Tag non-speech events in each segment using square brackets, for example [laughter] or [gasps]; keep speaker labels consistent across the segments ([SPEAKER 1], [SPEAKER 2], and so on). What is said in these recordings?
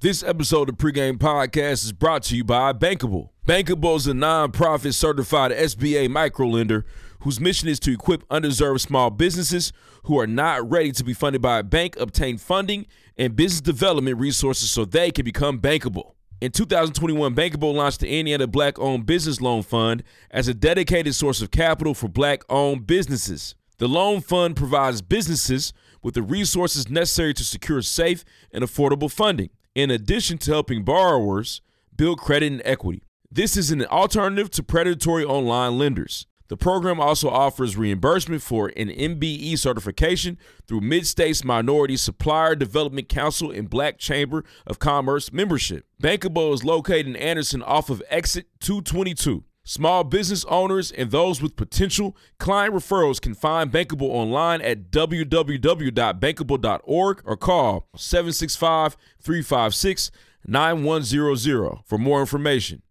[SPEAKER 1] This episode of Pregame Podcast is brought to you by Bankable. Bankable is a nonprofit certified SBA microlender whose mission is to equip undeserved small businesses who are not ready to be funded by a bank obtain funding and business development resources so they can become bankable. In 2021, Bankable launched the Indiana Black Owned Business Loan Fund as a dedicated source of capital for black owned businesses. The loan fund provides businesses with the resources necessary to secure safe and affordable funding, in addition to helping borrowers build credit and equity. This is an alternative to predatory online lenders. The program also offers reimbursement for an MBE certification through Mid-States Minority Supplier Development Council and Black Chamber of Commerce membership. Bankable is located in Anderson off of exit 222. Small business owners and those with potential client referrals can find Bankable online at www.bankable.org or call 765-356-9100 for more information.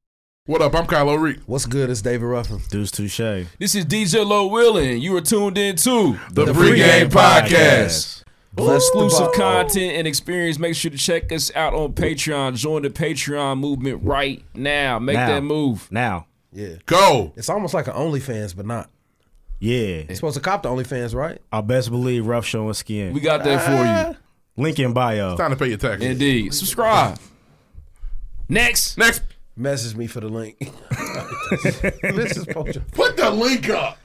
[SPEAKER 2] What up? I'm Kylo Reed.
[SPEAKER 3] What's good? It's David Ruffin.
[SPEAKER 4] Deuce Touche.
[SPEAKER 1] This is DJ Low Willing. You are tuned in to
[SPEAKER 2] The, Pregame Podcast.
[SPEAKER 1] For exclusive content and experience, make sure to check us out on Patreon. Join the Patreon movement right now. Make
[SPEAKER 4] Now.
[SPEAKER 1] that move.
[SPEAKER 4] Now.
[SPEAKER 3] Yeah.
[SPEAKER 2] Go.
[SPEAKER 3] It's almost like an OnlyFans, but not.
[SPEAKER 4] Yeah.
[SPEAKER 3] It's supposed to cop the OnlyFans, right?
[SPEAKER 4] I best believe rough showing skin. Ah.
[SPEAKER 1] We got that for
[SPEAKER 4] Link in bio.
[SPEAKER 2] Time to pay your taxes.
[SPEAKER 1] you. Indeed. Subscribe. Next.
[SPEAKER 2] Next,
[SPEAKER 1] [laughs]
[SPEAKER 3] Message me for the link. [laughs] this is Poacher.
[SPEAKER 2] put the link up.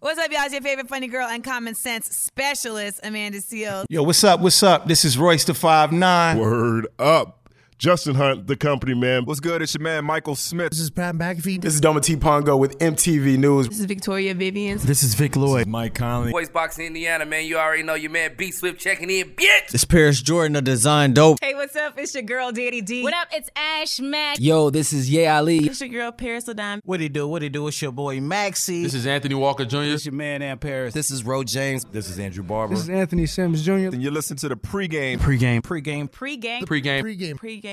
[SPEAKER 5] What's up, y'all? It's your favorite funny girl and common sense specialist, Amanda Seals.
[SPEAKER 6] Yo, what's up? What's up? This is Royce the Five Nine.
[SPEAKER 7] Word up. Justin Hunt, the company man.
[SPEAKER 8] What's good? It's your man Michael Smith.
[SPEAKER 9] This is Pat McAfee.
[SPEAKER 6] This is Doma T Pongo with MTV News.
[SPEAKER 5] This is Victoria Vivian.
[SPEAKER 6] This is Vic Lloyd. Mike Conley.
[SPEAKER 10] Voice Boxing Indiana, man. You already know your man B Swift checking in, bitch.
[SPEAKER 9] This Paris Jordan of Design Dope.
[SPEAKER 5] Hey, what's up? It's your girl, Daddy D. Oh. What up? It's Ash Mack.
[SPEAKER 9] Yo, this is Ye Ali.
[SPEAKER 5] It's your girl, Paris Ladon.
[SPEAKER 9] What he do? What he do? It's your boy Maxie. This is Anthony Walker Jr. This your man, Ann Paris. This is Ro James.
[SPEAKER 8] This is Andrew Barber.
[SPEAKER 6] Anthony Sims Jr.
[SPEAKER 8] and you listen to the pregame.
[SPEAKER 9] Pre-game.
[SPEAKER 5] Pre-game.
[SPEAKER 9] The pre-game.
[SPEAKER 5] Pre-game.
[SPEAKER 9] [laughs]
[SPEAKER 2] [laughs]
[SPEAKER 9] Pre-game. Pre-game. Pre-game.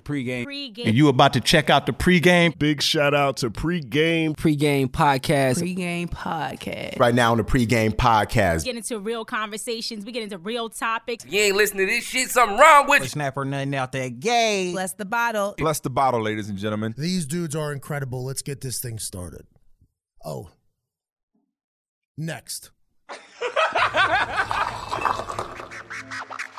[SPEAKER 6] And
[SPEAKER 5] Pre-game.
[SPEAKER 6] you about to check out the pregame.
[SPEAKER 7] Big shout out to pregame.
[SPEAKER 9] Pre-game podcast.
[SPEAKER 5] Pre-game podcast.
[SPEAKER 6] Right now on the pregame podcast.
[SPEAKER 5] Get into real conversations. We get into real topics.
[SPEAKER 10] You ain't listening to this shit, something wrong with you.
[SPEAKER 9] Snap or nothing out that gay.
[SPEAKER 5] Bless the bottle.
[SPEAKER 8] Bless the bottle, ladies and gentlemen.
[SPEAKER 11] These dudes are incredible. Let's get this thing started. Oh. Next.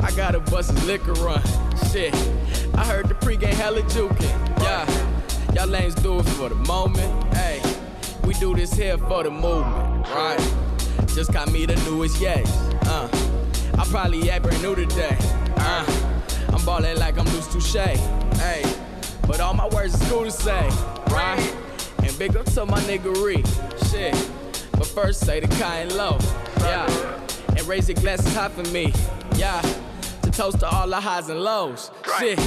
[SPEAKER 10] I got a busted liquor run. Shit. I heard the pregame hella jukin'. Yeah. Y'all lanes do it for the moment. Hey, we do this here for the movement. Right. Just got me the newest yes. Uh, I probably act brand new today. Uh, I'm ballin' like I'm loose touche. Hey, but all my words is cool to say, right? And big up to my niggery, shit. But first say the kind low, yeah. And raise your glasses high for me, yeah. To toast to all the highs and lows, shit.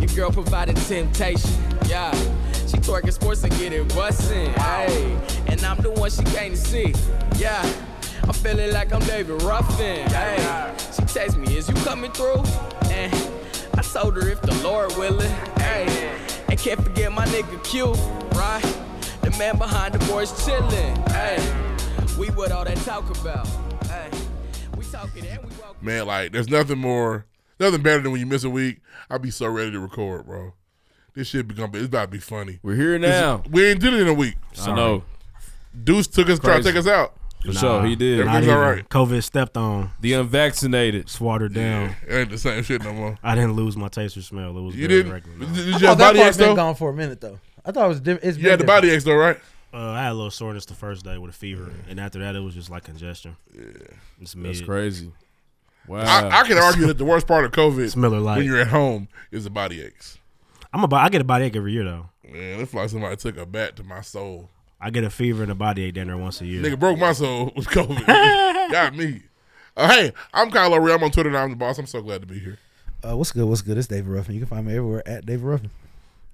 [SPEAKER 10] Your girl provided temptation, yeah. She twerking sports and get it bustin', hey. And I'm the one she came to see, yeah. I'm feeling like I'm David Ruffin. Hey, she text me, is you coming through? And I told her if the Lord willing. Hey, and can't forget my nigga Q, right? The man behind the boys chillin'. Hey, we what all that talk about. Hey, we talking and we walking.
[SPEAKER 2] Man, like, there's nothing more, nothing better than when you miss a week. I'll be so ready to record, bro. This shit be gonna be, it's about to be funny.
[SPEAKER 1] We're here
[SPEAKER 2] This-
[SPEAKER 1] now.
[SPEAKER 2] We ain't did it in a week.
[SPEAKER 1] I know.
[SPEAKER 2] Deuce took us, tried to
[SPEAKER 1] Crazy.
[SPEAKER 2] take us out.
[SPEAKER 1] For sure, he did.
[SPEAKER 2] Everything's
[SPEAKER 4] Not even.
[SPEAKER 2] all right.
[SPEAKER 4] COVID stepped on,
[SPEAKER 1] The unvaccinated.
[SPEAKER 4] swatter down.
[SPEAKER 2] It ain't the same shit no more.
[SPEAKER 4] I didn't lose my taste or smell. It was
[SPEAKER 2] You
[SPEAKER 4] very
[SPEAKER 2] didn't.
[SPEAKER 4] regular.
[SPEAKER 2] Did
[SPEAKER 3] I
[SPEAKER 2] you
[SPEAKER 3] thought
[SPEAKER 2] have
[SPEAKER 3] that
[SPEAKER 2] body
[SPEAKER 3] part's
[SPEAKER 2] aches
[SPEAKER 3] been
[SPEAKER 2] though?
[SPEAKER 3] gone for a minute though. I thought it was different. It's
[SPEAKER 2] You had the
[SPEAKER 3] been
[SPEAKER 2] body aches though, right?
[SPEAKER 4] Uh, I had a little soreness the first day with a fever, and after that it was just like congestion. Yeah, it's mid.
[SPEAKER 1] That's crazy. Wow.
[SPEAKER 2] I, I
[SPEAKER 1] [laughs]
[SPEAKER 2] can argue that the worst part of COVID
[SPEAKER 4] Miller Lite.
[SPEAKER 2] when you're at home is the body aches.
[SPEAKER 4] I'm about. I get a body ache every year though.
[SPEAKER 2] Man, it's like somebody took a bat to my soul.
[SPEAKER 4] I get a fever and a body ache down there once a year.
[SPEAKER 2] Nigga broke my soul [laughs] with COVID. Got me. Uh, hey, I'm Kyle O'Reilly. I'm on Twitter and I'm the boss. I'm so glad to be here.
[SPEAKER 12] Uh, what's good? What's good? It's David Ruffin. You can find me everywhere at David Ruffin.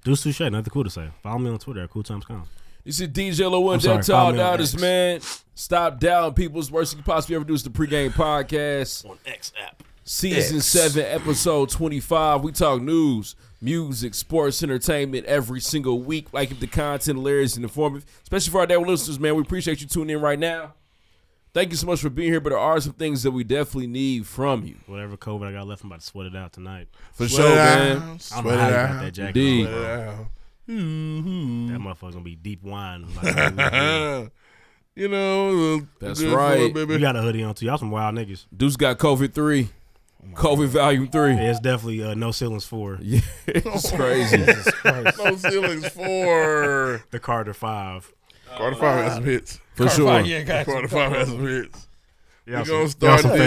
[SPEAKER 4] Deuce Touche, nothing cool to say. Follow me on Twitter at Cool Times Com.
[SPEAKER 1] You see DJ Low One
[SPEAKER 4] I'm sorry,
[SPEAKER 1] Dead Tall
[SPEAKER 4] follow me on
[SPEAKER 1] Doubters, man. Stop doubting people's worst you could possibly ever do is the pregame podcast. On X app. Season
[SPEAKER 4] X.
[SPEAKER 1] 7, episode 25. We talk news, music, sports, entertainment every single week. Like if the content hilarious and informative. Especially for our day listeners, man. We appreciate you tuning in right now. Thank you so much for being here, but there are some things that we definitely need from you.
[SPEAKER 4] Whatever COVID I got left, I'm about to sweat it out tonight.
[SPEAKER 1] For Sweat sure, it man. out,
[SPEAKER 4] I don't
[SPEAKER 1] sweat
[SPEAKER 4] know how
[SPEAKER 1] it
[SPEAKER 4] you
[SPEAKER 1] out,
[SPEAKER 4] got that jacket.
[SPEAKER 1] indeed.
[SPEAKER 4] on, bro.
[SPEAKER 1] Sweat it Mm-hmm.
[SPEAKER 4] That motherfucker's gonna be deep wine. like-
[SPEAKER 2] You know, uh, good for it,
[SPEAKER 4] You got a hoodie on too. Y'all some wild niggas.
[SPEAKER 1] Deuce got COVID three. COVID volume three.
[SPEAKER 4] Yeah, it's definitely uh, no ceilings four.
[SPEAKER 1] Yeah, [laughs] it's
[SPEAKER 4] [laughs]
[SPEAKER 1] crazy. Jesus Christ.
[SPEAKER 2] No ceilings four.
[SPEAKER 4] The Carter five.
[SPEAKER 2] Carter five has some hits.
[SPEAKER 1] For Carter sure. five,
[SPEAKER 2] yeah,
[SPEAKER 1] yeah, got
[SPEAKER 2] Carter
[SPEAKER 1] some.
[SPEAKER 2] five has some hits.
[SPEAKER 1] [laughs] Y'all
[SPEAKER 2] we
[SPEAKER 1] some-
[SPEAKER 2] gonna
[SPEAKER 1] y'all
[SPEAKER 2] start
[SPEAKER 1] some
[SPEAKER 2] this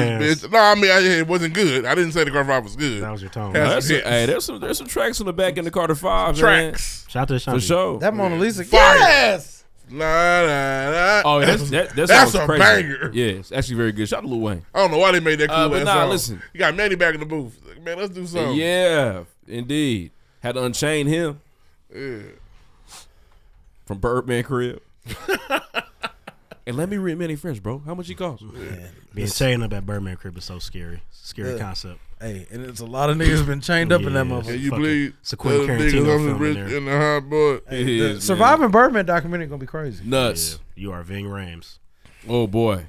[SPEAKER 1] fans.
[SPEAKER 2] bitch. No, I mean I, it wasn't good. I didn't say the Carter five was good.
[SPEAKER 4] That was your tone.
[SPEAKER 1] Now, that's a- hey, there's some there's some tracks on the back end of Carter Five.
[SPEAKER 2] Tracks.
[SPEAKER 1] Man.
[SPEAKER 4] Shout out to
[SPEAKER 1] for
[SPEAKER 4] Ashanti.
[SPEAKER 1] sure.
[SPEAKER 12] That Mona Lisa.
[SPEAKER 2] Fire.
[SPEAKER 12] Yes.
[SPEAKER 2] Nah, nah, nah.
[SPEAKER 1] Oh, yeah, that's that, that
[SPEAKER 2] that's
[SPEAKER 1] song's
[SPEAKER 2] a
[SPEAKER 1] crazy.
[SPEAKER 2] banger.
[SPEAKER 1] Yeah, it's actually very good. Shout out to Lil Wayne.
[SPEAKER 2] I don't know why they made that cool
[SPEAKER 1] Uh, but
[SPEAKER 2] ass
[SPEAKER 1] nah,
[SPEAKER 2] song.
[SPEAKER 1] listen.
[SPEAKER 2] You got Manny back in the booth. Like, Man, let's do something.
[SPEAKER 1] Yeah, indeed. Had to unchain him
[SPEAKER 2] Yeah.
[SPEAKER 1] from Birdman Crib. [laughs] and let me read many friends, bro. How much he cost? [laughs]
[SPEAKER 4] Being chained up at Birdman Crib is so scary. Scary
[SPEAKER 12] Yeah.
[SPEAKER 4] concept.
[SPEAKER 12] Hey, and it's a lot of niggas been chained up in that motherfucker.
[SPEAKER 2] Can you
[SPEAKER 4] Fuck it.
[SPEAKER 2] believe
[SPEAKER 4] It's a Quentin
[SPEAKER 2] those niggas
[SPEAKER 4] Tarantino
[SPEAKER 2] on the
[SPEAKER 4] film in
[SPEAKER 2] rich
[SPEAKER 4] there.
[SPEAKER 2] and the hot boy?
[SPEAKER 12] The
[SPEAKER 1] It is, man.
[SPEAKER 12] Surviving Birdman documentary gonna be crazy.
[SPEAKER 1] Nuts.
[SPEAKER 4] You are Ving Rams.
[SPEAKER 1] Oh boy.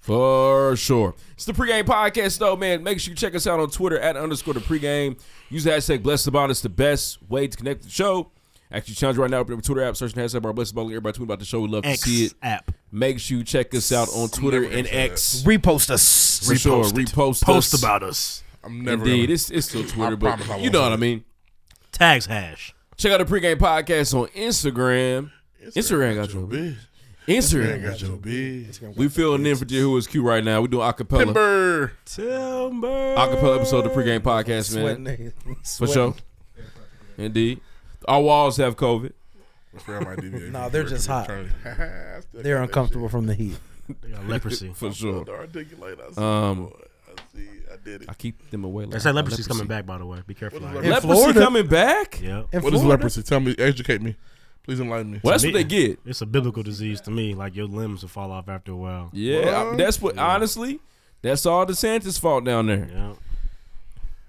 [SPEAKER 1] For sure. It's the pregame podcast though, man. Make sure you check us out on Twitter at underscore the pregame. Use the hashtag blessed about it's the best way to connect with the show. Actually, challenge right now up in the Twitter app, searching hashtag our blessed about everybody tweeting about the show. We love
[SPEAKER 4] X
[SPEAKER 1] to see it.
[SPEAKER 4] app.
[SPEAKER 1] Make sure you check us out on Twitter and X.
[SPEAKER 12] Repost us.
[SPEAKER 1] For sure.
[SPEAKER 4] Repost it.
[SPEAKER 1] Repost
[SPEAKER 4] Post
[SPEAKER 1] us.
[SPEAKER 4] about us.
[SPEAKER 2] I'm never
[SPEAKER 1] Indeed,
[SPEAKER 2] gonna-
[SPEAKER 1] it's it's still Twitter,
[SPEAKER 2] I
[SPEAKER 1] but
[SPEAKER 2] promise I
[SPEAKER 1] you
[SPEAKER 2] won't.
[SPEAKER 1] know what I mean.
[SPEAKER 4] Tags hash.
[SPEAKER 1] Check out the pregame podcast on Instagram. Instagram, got your bitch. Instagram got your bitch. We filling in for J Who is Q right now. We doing acapella.
[SPEAKER 2] Timber.
[SPEAKER 4] Timber.
[SPEAKER 1] Acapella episode of the pregame podcast,
[SPEAKER 12] Sweating,
[SPEAKER 1] man.
[SPEAKER 12] nigga.
[SPEAKER 1] For sure. Indeed. Our walls have COVID. [laughs]
[SPEAKER 12] Nah, they're just hot.
[SPEAKER 2] I still
[SPEAKER 12] They're
[SPEAKER 2] got that
[SPEAKER 12] uncomfortable from the heat.
[SPEAKER 4] They got
[SPEAKER 2] [laughs]
[SPEAKER 4] leprosy.
[SPEAKER 1] For sure.
[SPEAKER 2] to articulate. I see,
[SPEAKER 1] Um,
[SPEAKER 2] I see. I did it.
[SPEAKER 1] I keep them away.
[SPEAKER 4] They say leprosy's coming back, by the way. Be careful. out here.
[SPEAKER 1] Leprosy coming back?
[SPEAKER 4] Yeah.
[SPEAKER 2] What is leprosy? Tell me, educate me. Please enlighten me.
[SPEAKER 1] Well, that's what they get.
[SPEAKER 4] It's a biblical disease to me. Like your limbs will fall off after a while.
[SPEAKER 1] Yeah, I- that's what. Honestly, that's all DeSantis' fault down there.
[SPEAKER 4] Yeah.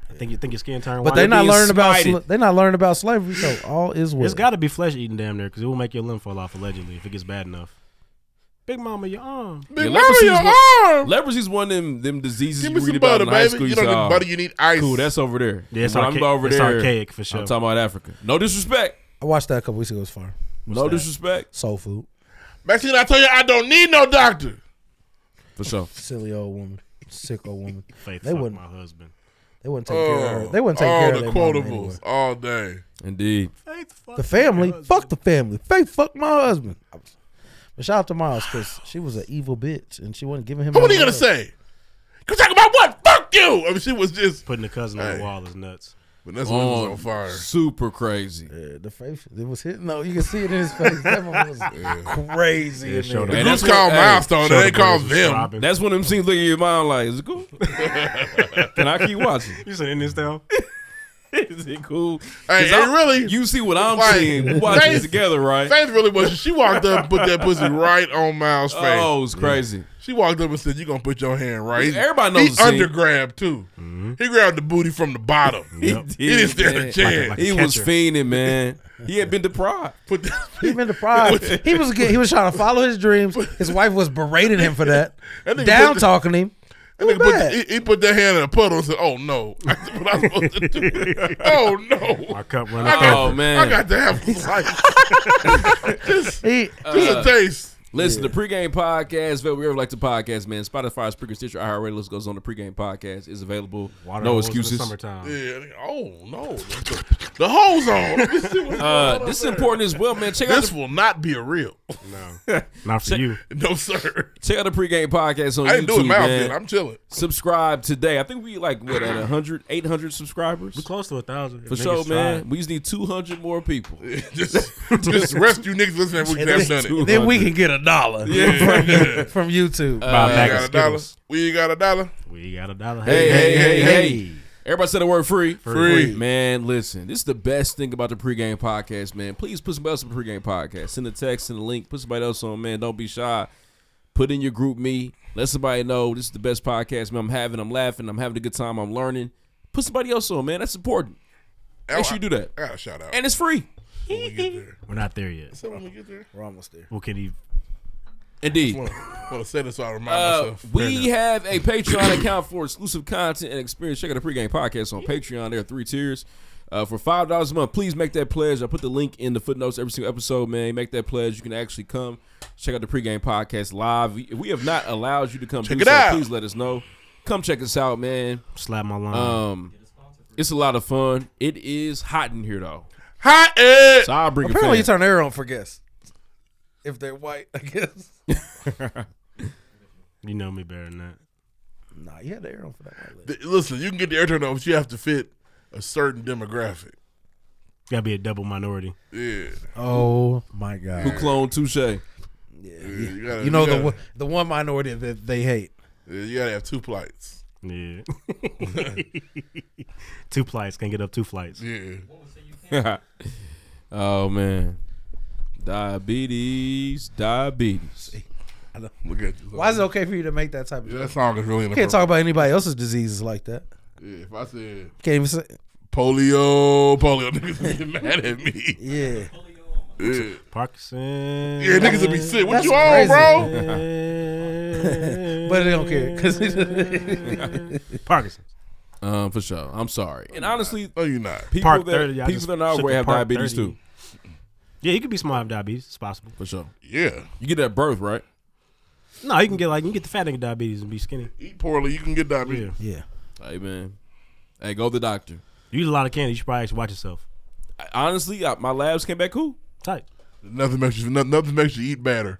[SPEAKER 4] I think you think your skin turned white.
[SPEAKER 12] But they not learning about sl- they not learning about slavery, so all is well.
[SPEAKER 4] It's got to be flesh eating damn near because it will make your limb fall off allegedly if it gets bad enough. Big Mama, your arm.
[SPEAKER 2] Big
[SPEAKER 1] Yeah,
[SPEAKER 2] mama,
[SPEAKER 1] leprosy's
[SPEAKER 2] your
[SPEAKER 1] one-
[SPEAKER 2] arm.
[SPEAKER 1] Leprosy's one of them them diseases
[SPEAKER 2] Give
[SPEAKER 1] you
[SPEAKER 2] me some
[SPEAKER 1] read about
[SPEAKER 2] butter,
[SPEAKER 1] in high
[SPEAKER 2] baby.
[SPEAKER 1] school.
[SPEAKER 2] You don't
[SPEAKER 1] say,
[SPEAKER 2] need
[SPEAKER 1] "Oh,
[SPEAKER 2] butter, you need ice."
[SPEAKER 1] Cool, that's over there.
[SPEAKER 4] Yeah, it's
[SPEAKER 1] When
[SPEAKER 4] archaic-
[SPEAKER 1] I'm over
[SPEAKER 4] it's
[SPEAKER 1] there.
[SPEAKER 4] archaic for sure.
[SPEAKER 1] I'm talking about Africa. No disrespect.
[SPEAKER 12] I watched that a couple weeks ago. It was fire.
[SPEAKER 1] no disrespect.
[SPEAKER 12] Soul food.
[SPEAKER 2] Maxine, I tell you, I don't need no doctor.
[SPEAKER 1] For sure.
[SPEAKER 12] Silly old woman. Sick old woman.
[SPEAKER 4] Faith
[SPEAKER 12] they
[SPEAKER 4] fucked
[SPEAKER 12] wouldn't.
[SPEAKER 4] my husband.
[SPEAKER 12] They wouldn't take care of
[SPEAKER 2] Oh,
[SPEAKER 12] her. They wouldn't take
[SPEAKER 2] all
[SPEAKER 12] care of
[SPEAKER 2] the
[SPEAKER 12] their mama anyway.
[SPEAKER 2] quotables all day.
[SPEAKER 1] Indeed.
[SPEAKER 12] The family. Fuck the family. Faith fuck my husband. I was- But shout out to Miles because she was an evil bitch and she wasn't giving him.
[SPEAKER 2] Who
[SPEAKER 12] no
[SPEAKER 2] are you gonna
[SPEAKER 12] love.
[SPEAKER 2] say? Come talk about what? Fuck you. I mean, she was just.
[SPEAKER 4] Putting the cousin on
[SPEAKER 2] Hey.
[SPEAKER 4] the wall is nuts.
[SPEAKER 2] But that's when he was
[SPEAKER 1] Oh,
[SPEAKER 2] on fire.
[SPEAKER 1] Super crazy.
[SPEAKER 12] Yeah, the face. It was hit. No, you can see it in his face. That one
[SPEAKER 2] [laughs]
[SPEAKER 12] was crazy. in there.
[SPEAKER 2] Hey, that's called milestone. It ain't called them. [laughs]
[SPEAKER 1] That's one of them scenes looking at your mind like, is it
[SPEAKER 4] [laughs]
[SPEAKER 1] cool? [laughs] Can I keep watching?
[SPEAKER 4] You said in this though.
[SPEAKER 1] [laughs] is it cool? 'Cause
[SPEAKER 2] Hey, hey,
[SPEAKER 1] I'm-
[SPEAKER 2] really?
[SPEAKER 1] You see what I'm
[SPEAKER 2] Like,
[SPEAKER 1] seeing. We're watching it
[SPEAKER 2] Faith-
[SPEAKER 1] together, right?
[SPEAKER 2] Faith really was. She walked up and put that pussy right on Miles' face.
[SPEAKER 1] Oh, it's crazy.
[SPEAKER 2] She walked up and said, "You gonna put your hand right."
[SPEAKER 1] Yeah, everybody knows
[SPEAKER 2] He
[SPEAKER 1] the scene.
[SPEAKER 2] undergrabbed too.
[SPEAKER 4] Mm-hmm.
[SPEAKER 2] He grabbed the booty from the bottom.
[SPEAKER 1] He
[SPEAKER 2] He didn't stand a
[SPEAKER 1] man.
[SPEAKER 2] chance.
[SPEAKER 4] like a
[SPEAKER 1] he was
[SPEAKER 4] catcher.
[SPEAKER 1] fiending,
[SPEAKER 2] [laughs]
[SPEAKER 1] man. [laughs] He had been deprived.
[SPEAKER 2] Put the-
[SPEAKER 12] He been deprived. he was get- he was trying to follow his dreams. His wife was berating him for that.
[SPEAKER 2] [laughs] That nigga
[SPEAKER 12] Down
[SPEAKER 2] put the-
[SPEAKER 12] talking him.
[SPEAKER 2] that nigga put the-
[SPEAKER 12] bad.
[SPEAKER 2] he, he put that hand in a puddle and said, "Oh no, [laughs] That's what I'm supposed to do?
[SPEAKER 12] [laughs]
[SPEAKER 2] Oh
[SPEAKER 4] My
[SPEAKER 2] no,
[SPEAKER 4] cup
[SPEAKER 2] I
[SPEAKER 4] running
[SPEAKER 2] got,
[SPEAKER 4] out.
[SPEAKER 2] [laughs]
[SPEAKER 1] Oh, man.
[SPEAKER 2] I got to have a slice. just,
[SPEAKER 12] He
[SPEAKER 4] Uh,
[SPEAKER 2] just a taste."
[SPEAKER 1] Listen, the pregame podcast, if we ever like the podcast, man. Spotify, Spreaker, Stitcher, iHeartRadio, let's goes on the pregame podcast is available. no
[SPEAKER 4] hose for the
[SPEAKER 1] excuses.
[SPEAKER 4] summertime.
[SPEAKER 2] Yeah. Oh no. The, [laughs] the hose on. [laughs] This shit
[SPEAKER 1] Uh,
[SPEAKER 2] was going
[SPEAKER 1] [laughs]
[SPEAKER 2] on
[SPEAKER 1] this is
[SPEAKER 2] there.
[SPEAKER 1] important as well, man. Check out
[SPEAKER 2] this
[SPEAKER 1] the-
[SPEAKER 2] will not be a real.
[SPEAKER 1] [laughs] No,
[SPEAKER 4] not for you.
[SPEAKER 2] [laughs] No sir.
[SPEAKER 1] Check out the pregame podcast on
[SPEAKER 2] I
[SPEAKER 1] YouTube.
[SPEAKER 2] ain't doing mouth
[SPEAKER 1] man.
[SPEAKER 2] yet. I'm chilling.
[SPEAKER 1] Subscribe today. I think we like what at 100, 800 subscribers. We're
[SPEAKER 4] close to a thousand.
[SPEAKER 1] for
[SPEAKER 4] Niggas
[SPEAKER 1] sure, man.
[SPEAKER 4] tried.
[SPEAKER 1] We just need two hundred more people.
[SPEAKER 2] [laughs] just, just rest you niggas listening if we
[SPEAKER 1] And
[SPEAKER 2] never
[SPEAKER 1] then-
[SPEAKER 2] done it.
[SPEAKER 1] and then we can get a dollar [laughs] from-
[SPEAKER 12] [laughs] from YouTube.
[SPEAKER 2] Uh,
[SPEAKER 1] Buy a
[SPEAKER 2] we
[SPEAKER 1] pack of
[SPEAKER 2] got a dollar.
[SPEAKER 1] Skittles.
[SPEAKER 2] We got a dollar.
[SPEAKER 4] We got a dollar.
[SPEAKER 1] Hey, hey, hey, hey, Everybody said the word free.
[SPEAKER 2] Free. Free.
[SPEAKER 1] Man, listen, this is the best thing about the pregame podcast, man. Please put somebody else on the pregame podcast. Send a text, send a link, put somebody else on, man. Don't be shy. Put in your group me. Let somebody know this is the best podcast, man. I'm having, I'm laughing, I'm having a good time, I'm learning. Put somebody else on, man. That's important. Make sure you do that.
[SPEAKER 2] Oh, I got a shout out.
[SPEAKER 1] And it's free.
[SPEAKER 4] We're not there yet.
[SPEAKER 2] So when we get there,
[SPEAKER 12] we're almost there.
[SPEAKER 4] Well,
[SPEAKER 2] [laughs]
[SPEAKER 4] can you?
[SPEAKER 1] Indeed.
[SPEAKER 2] Well, say this so I remind
[SPEAKER 1] Uh,
[SPEAKER 2] myself.
[SPEAKER 1] we have a Patreon account for exclusive content and experience. Check out the pregame podcast on Patreon. There are three tiers. Uh, for five dollars a month, please make that pledge. I put the link in the footnotes every single episode, man. Make that pledge. You can actually come check out the pregame podcast live. We- If we have not allowed you to come,
[SPEAKER 2] Check
[SPEAKER 1] do
[SPEAKER 2] it
[SPEAKER 1] so,
[SPEAKER 2] out.
[SPEAKER 1] Please let us know. Come check us out, man.
[SPEAKER 4] Slap my line.
[SPEAKER 1] Um, it's a lot of fun. It is hot in here though.
[SPEAKER 2] Hot.
[SPEAKER 1] So I'll bring
[SPEAKER 12] Apparently,
[SPEAKER 1] a
[SPEAKER 12] you
[SPEAKER 1] fan.
[SPEAKER 12] turn air on for guests if they're white. I guess.
[SPEAKER 4] You know me better than that.
[SPEAKER 12] nah, you had the air on for that. White lady.
[SPEAKER 2] Th- Listen, you can get the air turned on, but you have to fit a certain demographic.
[SPEAKER 4] Gotta be a double minority.
[SPEAKER 2] Yeah.
[SPEAKER 12] Oh my god!
[SPEAKER 1] Who cloned Touche?
[SPEAKER 2] Yeah, you, gotta,
[SPEAKER 12] you know
[SPEAKER 2] you
[SPEAKER 12] the
[SPEAKER 2] gotta,
[SPEAKER 12] one the one minority that they hate.
[SPEAKER 2] yeah, you gotta have two plights. [laughs]
[SPEAKER 4] Yeah. [laughs] two flights can't get up two flights.
[SPEAKER 2] [laughs] Yeah.
[SPEAKER 1] [laughs] oh man, diabetes, diabetes.
[SPEAKER 2] Look at you.
[SPEAKER 12] Why is it okay for you to make that type of?
[SPEAKER 2] Yeah, that song is really
[SPEAKER 12] You can't talk about anybody else's diseases like that.
[SPEAKER 2] Yeah, if I said
[SPEAKER 12] Can't even say.
[SPEAKER 2] polio, polio, niggas would get mad at me.
[SPEAKER 12] Yeah.
[SPEAKER 2] Yeah.
[SPEAKER 4] Parkinson.
[SPEAKER 2] Yeah, niggas would be sick. What
[SPEAKER 12] That's
[SPEAKER 2] you on, bro?
[SPEAKER 12] crazy. but they don't care
[SPEAKER 4] [laughs]
[SPEAKER 12] because
[SPEAKER 4] Parkinson.
[SPEAKER 1] Um, for sure. I'm sorry. And honestly,
[SPEAKER 2] no, you're not.
[SPEAKER 1] People
[SPEAKER 4] Part
[SPEAKER 1] that
[SPEAKER 4] 30, I
[SPEAKER 1] people
[SPEAKER 4] just
[SPEAKER 1] that are
[SPEAKER 4] shook
[SPEAKER 1] aware
[SPEAKER 4] the
[SPEAKER 1] have
[SPEAKER 4] Park
[SPEAKER 1] diabetes
[SPEAKER 4] 30.
[SPEAKER 1] too,
[SPEAKER 4] Yeah, you could be small have diabetes. It's possible.
[SPEAKER 1] for sure.
[SPEAKER 2] Yeah.
[SPEAKER 1] You get that birth, right?
[SPEAKER 4] No, you can get like you can get the fat nigga diabetes and be skinny.
[SPEAKER 2] Eat poorly, you can get diabetes.
[SPEAKER 4] Yeah.
[SPEAKER 12] Yeah.
[SPEAKER 1] Hey man, hey, go to the doctor.
[SPEAKER 4] You eat a lot of candy. You should probably actually watch yourself.
[SPEAKER 1] I- honestly, I, my labs came back
[SPEAKER 2] [laughs]
[SPEAKER 1] cool.
[SPEAKER 4] Tight.
[SPEAKER 2] Nothing makes you nothing, nothing makes you eat better.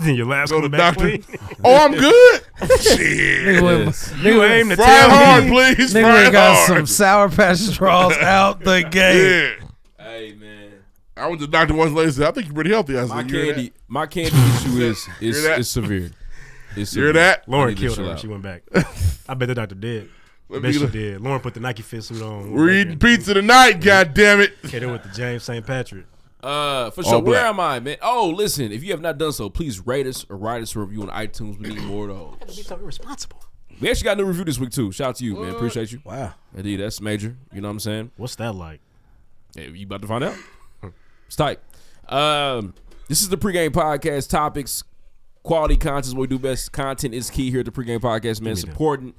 [SPEAKER 4] Then [laughs] your labs
[SPEAKER 2] Go to
[SPEAKER 4] come back
[SPEAKER 2] doctor.
[SPEAKER 4] clean.
[SPEAKER 2] oh,
[SPEAKER 4] [laughs]
[SPEAKER 2] I'm good. Shit.
[SPEAKER 12] Nigga went-
[SPEAKER 4] You
[SPEAKER 12] went-
[SPEAKER 4] aim to
[SPEAKER 2] Fry
[SPEAKER 12] tell
[SPEAKER 2] hard,
[SPEAKER 12] me-
[SPEAKER 2] please.
[SPEAKER 12] Nigga
[SPEAKER 2] Fry
[SPEAKER 12] went got
[SPEAKER 2] hard.
[SPEAKER 12] some sour patch
[SPEAKER 2] [laughs]
[SPEAKER 12] straws out the gate.
[SPEAKER 2] Yeah.
[SPEAKER 1] Hey man,
[SPEAKER 2] I went to the doctor once. Lady said, "I think you're pretty healthy." I said,
[SPEAKER 1] my
[SPEAKER 2] "You hear
[SPEAKER 1] candy, my candy
[SPEAKER 2] [laughs]
[SPEAKER 1] issue is
[SPEAKER 2] Hear
[SPEAKER 1] is,
[SPEAKER 2] that?
[SPEAKER 1] is severe. It's
[SPEAKER 2] Hear
[SPEAKER 1] severe.
[SPEAKER 2] that?
[SPEAKER 1] I
[SPEAKER 4] Lauren
[SPEAKER 1] need to
[SPEAKER 4] killed
[SPEAKER 1] chill
[SPEAKER 4] her. when
[SPEAKER 1] out.
[SPEAKER 4] She went
[SPEAKER 2] [laughs]
[SPEAKER 4] back. I bet the doctor did.
[SPEAKER 2] Let
[SPEAKER 4] bet
[SPEAKER 2] me
[SPEAKER 4] she
[SPEAKER 2] look.
[SPEAKER 4] did. Lauren put the Nike fit suit on.
[SPEAKER 2] We're eating pizza tonight. God damn it!
[SPEAKER 4] Hit her with the James St. Patrick.
[SPEAKER 1] Uh, for
[SPEAKER 2] All
[SPEAKER 1] sure. Where
[SPEAKER 2] black.
[SPEAKER 1] am I, man? Oh, listen. If you have not done so, please rate us or write us a review on iTunes. We need more of those.
[SPEAKER 4] Be so irresponsible.
[SPEAKER 1] We actually got a new review this week too. Shout out to you, man. Appreciate you.
[SPEAKER 12] Wow.
[SPEAKER 1] Indeed, that's major. You know what I'm saying?
[SPEAKER 4] What's that like?
[SPEAKER 1] Hey, you about to find out? It's tight. Um, this is the pregame podcast topics. Quality content is what we do best. Content is key here at the pregame podcast, man. It's
[SPEAKER 4] that.
[SPEAKER 1] important.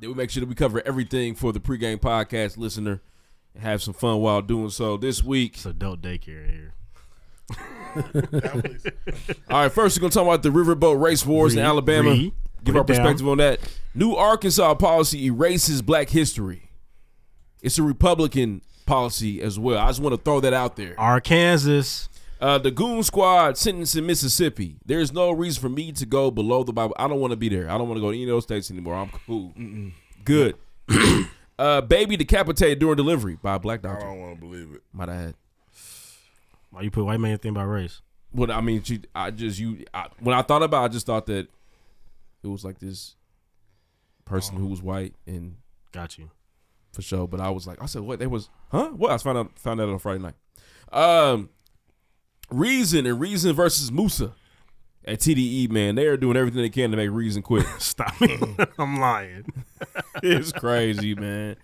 [SPEAKER 1] Then we make sure that we cover everything for the pregame podcast listener. and Have some fun while doing so this week.
[SPEAKER 4] It's adult daycare here.
[SPEAKER 1] All right, first we're gonna talk about the riverboat race wars in
[SPEAKER 4] Read,
[SPEAKER 1] Alabama.
[SPEAKER 4] read.
[SPEAKER 1] Give
[SPEAKER 4] Put
[SPEAKER 1] our
[SPEAKER 4] it down.
[SPEAKER 1] perspective on that. New Arkansas policy erases Black history. It's a Republican policy as well. I just want to throw that out there.
[SPEAKER 4] Arkansas.
[SPEAKER 1] Uh, the Goon Squad sentenced in Mississippi. There's no reason for me to go below the Bible. I don't want to be there. I don't want to go to any of those states anymore. I'm cool. Good. [coughs] uh, baby decapitated during delivery by a black
[SPEAKER 2] I
[SPEAKER 1] doctor.
[SPEAKER 2] don't want to believe it.
[SPEAKER 1] Might I add.
[SPEAKER 4] Why you put white man thing about race?
[SPEAKER 1] What I mean, she, I just you. I, when I thought about, it, I just thought that it was like this person who was white and
[SPEAKER 4] Got
[SPEAKER 2] [laughs]
[SPEAKER 4] you.
[SPEAKER 1] for sure. But I was like, I said, what? They was, huh? What? I found out found out on Friday night. Um, Reason and Reason versus Musa at TDE. Man, they are doing everything they can to make Reason quit.
[SPEAKER 4] [laughs] Stop me. I'm lying.
[SPEAKER 1] [laughs] it's crazy, man.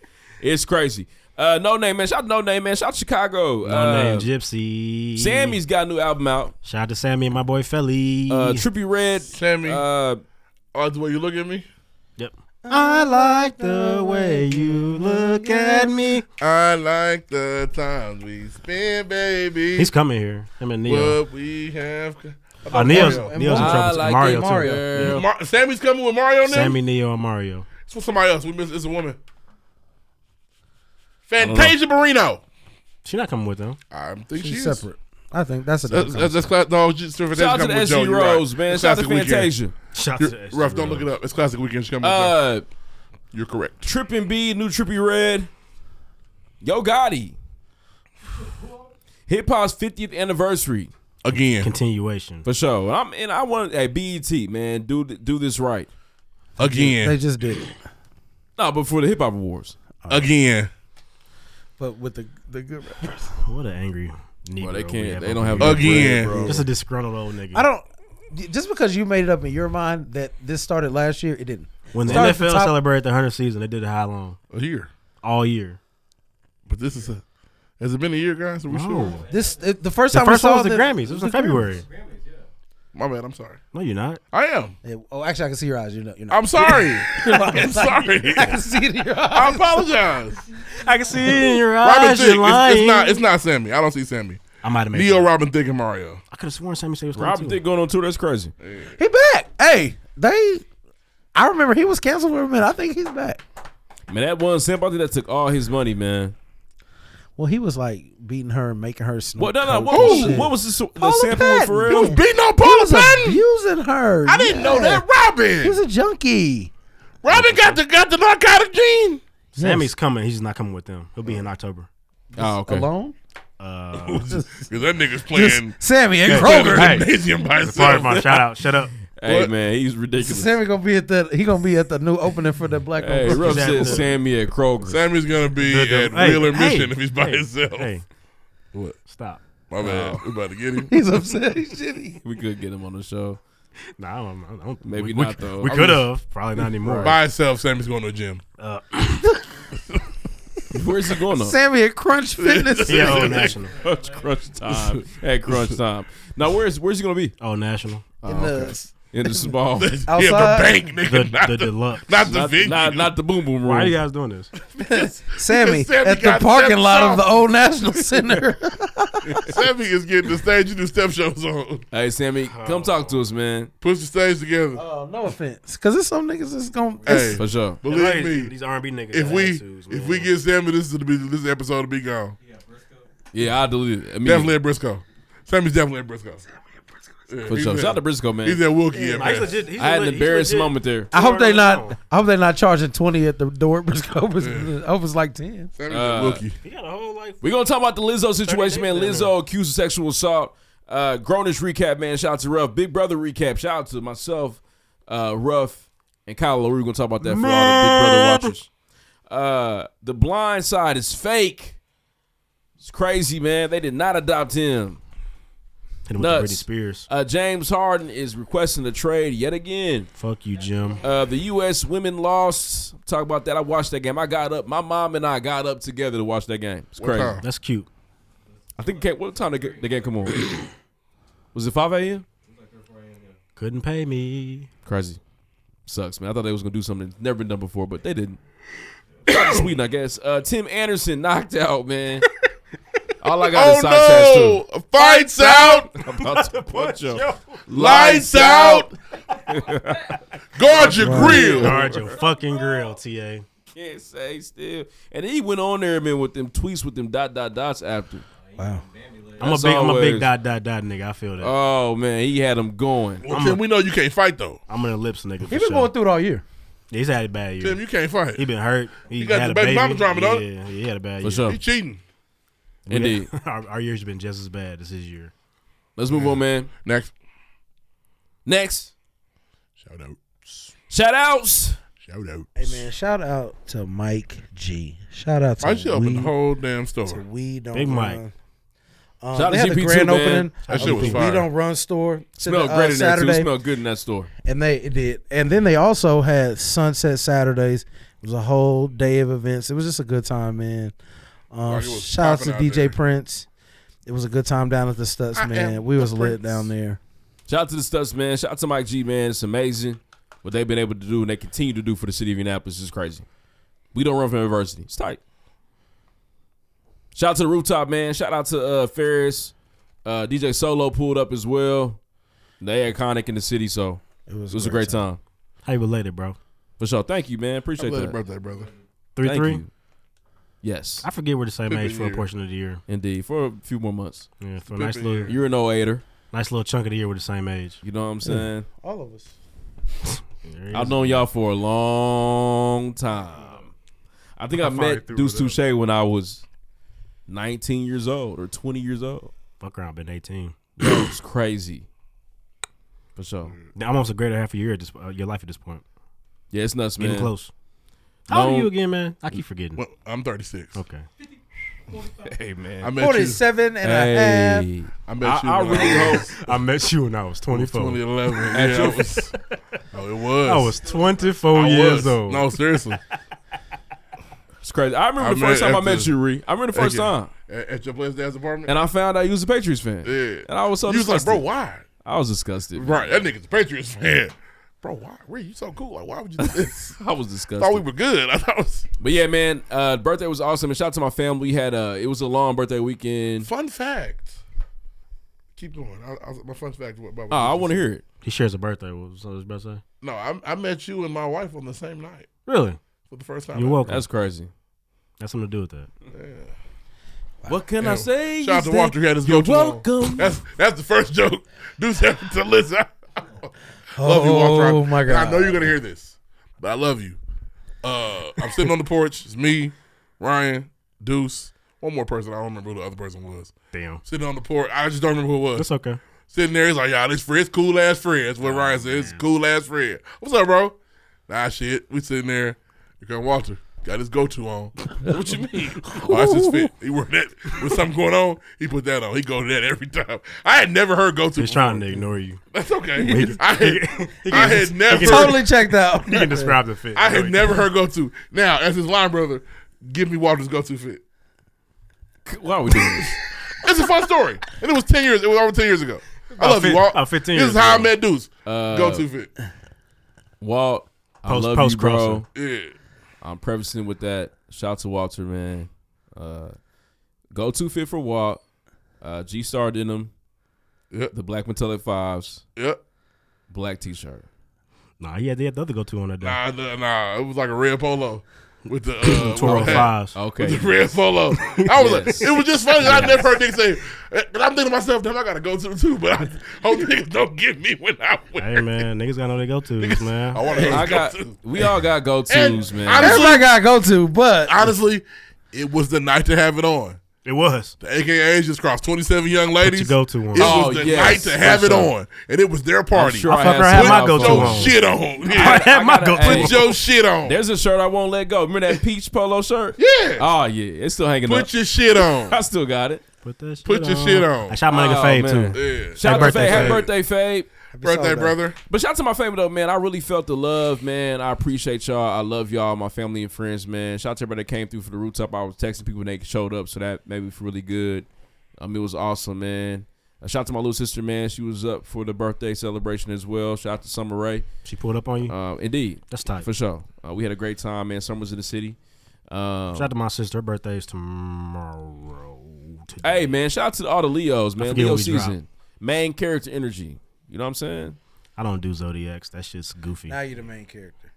[SPEAKER 1] It's crazy. Uh, no name, man. Shout out to no name, man. Shout out to Chicago.
[SPEAKER 4] No
[SPEAKER 1] uh,
[SPEAKER 4] name Gypsy.
[SPEAKER 1] Sammy's got a new album out.
[SPEAKER 4] Shout out to Sammy and my boy Felly.
[SPEAKER 1] Uh, Trippy Red.
[SPEAKER 2] Sammy,
[SPEAKER 1] Uh,
[SPEAKER 2] oh, the way you look at me,
[SPEAKER 4] yep.
[SPEAKER 9] I like the way you look at me.
[SPEAKER 2] I like the times we spend, baby.
[SPEAKER 4] He's coming here. Him and Neo.
[SPEAKER 2] What we have. co-
[SPEAKER 4] Uh, Neo's, Neo's in trouble. Mario, too.
[SPEAKER 2] Mar- Sammy's coming with Mario now.
[SPEAKER 4] Sammy, Neo, and Mario.
[SPEAKER 2] It's with somebody else. We miss. It's a woman. Fantasia Barrino.
[SPEAKER 4] She not coming with them.
[SPEAKER 2] I
[SPEAKER 12] She's
[SPEAKER 2] think she's
[SPEAKER 12] separate. I think that's a
[SPEAKER 2] That's,
[SPEAKER 12] different
[SPEAKER 2] that's, that's
[SPEAKER 12] conversation.
[SPEAKER 2] class. No, just Fantasia
[SPEAKER 1] Shout out to
[SPEAKER 2] coming
[SPEAKER 1] the
[SPEAKER 2] with
[SPEAKER 1] SC
[SPEAKER 2] Joe, you're
[SPEAKER 1] Rose,
[SPEAKER 2] right.
[SPEAKER 1] man.
[SPEAKER 2] It's
[SPEAKER 1] Shout out to
[SPEAKER 2] Classic Weekend.
[SPEAKER 1] Fantasia. Shout out
[SPEAKER 2] You're-
[SPEAKER 1] to SC
[SPEAKER 2] Ruff, don't
[SPEAKER 1] Rose.
[SPEAKER 2] look it up. It's classic weekend. She's coming. with Ruff.
[SPEAKER 1] Uh,
[SPEAKER 2] You're correct.
[SPEAKER 1] Trippin' B, new Trippy Red. Yo Gotti. Hip Hop's 50th anniversary.
[SPEAKER 2] Again.
[SPEAKER 4] Continuation.
[SPEAKER 1] For sure. And I'm and I want hey BET, man, do th- do this right.
[SPEAKER 2] Again.
[SPEAKER 12] They just did it.
[SPEAKER 1] No, but for the hip hop awards.
[SPEAKER 2] Again.
[SPEAKER 12] But with the the good rappers.
[SPEAKER 4] What an angry Negro.
[SPEAKER 1] Well, they
[SPEAKER 4] we
[SPEAKER 1] can't-
[SPEAKER 4] have
[SPEAKER 1] they
[SPEAKER 4] over
[SPEAKER 1] don't have
[SPEAKER 4] here.
[SPEAKER 1] enough Again. bread, bro.
[SPEAKER 4] Just a disgruntled old nigga.
[SPEAKER 12] I don't. Just because you made it up in your mind that this started last year, it didn't.
[SPEAKER 4] When the
[SPEAKER 12] It started at
[SPEAKER 4] NFL
[SPEAKER 12] top-
[SPEAKER 4] celebrated the 100th season, they did it how long?
[SPEAKER 2] A year.
[SPEAKER 4] All year.
[SPEAKER 2] But this is a. Has it been a year, guys? Are we
[SPEAKER 4] No.
[SPEAKER 2] sure?
[SPEAKER 12] This it- the first time
[SPEAKER 4] the first
[SPEAKER 12] we saw
[SPEAKER 4] one was the
[SPEAKER 12] the-
[SPEAKER 4] Grammys. It was in
[SPEAKER 12] the Grammys.
[SPEAKER 4] February.
[SPEAKER 2] My bad. I'm sorry.
[SPEAKER 4] No, you're not.
[SPEAKER 2] I am.
[SPEAKER 12] Yeah, oh, actually, I can see your eyes. You know. You know. [laughs]
[SPEAKER 2] I'm sorry. [laughs]
[SPEAKER 12] You're lying.
[SPEAKER 2] I'm sorry.
[SPEAKER 12] [laughs] I can see it in your eyes.
[SPEAKER 2] I
[SPEAKER 12] [laughs]
[SPEAKER 2] apologize.
[SPEAKER 4] I can see it in your
[SPEAKER 2] Robin
[SPEAKER 4] eyes.
[SPEAKER 2] Thicke.
[SPEAKER 4] You're
[SPEAKER 2] It's, it's
[SPEAKER 4] lying.
[SPEAKER 2] not. It's not Sammy. I don't see Sammy.
[SPEAKER 4] I might have made
[SPEAKER 2] Neo, Robin Thicke, and Mario.
[SPEAKER 4] I could have sworn Sammy Say was
[SPEAKER 1] Robin Thicke going on tour, that's crazy.
[SPEAKER 12] He back. Hey, they. I remember he was canceled for a minute. I think he's back.
[SPEAKER 1] Man, that one simp, I think that took all his money, man.
[SPEAKER 12] Well, he was like beating her and making her
[SPEAKER 1] What
[SPEAKER 12] snort.
[SPEAKER 1] no no
[SPEAKER 12] coke
[SPEAKER 1] what
[SPEAKER 12] and
[SPEAKER 1] was,
[SPEAKER 12] shit.
[SPEAKER 1] what was the, the
[SPEAKER 12] Paula
[SPEAKER 1] sample
[SPEAKER 12] Patton.
[SPEAKER 1] with Pharrell?
[SPEAKER 12] He was
[SPEAKER 2] beating on
[SPEAKER 12] He was abusing her.
[SPEAKER 2] I didn't know
[SPEAKER 12] Yeah.
[SPEAKER 2] that. Robin.
[SPEAKER 12] He was a junkie.
[SPEAKER 2] Robin got the got the narcotic gene.
[SPEAKER 4] Sammy's coming. He's just not coming with them. He'll be in October.
[SPEAKER 1] Oh, okay.
[SPEAKER 12] Alone? [laughs]
[SPEAKER 4] Uh,
[SPEAKER 2] [laughs] Because that nigga's playing.
[SPEAKER 12] Sammy and
[SPEAKER 2] he's
[SPEAKER 12] Kroger.
[SPEAKER 2] playing the
[SPEAKER 12] Hey.
[SPEAKER 2] Gymnasium by himself.
[SPEAKER 4] Sorry, Vaughn. Shout out.
[SPEAKER 2] [laughs]
[SPEAKER 4] Shut up.
[SPEAKER 1] Hey
[SPEAKER 4] What?
[SPEAKER 1] man, he's ridiculous.
[SPEAKER 12] Sammy gonna be at the he gonna be at the new opening for the Black.
[SPEAKER 1] Hey,
[SPEAKER 12] Owned
[SPEAKER 1] Ruff
[SPEAKER 12] Business.
[SPEAKER 1] said Sammy at [laughs] Kroger.
[SPEAKER 2] Sammy's gonna be at real admission if he's by
[SPEAKER 4] hey,
[SPEAKER 2] himself.
[SPEAKER 4] Hey,
[SPEAKER 2] What?
[SPEAKER 4] stop.
[SPEAKER 2] My bad. We about to
[SPEAKER 1] [laughs]
[SPEAKER 2] get him.
[SPEAKER 12] He's
[SPEAKER 2] [laughs]
[SPEAKER 12] upset. He's shitty.
[SPEAKER 1] We could get him on the show.
[SPEAKER 4] Nah, I don't, I don't,
[SPEAKER 1] Maybe
[SPEAKER 4] we- we-
[SPEAKER 1] not though.
[SPEAKER 4] We
[SPEAKER 1] I
[SPEAKER 4] could
[SPEAKER 1] was-
[SPEAKER 4] have. Probably not anymore.
[SPEAKER 2] By himself, Sammy's going to
[SPEAKER 4] [laughs]
[SPEAKER 2] a gym.
[SPEAKER 4] Uh,
[SPEAKER 1] Where's he going? though?
[SPEAKER 12] Sammy
[SPEAKER 4] [laughs]
[SPEAKER 12] at Crunch Fitness.
[SPEAKER 4] Yeah, Old National.
[SPEAKER 1] Crunch, crunch [laughs] time. At crunch time. Now where's where's he gonna be?
[SPEAKER 4] Oh, national.
[SPEAKER 1] Oh,
[SPEAKER 12] In the-
[SPEAKER 1] okay. in the
[SPEAKER 2] [laughs]
[SPEAKER 1] small.
[SPEAKER 2] Yeah, the Outside? bank, nigga,
[SPEAKER 4] The,
[SPEAKER 2] not
[SPEAKER 4] the
[SPEAKER 2] the-
[SPEAKER 4] deluxe.
[SPEAKER 2] not the venue.
[SPEAKER 1] Not, not the boom boom room.
[SPEAKER 4] Why are you guys doing this?
[SPEAKER 12] [laughs] Sammy,
[SPEAKER 2] [laughs] Because Sammy
[SPEAKER 12] at the
[SPEAKER 2] got
[SPEAKER 12] parking
[SPEAKER 2] stepped
[SPEAKER 12] lot
[SPEAKER 2] off.
[SPEAKER 12] of the Old National
[SPEAKER 2] [laughs]
[SPEAKER 12] Center. [laughs]
[SPEAKER 2] Sammy is getting the stage you do step shows on.
[SPEAKER 1] Hey Sammy, come talk to us, man.
[SPEAKER 2] Push the stage together.
[SPEAKER 4] Uh,
[SPEAKER 12] Oh, no offense, because there's some niggas that's gonna.
[SPEAKER 2] Hey,
[SPEAKER 1] For sure.
[SPEAKER 2] Believe
[SPEAKER 4] Right,
[SPEAKER 2] me,
[SPEAKER 4] these R&B niggas
[SPEAKER 2] If
[SPEAKER 4] got
[SPEAKER 2] we
[SPEAKER 4] attitudes,
[SPEAKER 2] if
[SPEAKER 4] man.
[SPEAKER 2] we get Sammy, this is to be this episode to be gone.
[SPEAKER 1] Yeah, I delete it.
[SPEAKER 2] Definitely
[SPEAKER 1] immediately.
[SPEAKER 2] at Briscoe. Sammy's definitely at Briscoe. Yeah,
[SPEAKER 1] For
[SPEAKER 2] he's
[SPEAKER 1] sure.
[SPEAKER 2] at-
[SPEAKER 1] Shout out to Briscoe, man.
[SPEAKER 2] He's at Wilkie.
[SPEAKER 4] Yeah,
[SPEAKER 2] Yeah,
[SPEAKER 4] he's legit. He's
[SPEAKER 1] I had an
[SPEAKER 4] legit- he's
[SPEAKER 1] embarrassing
[SPEAKER 4] legit.
[SPEAKER 1] moment there.
[SPEAKER 12] I hope they
[SPEAKER 4] Florida
[SPEAKER 12] not.
[SPEAKER 4] National.
[SPEAKER 12] I hope they not charging twenty at the door. [laughs] Briscoe. I hope it's like ten.
[SPEAKER 2] Sammy's
[SPEAKER 1] Uh,
[SPEAKER 2] at Wilkie.
[SPEAKER 4] He got a whole life.
[SPEAKER 1] We're gonna talk about the Lizzo situation, man.
[SPEAKER 4] 30 days
[SPEAKER 1] Lizzo accused of sexual assault. Uh grownish recap, man. Shout out to Ruff. Big brother recap. Shout out to myself, uh, Ruff, and Kyle LaRue. We're gonna talk about that for all the Big Brother watchers. Uh the blind side is fake. It's crazy, man. They did not adopt him.
[SPEAKER 4] Hit him with the
[SPEAKER 1] Nuts.
[SPEAKER 4] Britney Spears.
[SPEAKER 1] Uh, James Harden is requesting a trade yet again.
[SPEAKER 4] Fuck you, Jim.
[SPEAKER 1] Uh, the U.S. women lost. Talk about that. I watched that game. I got up. My mom and I got up together to watch that game. It's crazy.
[SPEAKER 2] time?
[SPEAKER 4] That's cute.
[SPEAKER 1] I think it came, what time the ga- the game come on? was it 5 a.m.?
[SPEAKER 4] Couldn't pay me.
[SPEAKER 1] Crazy. Sucks, man. I thought they was gonna do something that's never been done before, but they didn't. Sweden, I guess. Uh, Tim Anderson knocked out, man. All I got is side chats too.
[SPEAKER 2] Oh no! Fights out,
[SPEAKER 1] [laughs] I'm about
[SPEAKER 2] [laughs]
[SPEAKER 1] to punch him.
[SPEAKER 2] lights out. Guard your grill.
[SPEAKER 4] Guard your fucking grill, TA.
[SPEAKER 1] Can't say still. And he went on there, man, with them tweets with them dot dot dots after.
[SPEAKER 12] Wow.
[SPEAKER 4] I'm a
[SPEAKER 1] That's
[SPEAKER 4] big, I'm a
[SPEAKER 1] always-
[SPEAKER 4] big dot dot dot nigga. I feel that.
[SPEAKER 1] Oh man, he had him going.
[SPEAKER 2] Well, Tim, we know you can't fight though.
[SPEAKER 4] I'm an ellipse nigga.
[SPEAKER 12] He
[SPEAKER 4] For
[SPEAKER 12] been
[SPEAKER 4] sure.
[SPEAKER 12] going through it all year.
[SPEAKER 4] He's had a bad year.
[SPEAKER 2] Tim, you can't fight.
[SPEAKER 4] He
[SPEAKER 2] He,
[SPEAKER 4] been hurt. He,
[SPEAKER 2] got
[SPEAKER 4] had
[SPEAKER 2] the
[SPEAKER 4] a
[SPEAKER 2] baby
[SPEAKER 4] baby.
[SPEAKER 2] mama drama,
[SPEAKER 4] yeah,
[SPEAKER 2] dog.
[SPEAKER 4] he had a bad
[SPEAKER 1] For
[SPEAKER 4] year.
[SPEAKER 1] sure.
[SPEAKER 2] cheating.
[SPEAKER 4] We got-
[SPEAKER 1] Indeed.
[SPEAKER 4] [laughs] our, our year's been just as bad as his year.
[SPEAKER 1] Let's move on, man.
[SPEAKER 2] Next.
[SPEAKER 1] Next.
[SPEAKER 2] Shout out.
[SPEAKER 1] Shout outs.
[SPEAKER 2] Shout out.
[SPEAKER 12] Hey man, shout out to Mike G. Shout out to
[SPEAKER 2] Why you
[SPEAKER 12] we,
[SPEAKER 2] open the whole damn
[SPEAKER 12] to
[SPEAKER 2] store?
[SPEAKER 12] we don't
[SPEAKER 4] Big Mike.
[SPEAKER 12] Run. Um,
[SPEAKER 1] Shout out
[SPEAKER 12] they
[SPEAKER 1] to
[SPEAKER 12] had the
[SPEAKER 1] GP2,
[SPEAKER 12] grand
[SPEAKER 1] man.
[SPEAKER 12] opening.
[SPEAKER 2] That
[SPEAKER 12] of
[SPEAKER 2] shit was
[SPEAKER 12] the
[SPEAKER 2] fire.
[SPEAKER 12] We don't run store.
[SPEAKER 1] Smelled
[SPEAKER 12] uh,
[SPEAKER 1] great in there
[SPEAKER 12] Saturday.
[SPEAKER 1] too. Smelled good in that store.
[SPEAKER 12] And they it did. And then they also had Sunset Saturdays. It was a whole day of events. It was just a good time, man. Um,
[SPEAKER 2] Like, it was
[SPEAKER 12] shout out to
[SPEAKER 2] popping out
[SPEAKER 12] DJ
[SPEAKER 2] there.
[SPEAKER 12] Prince. It was a good time down at the Stutz,
[SPEAKER 2] I
[SPEAKER 12] man.
[SPEAKER 2] am
[SPEAKER 12] We
[SPEAKER 2] the
[SPEAKER 12] was lit
[SPEAKER 2] Prince.
[SPEAKER 12] down there.
[SPEAKER 1] Shout out to the Studs, man. Shout out to Mike G, man. It's amazing what they've been able to do and they continue to do for the city of Indianapolis. It's crazy. We don't run from adversity. It's tight. Shout out to the rooftop, man. Shout out to uh, Ferris. Uh, DJ Solo pulled up as well. They iconic in the city, so it was, a great time.
[SPEAKER 4] How you related, bro?
[SPEAKER 1] For sure. Thank you, man. Appreciate
[SPEAKER 2] Happy
[SPEAKER 1] that.
[SPEAKER 2] birthday, brother.
[SPEAKER 4] Three
[SPEAKER 1] Thank
[SPEAKER 4] three.
[SPEAKER 1] you. Yes.
[SPEAKER 4] I forget we're the same
[SPEAKER 1] Pippin
[SPEAKER 4] age for a
[SPEAKER 1] year.
[SPEAKER 4] portion of the year.
[SPEAKER 1] Indeed, for a few more months.
[SPEAKER 4] Yeah, for a
[SPEAKER 1] Pippin
[SPEAKER 4] nice little.
[SPEAKER 1] year. You're an 08er.
[SPEAKER 4] Nice little chunk of the year we're the same age.
[SPEAKER 1] You know what I'm saying?
[SPEAKER 12] All of us.
[SPEAKER 1] I've known y'all for a long time. I think I,
[SPEAKER 4] I finally
[SPEAKER 1] met
[SPEAKER 4] threw
[SPEAKER 1] Deuce
[SPEAKER 4] it up.
[SPEAKER 1] Touche when I was 19 years old or 20 years old.
[SPEAKER 4] Fuck around, been 18.
[SPEAKER 1] [clears throat] That was crazy. For sure.
[SPEAKER 2] Mm.
[SPEAKER 4] Almost a greater half a year at this, uh, your life at this point.
[SPEAKER 1] Yeah, it's nuts,
[SPEAKER 4] Getting
[SPEAKER 1] man.
[SPEAKER 4] close. How old are
[SPEAKER 1] Known-
[SPEAKER 4] you again, man? I keep forgetting.
[SPEAKER 2] Well, I'm 36.
[SPEAKER 4] Okay.
[SPEAKER 1] [laughs] Hey, man.
[SPEAKER 2] I met
[SPEAKER 12] 47 and a half.
[SPEAKER 2] you. I
[SPEAKER 4] I-
[SPEAKER 2] met you.
[SPEAKER 4] I
[SPEAKER 2] when
[SPEAKER 4] really
[SPEAKER 2] was-
[SPEAKER 4] I met you when I was 24.
[SPEAKER 2] 2011.
[SPEAKER 4] At
[SPEAKER 2] Yeah,
[SPEAKER 4] your-
[SPEAKER 1] [laughs]
[SPEAKER 2] I was, oh, it was.
[SPEAKER 4] I was 24
[SPEAKER 2] I
[SPEAKER 4] years
[SPEAKER 2] was.
[SPEAKER 4] old.
[SPEAKER 2] No, Oh, seriously.
[SPEAKER 1] [laughs] It's crazy. I remember the first time I met you, Ree. I remember the first time.
[SPEAKER 2] At, at your place dad's apartment?
[SPEAKER 1] And I found out you was a Patriots fan.
[SPEAKER 2] Yeah.
[SPEAKER 1] And I was so
[SPEAKER 2] You was like,
[SPEAKER 1] disgusted.
[SPEAKER 2] bro, why?
[SPEAKER 1] I was disgusted.
[SPEAKER 2] Right, that nigga's a Patriots fan. Bro, why? Ree, you so cool. Like, why would you do this?
[SPEAKER 1] [laughs] I was disgusted.
[SPEAKER 2] thought we were good. [laughs] I thought it was.
[SPEAKER 1] But yeah, man, uh, birthday was awesome. And shout out to my family. We had uh, it was a long birthday weekend.
[SPEAKER 2] Fun fact. Keep going. I, I, my fun fact about
[SPEAKER 1] Oh, I want to hear it.
[SPEAKER 4] He shares a birthday. What was his birthday?
[SPEAKER 2] No, I, I met you and my wife on the same night.
[SPEAKER 4] Really?
[SPEAKER 2] For the first time.
[SPEAKER 4] You're
[SPEAKER 2] ever.
[SPEAKER 4] welcome.
[SPEAKER 1] That's crazy.
[SPEAKER 4] That's something to do with that.
[SPEAKER 2] Yeah.
[SPEAKER 1] What can
[SPEAKER 2] Yeah.
[SPEAKER 1] I say?
[SPEAKER 2] Shout out to
[SPEAKER 1] is that
[SPEAKER 2] Walter. He had his
[SPEAKER 1] You're
[SPEAKER 2] go tomorrow.
[SPEAKER 1] welcome.
[SPEAKER 2] That's that's the first joke. [laughs] Deuce had to listen. [laughs] love you, Walter.
[SPEAKER 12] Oh, my
[SPEAKER 2] And I
[SPEAKER 12] God.
[SPEAKER 2] know you're gonna hear this, but I love you. Uh, I'm sitting on the porch. It's me, Ryan, Deuce, one more person. I don't remember who the other person was.
[SPEAKER 4] Damn.
[SPEAKER 2] Sitting on the porch. I just don't remember who it was.
[SPEAKER 4] That's okay.
[SPEAKER 2] Sitting there, he's like, "Y'all, this friend's cool ass friend." That's what Ryan said. It's cool ass friend. What's up, bro? Nah, shit. We sitting there. You come, Walter. Got his go-to
[SPEAKER 1] [laughs]
[SPEAKER 2] on. What you mean? oh, that's his fit. He wear that with something going on. He put that on. He go to that every time. I had never heard go-to.
[SPEAKER 4] He's trying to ignore you.
[SPEAKER 2] That's okay.
[SPEAKER 4] He can-
[SPEAKER 2] I
[SPEAKER 4] he
[SPEAKER 2] had,
[SPEAKER 4] can- he
[SPEAKER 2] I
[SPEAKER 4] can-
[SPEAKER 2] had
[SPEAKER 4] he
[SPEAKER 2] never
[SPEAKER 4] can- Totally checked
[SPEAKER 2] [laughs]
[SPEAKER 4] out. he can describe the fit.
[SPEAKER 2] I
[SPEAKER 4] No,
[SPEAKER 2] had
[SPEAKER 4] he
[SPEAKER 2] never
[SPEAKER 4] can't.
[SPEAKER 2] heard go-to. Now, as his line brother, give me Walter's go-to fit.
[SPEAKER 1] Why are we doing this?
[SPEAKER 2] [laughs] It's a fun story, and it was ten years. It was over ten years ago. I
[SPEAKER 4] About
[SPEAKER 2] love you,
[SPEAKER 4] fif-
[SPEAKER 2] Walt.
[SPEAKER 4] about 15
[SPEAKER 2] This
[SPEAKER 4] years
[SPEAKER 2] is how
[SPEAKER 4] ago.
[SPEAKER 2] I met Deuce.
[SPEAKER 1] Uh,
[SPEAKER 2] go-to fit.
[SPEAKER 1] Walt, I
[SPEAKER 4] Post-
[SPEAKER 1] love you,
[SPEAKER 4] post
[SPEAKER 1] bro.
[SPEAKER 2] Yeah.
[SPEAKER 1] I'm prefacing with that. Shout out to Walter, man. Uh, go to fit for Walt. Uh, G Star denim.
[SPEAKER 2] Yep.
[SPEAKER 1] The black metallic fives.
[SPEAKER 2] Yep.
[SPEAKER 1] Black t-shirt.
[SPEAKER 4] Nah, he had, he had the other go to on that day.
[SPEAKER 2] Nah, nah, nah, it was like a red polo
[SPEAKER 4] [coughs]
[SPEAKER 2] with the uh,
[SPEAKER 4] Toro
[SPEAKER 2] with the hat.
[SPEAKER 4] fives.
[SPEAKER 1] Okay.
[SPEAKER 2] With the red polo. I was like, it was just funny. I never heard niggas say, and I'm thinking to myself, damn, I gotta go to too, but I hope niggas don't get me when [laughs] I win.
[SPEAKER 4] Hey man, niggas got no they go tos, man.
[SPEAKER 2] I want to.
[SPEAKER 1] I got. We all got go tos,
[SPEAKER 2] And
[SPEAKER 1] man.
[SPEAKER 2] honestly-
[SPEAKER 12] Everybody got to go to, but
[SPEAKER 2] Honestly, it was the night to have it on.
[SPEAKER 4] It was.
[SPEAKER 2] The AKAs just crossed 27 young ladies.
[SPEAKER 4] go-to on.
[SPEAKER 2] It was
[SPEAKER 1] Oh,
[SPEAKER 2] the
[SPEAKER 1] yes,
[SPEAKER 2] night to have
[SPEAKER 1] for
[SPEAKER 2] it
[SPEAKER 1] sure.
[SPEAKER 2] on. And it was their party.
[SPEAKER 1] sure I
[SPEAKER 4] I fucker
[SPEAKER 1] had
[SPEAKER 4] had
[SPEAKER 1] some
[SPEAKER 4] my
[SPEAKER 1] of
[SPEAKER 4] go
[SPEAKER 2] Put
[SPEAKER 4] to
[SPEAKER 1] those.
[SPEAKER 2] your
[SPEAKER 4] on.
[SPEAKER 2] shit
[SPEAKER 1] [laughs]
[SPEAKER 2] on.
[SPEAKER 4] I
[SPEAKER 2] Yeah.
[SPEAKER 4] had my
[SPEAKER 1] gotta
[SPEAKER 4] go
[SPEAKER 1] ask-
[SPEAKER 4] to.
[SPEAKER 2] Put your shit on.
[SPEAKER 1] There's a shirt I won't let go. Remember that peach polo shirt?
[SPEAKER 2] Yeah.
[SPEAKER 1] Oh yeah, it's still hanging up.
[SPEAKER 2] Put your shit
[SPEAKER 1] [laughs]
[SPEAKER 2] on.
[SPEAKER 1] I still got it.
[SPEAKER 4] Put that shit
[SPEAKER 2] Put your shit on.
[SPEAKER 4] I shot my nigga
[SPEAKER 1] Oh,
[SPEAKER 4] Fade
[SPEAKER 1] man.
[SPEAKER 4] too.
[SPEAKER 2] Yeah.
[SPEAKER 1] Shout out to
[SPEAKER 4] birthday,
[SPEAKER 1] Fabe. Happy
[SPEAKER 4] Fabe.
[SPEAKER 1] birthday, Fabe.
[SPEAKER 2] Birthday, brother.
[SPEAKER 1] But shout out to my family though, man. I really felt the love, man. I appreciate y'all. I love y'all, my family and friends, man. Shout out to everybody that came through for the rooftop. I was texting people and they showed up, so that made me feel really good. Um, it was awesome, man. Uh, shout out to my little sister, man. She was up for the birthday celebration as well. Shout out to Summer Ray.
[SPEAKER 4] She pulled up on you.
[SPEAKER 1] Um, indeed,
[SPEAKER 4] That's tight.
[SPEAKER 1] for sure. Uh, we had a great time, man. Summer's in the city. Um,
[SPEAKER 4] Shout out to my sister. Her birthday is tomorrow. Today.
[SPEAKER 1] hey, man. Shout out to all the Leos, man.
[SPEAKER 4] forget
[SPEAKER 1] Leo
[SPEAKER 4] what we dropped.
[SPEAKER 1] season, main character energy. You know what I'm saying?
[SPEAKER 4] I don't do zodiacs. That shit's goofy.
[SPEAKER 12] now you're the main character.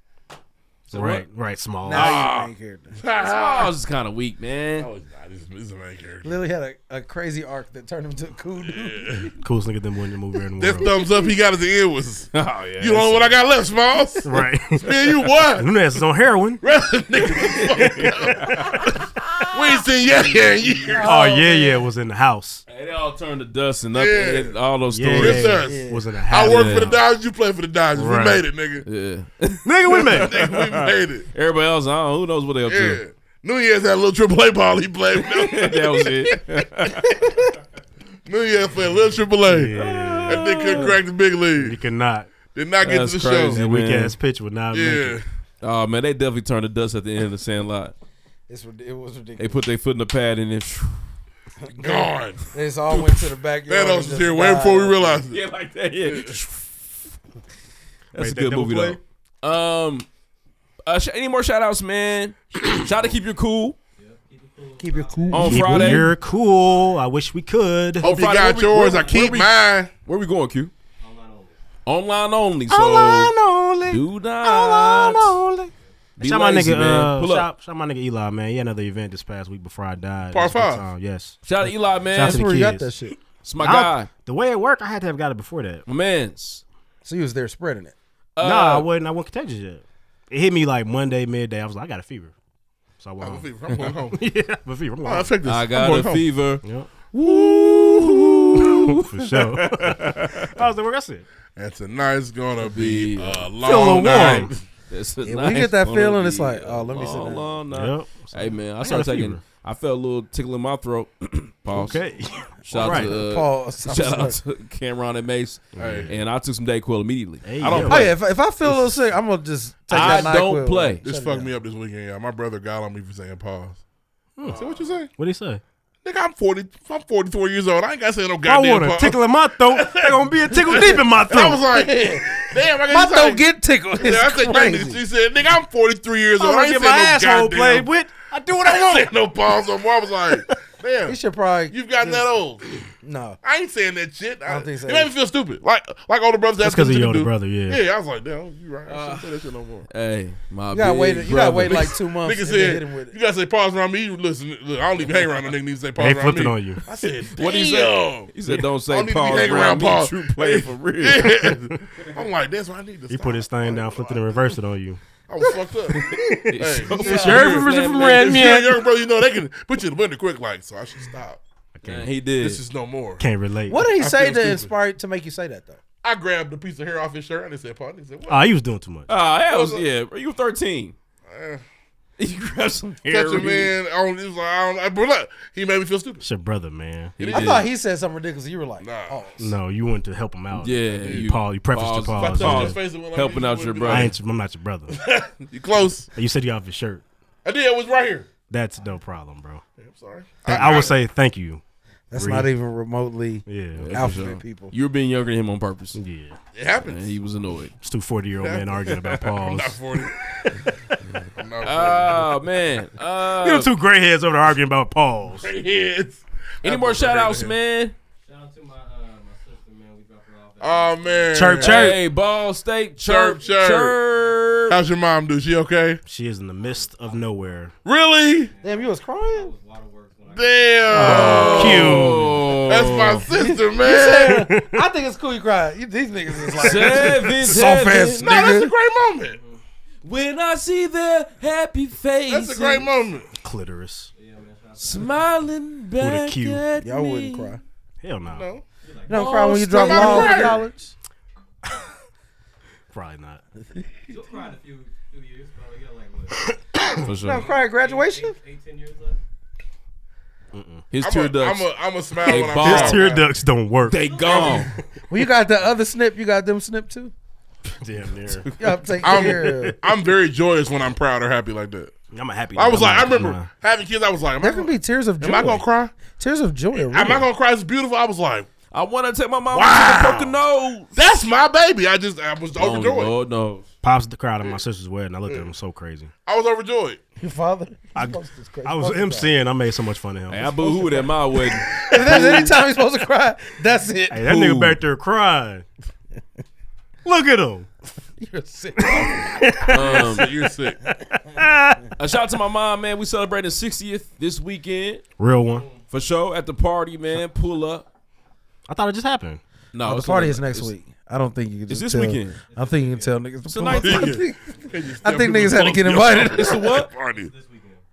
[SPEAKER 4] So right, right, small.
[SPEAKER 12] Now you're
[SPEAKER 2] Ah.
[SPEAKER 12] the main
[SPEAKER 2] [laughs]
[SPEAKER 1] [laughs]
[SPEAKER 12] character.
[SPEAKER 1] I Ah. was just kind of weak, man.
[SPEAKER 2] Oh, nah, this, this is a main character.
[SPEAKER 12] Lily
[SPEAKER 2] [laughs]
[SPEAKER 12] had a, a crazy arc that turned him to a cool dude.
[SPEAKER 4] [laughs] Coolest nigga than one in the movie in the
[SPEAKER 2] This
[SPEAKER 4] world.
[SPEAKER 2] thumbs up he got at the end
[SPEAKER 4] [laughs]
[SPEAKER 2] was
[SPEAKER 1] Oh yeah.
[SPEAKER 2] you the only one I got left, Smalls.
[SPEAKER 4] [laughs]
[SPEAKER 2] [laughs]
[SPEAKER 4] right.
[SPEAKER 2] Me and you what?
[SPEAKER 4] Nunez is on
[SPEAKER 2] [laughs]
[SPEAKER 4] heroin.
[SPEAKER 2] We ain't seen yeah yeah in years.
[SPEAKER 4] Oh yeah, yeah, was in the house.
[SPEAKER 1] Hey, they all turned to dust and up
[SPEAKER 2] Yeah.
[SPEAKER 1] and all those
[SPEAKER 4] Yeah,
[SPEAKER 1] stories.
[SPEAKER 2] Yes, sir.
[SPEAKER 4] yeah, was in the
[SPEAKER 2] I
[SPEAKER 4] house.
[SPEAKER 2] work for the Dodgers. You play for the Dodgers.
[SPEAKER 4] Right.
[SPEAKER 2] We made it, nigga.
[SPEAKER 1] Yeah.
[SPEAKER 4] [laughs] nigga with
[SPEAKER 2] [laughs]
[SPEAKER 4] me.
[SPEAKER 2] Nigga, we made it.
[SPEAKER 1] Everybody else, I don't, who knows what they up
[SPEAKER 2] Yeah.
[SPEAKER 1] to?
[SPEAKER 2] New Year's had a little triple A ball he played. with.
[SPEAKER 1] [laughs] that was it.
[SPEAKER 2] New Year's played a little triple A.
[SPEAKER 4] Yeah.
[SPEAKER 2] That nigga couldn't crack the big
[SPEAKER 4] You
[SPEAKER 2] league.
[SPEAKER 4] cannot.
[SPEAKER 2] Did not get
[SPEAKER 1] That's
[SPEAKER 2] to the
[SPEAKER 1] crazy.
[SPEAKER 2] show.
[SPEAKER 4] That weak
[SPEAKER 1] Man.
[SPEAKER 4] ass pitch would not make
[SPEAKER 2] Yeah.
[SPEAKER 4] it.
[SPEAKER 1] Oh man, they definitely turned to dust at the end of the Sandlot.
[SPEAKER 12] It's, rid- it was
[SPEAKER 1] They
[SPEAKER 12] ridiculous.
[SPEAKER 1] put their foot in the pad and then
[SPEAKER 2] [laughs] Gone.
[SPEAKER 12] They just all went to the backyard. and
[SPEAKER 2] Thanos was
[SPEAKER 12] just
[SPEAKER 2] here way before we
[SPEAKER 12] died.
[SPEAKER 2] realized it.
[SPEAKER 1] yeah, like that. Yeah, that's
[SPEAKER 4] Wait,
[SPEAKER 1] a
[SPEAKER 4] that
[SPEAKER 1] good
[SPEAKER 4] double
[SPEAKER 1] movie
[SPEAKER 4] play?
[SPEAKER 1] though. Um, uh, sh- any more shout outs, man? [clears throat] shout out to keep you cool
[SPEAKER 12] Keep your cool.
[SPEAKER 1] on
[SPEAKER 4] Keep
[SPEAKER 1] Friday.
[SPEAKER 4] You're cool. I wish we could.
[SPEAKER 2] Hope you
[SPEAKER 1] Friday, where
[SPEAKER 2] got
[SPEAKER 1] we-
[SPEAKER 2] yours.
[SPEAKER 1] where-
[SPEAKER 2] I keep
[SPEAKER 1] where we-
[SPEAKER 2] mine.
[SPEAKER 1] Where we going, Q? Online only. So
[SPEAKER 4] Online only.
[SPEAKER 1] Do not.
[SPEAKER 4] Online
[SPEAKER 1] only. Be
[SPEAKER 4] shout my
[SPEAKER 1] lazy,
[SPEAKER 4] nigga,
[SPEAKER 1] man.
[SPEAKER 4] uh,
[SPEAKER 1] Pull up.
[SPEAKER 4] shout, shout my nigga Eli, man. He had another event this past week before I died.
[SPEAKER 1] Par
[SPEAKER 4] It was a good
[SPEAKER 1] five.
[SPEAKER 4] time, Yes.
[SPEAKER 1] Shout out to Eli, man.
[SPEAKER 4] Shout out
[SPEAKER 1] That's
[SPEAKER 4] to the
[SPEAKER 1] where he got
[SPEAKER 4] kids.
[SPEAKER 1] that shit. It's my
[SPEAKER 4] I-
[SPEAKER 1] guy.
[SPEAKER 4] The way it worked, I had to have got it before that.
[SPEAKER 1] My man's. Uh,
[SPEAKER 12] So you was there spreading it.
[SPEAKER 4] nah, I wasn't. I wasn't contagious yet. It hit me like Monday midday. I was like, I got a fever, so I went
[SPEAKER 2] I have a
[SPEAKER 4] home.
[SPEAKER 2] fever. I'm going home.
[SPEAKER 4] [laughs] yeah, I have a fever. I'm going
[SPEAKER 2] Oh,
[SPEAKER 4] home.
[SPEAKER 2] check this.
[SPEAKER 1] I
[SPEAKER 2] I'm
[SPEAKER 1] got
[SPEAKER 2] going
[SPEAKER 1] a
[SPEAKER 2] home.
[SPEAKER 1] fever.
[SPEAKER 4] Yep.
[SPEAKER 1] Woo.
[SPEAKER 4] [laughs] For
[SPEAKER 2] [laughs]
[SPEAKER 4] sure. I was the worst.
[SPEAKER 2] And tonight's gonna be a
[SPEAKER 1] Feeling
[SPEAKER 2] long
[SPEAKER 1] warm.
[SPEAKER 2] night.
[SPEAKER 1] It's
[SPEAKER 12] Yeah, when you get that feeling, it's like, oh, let me sit
[SPEAKER 1] Long,
[SPEAKER 12] down.
[SPEAKER 1] long night.
[SPEAKER 4] Yep.
[SPEAKER 1] Hey man, I,
[SPEAKER 4] I
[SPEAKER 1] started
[SPEAKER 4] got a
[SPEAKER 1] taking.
[SPEAKER 4] fever.
[SPEAKER 1] I felt a little tickle in my throat. [clears throat] Pause.
[SPEAKER 4] Okay.
[SPEAKER 1] Shout out
[SPEAKER 4] Alright.
[SPEAKER 1] to uh,
[SPEAKER 12] Pause.
[SPEAKER 1] [laughs]
[SPEAKER 12] I'm
[SPEAKER 1] shout out to Cameron and Mace,
[SPEAKER 2] Hey.
[SPEAKER 1] and I took some Dayquil immediately.
[SPEAKER 4] Hey,
[SPEAKER 1] I don't
[SPEAKER 4] yo.
[SPEAKER 1] play.
[SPEAKER 12] Hey, if, if I feel a little sick, I'm gonna just take
[SPEAKER 1] I
[SPEAKER 12] that
[SPEAKER 1] don't
[SPEAKER 12] NyQuil.
[SPEAKER 1] play.
[SPEAKER 2] This
[SPEAKER 12] Shut it
[SPEAKER 2] fucked
[SPEAKER 12] down.
[SPEAKER 2] me up this weekend. Yeah, my brother got on me for saying pause.
[SPEAKER 4] Hmm.
[SPEAKER 2] So what you say?
[SPEAKER 4] What did he say?
[SPEAKER 2] Nigga, I'm forty. I'm forty four years old. I ain't got to say
[SPEAKER 4] I
[SPEAKER 2] no Oh, goddamn
[SPEAKER 4] want a
[SPEAKER 2] pause.
[SPEAKER 4] tickle in my
[SPEAKER 2] [laughs]
[SPEAKER 4] throat. They're gonna be a tickle deep in my
[SPEAKER 2] And
[SPEAKER 4] throat.
[SPEAKER 2] I
[SPEAKER 4] [laughs]
[SPEAKER 2] was like, damn, I got
[SPEAKER 12] My
[SPEAKER 2] this
[SPEAKER 12] throat
[SPEAKER 2] like-
[SPEAKER 12] get tickled.
[SPEAKER 2] Yeah, I
[SPEAKER 12] It's
[SPEAKER 2] said,
[SPEAKER 12] crazy.
[SPEAKER 2] nigga, she said, nigga, I'm 43 years
[SPEAKER 4] I
[SPEAKER 2] old. I
[SPEAKER 4] want to
[SPEAKER 2] ain't
[SPEAKER 4] get
[SPEAKER 2] saying
[SPEAKER 4] my
[SPEAKER 2] no
[SPEAKER 4] asshole
[SPEAKER 2] goddamn-
[SPEAKER 4] played with. I do what
[SPEAKER 2] [laughs] I
[SPEAKER 4] I
[SPEAKER 2] ain't
[SPEAKER 4] want.
[SPEAKER 2] saying no pause no more. I
[SPEAKER 12] [laughs]
[SPEAKER 2] was like, damn,
[SPEAKER 12] You should probably
[SPEAKER 2] you've gotten that old.
[SPEAKER 12] no.
[SPEAKER 2] I ain't saying that shit. I,
[SPEAKER 12] don't think so.
[SPEAKER 2] It made me feel stupid. Like like older brothers.
[SPEAKER 4] That's
[SPEAKER 2] ask me
[SPEAKER 4] 'cause of
[SPEAKER 2] what
[SPEAKER 4] your
[SPEAKER 2] to
[SPEAKER 4] older
[SPEAKER 2] do.
[SPEAKER 4] brother, yeah.
[SPEAKER 2] Yeah, I was like, damn, you right. I shouldn't say that shit no more.
[SPEAKER 1] [laughs] Hey, my
[SPEAKER 12] You gotta
[SPEAKER 1] big
[SPEAKER 12] wait.
[SPEAKER 1] Brother.
[SPEAKER 12] You gotta wait
[SPEAKER 1] [laughs]
[SPEAKER 12] like two months.
[SPEAKER 2] Nigga
[SPEAKER 12] and then hit him with
[SPEAKER 2] said,
[SPEAKER 12] it.
[SPEAKER 2] you gotta say pause around me. You Listen, look, I don't even hang around no nigga. Need to say pause
[SPEAKER 4] They
[SPEAKER 2] around
[SPEAKER 4] flipped it
[SPEAKER 2] me.
[SPEAKER 4] on you.
[SPEAKER 2] I said,
[SPEAKER 1] [laughs]
[SPEAKER 2] damn.
[SPEAKER 1] What he say? He said, "Don't
[SPEAKER 2] I
[SPEAKER 1] say
[SPEAKER 2] don't need to be
[SPEAKER 1] pause
[SPEAKER 2] hanging
[SPEAKER 1] around
[SPEAKER 2] around
[SPEAKER 1] me.
[SPEAKER 2] pause.
[SPEAKER 1] True player
[SPEAKER 2] [laughs]
[SPEAKER 1] for real."
[SPEAKER 2] Yeah. I'm like, that's what I need to
[SPEAKER 4] He
[SPEAKER 2] stop.
[SPEAKER 4] put his thing down, flipped it and reversed it on you.
[SPEAKER 2] I was fucked
[SPEAKER 1] [laughs]
[SPEAKER 2] up. hey,
[SPEAKER 1] It's
[SPEAKER 4] your
[SPEAKER 2] yeah.
[SPEAKER 4] version from
[SPEAKER 2] Yeah,
[SPEAKER 4] Red
[SPEAKER 2] it's
[SPEAKER 4] Man.
[SPEAKER 2] your- your brother, you know they can put you in the window quick, like so. I should stop.
[SPEAKER 1] Man, he did.
[SPEAKER 2] This is no more.
[SPEAKER 4] Can't relate.
[SPEAKER 12] What did he
[SPEAKER 2] I
[SPEAKER 12] say
[SPEAKER 2] feel
[SPEAKER 12] to
[SPEAKER 2] stupid.
[SPEAKER 12] inspire to make you say that though?
[SPEAKER 2] I grabbed a piece of hair off his shirt and he said, "Pardon." He said, "What?"
[SPEAKER 4] Ah, he was doing too much.
[SPEAKER 1] Ah, that was yeah. Bro, you were thirteen. [laughs] you grabbed some hair.
[SPEAKER 2] Catch a man on this. I don't. I- But look, he made me feel stupid.
[SPEAKER 4] It's your brother, man.
[SPEAKER 1] He
[SPEAKER 12] I
[SPEAKER 1] did.
[SPEAKER 12] thought he said something ridiculous. You were like,
[SPEAKER 2] Nah.
[SPEAKER 12] oh,
[SPEAKER 4] No, you went to help him out.
[SPEAKER 1] Yeah,
[SPEAKER 4] you, pause. You prefaced the
[SPEAKER 2] If I
[SPEAKER 4] pause.
[SPEAKER 2] touched
[SPEAKER 4] yeah.
[SPEAKER 2] his face, it went like
[SPEAKER 1] Helping
[SPEAKER 2] this,
[SPEAKER 1] out
[SPEAKER 2] it
[SPEAKER 1] your
[SPEAKER 2] would be
[SPEAKER 1] brother.
[SPEAKER 4] I
[SPEAKER 2] like-
[SPEAKER 4] ain't. I'm not your brother.
[SPEAKER 2] You [laughs] close.
[SPEAKER 4] you said you off his shirt.
[SPEAKER 2] I did. It was right here.
[SPEAKER 4] That's no problem, bro.
[SPEAKER 2] I'm sorry.
[SPEAKER 4] I, I would say thank you.
[SPEAKER 12] that's
[SPEAKER 4] Real.
[SPEAKER 12] not even remotely
[SPEAKER 4] Yeah,
[SPEAKER 12] alphabet people.
[SPEAKER 1] You were being younger than him on purpose.
[SPEAKER 4] yeah.
[SPEAKER 2] It
[SPEAKER 1] And
[SPEAKER 2] happens.
[SPEAKER 1] he was annoyed.
[SPEAKER 4] It's two 40 year old men arguing about
[SPEAKER 2] [laughs] I'm
[SPEAKER 4] pause.
[SPEAKER 2] not forty. I'm not
[SPEAKER 1] Oh man. Uh,
[SPEAKER 4] [laughs] You know, two gray heads over there arguing about
[SPEAKER 1] [laughs]
[SPEAKER 4] pause.
[SPEAKER 2] forty. Heads.
[SPEAKER 1] Any more shout outs, man?
[SPEAKER 2] Oh man.
[SPEAKER 4] Chirp, chirp.
[SPEAKER 1] Hey, Ball State. Chirp, chirp.
[SPEAKER 2] Chirp, chirp. How's your mom? Do she okay?
[SPEAKER 4] She is in the midst of nowhere.
[SPEAKER 2] Really?
[SPEAKER 12] Damn, you was crying.
[SPEAKER 2] Damn.
[SPEAKER 4] Oh. Cute.
[SPEAKER 2] That's my sister, man.
[SPEAKER 12] I think it's cool you cried. You, these niggas is like, [laughs]
[SPEAKER 1] Seven,
[SPEAKER 12] Soft ass
[SPEAKER 1] seven.
[SPEAKER 2] no, that's a great moment.
[SPEAKER 1] When I see their happy faces,
[SPEAKER 2] That's a great moment.
[SPEAKER 4] Clitoris.
[SPEAKER 1] smiling
[SPEAKER 4] a
[SPEAKER 1] back
[SPEAKER 4] Q.
[SPEAKER 1] at
[SPEAKER 12] y'all
[SPEAKER 1] me.
[SPEAKER 12] wouldn't cry.
[SPEAKER 4] Hell no.
[SPEAKER 2] No.
[SPEAKER 12] You don't cry when you
[SPEAKER 1] Ball
[SPEAKER 12] drop
[SPEAKER 1] State.
[SPEAKER 12] balls
[SPEAKER 2] Nobody
[SPEAKER 12] in
[SPEAKER 2] cried.
[SPEAKER 12] college.
[SPEAKER 4] Probably
[SPEAKER 2] [laughs]
[SPEAKER 4] not.
[SPEAKER 1] For
[SPEAKER 12] You don't
[SPEAKER 1] sure.
[SPEAKER 12] cry at graduation.
[SPEAKER 1] His
[SPEAKER 2] I'm
[SPEAKER 1] tear
[SPEAKER 2] a,
[SPEAKER 1] ducts.
[SPEAKER 2] I'm a, I'm a smile
[SPEAKER 1] They
[SPEAKER 2] when I'm
[SPEAKER 1] ball.
[SPEAKER 4] His
[SPEAKER 1] Oh,
[SPEAKER 4] tear
[SPEAKER 2] man.
[SPEAKER 4] ducts don't work.
[SPEAKER 1] they gone.
[SPEAKER 12] [laughs] When you got the other snip, you got them snip too.
[SPEAKER 4] [laughs] Damn near.
[SPEAKER 12] Yeah, I'm taking care.
[SPEAKER 2] I'm,
[SPEAKER 12] of-
[SPEAKER 2] I'm very joyous when I'm proud or happy like that.
[SPEAKER 4] I'm a happy.
[SPEAKER 2] I was
[SPEAKER 4] I'm
[SPEAKER 2] like, I
[SPEAKER 4] not-
[SPEAKER 2] remember
[SPEAKER 4] I'm not-
[SPEAKER 2] having kids. I was like, am I
[SPEAKER 12] There can
[SPEAKER 2] gonna,
[SPEAKER 12] be tears of joy.
[SPEAKER 2] am I gonna cry?
[SPEAKER 12] Tears of joy. Really.
[SPEAKER 2] Am I gonna cry? It's beautiful. I was like,
[SPEAKER 1] I want to take my mom
[SPEAKER 2] Wow.
[SPEAKER 1] to the Poconos.
[SPEAKER 2] that's my baby. I just, I
[SPEAKER 12] Oh,
[SPEAKER 2] was
[SPEAKER 1] Only
[SPEAKER 2] overjoyed.
[SPEAKER 1] Oh, Lord knows.
[SPEAKER 4] Pops the crowd at my sister's wedding. I looked at him so crazy.
[SPEAKER 2] I was overjoyed.
[SPEAKER 12] Your father. I,
[SPEAKER 4] I was MCing. I made so much fun of him.
[SPEAKER 1] Hey, I boo hooed at my
[SPEAKER 4] [laughs]
[SPEAKER 1] wedding.
[SPEAKER 12] If there's any time you're supposed to cry, that's it.
[SPEAKER 4] Hey, that
[SPEAKER 1] Ooh.
[SPEAKER 4] nigga back there crying. Look at him.
[SPEAKER 12] You're sick.
[SPEAKER 1] Um, [laughs]
[SPEAKER 2] You're sick.
[SPEAKER 1] a shout out to my mom, man. We celebrating 60th this weekend
[SPEAKER 4] Real one.
[SPEAKER 1] for sure at the party, man. Pull up.
[SPEAKER 4] I thought it just happened.
[SPEAKER 1] No,
[SPEAKER 12] the
[SPEAKER 1] it's
[SPEAKER 12] party
[SPEAKER 1] another-
[SPEAKER 12] is next
[SPEAKER 1] it's-
[SPEAKER 12] week. I don't think you can.
[SPEAKER 1] It's this
[SPEAKER 12] Just tell-
[SPEAKER 1] weekend.
[SPEAKER 12] I think you can tell niggas. It's
[SPEAKER 1] the 19th.
[SPEAKER 12] [laughs] I think, I think niggas had to get invited.
[SPEAKER 1] It's the
[SPEAKER 12] [laughs]
[SPEAKER 1] what?
[SPEAKER 2] Party.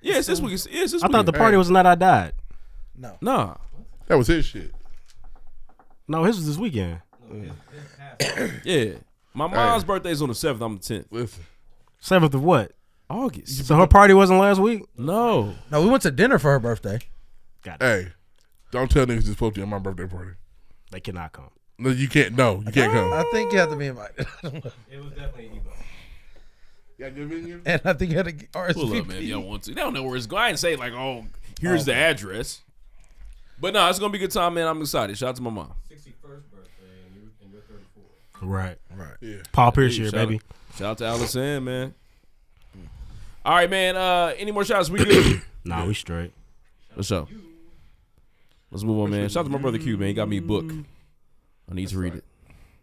[SPEAKER 1] Yeah, it's this week. It's, yeah, it's this
[SPEAKER 4] I thought the
[SPEAKER 1] weekend.
[SPEAKER 4] party was the night I died.
[SPEAKER 1] Nah.
[SPEAKER 2] That was his shit.
[SPEAKER 4] No, his was this weekend.
[SPEAKER 1] [coughs] Yeah. My mom's birthday's on the 7th. I'm the 10th.
[SPEAKER 2] Listen,
[SPEAKER 4] Seventh of what?
[SPEAKER 1] August.
[SPEAKER 4] So her party wasn't last week.
[SPEAKER 1] No.
[SPEAKER 12] no, we went to dinner for her birthday.
[SPEAKER 2] hey, don't tell niggas this supposed to be at my birthday party.
[SPEAKER 4] They cannot come.
[SPEAKER 2] No, you can't. No, you can't come.
[SPEAKER 12] I think you have to be invited, [laughs] and I think you had to get RSVP.
[SPEAKER 1] Pull up, man, if y'all want to. They don't know where it's going. I didn't say, like, oh, here's the address. But no, it's going to be a good time, man. I'm excited. Shout out to my mom.
[SPEAKER 4] Right.
[SPEAKER 2] Yeah.
[SPEAKER 4] Paul Pierce here,
[SPEAKER 1] Shout out-
[SPEAKER 4] baby.
[SPEAKER 1] Shout out to Allison, man. All right, man. Uh, any more shots? We
[SPEAKER 12] [coughs]
[SPEAKER 1] good?
[SPEAKER 4] Nah, we straight.
[SPEAKER 1] What's up? Let's move on, man. Shout out to my brother Q, man. He got me a book. I need to read it.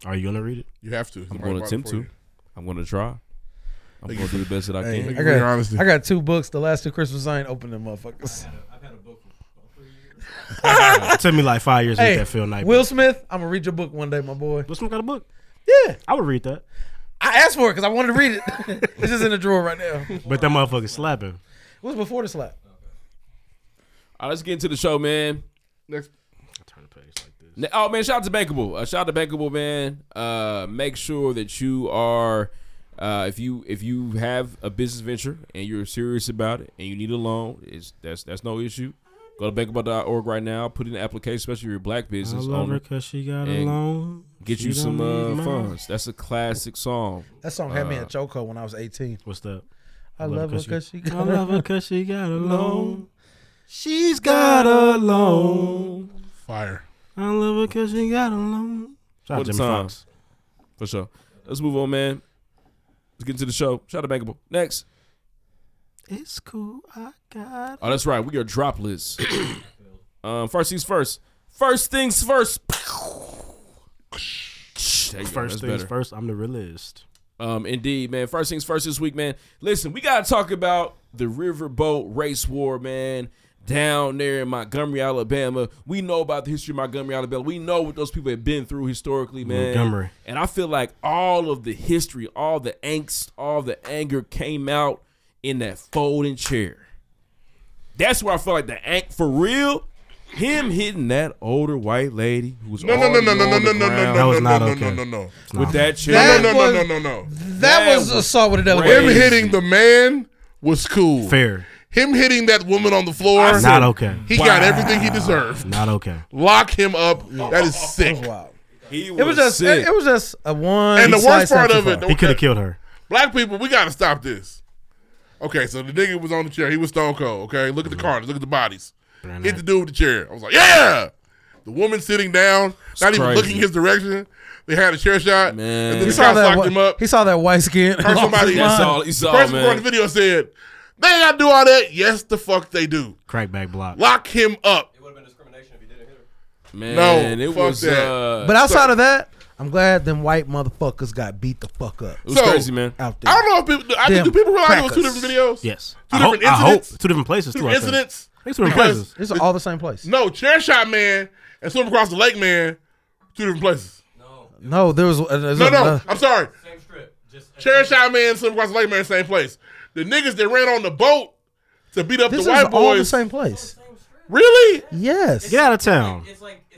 [SPEAKER 4] Hmm. Are you gonna read it?
[SPEAKER 2] You have to.
[SPEAKER 1] I'm going to attempt to. I'm going to try. I'm going to do the best that I
[SPEAKER 12] Hey,
[SPEAKER 1] can.
[SPEAKER 12] I, got, I got two books. The last two Christmas I ain't opened them motherfuckers.
[SPEAKER 4] it took me like five years to
[SPEAKER 12] Hey,
[SPEAKER 4] get that Phil Knight.
[SPEAKER 12] Will Smith, I'm gonna read your book one day, my boy. Will
[SPEAKER 4] Smith got a book.
[SPEAKER 12] Yeah,
[SPEAKER 4] I would read that.
[SPEAKER 12] I asked for it because I wanted to read it. [laughs] it's just in the drawer right now. It
[SPEAKER 4] But that motherfucker slapping.
[SPEAKER 12] was before the slap.
[SPEAKER 1] All right, let's get into the show, man.
[SPEAKER 2] Next.
[SPEAKER 1] Ne- Oh man, shout out to Bankable. Uh, shout out to Bankable, man. Uh, make sure that you are, uh, if you if you have a business venture and you're serious about it and you need a loan, it's that's that's no issue. Go to bankable.org right now. Put in an application, especially if you're a black business
[SPEAKER 4] I love her
[SPEAKER 1] owner,
[SPEAKER 4] 'cause she got a
[SPEAKER 1] and
[SPEAKER 4] loan.
[SPEAKER 1] Get
[SPEAKER 4] She
[SPEAKER 1] you
[SPEAKER 4] don't
[SPEAKER 1] some
[SPEAKER 4] need
[SPEAKER 1] uh,
[SPEAKER 4] mine.
[SPEAKER 1] funds. That's a classic song.
[SPEAKER 12] That song had me
[SPEAKER 1] Uh,
[SPEAKER 12] in choco when I was 18.
[SPEAKER 4] What's that?
[SPEAKER 12] I, love her because she,
[SPEAKER 4] I
[SPEAKER 12] got
[SPEAKER 4] love her because she got a loan. She's
[SPEAKER 12] got a
[SPEAKER 4] loan.
[SPEAKER 2] Fire.
[SPEAKER 4] I love her because she got a loan. Shout out
[SPEAKER 1] What
[SPEAKER 4] Jimmy
[SPEAKER 1] time?
[SPEAKER 4] Fox.
[SPEAKER 1] For sure. Let's move on, man. Let's get into the show. Shout out to Bankable. Next.
[SPEAKER 4] It's cool. I got.
[SPEAKER 1] Oh, that's right. We are droplets. [clears throat] um, first things first. First things first. [clears throat] There you go.
[SPEAKER 4] First
[SPEAKER 1] That's
[SPEAKER 4] things
[SPEAKER 1] better.
[SPEAKER 4] first, I'm the realist.
[SPEAKER 1] Um, indeed, man. First things first this week, man. Listen, we gotta talk about the riverboat race war, man. Down there in Montgomery, Alabama, we know about the history of Montgomery, Alabama. We know what those people have been through historically, man.
[SPEAKER 4] Montgomery.
[SPEAKER 1] And I feel like all of the history, all the angst, all the anger came out in that folding chair. That's where I feel like the act for real. Him hitting that older white lady who was
[SPEAKER 2] No, no, no,
[SPEAKER 1] already
[SPEAKER 2] no, no,
[SPEAKER 1] on
[SPEAKER 2] no,
[SPEAKER 1] the
[SPEAKER 2] no, no,
[SPEAKER 1] ground.
[SPEAKER 2] no, no, no, no, no, no, no.
[SPEAKER 1] With that chair.
[SPEAKER 2] No, no, no, no, no, no, no.
[SPEAKER 12] That was assault with another
[SPEAKER 2] Him
[SPEAKER 12] way.
[SPEAKER 2] hitting the man was cool.
[SPEAKER 4] Fair.
[SPEAKER 2] Him hitting that woman on the floor.
[SPEAKER 4] I said, Not okay.
[SPEAKER 2] He got everything he deserved.
[SPEAKER 4] Not okay.
[SPEAKER 2] Lock him up. That is sick.
[SPEAKER 1] He
[SPEAKER 12] It was just it, it was just a one.
[SPEAKER 2] And the worst
[SPEAKER 12] slice
[SPEAKER 2] part of
[SPEAKER 12] sacrifice.
[SPEAKER 2] it, don't
[SPEAKER 4] He could have
[SPEAKER 2] that-
[SPEAKER 4] killed her.
[SPEAKER 2] Black people, we gotta stop this. Okay, so the nigga was on the chair. He was stone cold. Okay, look at
[SPEAKER 4] Mm-hmm.
[SPEAKER 2] the carnage. Look at the bodies.
[SPEAKER 4] Brand
[SPEAKER 2] Hit the dude with the chair. I was like, yeah. The woman sitting down, not even
[SPEAKER 1] crazy.
[SPEAKER 2] looking his direction. They had a chair shot,
[SPEAKER 1] Man.
[SPEAKER 2] and then
[SPEAKER 12] He
[SPEAKER 2] the
[SPEAKER 12] saw
[SPEAKER 2] cops
[SPEAKER 12] that.
[SPEAKER 2] locked
[SPEAKER 12] whi-
[SPEAKER 2] him up.
[SPEAKER 12] He saw that white
[SPEAKER 2] [laughs]
[SPEAKER 12] skin.
[SPEAKER 2] Heard somebody.
[SPEAKER 1] That's all he saw,
[SPEAKER 2] the person
[SPEAKER 1] man.
[SPEAKER 2] on the video said, "They ain't gotta do all that." Yes, the fuck they do.
[SPEAKER 4] Crackback block.
[SPEAKER 2] Lock him up.
[SPEAKER 1] Man,
[SPEAKER 2] No,
[SPEAKER 1] it
[SPEAKER 2] fuck
[SPEAKER 1] was
[SPEAKER 2] that.
[SPEAKER 1] uh
[SPEAKER 12] But outside of that, I'm glad them white motherfuckers got beat the fuck up.
[SPEAKER 1] it was crazy, man.
[SPEAKER 12] out there.
[SPEAKER 2] I don't know if people. I,
[SPEAKER 12] Them
[SPEAKER 2] do people realize it was two
[SPEAKER 12] crackers.
[SPEAKER 2] different videos?
[SPEAKER 4] Yes.
[SPEAKER 2] Two
[SPEAKER 4] I
[SPEAKER 2] different
[SPEAKER 4] hope, I hope.
[SPEAKER 2] incidents.
[SPEAKER 4] Two different places,
[SPEAKER 2] Two
[SPEAKER 4] too. I think.
[SPEAKER 2] incidents.
[SPEAKER 4] I think two different
[SPEAKER 2] Because-
[SPEAKER 4] places.
[SPEAKER 12] It's all the same place.
[SPEAKER 2] No, chair shot man and swim across the lake man, two different places.
[SPEAKER 12] No, there was uh, there's
[SPEAKER 2] No,
[SPEAKER 12] a-
[SPEAKER 2] no,
[SPEAKER 12] uh,
[SPEAKER 2] I'm sorry. Same strip. Chair shot man, swim across the lake man, same place. The niggas that ran on the boat to beat up
[SPEAKER 12] this
[SPEAKER 2] the
[SPEAKER 12] is
[SPEAKER 2] white
[SPEAKER 12] all the
[SPEAKER 2] boys.
[SPEAKER 12] same place.
[SPEAKER 2] Really?
[SPEAKER 12] Yes.
[SPEAKER 4] Get out of town.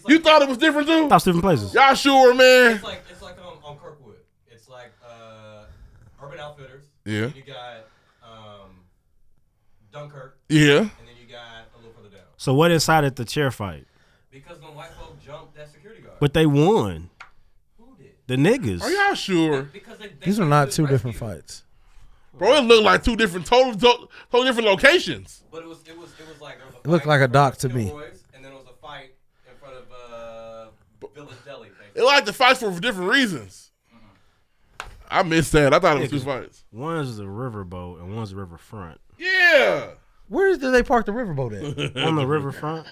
[SPEAKER 2] you thought it was different too?
[SPEAKER 4] Stop different places.
[SPEAKER 2] Y'all sure, man?
[SPEAKER 13] It's like it's like on, on Kirkwood. It's like uh, Urban Outfitters.
[SPEAKER 2] Yeah.
[SPEAKER 13] You got um, Dunkirk.
[SPEAKER 2] Yeah.
[SPEAKER 13] And then you got a little further down.
[SPEAKER 4] So what incited the chair fight?
[SPEAKER 13] Because the white folk jumped that security guard.
[SPEAKER 4] But they won. The niggas.
[SPEAKER 2] Are y'all sure?
[SPEAKER 12] These are not two different fights.
[SPEAKER 2] Bro, it looked like two different, total, total, total different locations.
[SPEAKER 13] But it was it was it was like there was a
[SPEAKER 12] It looked
[SPEAKER 13] fight
[SPEAKER 12] like a
[SPEAKER 13] in front
[SPEAKER 12] doc
[SPEAKER 13] of
[SPEAKER 12] to me.
[SPEAKER 13] Kilroy's, and then it was a fight in front of uh, Village Deli.
[SPEAKER 2] It like the fights for different reasons. I missed that. I thought it was two fights.
[SPEAKER 4] One's the riverboat and one's the riverfront.
[SPEAKER 2] Yeah.
[SPEAKER 12] Where did they park the riverboat [laughs] at?
[SPEAKER 4] On the riverfront?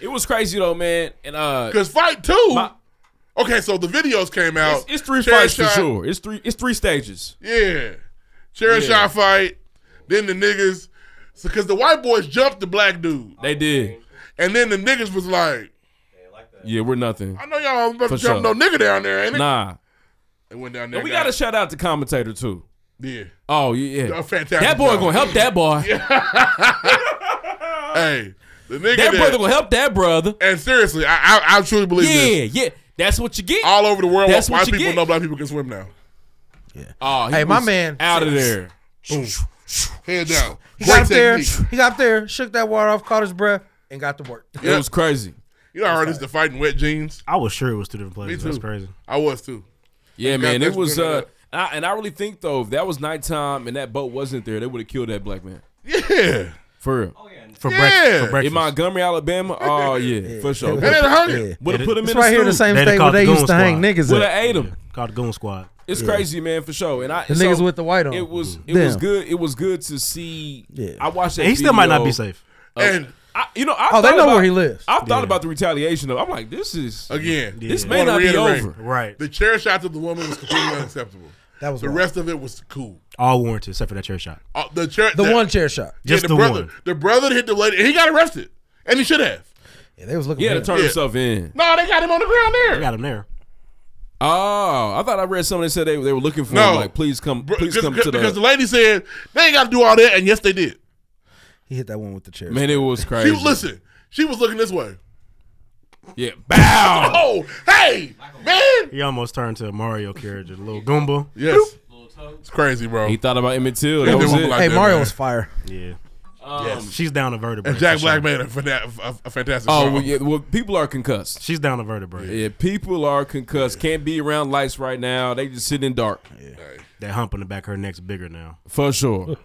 [SPEAKER 1] It was crazy though, man. And uh
[SPEAKER 2] Cause fight two. okay, so the videos came out.
[SPEAKER 1] it's, it's three
[SPEAKER 2] Chair
[SPEAKER 1] fights
[SPEAKER 2] shot.
[SPEAKER 1] for sure. It's three it's three stages.
[SPEAKER 2] Yeah. Chair
[SPEAKER 1] Yeah.
[SPEAKER 2] shot fight. Then the niggas. So, cause the white boys jumped the black dude.
[SPEAKER 1] They did.
[SPEAKER 2] And then the niggas was like,
[SPEAKER 1] Yeah, we're nothing.
[SPEAKER 2] I know y'all about
[SPEAKER 1] For
[SPEAKER 2] to jump
[SPEAKER 1] sure.
[SPEAKER 2] no nigga down there, ain't it?
[SPEAKER 1] Nah.
[SPEAKER 2] They went down there.
[SPEAKER 1] And we
[SPEAKER 2] got-
[SPEAKER 1] gotta shout out the commentator too.
[SPEAKER 2] Yeah.
[SPEAKER 1] Oh yeah, yeah.
[SPEAKER 2] A fantastic
[SPEAKER 1] That boy
[SPEAKER 2] job.
[SPEAKER 1] gonna help that boy.
[SPEAKER 2] [laughs] Hey. The nigga
[SPEAKER 1] That brother
[SPEAKER 2] will
[SPEAKER 1] gonna help that brother.
[SPEAKER 2] And seriously, I I, I truly believe this.
[SPEAKER 1] Yeah, yeah. That's what you get.
[SPEAKER 2] All over the world,
[SPEAKER 1] That's
[SPEAKER 2] white
[SPEAKER 1] what you
[SPEAKER 2] people
[SPEAKER 1] get.
[SPEAKER 2] know black people can swim now.
[SPEAKER 1] Oh, he
[SPEAKER 12] Hey, my
[SPEAKER 1] was
[SPEAKER 12] man-
[SPEAKER 1] out of there.
[SPEAKER 12] [laughs]
[SPEAKER 2] Head down.
[SPEAKER 12] He got
[SPEAKER 2] Great
[SPEAKER 12] up there.
[SPEAKER 2] technique.
[SPEAKER 12] He got up there, shook that water off, caught his breath, and got to work.
[SPEAKER 1] It was crazy.
[SPEAKER 2] You know how hard it is to fight in wet jeans?
[SPEAKER 4] I was sure it was two different places.
[SPEAKER 2] too.
[SPEAKER 4] That's crazy.
[SPEAKER 2] I was too.
[SPEAKER 1] Yeah,
[SPEAKER 2] Thank God
[SPEAKER 1] man. It
[SPEAKER 2] that's
[SPEAKER 1] was
[SPEAKER 2] been
[SPEAKER 1] uh
[SPEAKER 2] another-
[SPEAKER 1] and I, and I really think though, if that was nighttime and that boat wasn't there, they would have killed that black man.
[SPEAKER 2] Yeah.
[SPEAKER 1] For
[SPEAKER 13] Oh,
[SPEAKER 1] real.
[SPEAKER 4] For,
[SPEAKER 2] Yeah.
[SPEAKER 4] breakfast. for
[SPEAKER 1] In
[SPEAKER 4] breakfast.
[SPEAKER 1] Montgomery, Alabama.
[SPEAKER 2] [laughs]
[SPEAKER 1] Oh yeah, for sure.
[SPEAKER 2] And they hung him.
[SPEAKER 1] Would have put him
[SPEAKER 12] It's
[SPEAKER 1] in the
[SPEAKER 12] right here in the
[SPEAKER 1] stool.
[SPEAKER 12] same
[SPEAKER 4] They'd have
[SPEAKER 12] state where
[SPEAKER 4] called
[SPEAKER 12] they
[SPEAKER 4] the
[SPEAKER 12] used to
[SPEAKER 4] Goon
[SPEAKER 12] hang
[SPEAKER 4] Squad.
[SPEAKER 12] niggas
[SPEAKER 1] Would
[SPEAKER 12] at.
[SPEAKER 1] have ate him.
[SPEAKER 4] Called the Goon Squad.
[SPEAKER 1] It's crazy, man, for sure. And I
[SPEAKER 12] The niggas with the white on.
[SPEAKER 1] It was it
[SPEAKER 12] Damn.
[SPEAKER 1] was good. It was good to see.
[SPEAKER 12] Yeah.
[SPEAKER 1] I watched that.
[SPEAKER 4] He still might not be
[SPEAKER 1] video
[SPEAKER 4] safe.
[SPEAKER 1] of-
[SPEAKER 2] And
[SPEAKER 1] I, you know, I
[SPEAKER 12] Oh, they
[SPEAKER 1] thought
[SPEAKER 12] know
[SPEAKER 1] about-
[SPEAKER 12] where he lives.
[SPEAKER 1] I thought
[SPEAKER 12] Yeah.
[SPEAKER 1] about the retaliation though. I'm like, this is
[SPEAKER 2] Again,
[SPEAKER 1] This
[SPEAKER 2] I
[SPEAKER 1] may
[SPEAKER 2] wanna
[SPEAKER 1] not be
[SPEAKER 2] reiterate,
[SPEAKER 1] over.
[SPEAKER 2] The chair shot to the woman was completely unacceptable.
[SPEAKER 12] That was
[SPEAKER 2] the
[SPEAKER 12] wild.
[SPEAKER 2] rest of it was cool.
[SPEAKER 4] All warranted except for that chair shot.
[SPEAKER 2] Uh, the chair,
[SPEAKER 12] The one chair shot.
[SPEAKER 2] Yeah,
[SPEAKER 4] Just
[SPEAKER 2] the,
[SPEAKER 4] the
[SPEAKER 2] brother,
[SPEAKER 4] one.
[SPEAKER 2] the brother hit the lady, and he got arrested, and he should have.
[SPEAKER 12] Yeah, they was looking.
[SPEAKER 1] He had
[SPEAKER 12] for
[SPEAKER 1] to
[SPEAKER 12] him.
[SPEAKER 1] turn himself in.
[SPEAKER 2] No, they got him on the ground there.
[SPEAKER 4] They got him there.
[SPEAKER 1] Oh, I thought I read someone that said they, they were looking for
[SPEAKER 2] No.
[SPEAKER 1] him. Like, please come,
[SPEAKER 2] Bro,
[SPEAKER 1] please
[SPEAKER 2] cause-
[SPEAKER 1] come
[SPEAKER 2] cause-
[SPEAKER 1] to the.
[SPEAKER 2] because the lady said they ain't got to do all that, and yes, they did.
[SPEAKER 12] He hit that one with the chair.
[SPEAKER 1] Man, it was
[SPEAKER 2] She
[SPEAKER 1] crazy.
[SPEAKER 2] listen. She was looking this way.
[SPEAKER 1] yeah, bow.
[SPEAKER 2] [laughs] Oh, hey, man.
[SPEAKER 4] He almost turned to a Mario character, a little Goomba.
[SPEAKER 2] Yes. It's crazy, bro.
[SPEAKER 1] He thought about Emmett Till.
[SPEAKER 2] Yeah,
[SPEAKER 1] That was
[SPEAKER 2] they
[SPEAKER 1] Um,
[SPEAKER 2] won't
[SPEAKER 1] it.
[SPEAKER 2] be like Hey, that, Mario man.
[SPEAKER 12] [laughs]
[SPEAKER 2] was
[SPEAKER 12] fire.
[SPEAKER 4] Yeah.
[SPEAKER 2] Yes.
[SPEAKER 4] She's down a vertebrae.
[SPEAKER 2] And Jack
[SPEAKER 4] for
[SPEAKER 2] Black
[SPEAKER 4] sure.
[SPEAKER 2] made a, fana- a, a fantastic.
[SPEAKER 1] Oh
[SPEAKER 2] song.
[SPEAKER 1] well, yeah, well, people are concussed.
[SPEAKER 4] She's down a vertebrae.
[SPEAKER 1] Yeah, people are concussed. Can't be around lights right now. They just sitting in dark
[SPEAKER 4] That hump in the back of her neck's bigger now.
[SPEAKER 1] for
[SPEAKER 2] [laughs]
[SPEAKER 1] sure.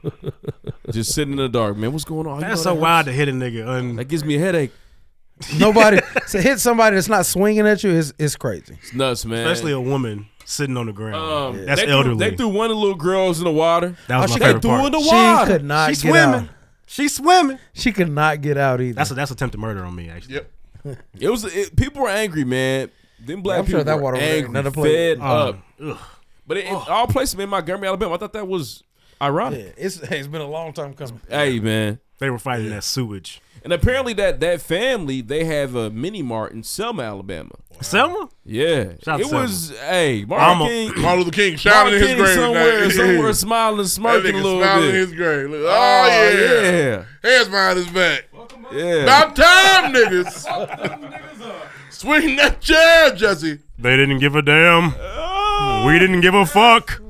[SPEAKER 1] just sitting in the dark, man. What's going on? You
[SPEAKER 4] That's
[SPEAKER 1] know
[SPEAKER 4] so
[SPEAKER 1] that
[SPEAKER 4] wild to hit a nigga. Un-
[SPEAKER 1] that gives me a
[SPEAKER 4] [laughs]
[SPEAKER 1] headache. [laughs]
[SPEAKER 12] Nobody to hit somebody that's not swinging at you is is crazy.
[SPEAKER 1] It's nuts, man.
[SPEAKER 4] Especially a woman sitting on the ground.
[SPEAKER 1] Um,
[SPEAKER 4] That's
[SPEAKER 1] they threw-
[SPEAKER 4] elderly.
[SPEAKER 1] they threw one of the little girls in the water.
[SPEAKER 4] That was
[SPEAKER 12] Oh,
[SPEAKER 4] my
[SPEAKER 12] she
[SPEAKER 1] They
[SPEAKER 4] favorite
[SPEAKER 1] threw her in
[SPEAKER 4] part.
[SPEAKER 1] the
[SPEAKER 12] She
[SPEAKER 1] water.
[SPEAKER 12] could not
[SPEAKER 4] She's
[SPEAKER 12] get
[SPEAKER 4] swimming.
[SPEAKER 12] out.
[SPEAKER 4] She's swimming.
[SPEAKER 12] She could not get out either.
[SPEAKER 4] That's a, that's attempted murder on me. Actually,
[SPEAKER 2] Yep.
[SPEAKER 1] [laughs] It was it, people were angry, man. Them black
[SPEAKER 12] Yeah, I'm sure
[SPEAKER 1] people
[SPEAKER 12] that
[SPEAKER 1] were
[SPEAKER 12] water was
[SPEAKER 1] angry,
[SPEAKER 12] another Uh. plate.
[SPEAKER 1] fed
[SPEAKER 4] Um,
[SPEAKER 1] up. But it, it all places in Montgomery, Alabama. I thought that was ironic.
[SPEAKER 12] Yeah, it's hey, it's been a long time coming.
[SPEAKER 1] Hey, man.
[SPEAKER 4] they were fighting that sewage.
[SPEAKER 1] And apparently that that family they have a mini mart in Selma, Alabama.
[SPEAKER 4] Selma.
[SPEAKER 1] Yeah,
[SPEAKER 4] Shout out
[SPEAKER 1] it
[SPEAKER 4] to
[SPEAKER 1] was hey
[SPEAKER 4] I'm
[SPEAKER 1] Martin
[SPEAKER 4] a-
[SPEAKER 1] King.
[SPEAKER 2] Martin Luther King shouting in
[SPEAKER 1] Martin
[SPEAKER 2] his
[SPEAKER 1] King
[SPEAKER 2] grave
[SPEAKER 1] somewhere,
[SPEAKER 2] tonight. [laughs]
[SPEAKER 1] somewhere smiling, smirking
[SPEAKER 2] That
[SPEAKER 1] a
[SPEAKER 2] nigga
[SPEAKER 1] little
[SPEAKER 2] smiling in
[SPEAKER 1] bit.
[SPEAKER 2] his grave. Look, oh,
[SPEAKER 1] Oh,
[SPEAKER 2] yeah.
[SPEAKER 1] yeah.
[SPEAKER 2] Hands behind his back.
[SPEAKER 1] Yeah,
[SPEAKER 2] About time, niggas.
[SPEAKER 1] [laughs]
[SPEAKER 2] Swing that chair, Jesse.
[SPEAKER 4] They didn't give a damn.
[SPEAKER 1] Ah.
[SPEAKER 4] We didn't give a fuck.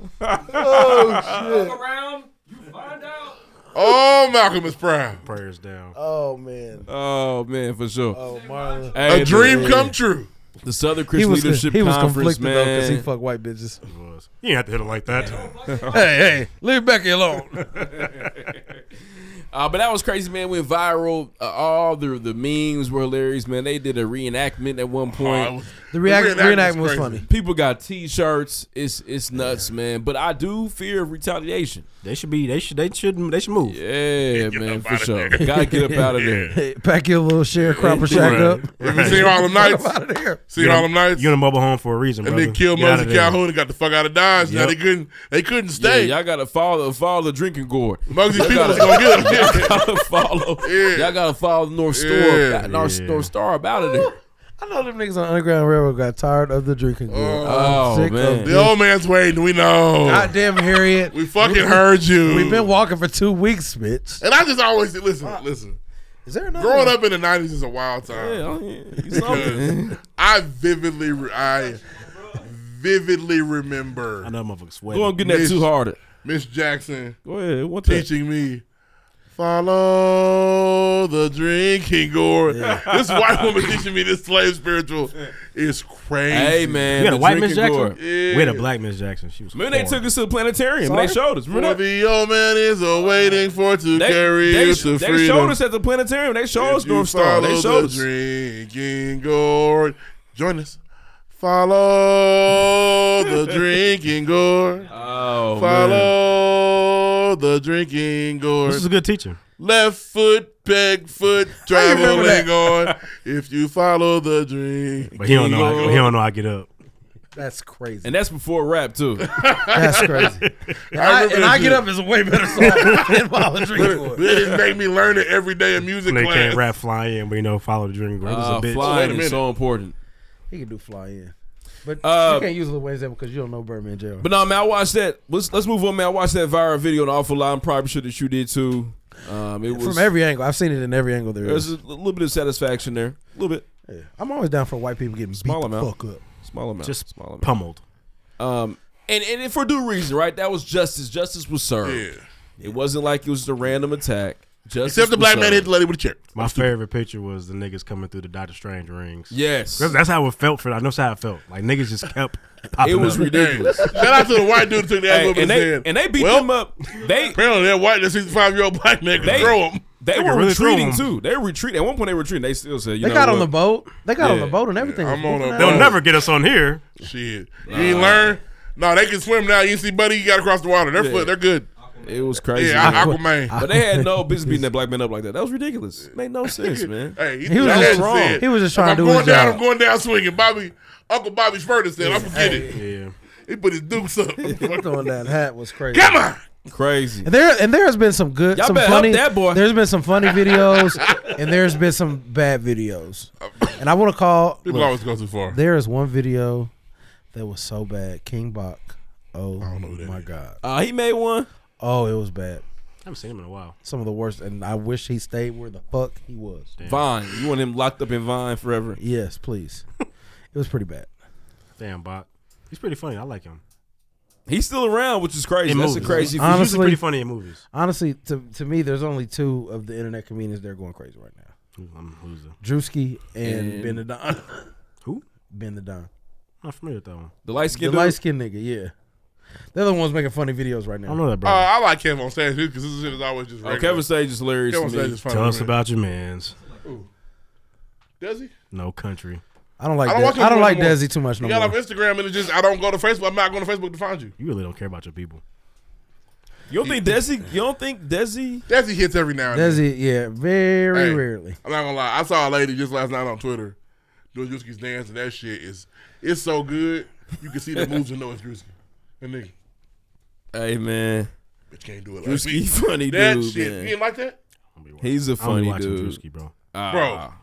[SPEAKER 2] Oh, Malcolm is proud.
[SPEAKER 4] Prayers down.
[SPEAKER 12] Oh man.
[SPEAKER 1] oh man, for sure.
[SPEAKER 12] Oh Marlon.
[SPEAKER 1] Hey,
[SPEAKER 2] a dream
[SPEAKER 1] the-
[SPEAKER 2] come true.
[SPEAKER 1] The Southern
[SPEAKER 12] He
[SPEAKER 1] Christian
[SPEAKER 12] was
[SPEAKER 1] Leadership
[SPEAKER 12] he was
[SPEAKER 1] Conference,
[SPEAKER 12] conflicted though because he
[SPEAKER 1] man.
[SPEAKER 12] fucked white bitches.
[SPEAKER 4] You ain't have to hit it like
[SPEAKER 1] [laughs]
[SPEAKER 4] that.
[SPEAKER 12] hey, hey, leave
[SPEAKER 4] [laughs]
[SPEAKER 12] Becky alone.
[SPEAKER 1] Uh, but that was crazy, man. Went viral. Uh, all the the memes were hilarious, man. They did a reenactment at one point.
[SPEAKER 2] Oh,
[SPEAKER 12] The react-
[SPEAKER 2] reenactment's
[SPEAKER 12] reenactment was
[SPEAKER 2] crazy.
[SPEAKER 12] funny.
[SPEAKER 1] People got T-shirts. It's it's nuts, man. But I do fear of retaliation.
[SPEAKER 4] They should be. They should. They should. They should move.
[SPEAKER 1] Yeah, man,
[SPEAKER 2] up
[SPEAKER 1] for
[SPEAKER 2] outta
[SPEAKER 1] sure.
[SPEAKER 2] there.
[SPEAKER 1] Gotta get up out of
[SPEAKER 12] [laughs]
[SPEAKER 1] there.
[SPEAKER 12] Hey, pack your
[SPEAKER 1] [laughs]
[SPEAKER 12] little sharecropper shack up.
[SPEAKER 2] Have you seen Harlem Nights?
[SPEAKER 12] Out of here.
[SPEAKER 2] Seen Harlem Nights?
[SPEAKER 4] You in a mobile home for a reason,
[SPEAKER 2] And
[SPEAKER 4] brother.
[SPEAKER 2] they killed
[SPEAKER 4] Get outta
[SPEAKER 2] Mosey
[SPEAKER 4] there.
[SPEAKER 2] Calhoun and got the fuck out of Dodge.
[SPEAKER 1] Yep.
[SPEAKER 2] Now they couldn't. They couldn't
[SPEAKER 1] Yeah,
[SPEAKER 2] stay.
[SPEAKER 1] y'all gotta
[SPEAKER 2] [laughs]
[SPEAKER 1] follow Uh, follow the drinking gourd.
[SPEAKER 2] Muggsy
[SPEAKER 1] Y'all
[SPEAKER 2] people was
[SPEAKER 1] gotta-
[SPEAKER 2] gonna get him.
[SPEAKER 1] Y'all gotta [laughs] follow.
[SPEAKER 2] Yeah.
[SPEAKER 1] Y'all gotta follow the North Star.
[SPEAKER 2] Yeah.
[SPEAKER 1] Got North,
[SPEAKER 4] Yeah.
[SPEAKER 1] North Star up out of there.
[SPEAKER 12] I know them niggas on Underground Railroad got tired of the drinking. game.
[SPEAKER 1] Oh,
[SPEAKER 12] I'm sick
[SPEAKER 1] man.
[SPEAKER 12] of
[SPEAKER 2] The
[SPEAKER 12] this.
[SPEAKER 2] old man's waiting. We know.
[SPEAKER 12] Goddamn Harriet.
[SPEAKER 2] we fucking heard you.
[SPEAKER 12] We've been walking for two weeks, bitch.
[SPEAKER 2] And I just always listen. Listen.
[SPEAKER 12] Is there another
[SPEAKER 2] Growing
[SPEAKER 12] one?
[SPEAKER 2] up in the nineties is a wild time.
[SPEAKER 1] Yeah, yeah,
[SPEAKER 2] [laughs]
[SPEAKER 1] you something.
[SPEAKER 2] Because I vividly, re- I vividly remember
[SPEAKER 4] I know, motherfuckers
[SPEAKER 1] Go on,
[SPEAKER 4] sweating.
[SPEAKER 1] getting that too hard.
[SPEAKER 2] Miss Jackson
[SPEAKER 1] Go ahead, one that?
[SPEAKER 2] teaching me. Follow the drinking gourd. This white woman [laughs] teaching me this slave spiritual is crazy.
[SPEAKER 1] Hey man,
[SPEAKER 4] You had a
[SPEAKER 1] the
[SPEAKER 4] white Miss
[SPEAKER 1] drinking
[SPEAKER 4] Jackson.
[SPEAKER 1] gourd.
[SPEAKER 4] We had a black Miss Jackson. She was.
[SPEAKER 1] Remember they
[SPEAKER 4] foreign.
[SPEAKER 1] took us to the planetarium. and They showed us. Remember
[SPEAKER 2] For
[SPEAKER 1] that?
[SPEAKER 2] the old man is a waiting for to
[SPEAKER 1] They,
[SPEAKER 2] carry
[SPEAKER 1] they,
[SPEAKER 2] you
[SPEAKER 1] sh-
[SPEAKER 2] to
[SPEAKER 1] they
[SPEAKER 2] freedom.
[SPEAKER 1] showed us at the planetarium. They showed us
[SPEAKER 2] If you
[SPEAKER 1] North Star. They
[SPEAKER 2] follow
[SPEAKER 1] showed
[SPEAKER 2] the
[SPEAKER 1] us.
[SPEAKER 2] drinking gourd. Join us.
[SPEAKER 1] [laughs]
[SPEAKER 2] Follow the drinking gourd.
[SPEAKER 1] Oh
[SPEAKER 2] Follow the drinking
[SPEAKER 4] This is a
[SPEAKER 2] gourd.
[SPEAKER 4] good teacher.
[SPEAKER 2] Left foot,
[SPEAKER 1] [laughs]
[SPEAKER 2] peg foot, traveling on. If you follow the drink.
[SPEAKER 4] But he don't know.
[SPEAKER 2] Oh.
[SPEAKER 4] I, he don't know. I get up.
[SPEAKER 12] That's crazy.
[SPEAKER 1] and that's before rap too.
[SPEAKER 12] [laughs] That's
[SPEAKER 2] [laughs]
[SPEAKER 12] crazy. [laughs] and I,
[SPEAKER 2] remember
[SPEAKER 12] and
[SPEAKER 2] that
[SPEAKER 12] I
[SPEAKER 2] shit.
[SPEAKER 12] get up is a way
[SPEAKER 1] [laughs]
[SPEAKER 12] better song [laughs]
[SPEAKER 2] [laughs]
[SPEAKER 12] than Molly Drinking Water.
[SPEAKER 2] They just make me learn it every day in music
[SPEAKER 4] They
[SPEAKER 2] class.
[SPEAKER 4] can't rap fly in, but you know, follow the dream. Girl.
[SPEAKER 1] Uh,
[SPEAKER 4] This is a bitch.
[SPEAKER 1] flying
[SPEAKER 2] Wait a
[SPEAKER 1] is so important.
[SPEAKER 12] He can do fly in. But
[SPEAKER 1] Uh,
[SPEAKER 12] you can't use Lil Wayne's example because you don't know Birdman Jail.
[SPEAKER 1] But no, man, I watched that. Let's let's move on, man. I watched that viral video on awful lot. I'm probably sure that you did too. Um, it was
[SPEAKER 12] From every angle, I've seen it in every angle there
[SPEAKER 1] There's
[SPEAKER 12] is.
[SPEAKER 1] a little bit of satisfaction there. A little bit,
[SPEAKER 12] Yeah. I'm always down for white people getting
[SPEAKER 1] Small
[SPEAKER 12] beat the
[SPEAKER 1] amount.
[SPEAKER 12] fuck up.
[SPEAKER 1] small amount,
[SPEAKER 4] Just
[SPEAKER 1] small amount.
[SPEAKER 4] pummeled.
[SPEAKER 1] Um, and and for due reason, right? That was justice. Justice was served.
[SPEAKER 2] Yeah.
[SPEAKER 1] It wasn't like it was just a random attack. Justice
[SPEAKER 2] Except the
[SPEAKER 1] was
[SPEAKER 2] black man
[SPEAKER 1] served.
[SPEAKER 2] hit the lady with a chair.
[SPEAKER 4] My favorite picture was the niggas coming through the Doctor Strange rings.
[SPEAKER 1] Yes,
[SPEAKER 4] That's, that's how it felt for. I know that's how it felt. Like niggas just kept
[SPEAKER 1] [laughs]
[SPEAKER 4] popping
[SPEAKER 1] it was
[SPEAKER 4] up. [laughs]
[SPEAKER 1] ridiculous.
[SPEAKER 2] Shout out to the white dude who took the
[SPEAKER 1] Hey,
[SPEAKER 2] elbow in
[SPEAKER 1] and,
[SPEAKER 2] his
[SPEAKER 1] they,
[SPEAKER 2] hand.
[SPEAKER 1] and they beat
[SPEAKER 2] Well,
[SPEAKER 1] them up. They
[SPEAKER 2] [laughs] Apparently that white, that 65 year old black man can
[SPEAKER 1] They-
[SPEAKER 2] throw him.
[SPEAKER 1] they
[SPEAKER 4] could
[SPEAKER 1] were
[SPEAKER 4] really throw
[SPEAKER 1] retreating
[SPEAKER 4] 'em.
[SPEAKER 1] too. They were retreating. At one point, they were retreating. They still said, "You
[SPEAKER 12] They
[SPEAKER 1] know
[SPEAKER 12] got
[SPEAKER 1] what?
[SPEAKER 12] on the boat. They got on the
[SPEAKER 1] Yeah.
[SPEAKER 12] boat and everything.
[SPEAKER 2] I'm on a
[SPEAKER 4] They'll
[SPEAKER 2] boat.
[SPEAKER 4] never get us on here.
[SPEAKER 2] Shit. You ain't learn? No, they can swim now. You see Buddy, you got across the water. They're,
[SPEAKER 1] Yeah.
[SPEAKER 2] foot, they're good.
[SPEAKER 1] It was crazy.
[SPEAKER 2] Yeah,
[SPEAKER 1] man.
[SPEAKER 2] Aquaman.
[SPEAKER 1] But they had no business beating that black man up like that. That was ridiculous. Made no sense, man.
[SPEAKER 2] [laughs] Hey,
[SPEAKER 1] He was
[SPEAKER 2] y'all
[SPEAKER 1] just
[SPEAKER 2] hadn't
[SPEAKER 1] wrong.
[SPEAKER 2] said,
[SPEAKER 1] He was just
[SPEAKER 2] if
[SPEAKER 1] trying to
[SPEAKER 2] I'm
[SPEAKER 1] do
[SPEAKER 2] going
[SPEAKER 1] his
[SPEAKER 2] down,
[SPEAKER 1] job.
[SPEAKER 2] I'm going down swinging. Bobby, Uncle Bobby Schmurter said, "I'm forget it."
[SPEAKER 4] Yeah,
[SPEAKER 2] he put his dukes up.
[SPEAKER 12] Throwing that hat was crazy.
[SPEAKER 2] Come on,
[SPEAKER 1] crazy.
[SPEAKER 12] And there and there has been some good,
[SPEAKER 1] Y'all
[SPEAKER 12] some
[SPEAKER 1] better help
[SPEAKER 12] funny.
[SPEAKER 1] that boy.
[SPEAKER 12] There's been some funny videos, and there's been some bad videos. And I want to call.
[SPEAKER 2] People always go too far.
[SPEAKER 12] There is one video that was so bad. King Bach. Oh my god.
[SPEAKER 1] Uh, he made one.
[SPEAKER 12] Oh, it was bad.
[SPEAKER 4] I haven't seen him in a while.
[SPEAKER 12] Some of the worst. And I wish he stayed where the fuck he was.
[SPEAKER 1] Vine. You want him locked up in Vine forever?
[SPEAKER 12] Yes, please. it was pretty bad.
[SPEAKER 4] Damn, Bot. He's pretty funny. I like him.
[SPEAKER 1] He's still around, which is crazy.
[SPEAKER 4] In
[SPEAKER 1] That's
[SPEAKER 4] movies.
[SPEAKER 1] a crazy.
[SPEAKER 4] He's usually pretty funny in movies.
[SPEAKER 12] Honestly, to to me, there's only two of the internet comedians that are going crazy right now.
[SPEAKER 4] Um, who's the-
[SPEAKER 12] Drewski and,
[SPEAKER 4] And-
[SPEAKER 12] Ben the Don.
[SPEAKER 4] [laughs] Who?
[SPEAKER 12] Ben the Don.
[SPEAKER 4] Not familiar with that one.
[SPEAKER 1] The light-skinned dude?
[SPEAKER 12] The light skinned nigga, yeah. They're the ones making funny videos right now.
[SPEAKER 2] Uh, I like Kevin on stage because this shit is always just. regular. Kevin Sage is funny.
[SPEAKER 4] Tell us
[SPEAKER 2] man.
[SPEAKER 4] about your man's.
[SPEAKER 2] Does he?
[SPEAKER 4] No country.
[SPEAKER 12] I don't like.
[SPEAKER 2] watch
[SPEAKER 12] Des-
[SPEAKER 2] him
[SPEAKER 12] I don't
[SPEAKER 2] no
[SPEAKER 12] like
[SPEAKER 2] more.
[SPEAKER 12] Desi too much no
[SPEAKER 2] You got
[SPEAKER 12] more.
[SPEAKER 2] off Instagram and it's just I don't go to Facebook. I'm not going to Facebook to find you.
[SPEAKER 4] You really don't care about your people.
[SPEAKER 1] You don't think Desi? You don't think Desi?
[SPEAKER 2] Desi hits every
[SPEAKER 1] Oh,
[SPEAKER 2] now and then.
[SPEAKER 12] Desi, yeah, very
[SPEAKER 2] Hey,
[SPEAKER 12] rarely.
[SPEAKER 2] I'm not gonna lie. I saw a lady just last night on Twitter doing Drewski's dance, and that shit is it's so good. You can see the moves and know it's Drewski. And nigga,
[SPEAKER 1] Hey man,
[SPEAKER 2] bitch can't do it like
[SPEAKER 1] Drewski [laughs]
[SPEAKER 2] me.
[SPEAKER 1] funny
[SPEAKER 2] that
[SPEAKER 1] dude.
[SPEAKER 2] shit.
[SPEAKER 1] man.
[SPEAKER 2] You didn't like that,
[SPEAKER 1] He's a
[SPEAKER 4] I only
[SPEAKER 1] funny
[SPEAKER 4] watch him
[SPEAKER 1] dude,
[SPEAKER 4] Drewski, bro.
[SPEAKER 1] Ah.
[SPEAKER 2] bro?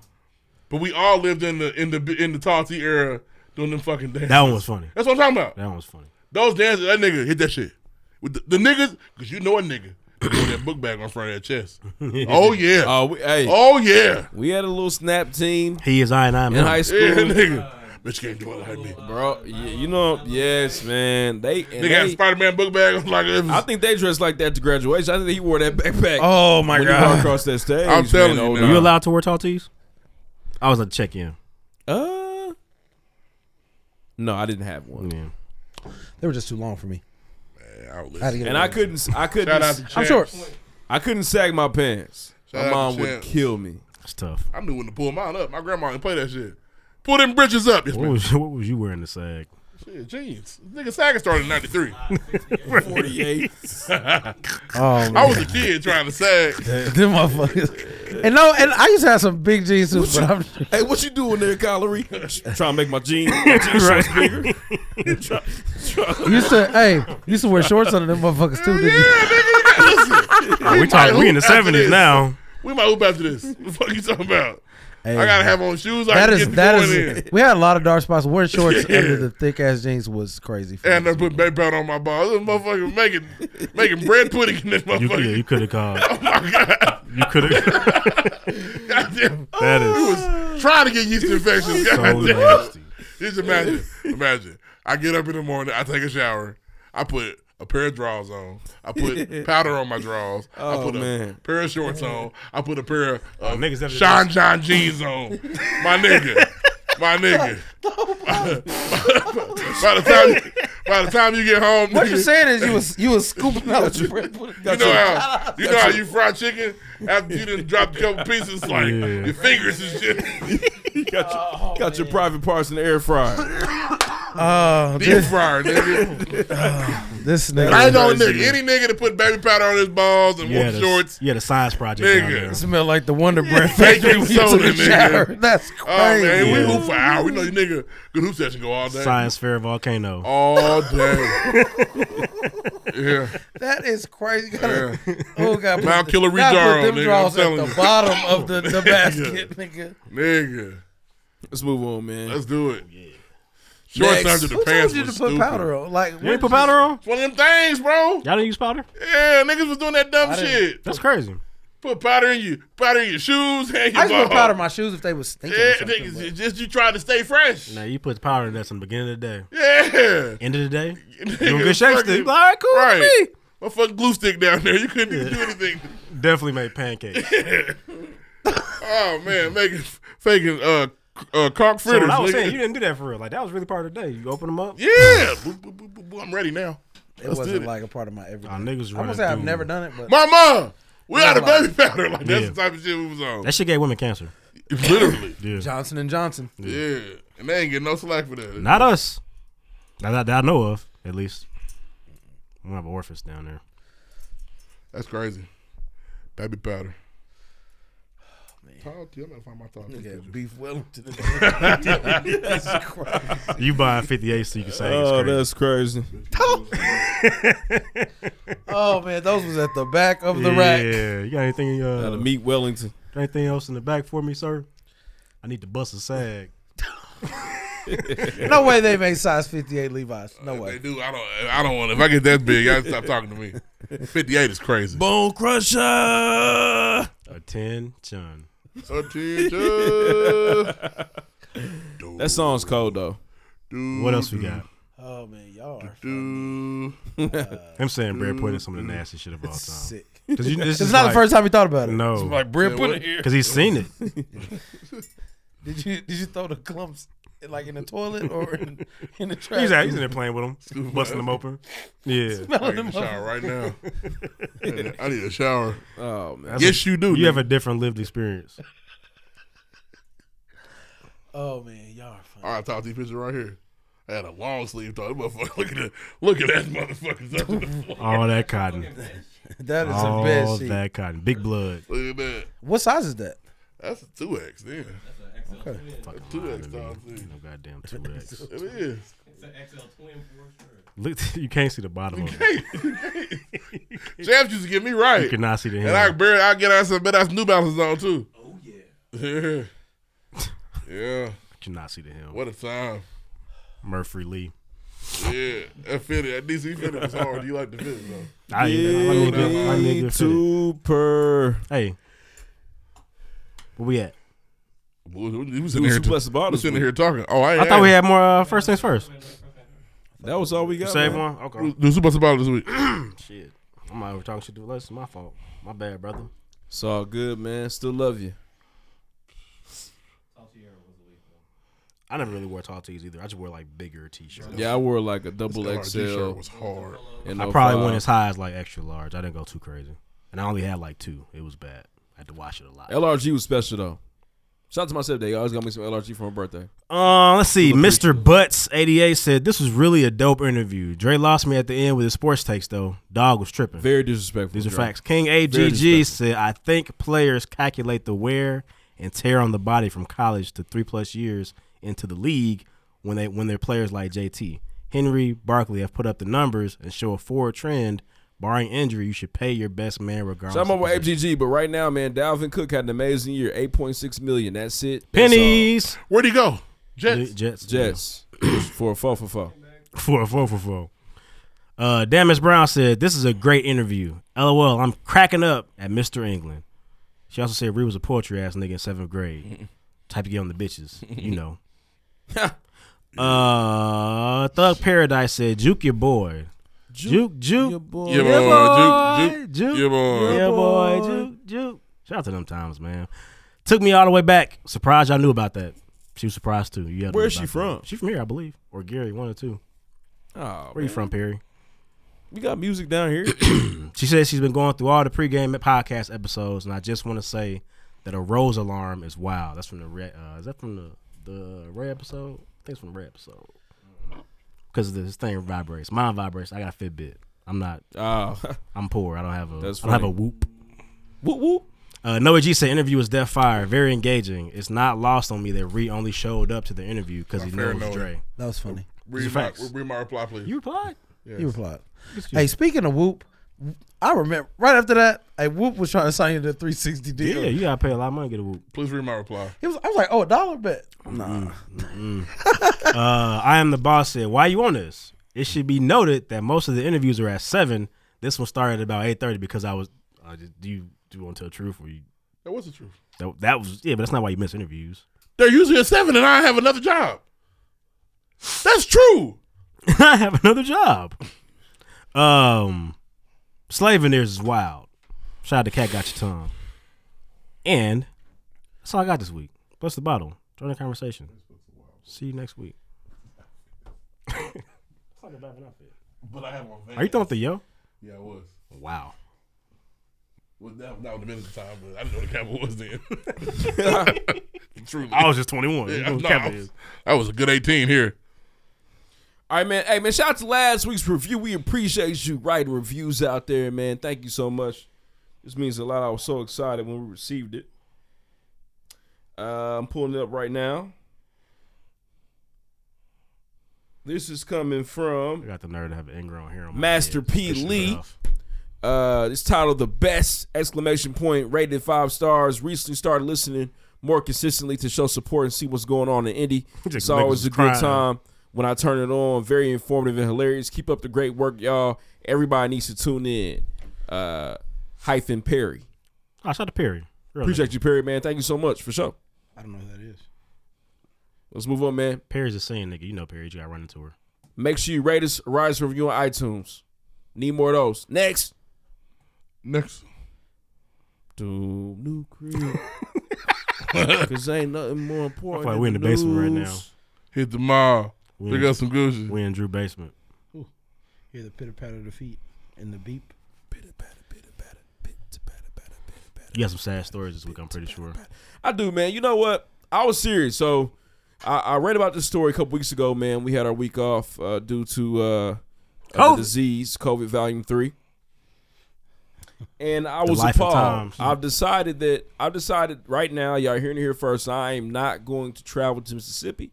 [SPEAKER 2] But we all lived in the in the in the Tall T era doing them fucking dances.
[SPEAKER 4] That one was funny.
[SPEAKER 2] That's what I'm talking about.
[SPEAKER 4] That one was funny.
[SPEAKER 2] Those dances, that nigga hit that shit with the, the niggas because you know a nigga. With that book bag on front of
[SPEAKER 1] [laughs]
[SPEAKER 2] that chest. Oh yeah.
[SPEAKER 1] Oh, we, hey.
[SPEAKER 2] Oh yeah.
[SPEAKER 1] We had a little snap team.
[SPEAKER 4] He is I and I
[SPEAKER 1] in
[SPEAKER 4] am him.
[SPEAKER 1] high school.
[SPEAKER 2] Yeah, nigga. Bitch can't do it like me,
[SPEAKER 1] bro. Yeah, you know, yes, man. They and
[SPEAKER 2] Nigga had Spider Man book bag. [laughs] I'm like, it was-
[SPEAKER 1] I think they dressed like that to graduation. I think he wore that backpack.
[SPEAKER 12] Oh, my
[SPEAKER 1] when
[SPEAKER 12] God.
[SPEAKER 1] He walked across that stage.
[SPEAKER 2] I'm telling
[SPEAKER 1] man,
[SPEAKER 2] you,
[SPEAKER 1] oh,
[SPEAKER 4] Were
[SPEAKER 1] no.
[SPEAKER 4] you allowed to wear tall tees? I was at check in.
[SPEAKER 1] Uh, no, I didn't have one.
[SPEAKER 12] They were just too long for [laughs] me. I had to get
[SPEAKER 1] And
[SPEAKER 12] away.
[SPEAKER 1] I couldn't. I couldn't.
[SPEAKER 12] Shout out to I'm short. Champs.
[SPEAKER 1] I couldn't sag my pants.
[SPEAKER 2] Shout out
[SPEAKER 1] my
[SPEAKER 2] to
[SPEAKER 1] mom would
[SPEAKER 2] Champs.
[SPEAKER 1] kill me.
[SPEAKER 4] It's tough.
[SPEAKER 2] I'm doing to pull mine up. My grandma didn't play that shit. Pull them britches up. Yes,
[SPEAKER 4] What
[SPEAKER 2] ma'am.
[SPEAKER 4] was, what was you wearing to sag?
[SPEAKER 2] Shit, jeans. Nigga, Saga started in '93.
[SPEAKER 1] 48.
[SPEAKER 12] Oh,
[SPEAKER 2] I was a
[SPEAKER 12] man.
[SPEAKER 2] kid trying to
[SPEAKER 12] [laughs]
[SPEAKER 2] sag. [laughs]
[SPEAKER 12] Them motherfuckers. And no, and I used to have some big jeans too,
[SPEAKER 1] What
[SPEAKER 12] but
[SPEAKER 1] you-
[SPEAKER 12] I'm
[SPEAKER 1] [laughs] hey, what you doing there, Collery?
[SPEAKER 12] [laughs]
[SPEAKER 1] trying to make my jeans, my jean shorts bigger. Try- try-
[SPEAKER 12] [laughs] used to hey used to wear shorts under them motherfuckers too. Didn't
[SPEAKER 2] Listen,
[SPEAKER 4] we talking- we in the
[SPEAKER 2] hoop after
[SPEAKER 4] 70s
[SPEAKER 2] this.
[SPEAKER 4] now.
[SPEAKER 2] We might hoop after this. What the fuck you talking about?
[SPEAKER 12] Hey,
[SPEAKER 2] I gotta have on shoes. I
[SPEAKER 12] that
[SPEAKER 2] can
[SPEAKER 12] is
[SPEAKER 2] get
[SPEAKER 12] that
[SPEAKER 2] the
[SPEAKER 12] is.
[SPEAKER 2] going in.
[SPEAKER 12] We had a lot of dark spots.
[SPEAKER 2] [laughs]
[SPEAKER 12] Wearing shorts
[SPEAKER 2] Yeah.
[SPEAKER 12] under the thick ass jeans was crazy. For
[SPEAKER 2] And
[SPEAKER 12] me.
[SPEAKER 2] I put baby powder on my balls. This motherfucker making making bread pudding in this
[SPEAKER 4] You,
[SPEAKER 2] motherfucker.
[SPEAKER 4] yeah, you could have called.
[SPEAKER 2] Oh my god.
[SPEAKER 4] You could have.
[SPEAKER 2] [laughs] Goddamn.
[SPEAKER 4] That is-
[SPEAKER 2] You was trying to get yeast infections.
[SPEAKER 4] So
[SPEAKER 2] Goddamn.
[SPEAKER 4] nasty.
[SPEAKER 2] Just imagine. Imagine. I get up in the morning, I take a shower, I put a pair of drawers on. I
[SPEAKER 1] [laughs]
[SPEAKER 2] put powder on my drawers. I
[SPEAKER 1] Oh,
[SPEAKER 2] put a
[SPEAKER 1] man.
[SPEAKER 2] pair of shorts on. I put a pair of uh,
[SPEAKER 4] Oh, niggas have to-
[SPEAKER 2] Sean John jeans on. My
[SPEAKER 4] [laughs]
[SPEAKER 2] nigga. My
[SPEAKER 1] [laughs]
[SPEAKER 2] nigga. [laughs] by the time you, [laughs] by the time you get home,
[SPEAKER 12] What you're
[SPEAKER 2] nigga,
[SPEAKER 12] saying is you was you was scooping
[SPEAKER 2] [laughs]
[SPEAKER 12] out your bread.
[SPEAKER 2] you know how you know how you fry chicken after you done dropped a couple pieces, like
[SPEAKER 1] Yeah.
[SPEAKER 2] your fingers and shit.
[SPEAKER 1] you [laughs] got your, got your private parts in the air
[SPEAKER 2] [laughs]
[SPEAKER 1] fryer.
[SPEAKER 4] Uh,
[SPEAKER 12] Oh,
[SPEAKER 2] Deep
[SPEAKER 12] this,
[SPEAKER 4] [laughs]
[SPEAKER 2] fryer, nigga.
[SPEAKER 12] [laughs] this nigga.
[SPEAKER 2] I know, nigga. Any nigga to put baby powder on his balls and
[SPEAKER 4] Yeah,
[SPEAKER 2] [laughs] wore
[SPEAKER 4] the,
[SPEAKER 2] shorts,
[SPEAKER 4] Yeah, the science project. down
[SPEAKER 2] Nigga.
[SPEAKER 4] there.
[SPEAKER 12] Smell like the Wonder Bread factory.
[SPEAKER 2] [laughs] baking
[SPEAKER 12] when you took
[SPEAKER 2] soda,
[SPEAKER 12] a shower. [laughs]
[SPEAKER 2] nigga.
[SPEAKER 12] That's
[SPEAKER 2] Oh man,
[SPEAKER 12] crazy.
[SPEAKER 2] we hoop for an hour. We know you nigga. Good hoop session go all day.
[SPEAKER 4] Science fair volcano.
[SPEAKER 12] [laughs]
[SPEAKER 2] All day. yeah.
[SPEAKER 12] That is crazy. You gotta-
[SPEAKER 2] Yeah.
[SPEAKER 12] Oh god,
[SPEAKER 2] Mount
[SPEAKER 12] put-
[SPEAKER 2] Killer
[SPEAKER 12] gotta put
[SPEAKER 2] Rejar,
[SPEAKER 12] them
[SPEAKER 2] nigga.
[SPEAKER 12] drawers
[SPEAKER 2] I'm telling
[SPEAKER 12] at the
[SPEAKER 2] you.
[SPEAKER 12] bottom of
[SPEAKER 2] [laughs]
[SPEAKER 12] the, the
[SPEAKER 2] Nigga.
[SPEAKER 12] basket, nigga.
[SPEAKER 2] Nigga.
[SPEAKER 1] Let's move on, man.
[SPEAKER 2] Let's do it. Shorts
[SPEAKER 1] Next.
[SPEAKER 2] under the
[SPEAKER 1] Who told
[SPEAKER 2] pants.
[SPEAKER 12] you to
[SPEAKER 2] was
[SPEAKER 12] put
[SPEAKER 2] stupid.
[SPEAKER 12] powder on? Like,
[SPEAKER 4] You ain't put powder on?
[SPEAKER 2] It's One of them things, bro.
[SPEAKER 4] Y'all didn't use powder?
[SPEAKER 2] Yeah, niggas was doing that dumb shit.
[SPEAKER 4] That's crazy.
[SPEAKER 2] Put powder in you, powder in your shoes, and your
[SPEAKER 12] I used to put
[SPEAKER 2] ball.
[SPEAKER 12] powder in my shoes if they
[SPEAKER 2] [laughs]
[SPEAKER 12] was stinking. or
[SPEAKER 2] Yeah,
[SPEAKER 12] something,
[SPEAKER 2] niggas,
[SPEAKER 12] but-
[SPEAKER 2] it's just you trying to stay fresh.
[SPEAKER 4] Now you put powder in that from the beginning of the day.
[SPEAKER 2] Yeah.
[SPEAKER 4] End of the day, you
[SPEAKER 2] Nigga,
[SPEAKER 4] doing good shakes.
[SPEAKER 2] fucking-
[SPEAKER 4] Dude. You be Like, All right, cool. with
[SPEAKER 2] Right. My fucking glue stick down there. You couldn't even do anything.
[SPEAKER 4] me." Definitely made pancakes.
[SPEAKER 2] [laughs] Oh man, making faking uh c- uh cock
[SPEAKER 4] So
[SPEAKER 2] fritters.
[SPEAKER 4] what I was
[SPEAKER 2] nigga.
[SPEAKER 4] saying, you didn't do that for real. Like that was really part of the day. You open them up.
[SPEAKER 2] Yeah. Boop, boop, boop, boop, boop. I'm ready now.
[SPEAKER 12] It
[SPEAKER 2] Let's
[SPEAKER 12] wasn't
[SPEAKER 2] do it.
[SPEAKER 12] like a part of my everyday.
[SPEAKER 4] Nah, niggas running
[SPEAKER 12] I won't say I've
[SPEAKER 4] through.
[SPEAKER 12] never done it, but
[SPEAKER 2] Mama, we
[SPEAKER 12] Yeah,
[SPEAKER 2] had a
[SPEAKER 12] like-
[SPEAKER 2] baby powder. Like that's
[SPEAKER 4] Yeah.
[SPEAKER 2] the type of shit we was on.
[SPEAKER 4] That shit gave women cancer.
[SPEAKER 2] Literally.
[SPEAKER 4] [laughs] Yeah.
[SPEAKER 12] Johnson and Johnson.
[SPEAKER 2] Yeah. And they ain't getting no slack for that.
[SPEAKER 4] Not us. Not that, that I know of, at least. We don't have orphans down there.
[SPEAKER 2] That's crazy. That'd be powder. Todd, you gotta find my Todd.
[SPEAKER 3] Nigga,
[SPEAKER 2] picture.
[SPEAKER 3] beef Wellington.
[SPEAKER 2] [laughs]
[SPEAKER 12] [laughs]
[SPEAKER 2] Jesus Christ.
[SPEAKER 4] You buying 58 so you can say it's
[SPEAKER 1] Oh,
[SPEAKER 4] crazy.
[SPEAKER 1] that's crazy.
[SPEAKER 2] [laughs]
[SPEAKER 4] [laughs]
[SPEAKER 12] oh man, those was at the back of [laughs] the
[SPEAKER 4] yeah,
[SPEAKER 12] rack.
[SPEAKER 4] you got anything? Uh,
[SPEAKER 1] Gotta meet Wellington.
[SPEAKER 4] got Anything else in the back for me, sir? I need to bust a sag.
[SPEAKER 12] No way they made size 58 Levi's. No way.
[SPEAKER 2] They do. I don't. I don't want.
[SPEAKER 12] [laughs]
[SPEAKER 2] If I get that big, I stop talking to me. Fifty eight is crazy.
[SPEAKER 1] Bone crusher.
[SPEAKER 4] Attention.
[SPEAKER 2] [laughs]
[SPEAKER 1] That song's cold though.
[SPEAKER 4] What else we got?
[SPEAKER 12] Oh man, y'all are. Uh,
[SPEAKER 4] I'm saying bread pudding is some of the nasty shit of all time.
[SPEAKER 12] mm-hmm. Sick.
[SPEAKER 4] 'Cause you- this
[SPEAKER 12] It's
[SPEAKER 4] is
[SPEAKER 12] not the first time he thought about it.
[SPEAKER 4] No,
[SPEAKER 12] It's like, bread Yeah, pudding what- here.
[SPEAKER 4] because he's seen it.
[SPEAKER 12] [laughs] Did you did you throw the clumps like in the toilet or in, in the trash?
[SPEAKER 4] He's out. He's in
[SPEAKER 12] can.
[SPEAKER 4] there playing with them, busting them open. Yeah.
[SPEAKER 12] Smelling them
[SPEAKER 2] shower right now.
[SPEAKER 4] [laughs] I
[SPEAKER 2] need a shower.
[SPEAKER 1] Oh man.
[SPEAKER 4] That's
[SPEAKER 2] Yes,
[SPEAKER 4] a-
[SPEAKER 2] you do,
[SPEAKER 4] You have
[SPEAKER 2] nigga.
[SPEAKER 4] a different lived experience.
[SPEAKER 12] Oh man, y'all are
[SPEAKER 2] All right, Todd, these picture right here. I had a long sleeve. Thought motherfucker. [laughs] Look at that. Look at that motherfucker's up to the floor.
[SPEAKER 4] [laughs] All that cotton.
[SPEAKER 12] [laughs] That is a
[SPEAKER 4] All
[SPEAKER 12] bed
[SPEAKER 4] All
[SPEAKER 12] sheet.
[SPEAKER 4] that cotton. Big blood.
[SPEAKER 2] Look at that.
[SPEAKER 12] What size is that?
[SPEAKER 2] That's a two [laughs] X. Yeah.
[SPEAKER 12] Okay.
[SPEAKER 2] Two X, Todd. too.
[SPEAKER 4] No
[SPEAKER 13] [laughs]
[SPEAKER 4] goddamn two X.
[SPEAKER 2] It is.
[SPEAKER 13] It's an XL twin for sure.
[SPEAKER 4] Look, [laughs] you can't see the bottom of it.
[SPEAKER 2] Jeff used to get me right.
[SPEAKER 4] You could not see the
[SPEAKER 2] And I
[SPEAKER 4] hem.
[SPEAKER 2] barely, I get out some bad ass New Balances on too. Oh [laughs] yeah. Yeah. yeah.
[SPEAKER 4] You not see the hem.
[SPEAKER 2] What a time.
[SPEAKER 4] Murphy Lee.
[SPEAKER 2] Yeah. That fitted. That DC fitted was hard. You like the fitted though.
[SPEAKER 4] I, I like that. I like that.
[SPEAKER 1] Two per.
[SPEAKER 4] Hey, where we at?
[SPEAKER 2] He was
[SPEAKER 1] Dude,
[SPEAKER 2] in here.
[SPEAKER 1] Super Blessed Bottles
[SPEAKER 2] we sitting
[SPEAKER 1] with-
[SPEAKER 2] here talking. Oh, I, ain't
[SPEAKER 4] I thought we had more uh, first things first.
[SPEAKER 1] That was all we got.
[SPEAKER 4] Save
[SPEAKER 1] man.
[SPEAKER 4] one. Okay.
[SPEAKER 2] Do Super Blessed Bottles this week.
[SPEAKER 4] [clears throat] Shit. I'm out here talking shit to Les. It's my fault. My bad, brother.
[SPEAKER 1] It's all good, man. Still love you.
[SPEAKER 4] I never really wore tall tees either. I just wore like bigger t shirts.
[SPEAKER 1] Yeah, I wore like a double
[SPEAKER 2] This
[SPEAKER 1] XL.
[SPEAKER 2] LRG shirt was hard.
[SPEAKER 1] and
[SPEAKER 4] I
[SPEAKER 1] no
[SPEAKER 4] probably went
[SPEAKER 1] five.
[SPEAKER 4] as high as like extra large. I didn't go too crazy. And I only had like two. It was bad. I had to wash it a lot.
[SPEAKER 1] LRG was special though. Shout out to my stepdad. I always got me some LRG for my birthday.
[SPEAKER 4] Uh, let's see. Mr. Butts88 said, This was really a dope interview. Dre lost me at the end with his sports takes, though. Dog was tripping.
[SPEAKER 1] Very disrespectful.
[SPEAKER 4] These are
[SPEAKER 1] Dre.
[SPEAKER 4] facts. King
[SPEAKER 1] Very
[SPEAKER 4] AGG said, I think players calculate the wear and tear on the body from college to three plus years into the league when they when they're players like JT. Henry Barkley have put up the numbers and show a forward trend. Barring injury, you should pay your best man regardless.
[SPEAKER 1] So I'm
[SPEAKER 4] of
[SPEAKER 1] over
[SPEAKER 4] position.
[SPEAKER 1] AGG, but right now, man, Dalvin Cook had an amazing year. 8.6 million. That's it.
[SPEAKER 4] Pennies.
[SPEAKER 2] Where'd he go?
[SPEAKER 4] Jets. Jets.
[SPEAKER 1] Jets. [clears throat] for a four for four.
[SPEAKER 4] Four, four, four, four. Uh, Damas Brown said, "This is a great interview. LOL, I'm cracking up at Mr. England." She also said, "Ree was a poetry ass nigga in seventh grade, type to get on the bitches,
[SPEAKER 1] [laughs]
[SPEAKER 4] you know." uh, Thug Paradise said, "Juke your boy, juke, juke, your boy,
[SPEAKER 2] Your boy,
[SPEAKER 4] boy,
[SPEAKER 2] juke, juke,
[SPEAKER 4] juke,
[SPEAKER 2] your boy."
[SPEAKER 4] yeah, boy, juke, juke." Shout out to them times, man. Took me all the way back. Surprised I knew about that. She was surprised too. You had to
[SPEAKER 1] Where
[SPEAKER 4] know
[SPEAKER 1] is she
[SPEAKER 4] about
[SPEAKER 1] from?
[SPEAKER 4] that. She from here, I believe, or Gary, one or two.
[SPEAKER 1] Oh,
[SPEAKER 4] Where you
[SPEAKER 1] man.
[SPEAKER 4] from, Perry?
[SPEAKER 1] We got music down [clears throat] [laughs] here.
[SPEAKER 4] [clears throat] She says she's been going through all the pregame podcast episodes, and I just want to say that a rose alarm is wild. That's from the Ray. Uh, is that from the the Ray episode? I think it's from the Ray episode. Because this thing vibrates. Mine vibrates. I got a Fitbit. I'm not.
[SPEAKER 1] Oh. [laughs]
[SPEAKER 4] I'm poor. I don't have a.
[SPEAKER 1] That's
[SPEAKER 4] I don't have a
[SPEAKER 1] funny.
[SPEAKER 4] Whoop.
[SPEAKER 1] Whoop whoop.
[SPEAKER 4] Uh, Noah G said interview was death fire, very engaging. It's not lost on me that Ree only showed up to the interview because he
[SPEAKER 2] Fair
[SPEAKER 4] knows
[SPEAKER 2] Noah.
[SPEAKER 4] Dre.
[SPEAKER 12] That was funny.
[SPEAKER 4] These are
[SPEAKER 2] Read my,
[SPEAKER 4] facts.
[SPEAKER 2] read my reply, please.
[SPEAKER 4] You replied.
[SPEAKER 2] Yeah.
[SPEAKER 12] He replied.
[SPEAKER 4] Excuse
[SPEAKER 12] Hey,
[SPEAKER 4] me.
[SPEAKER 12] speaking of Whoop, I remember right after that, hey, Whoop was trying to sign you to 360 deal.
[SPEAKER 4] Yeah, you gotta pay a lot of money to get a Whoop.
[SPEAKER 2] Please read my reply.
[SPEAKER 12] He was, I was like, oh, a dollar bet.
[SPEAKER 4] Nah. uh, I am the boss said, "Why you on this?" It should be noted that most of the interviews are at seven. This one started about eight thirty because I was. Uh, do you do you want to tell the truth or you?
[SPEAKER 2] That was the truth.
[SPEAKER 4] That, that was yeah, but that's not why you miss interviews.
[SPEAKER 2] They're usually at seven, and I have another job. That's true.
[SPEAKER 4] [laughs] I have another job. Um, slaving theirs is wild. Shout out to Cat Got Your Tongue. And that's all I got this week. Bust the bottle. Join the conversation. See you next week.
[SPEAKER 2] But I have one.
[SPEAKER 4] Are you throwing the yo?
[SPEAKER 2] Yeah, I was.
[SPEAKER 4] Wow.
[SPEAKER 2] Well, that, that was the minute of time, but I didn't know the Cowboy was then. Truly. [laughs]
[SPEAKER 4] I was just 21. You
[SPEAKER 2] Yeah,
[SPEAKER 4] know
[SPEAKER 2] I-
[SPEAKER 4] what
[SPEAKER 2] no,
[SPEAKER 4] Kappa
[SPEAKER 2] I was-
[SPEAKER 4] is.
[SPEAKER 2] I was a good 18 here.
[SPEAKER 1] All right, man. Hey, man, shout out to last week's review. We appreciate you writing reviews out there, man. Thank you so much. This means a lot. I was so excited when we received it. Uh, I'm pulling it up right now. This is coming from
[SPEAKER 4] I got the nerve to have an ingrown hair on my
[SPEAKER 1] Master
[SPEAKER 4] head.
[SPEAKER 1] P.
[SPEAKER 4] Christian
[SPEAKER 1] Lee.
[SPEAKER 4] Ralph.
[SPEAKER 1] Uh, it's titled "The Best!" Exclamation point. Rated five stars. Recently started listening more consistently to show support and see what's going on in Indy.
[SPEAKER 4] Just
[SPEAKER 1] It's
[SPEAKER 4] niggas
[SPEAKER 1] always a good
[SPEAKER 4] crying.
[SPEAKER 1] time when I turn it on. Very informative and hilarious. Keep up the great work, y'all. Everybody needs to tune in. Uh, hyphen Perry.
[SPEAKER 4] Oh, shout out to Perry. Real
[SPEAKER 1] Appreciate you, Perry, man. Thank you so much for sure.
[SPEAKER 4] I don't know who that is.
[SPEAKER 1] Let's move on, man.
[SPEAKER 4] Perry's a singing nigga. You know Perry. You got to run into her.
[SPEAKER 1] Make sure you rate us, write us a review on iTunes. Need more of those. Next.
[SPEAKER 2] Next.
[SPEAKER 1] Doom new crib. [laughs] Cause ain't nothing more important.
[SPEAKER 4] like we in the basement right now.
[SPEAKER 2] Hit the mall.
[SPEAKER 4] We
[SPEAKER 2] They
[SPEAKER 4] in-
[SPEAKER 2] got some good shit.
[SPEAKER 4] We in Drew basement.
[SPEAKER 12] Hear the pitter patter of the
[SPEAKER 2] [laughs]
[SPEAKER 12] feet and the beep.
[SPEAKER 4] You got some sad stories this week. I'm pretty sure.
[SPEAKER 1] I do, man. You know what? I was serious. So I, I read about this story a couple weeks ago, man. We had our week off uh, due to uh, uh, the
[SPEAKER 4] COVID.
[SPEAKER 1] disease, COVID Volume Three, and I
[SPEAKER 4] The
[SPEAKER 1] was
[SPEAKER 4] life and
[SPEAKER 1] appalled.
[SPEAKER 4] times.
[SPEAKER 1] I've decided that I've decided right now, y'all hearing it here first. I am not going to travel to Mississippi.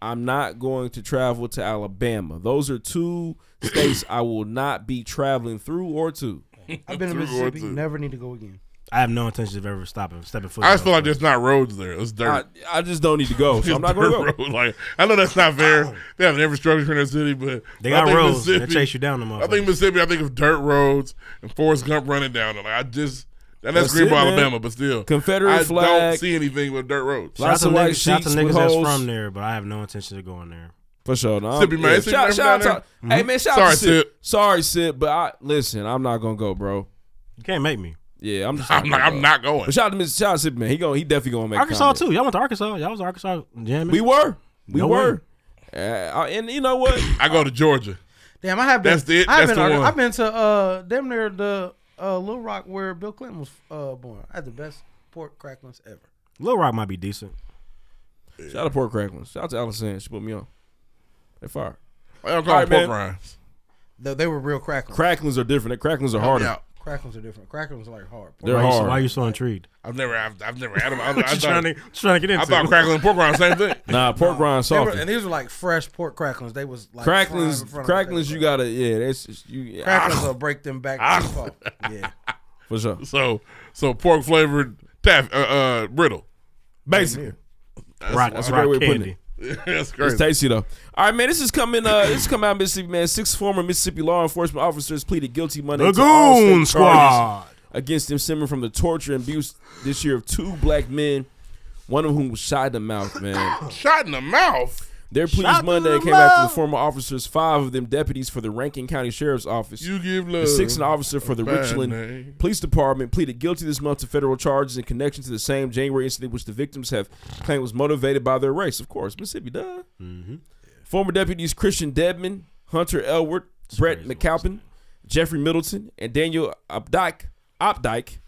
[SPEAKER 1] I'm not going to travel to Alabama. Those are two states I will not be traveling through or to.
[SPEAKER 12] [laughs] I've been to
[SPEAKER 1] Through or
[SPEAKER 12] Mississippi.
[SPEAKER 1] through.
[SPEAKER 12] Never need to go again.
[SPEAKER 4] I have no intention of ever stopping, stepping foot.
[SPEAKER 2] I
[SPEAKER 4] in
[SPEAKER 2] just feel like
[SPEAKER 4] those
[SPEAKER 2] there's not roads there. It's dirt.
[SPEAKER 1] I, I just don't need to go, so I'm not going to
[SPEAKER 2] Dirt
[SPEAKER 1] go.
[SPEAKER 2] road. Like I know that's not fair. They have an infrastructure in their city, but
[SPEAKER 4] They
[SPEAKER 2] I
[SPEAKER 4] got
[SPEAKER 2] think
[SPEAKER 4] roads. They
[SPEAKER 2] Mississippi-
[SPEAKER 4] chase you down them
[SPEAKER 2] I think
[SPEAKER 4] motherfuckers.
[SPEAKER 2] Mississippi. I think of dirt roads and Forrest Gump running down. it. Like I just and
[SPEAKER 1] That's
[SPEAKER 2] that's Greenville,
[SPEAKER 1] it, man.
[SPEAKER 2] Alabama, but still
[SPEAKER 1] Confederate
[SPEAKER 2] I
[SPEAKER 1] flag.
[SPEAKER 2] don't see anything with dirt roads.
[SPEAKER 4] Shout out to niggas, shout out to
[SPEAKER 1] sheets
[SPEAKER 4] niggas
[SPEAKER 1] with
[SPEAKER 4] that's
[SPEAKER 1] hoes.
[SPEAKER 4] from there, but I have no intention of going there.
[SPEAKER 1] For sure, no.
[SPEAKER 2] Sippy,
[SPEAKER 1] Um,
[SPEAKER 2] man.
[SPEAKER 1] Yeah,
[SPEAKER 2] Sippy,
[SPEAKER 1] shout,
[SPEAKER 2] man,
[SPEAKER 1] shout
[SPEAKER 2] down
[SPEAKER 1] out to,
[SPEAKER 2] there.
[SPEAKER 1] hey
[SPEAKER 2] Mhm.
[SPEAKER 1] man, shout out
[SPEAKER 2] Sorry,
[SPEAKER 1] to Sip. Sorry, Sip, but I listen, I'm not gonna go, bro.
[SPEAKER 4] You can't make me.
[SPEAKER 1] Yeah,
[SPEAKER 4] [laughs]
[SPEAKER 1] I'm just.
[SPEAKER 2] I'm not-
[SPEAKER 1] gonna
[SPEAKER 2] I'm
[SPEAKER 1] go.
[SPEAKER 2] not going.
[SPEAKER 1] But shout out to Mr. Shout out to Sip, man. He going He definitely gonna make
[SPEAKER 4] Arkansas
[SPEAKER 1] comment.
[SPEAKER 4] too. Y'all went to Arkansas. Y'all was Arkansas jamming.
[SPEAKER 1] We were. We
[SPEAKER 4] No way.
[SPEAKER 1] were. Uh, I- and you know what?
[SPEAKER 2] [laughs] I go to Georgia.
[SPEAKER 12] Damn, I have been.
[SPEAKER 2] That's it.
[SPEAKER 12] I've
[SPEAKER 2] That's
[SPEAKER 12] been,
[SPEAKER 2] the one.
[SPEAKER 12] I've been to uh, damn near the uh, Little Rock where Bill Clinton was uh, born. I had the best pork cracklings ever.
[SPEAKER 4] Little Rock might be decent.
[SPEAKER 1] Shout out to Pork Cracklin. Shout out to Alice Ann. She put me on. They fire.
[SPEAKER 2] I don't call
[SPEAKER 1] All
[SPEAKER 2] them
[SPEAKER 1] right,
[SPEAKER 2] pork
[SPEAKER 1] man.
[SPEAKER 2] rinds.
[SPEAKER 12] Though they were real cracklings.
[SPEAKER 1] Cracklins are different. Cracklins are harder.
[SPEAKER 2] Yeah.
[SPEAKER 12] cracklings are different. Cracklings are like hard.
[SPEAKER 1] They're
[SPEAKER 4] why You, so-
[SPEAKER 1] hard.
[SPEAKER 4] why you so intrigued?
[SPEAKER 2] I've never, I've, I've never had
[SPEAKER 12] [laughs]
[SPEAKER 2] them. I, I,
[SPEAKER 4] What you
[SPEAKER 2] thought-
[SPEAKER 4] trying to- what you trying to get
[SPEAKER 2] I
[SPEAKER 4] into?
[SPEAKER 2] thought crackling pork rinds, same thing.
[SPEAKER 1] Nah, [laughs] pork rind
[SPEAKER 12] They were-
[SPEAKER 1] soft.
[SPEAKER 12] and these were like fresh pork cracklings. They was
[SPEAKER 1] Cracklins,
[SPEAKER 12] like fried in front of us. They
[SPEAKER 1] cracklins, you gotta yeah. That's it's- you.
[SPEAKER 12] Cracklings will break them back
[SPEAKER 2] Ah.
[SPEAKER 12] to the
[SPEAKER 2] [laughs]
[SPEAKER 12] pulp. Yeah.
[SPEAKER 1] For sure.
[SPEAKER 2] So, so pork flavored taff, uh, uh, brittle.
[SPEAKER 1] Basically.
[SPEAKER 2] That's,
[SPEAKER 1] Rock-
[SPEAKER 2] that's
[SPEAKER 1] rock
[SPEAKER 2] a great way of
[SPEAKER 1] candy.
[SPEAKER 2] putting it. [laughs] that's crazy.
[SPEAKER 1] It's tasty though. All right, man. This is coming. Uh, this is coming out of Mississippi, man. Six former Mississippi law enforcement officers pleaded guilty Monday to all
[SPEAKER 4] Lagoon
[SPEAKER 1] state charges
[SPEAKER 4] Squad.
[SPEAKER 1] against them stemming from the torture and abuse this year of two black men, one of whom was shot in the mouth. Man,
[SPEAKER 2] Shot in the mouth.
[SPEAKER 1] their pleas
[SPEAKER 2] Shot
[SPEAKER 1] Monday
[SPEAKER 2] in the
[SPEAKER 1] came after the
[SPEAKER 2] mouth.
[SPEAKER 1] former officers, five of them deputies for the Rankin County Sheriff's Office.
[SPEAKER 2] You give
[SPEAKER 1] The
[SPEAKER 2] love.
[SPEAKER 1] sixth officer for the
[SPEAKER 2] a bad
[SPEAKER 1] Richland
[SPEAKER 2] name.
[SPEAKER 1] Police Department pleaded guilty this month to federal charges in connection to the same January incident, which the victims have claimed was motivated by their race. Of course, Mississippi, duh.
[SPEAKER 2] Mm-hmm.
[SPEAKER 1] Former deputies Christian Debman, Hunter Elward, Brett McAlpin, Jeffrey Middleton, and Daniel Opdyke,
[SPEAKER 2] [laughs]
[SPEAKER 1] Opdyke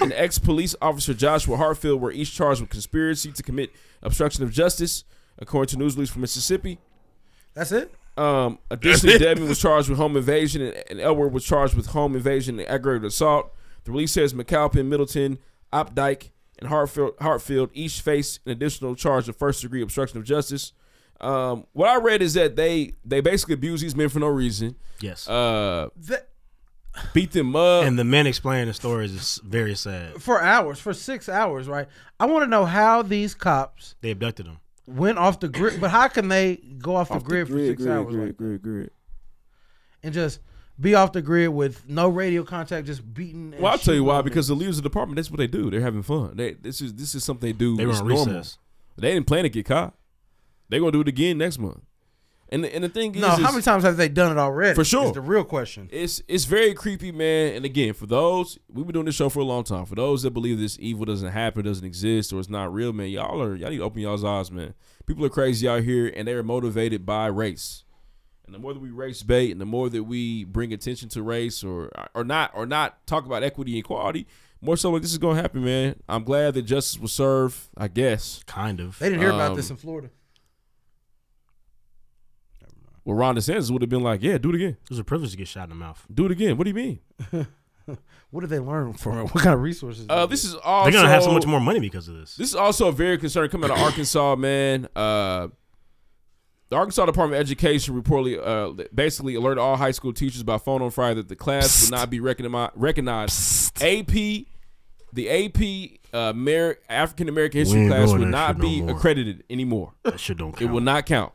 [SPEAKER 1] and ex police officer Joshua Hartfield were each charged with conspiracy to commit obstruction of justice, according to news release from Mississippi.
[SPEAKER 12] That's it.
[SPEAKER 1] Um, additionally,
[SPEAKER 12] That's it.
[SPEAKER 1] Debman was charged with home invasion, and, and Elward was charged with home invasion and aggravated assault. The release says McAlpin, Middleton, Opdyke, and Hartfield, Hartfield each face an additional charge of first degree obstruction of justice. Um, what I read is that they they basically abuse these men for no reason.
[SPEAKER 4] Yes.
[SPEAKER 1] Uh, beat them up.
[SPEAKER 4] And the men explaining the stories is very sad.
[SPEAKER 12] For hours, for six hours, right? I want to know how these cops
[SPEAKER 4] They abducted them.
[SPEAKER 12] went off the grid, but how can they go off, the, grid for six hours like,
[SPEAKER 1] grid, grid.
[SPEAKER 12] and just be off the grid with no radio contact, just beating? and
[SPEAKER 1] Well, I'll tell you
[SPEAKER 12] shooting
[SPEAKER 1] why.
[SPEAKER 12] on
[SPEAKER 1] Because the leaders of the department, that's what they do. They're having fun. They, this is this is something they do.
[SPEAKER 4] They were
[SPEAKER 1] It's
[SPEAKER 4] on
[SPEAKER 1] normal.
[SPEAKER 4] recess.
[SPEAKER 1] They didn't plan to get caught. They're gonna do it again next month. And the, and the thing is,
[SPEAKER 12] them. no, how
[SPEAKER 1] is-
[SPEAKER 12] many times have they done it already?
[SPEAKER 1] For sure.
[SPEAKER 12] is the real question.
[SPEAKER 1] It's it's very creepy, man. And again, for those we've been doing this show for a long time. For those that believe this evil doesn't happen, doesn't exist, or it's not real, man, y'all are y'all need to open y'all's eyes, man. People are crazy out here, and they are motivated by race. And the more that we race bait, and the more that we bring attention to race, or or not, or not talk about equity and equality, more so like this is gonna happen, man. I'm glad that justice was served. I guess
[SPEAKER 4] kind of.
[SPEAKER 12] They didn't hear about
[SPEAKER 1] Um,
[SPEAKER 12] this in Florida.
[SPEAKER 1] Well, Ron DeSantis would have been like, yeah, do it again.
[SPEAKER 4] It was a privilege to get shot in the mouth.
[SPEAKER 1] Do it again. What do you mean?
[SPEAKER 12] [laughs] What did they learn from it? What kind of resources?
[SPEAKER 1] Uh,
[SPEAKER 12] did
[SPEAKER 1] this
[SPEAKER 12] they
[SPEAKER 1] is
[SPEAKER 12] get?
[SPEAKER 1] also
[SPEAKER 4] because of this.
[SPEAKER 1] This is also a very concern coming out of Arkansas, man. Uh, the Arkansas Department of Education reportedly uh, basically alerted all high school teachers by phone on Friday that the class would not be recogni- recognized. AP, the AP uh, Mer- African American
[SPEAKER 4] We
[SPEAKER 1] history
[SPEAKER 4] ain't
[SPEAKER 1] class
[SPEAKER 4] doing
[SPEAKER 1] would
[SPEAKER 4] that
[SPEAKER 1] not
[SPEAKER 4] shit no
[SPEAKER 1] be
[SPEAKER 4] more.
[SPEAKER 1] accredited anymore.
[SPEAKER 4] That shit don't
[SPEAKER 1] [laughs] It will not count.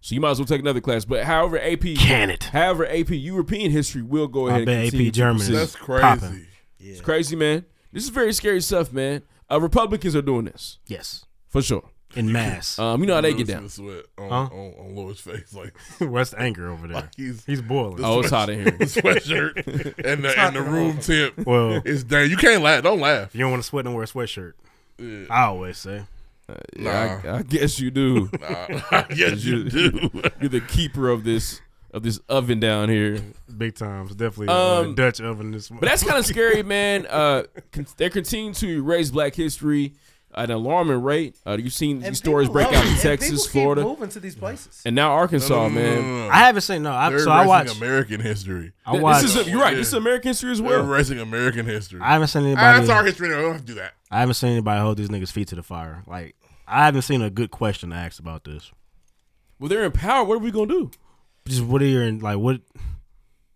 [SPEAKER 1] So you might as well take another class. But however, AP
[SPEAKER 4] Can it.
[SPEAKER 1] However, AP European history will go
[SPEAKER 4] I
[SPEAKER 1] ahead.
[SPEAKER 4] bet
[SPEAKER 1] and
[SPEAKER 4] AP
[SPEAKER 1] continue to
[SPEAKER 4] German
[SPEAKER 1] persist.
[SPEAKER 4] is That's crazy. popping.
[SPEAKER 1] It's crazy, man. This is very scary stuff, man. Uh, Republicans are doing this.
[SPEAKER 4] Yes.
[SPEAKER 1] for sure.
[SPEAKER 4] In
[SPEAKER 1] [laughs]
[SPEAKER 4] mass.
[SPEAKER 1] Um, you know how they
[SPEAKER 2] really
[SPEAKER 1] get
[SPEAKER 2] see
[SPEAKER 1] down.
[SPEAKER 2] the sweat on,
[SPEAKER 4] Huh?
[SPEAKER 2] on, on Lloyd's face, like
[SPEAKER 4] [laughs] Where's the anger over there?
[SPEAKER 2] Like he's
[SPEAKER 4] He's boiling.
[SPEAKER 2] the
[SPEAKER 1] Oh, it's
[SPEAKER 2] sweat-
[SPEAKER 1] hot in here.
[SPEAKER 2] [laughs]
[SPEAKER 4] [laughs]
[SPEAKER 2] The sweatshirt and the, and the room temp.
[SPEAKER 4] Well-
[SPEAKER 2] [laughs] it's dang. You can't laugh. Don't laugh.
[SPEAKER 4] You don't want to sweat and wear a sweatshirt. I always say.
[SPEAKER 1] Uh, Yeah, I, I guess you [laughs]
[SPEAKER 4] [laughs]
[SPEAKER 1] do.
[SPEAKER 2] yes, you do.
[SPEAKER 1] [laughs] You're the keeper of this of this oven down here.
[SPEAKER 4] Big times, definitely uh,
[SPEAKER 1] Um,
[SPEAKER 4] Dutch oven this
[SPEAKER 1] But that's kind of scary,
[SPEAKER 2] [laughs]
[SPEAKER 1] man. Uh, con- they're continuing to erase Black history at an alarming rate. Uh, you've seen these stories break out in Texas, Florida,
[SPEAKER 12] moving to these places.
[SPEAKER 1] and now Arkansas,
[SPEAKER 2] No, no, no, no, no,
[SPEAKER 1] man.
[SPEAKER 2] no.
[SPEAKER 4] I haven't seen no. I,
[SPEAKER 2] Mm. They're
[SPEAKER 4] so I
[SPEAKER 2] erasing
[SPEAKER 4] watched.
[SPEAKER 2] American history.
[SPEAKER 4] I watched.
[SPEAKER 1] This is a- you're right. This is
[SPEAKER 2] Yeah.
[SPEAKER 1] American history as
[SPEAKER 2] They're
[SPEAKER 1] well.
[SPEAKER 2] erasing American history.
[SPEAKER 4] I haven't seen
[SPEAKER 2] Ah,
[SPEAKER 4] anybody.
[SPEAKER 2] That's our history. now. We don't have to do that.
[SPEAKER 4] I haven't seen anybody hold these niggas' feet to the fire. Like I haven't seen a good question to ask about this.
[SPEAKER 1] Well, they're in power. What are we gonna do?
[SPEAKER 4] Just what are your like? What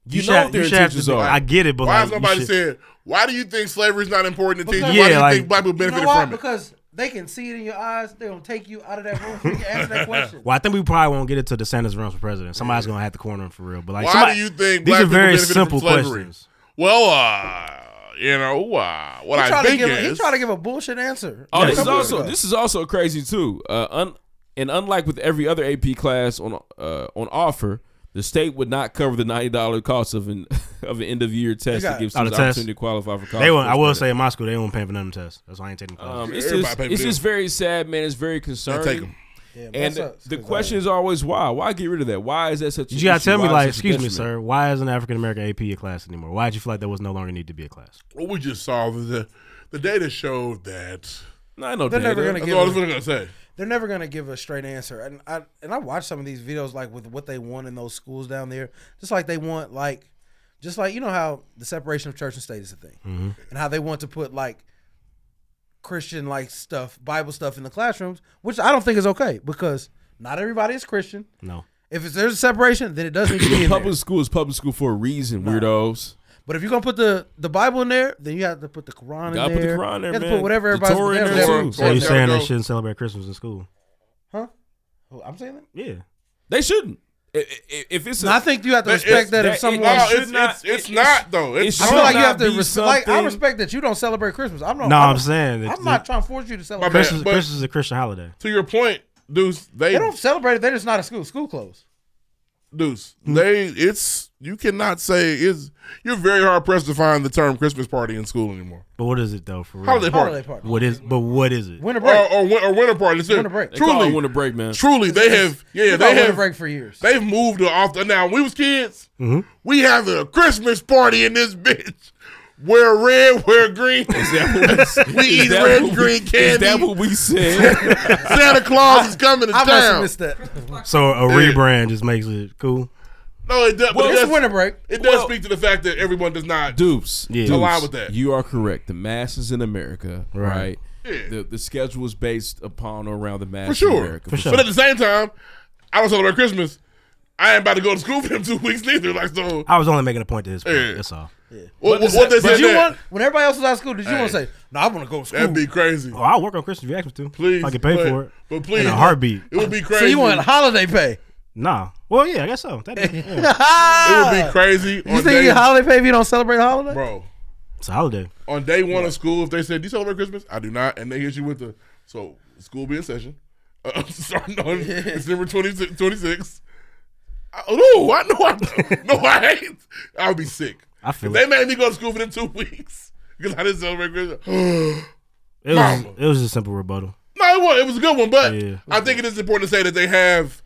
[SPEAKER 1] You know what their
[SPEAKER 4] should have to
[SPEAKER 1] intentions
[SPEAKER 4] be-
[SPEAKER 1] are.
[SPEAKER 4] I get it, but
[SPEAKER 2] Why
[SPEAKER 4] like
[SPEAKER 2] is
[SPEAKER 4] you
[SPEAKER 2] nobody
[SPEAKER 4] should-
[SPEAKER 1] [laughs]
[SPEAKER 2] saying? Why do you think slavery is not important to teach?
[SPEAKER 4] Because-
[SPEAKER 2] Why do you
[SPEAKER 4] Yeah, like-
[SPEAKER 2] think black people
[SPEAKER 12] You know
[SPEAKER 2] benefited
[SPEAKER 12] why?
[SPEAKER 2] from it?
[SPEAKER 12] Because they can see it in your eyes. They're gonna take you out of that room. for you to answer that question.
[SPEAKER 4] Well, I think we probably won't get it to the Sanders runs for president. Somebody's gonna have to corner him for real. But like,
[SPEAKER 2] Why
[SPEAKER 4] somebody-
[SPEAKER 2] do you
[SPEAKER 4] these
[SPEAKER 2] think black
[SPEAKER 4] are
[SPEAKER 2] people
[SPEAKER 4] very
[SPEAKER 2] benefited
[SPEAKER 4] simple
[SPEAKER 2] from slavery?
[SPEAKER 4] questions?
[SPEAKER 2] Well, uh, you know, uh, [laughs] what
[SPEAKER 12] he
[SPEAKER 2] I
[SPEAKER 12] tried to
[SPEAKER 2] think
[SPEAKER 12] give,
[SPEAKER 2] is
[SPEAKER 12] he tried to give a bullshit answer.
[SPEAKER 1] Oh,
[SPEAKER 12] Yeah,
[SPEAKER 1] this
[SPEAKER 12] a
[SPEAKER 1] is
[SPEAKER 12] couple
[SPEAKER 1] also
[SPEAKER 12] years ago.
[SPEAKER 1] this is also crazy too. Uh, un, and unlike with every other AP class on uh, on offer, the state would not cover the ninety dollar cost of an [laughs] of an end of year test
[SPEAKER 4] got-
[SPEAKER 1] that gives
[SPEAKER 4] Oh, the
[SPEAKER 1] students
[SPEAKER 4] test.
[SPEAKER 1] opportunity to qualify for college.
[SPEAKER 4] They won't. I will
[SPEAKER 1] course
[SPEAKER 4] say in my school they won't pay for none of them tests. That's why I ain't taking classes.
[SPEAKER 1] Um, it's just, it's just very sad, man. It's very concerning.
[SPEAKER 4] take 'em.
[SPEAKER 12] Yeah,
[SPEAKER 1] and
[SPEAKER 12] that
[SPEAKER 1] the,
[SPEAKER 12] sucks,
[SPEAKER 1] the
[SPEAKER 12] 'cause,
[SPEAKER 1] question is always why? Why get rid of that? Why is that such? an
[SPEAKER 4] you gotta
[SPEAKER 1] issue?
[SPEAKER 4] tell me
[SPEAKER 1] Why is
[SPEAKER 4] like,
[SPEAKER 1] it such a
[SPEAKER 4] excuse me,
[SPEAKER 1] detriment?
[SPEAKER 4] sir, why is an African American AP a class anymore? Why did you feel like that was no longer need to be a class?
[SPEAKER 2] Well, we just saw the the data showed that.
[SPEAKER 1] No, I know
[SPEAKER 12] they're never gonna
[SPEAKER 2] That's
[SPEAKER 12] give.
[SPEAKER 2] all I
[SPEAKER 12] a-
[SPEAKER 2] was gonna say.
[SPEAKER 12] They're never gonna give a straight answer. And I and I watch some of these videos like with what they want in those schools down there. Just like they want like, just like you know how the separation of church and state is a thing,
[SPEAKER 1] Mm-hmm.
[SPEAKER 4] Mhm.
[SPEAKER 12] and how they want to put like Christian like stuff, Bible stuff in the classrooms, which I don't think is okay because not everybody is Christian.
[SPEAKER 4] No.
[SPEAKER 12] If it's, there's a separation, then it doesn't need to be in there.
[SPEAKER 1] Public school is public school for a reason, weirdos.
[SPEAKER 12] But if you're gonna put the, the Bible in there, then you have to put the Quran
[SPEAKER 1] Gotta
[SPEAKER 12] in
[SPEAKER 1] put the
[SPEAKER 12] there.
[SPEAKER 1] Quran in
[SPEAKER 12] you
[SPEAKER 1] there,
[SPEAKER 12] have to
[SPEAKER 1] man.
[SPEAKER 12] put whatever
[SPEAKER 1] The
[SPEAKER 12] everybody's
[SPEAKER 1] Torah in there,
[SPEAKER 12] whatever-
[SPEAKER 1] too.
[SPEAKER 4] So you're
[SPEAKER 1] There
[SPEAKER 4] saying
[SPEAKER 1] we
[SPEAKER 4] they
[SPEAKER 1] go.
[SPEAKER 4] shouldn't celebrate Christmas in school?
[SPEAKER 12] Huh? Who- I'm saying that.
[SPEAKER 4] Yeah.
[SPEAKER 1] They shouldn't. I- I- If it's, a-
[SPEAKER 12] No, I think you have to respect that if someone-
[SPEAKER 1] it
[SPEAKER 12] No,
[SPEAKER 1] should
[SPEAKER 2] it's- it's- it's not, though.
[SPEAKER 1] it
[SPEAKER 2] It's
[SPEAKER 12] I
[SPEAKER 1] should
[SPEAKER 12] feel like you
[SPEAKER 1] not
[SPEAKER 12] have to
[SPEAKER 1] be
[SPEAKER 12] res- like. I
[SPEAKER 1] something-
[SPEAKER 12] respect that you don't celebrate Christmas. I'm not.
[SPEAKER 4] No,
[SPEAKER 12] I don't-
[SPEAKER 4] I'm saying that-
[SPEAKER 12] I'm not trying to force you to celebrate.
[SPEAKER 4] Christmas,
[SPEAKER 12] Christmas.
[SPEAKER 2] but-
[SPEAKER 4] Christmas is a Christian holiday.
[SPEAKER 2] To your point, Deuce, they,
[SPEAKER 12] They don't celebrate it. They're just not at school. School closed.
[SPEAKER 2] Deuce, Hmm. they, it's you cannot say is you're very hard pressed to find the term Christmas party in school anymore.
[SPEAKER 4] But what is it though? For real?
[SPEAKER 2] Holiday party. Holiday
[SPEAKER 12] party.
[SPEAKER 4] What is? But what is it?
[SPEAKER 12] Winter break.
[SPEAKER 2] or, or, win- or winter party. It's-
[SPEAKER 12] Winter break. They
[SPEAKER 2] Truly,
[SPEAKER 1] call it winter break, man.
[SPEAKER 2] Truly, they have yeah,
[SPEAKER 12] We
[SPEAKER 2] they
[SPEAKER 12] got
[SPEAKER 2] have
[SPEAKER 12] winter break for years.
[SPEAKER 2] They've moved it off. The, now when we was kids.
[SPEAKER 4] Mhm.
[SPEAKER 1] Mm-hmm.
[SPEAKER 2] We have a Christmas party in this bitch. Wear red, wear green. we
[SPEAKER 1] is
[SPEAKER 2] eat
[SPEAKER 1] that
[SPEAKER 2] red,
[SPEAKER 1] what we-
[SPEAKER 2] green
[SPEAKER 1] is
[SPEAKER 2] candy.
[SPEAKER 1] that what we said?
[SPEAKER 2] [laughs] Santa Claus is coming to
[SPEAKER 12] I must have
[SPEAKER 2] town.
[SPEAKER 12] missed that.
[SPEAKER 4] So a rebrand just makes it cool.
[SPEAKER 2] No, it
[SPEAKER 12] Well,
[SPEAKER 2] does. but it
[SPEAKER 12] it's
[SPEAKER 2] does,
[SPEAKER 12] winter break.
[SPEAKER 2] It does
[SPEAKER 12] Well-
[SPEAKER 2] speak to the fact that everyone does not.
[SPEAKER 1] Dupes.
[SPEAKER 2] Yeah.
[SPEAKER 1] Dupes,
[SPEAKER 2] Align with that.
[SPEAKER 1] You are correct. The masses in America, right?
[SPEAKER 4] Right.
[SPEAKER 1] The, the schedule is based upon or around the masses
[SPEAKER 2] For sure.
[SPEAKER 1] in America.
[SPEAKER 2] But at the same time, I don't celebrate Christmas. I ain't about to go to school for them two weeks neither. Like so.
[SPEAKER 4] I was only making a point to his point.
[SPEAKER 2] Yeah.
[SPEAKER 4] That's all.
[SPEAKER 2] What, what, what they
[SPEAKER 12] Did
[SPEAKER 2] said
[SPEAKER 12] you
[SPEAKER 2] that?
[SPEAKER 12] want when everybody else was out of school? Did you
[SPEAKER 2] Hey.
[SPEAKER 12] want to say no? I want to go to school.
[SPEAKER 2] That'd be crazy.
[SPEAKER 4] Oh, I'll work on Christmas if you ask me to.
[SPEAKER 2] Please,
[SPEAKER 4] If I can pay
[SPEAKER 2] but-
[SPEAKER 4] for it.
[SPEAKER 2] but please,
[SPEAKER 4] in a heartbeat.
[SPEAKER 2] it would be
[SPEAKER 12] So
[SPEAKER 2] crazy.
[SPEAKER 12] you want holiday pay?
[SPEAKER 4] Nah. Well, yeah, I guess
[SPEAKER 2] [laughs]
[SPEAKER 4] so. That'd be-
[SPEAKER 2] it
[SPEAKER 4] yeah.
[SPEAKER 2] would be crazy.
[SPEAKER 12] You
[SPEAKER 2] on
[SPEAKER 12] think
[SPEAKER 2] day-
[SPEAKER 12] you get holiday pay if you don't celebrate a holiday?
[SPEAKER 2] bro?
[SPEAKER 4] It's a holiday.
[SPEAKER 2] On day one of school, if they said, "Do you celebrate Christmas?" I do not, and they hit you with the so school be in session. [laughs] Uh, starting on December 26 26. I- No, I know I don't. [laughs] no, I hate. I'll be sick.
[SPEAKER 4] I feel
[SPEAKER 2] If they made me go to school for them two [laughs] weeks because I didn't celebrate Christmas. [gasps]
[SPEAKER 4] It was, it was a simple rebuttal.
[SPEAKER 2] No, it was, it was a good one, but
[SPEAKER 4] Yeah.
[SPEAKER 2] I think it is important to say that they have.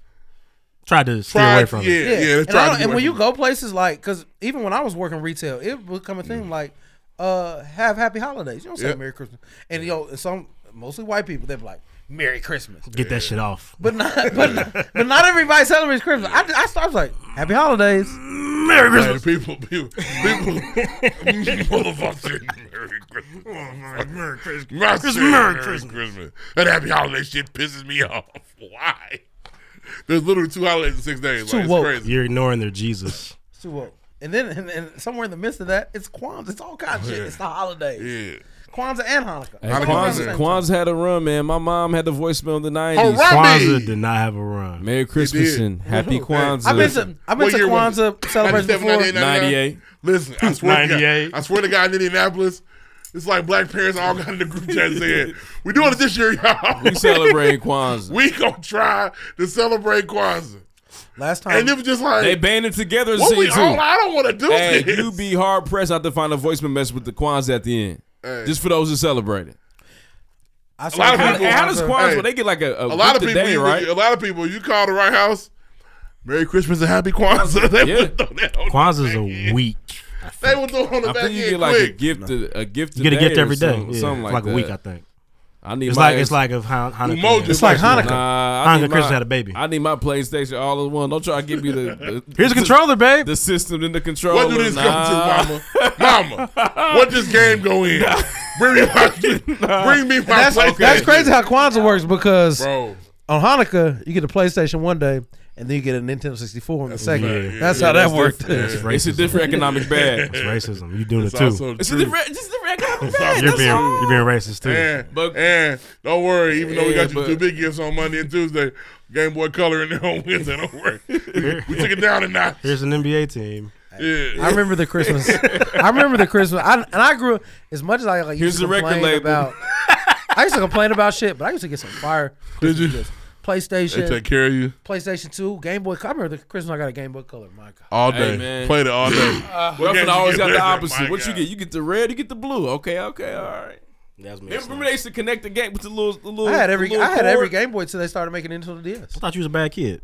[SPEAKER 4] Tried to steer
[SPEAKER 2] Tried-
[SPEAKER 4] away from
[SPEAKER 2] yeah.
[SPEAKER 4] it.
[SPEAKER 2] they
[SPEAKER 12] and,
[SPEAKER 2] tried
[SPEAKER 12] I
[SPEAKER 2] to
[SPEAKER 12] don't-
[SPEAKER 2] get
[SPEAKER 12] and
[SPEAKER 2] away
[SPEAKER 12] when
[SPEAKER 2] from
[SPEAKER 12] you go places like, because even when I was working retail, it would become a thing like, uh, have happy holidays. You don't say
[SPEAKER 2] Mm. Yep.
[SPEAKER 12] Merry Christmas. And you know, some mostly white people, they'd be like, Merry Christmas.
[SPEAKER 4] Get that shit off.
[SPEAKER 12] [laughs] But not, but, not- but not everybody celebrates Christmas. I, I, I was like, Happy Holidays, Merry
[SPEAKER 2] Christmas. people, people, people, motherfuckers. Merry Christmas.
[SPEAKER 14] Merry Christmas.
[SPEAKER 2] My
[SPEAKER 14] Christmas,
[SPEAKER 2] shit,
[SPEAKER 14] Merry
[SPEAKER 2] Merry
[SPEAKER 14] Christmas.
[SPEAKER 2] Christmas. That happy holiday shit pisses me [laughs] off. Why? There's literally two holidays in six days. Like, it's crazy.
[SPEAKER 4] You're ignoring their Jesus.
[SPEAKER 12] So what? And then and, and somewhere in the midst of that, it's Kwanzaa. It's all kinds of shit.
[SPEAKER 1] Yeah.
[SPEAKER 12] It's the holidays. Yeah. Kwanzaa and Hanukkah.
[SPEAKER 1] Hey,
[SPEAKER 12] All around the
[SPEAKER 1] Kwanzaa,
[SPEAKER 12] same
[SPEAKER 1] Kwanzaa had a run, man. My mom had the voicemail in the
[SPEAKER 2] Oh,
[SPEAKER 1] nineties.
[SPEAKER 4] Harambe! Kwanzaa did not have a run.
[SPEAKER 1] Merry Christmas
[SPEAKER 4] did.
[SPEAKER 1] and happy
[SPEAKER 4] Hey,
[SPEAKER 2] Oh,
[SPEAKER 1] Kwanzaa.
[SPEAKER 4] I've been to-
[SPEAKER 12] I've been
[SPEAKER 2] What
[SPEAKER 12] to
[SPEAKER 2] year was
[SPEAKER 12] Kwanzaa
[SPEAKER 2] it?
[SPEAKER 12] celebrations
[SPEAKER 2] 97,
[SPEAKER 12] before.
[SPEAKER 2] 98, 99?
[SPEAKER 1] 98.
[SPEAKER 2] Listen, I swear, to
[SPEAKER 1] 98.
[SPEAKER 2] God, I swear to God, in Indianapolis, it's like black parents all got in the group chat saying, "We doing it this year, y'all.
[SPEAKER 1] We
[SPEAKER 2] [laughs]
[SPEAKER 1] celebrating [laughs] Kwanzaa.
[SPEAKER 2] we gonna try to celebrate Kwanzaa."
[SPEAKER 12] Last
[SPEAKER 1] time-
[SPEAKER 2] and it was just like
[SPEAKER 1] They banded together and
[SPEAKER 2] What
[SPEAKER 1] said,
[SPEAKER 2] we
[SPEAKER 1] too,
[SPEAKER 2] all? I don't want to do
[SPEAKER 1] hey,
[SPEAKER 2] this.
[SPEAKER 1] you be hard pressed not to find a voicemail message with the Kwanzaa at the end,
[SPEAKER 2] Hey.
[SPEAKER 1] just for those who celebrate it.
[SPEAKER 12] I
[SPEAKER 2] a lot of
[SPEAKER 1] How-
[SPEAKER 2] people.
[SPEAKER 1] how does Kwanzaa-
[SPEAKER 2] Hey,
[SPEAKER 1] they get like a- a
[SPEAKER 2] lot
[SPEAKER 1] week
[SPEAKER 2] of
[SPEAKER 1] a
[SPEAKER 2] people.
[SPEAKER 1] day,
[SPEAKER 2] you-
[SPEAKER 1] right?
[SPEAKER 2] A lot of people. You call the right house. Merry Christmas and Happy Kwanzaa. [laughs] They
[SPEAKER 1] Yeah.
[SPEAKER 2] would throw that on-
[SPEAKER 4] Kwanzaa's a week.
[SPEAKER 2] They would throw on the
[SPEAKER 1] I
[SPEAKER 2] back
[SPEAKER 1] think you
[SPEAKER 2] end
[SPEAKER 1] get like a
[SPEAKER 2] quick.
[SPEAKER 1] gift, a, a gift.
[SPEAKER 4] You get a
[SPEAKER 1] a
[SPEAKER 4] gift
[SPEAKER 1] day
[SPEAKER 4] every
[SPEAKER 1] or
[SPEAKER 4] day.
[SPEAKER 1] Something,
[SPEAKER 4] Yeah,
[SPEAKER 1] something
[SPEAKER 4] it's
[SPEAKER 1] like,
[SPEAKER 4] like a
[SPEAKER 1] that.
[SPEAKER 4] week, I think.
[SPEAKER 1] I need
[SPEAKER 4] It's
[SPEAKER 1] my
[SPEAKER 4] like-
[SPEAKER 1] ex-
[SPEAKER 4] it's like if Han- Hanukkah-
[SPEAKER 1] Umoja
[SPEAKER 4] It's like
[SPEAKER 1] Christmas.
[SPEAKER 4] Hanukkah.
[SPEAKER 1] Nah, I need
[SPEAKER 4] Hanukkah Christmas
[SPEAKER 1] my-
[SPEAKER 4] had a baby.
[SPEAKER 1] I need my PlayStation all in one. Don't try to give me the,
[SPEAKER 2] [laughs]
[SPEAKER 1] the
[SPEAKER 4] Here's a controller, babe.
[SPEAKER 1] The system and the controller.
[SPEAKER 2] What do this
[SPEAKER 1] Nah.
[SPEAKER 2] come to, Mama? Mama, what this game go in? Bring me my, bring me my
[SPEAKER 12] That's,
[SPEAKER 2] PlayStation.
[SPEAKER 12] that's crazy how Kwanzaa works because
[SPEAKER 2] Bro.
[SPEAKER 12] on Hanukkah you get a PlayStation one day and then you get a Nintendo sixty four on the second.
[SPEAKER 1] right.
[SPEAKER 12] That's
[SPEAKER 1] Yeah,
[SPEAKER 12] how
[SPEAKER 1] that's
[SPEAKER 12] that worked.
[SPEAKER 1] different. It's It's a racism. different economic bag.
[SPEAKER 4] It's racism. You doing
[SPEAKER 2] It's
[SPEAKER 4] it too.
[SPEAKER 2] also
[SPEAKER 1] It's a different, just different economic bag.
[SPEAKER 4] You're
[SPEAKER 1] That's
[SPEAKER 4] being
[SPEAKER 1] all.
[SPEAKER 4] you're being racist too.
[SPEAKER 2] And, and don't worry, even though we
[SPEAKER 1] Yeah,
[SPEAKER 2] got you
[SPEAKER 1] but-
[SPEAKER 2] two big gifts on Monday and Tuesday, Game Boy Color [laughs] in there on Wednesday. Don't worry, we took it down a notch.
[SPEAKER 4] Here's an NBA team.
[SPEAKER 2] [laughs] Yeah.
[SPEAKER 12] I remember the Christmas. I remember the Christmas. I, and I grew as much as I like.
[SPEAKER 1] Here's
[SPEAKER 12] Used
[SPEAKER 1] the
[SPEAKER 12] to
[SPEAKER 1] record
[SPEAKER 12] complain
[SPEAKER 1] label.
[SPEAKER 12] About, I used to complain about shit, but I used to get some
[SPEAKER 2] [laughs]
[SPEAKER 12] fire. Christmas
[SPEAKER 2] you?
[SPEAKER 12] Gifts. PlayStation.
[SPEAKER 2] They take care of you?
[SPEAKER 12] PlayStation Two, Game Boy. I remember the Christmas I got a Game Boy Color. My God.
[SPEAKER 2] All day,
[SPEAKER 1] Hey, man.
[SPEAKER 2] played it
[SPEAKER 4] [laughs]
[SPEAKER 2] all day.
[SPEAKER 1] [coughs] Uh,
[SPEAKER 2] What games
[SPEAKER 1] Ruffin
[SPEAKER 2] you
[SPEAKER 1] always
[SPEAKER 2] get
[SPEAKER 1] got
[SPEAKER 2] there?
[SPEAKER 1] the opposite.
[SPEAKER 2] My
[SPEAKER 1] What you
[SPEAKER 2] God.
[SPEAKER 1] get? You get the red. You get the blue. Okay, okay, all right.
[SPEAKER 4] That's me.
[SPEAKER 1] Remember they used to connect the game with the little, the little.
[SPEAKER 12] I had every
[SPEAKER 1] the little
[SPEAKER 12] I had every
[SPEAKER 1] cord?
[SPEAKER 12] Game Boy until they started making it into the DS.
[SPEAKER 4] [laughs] I thought you was a bad kid.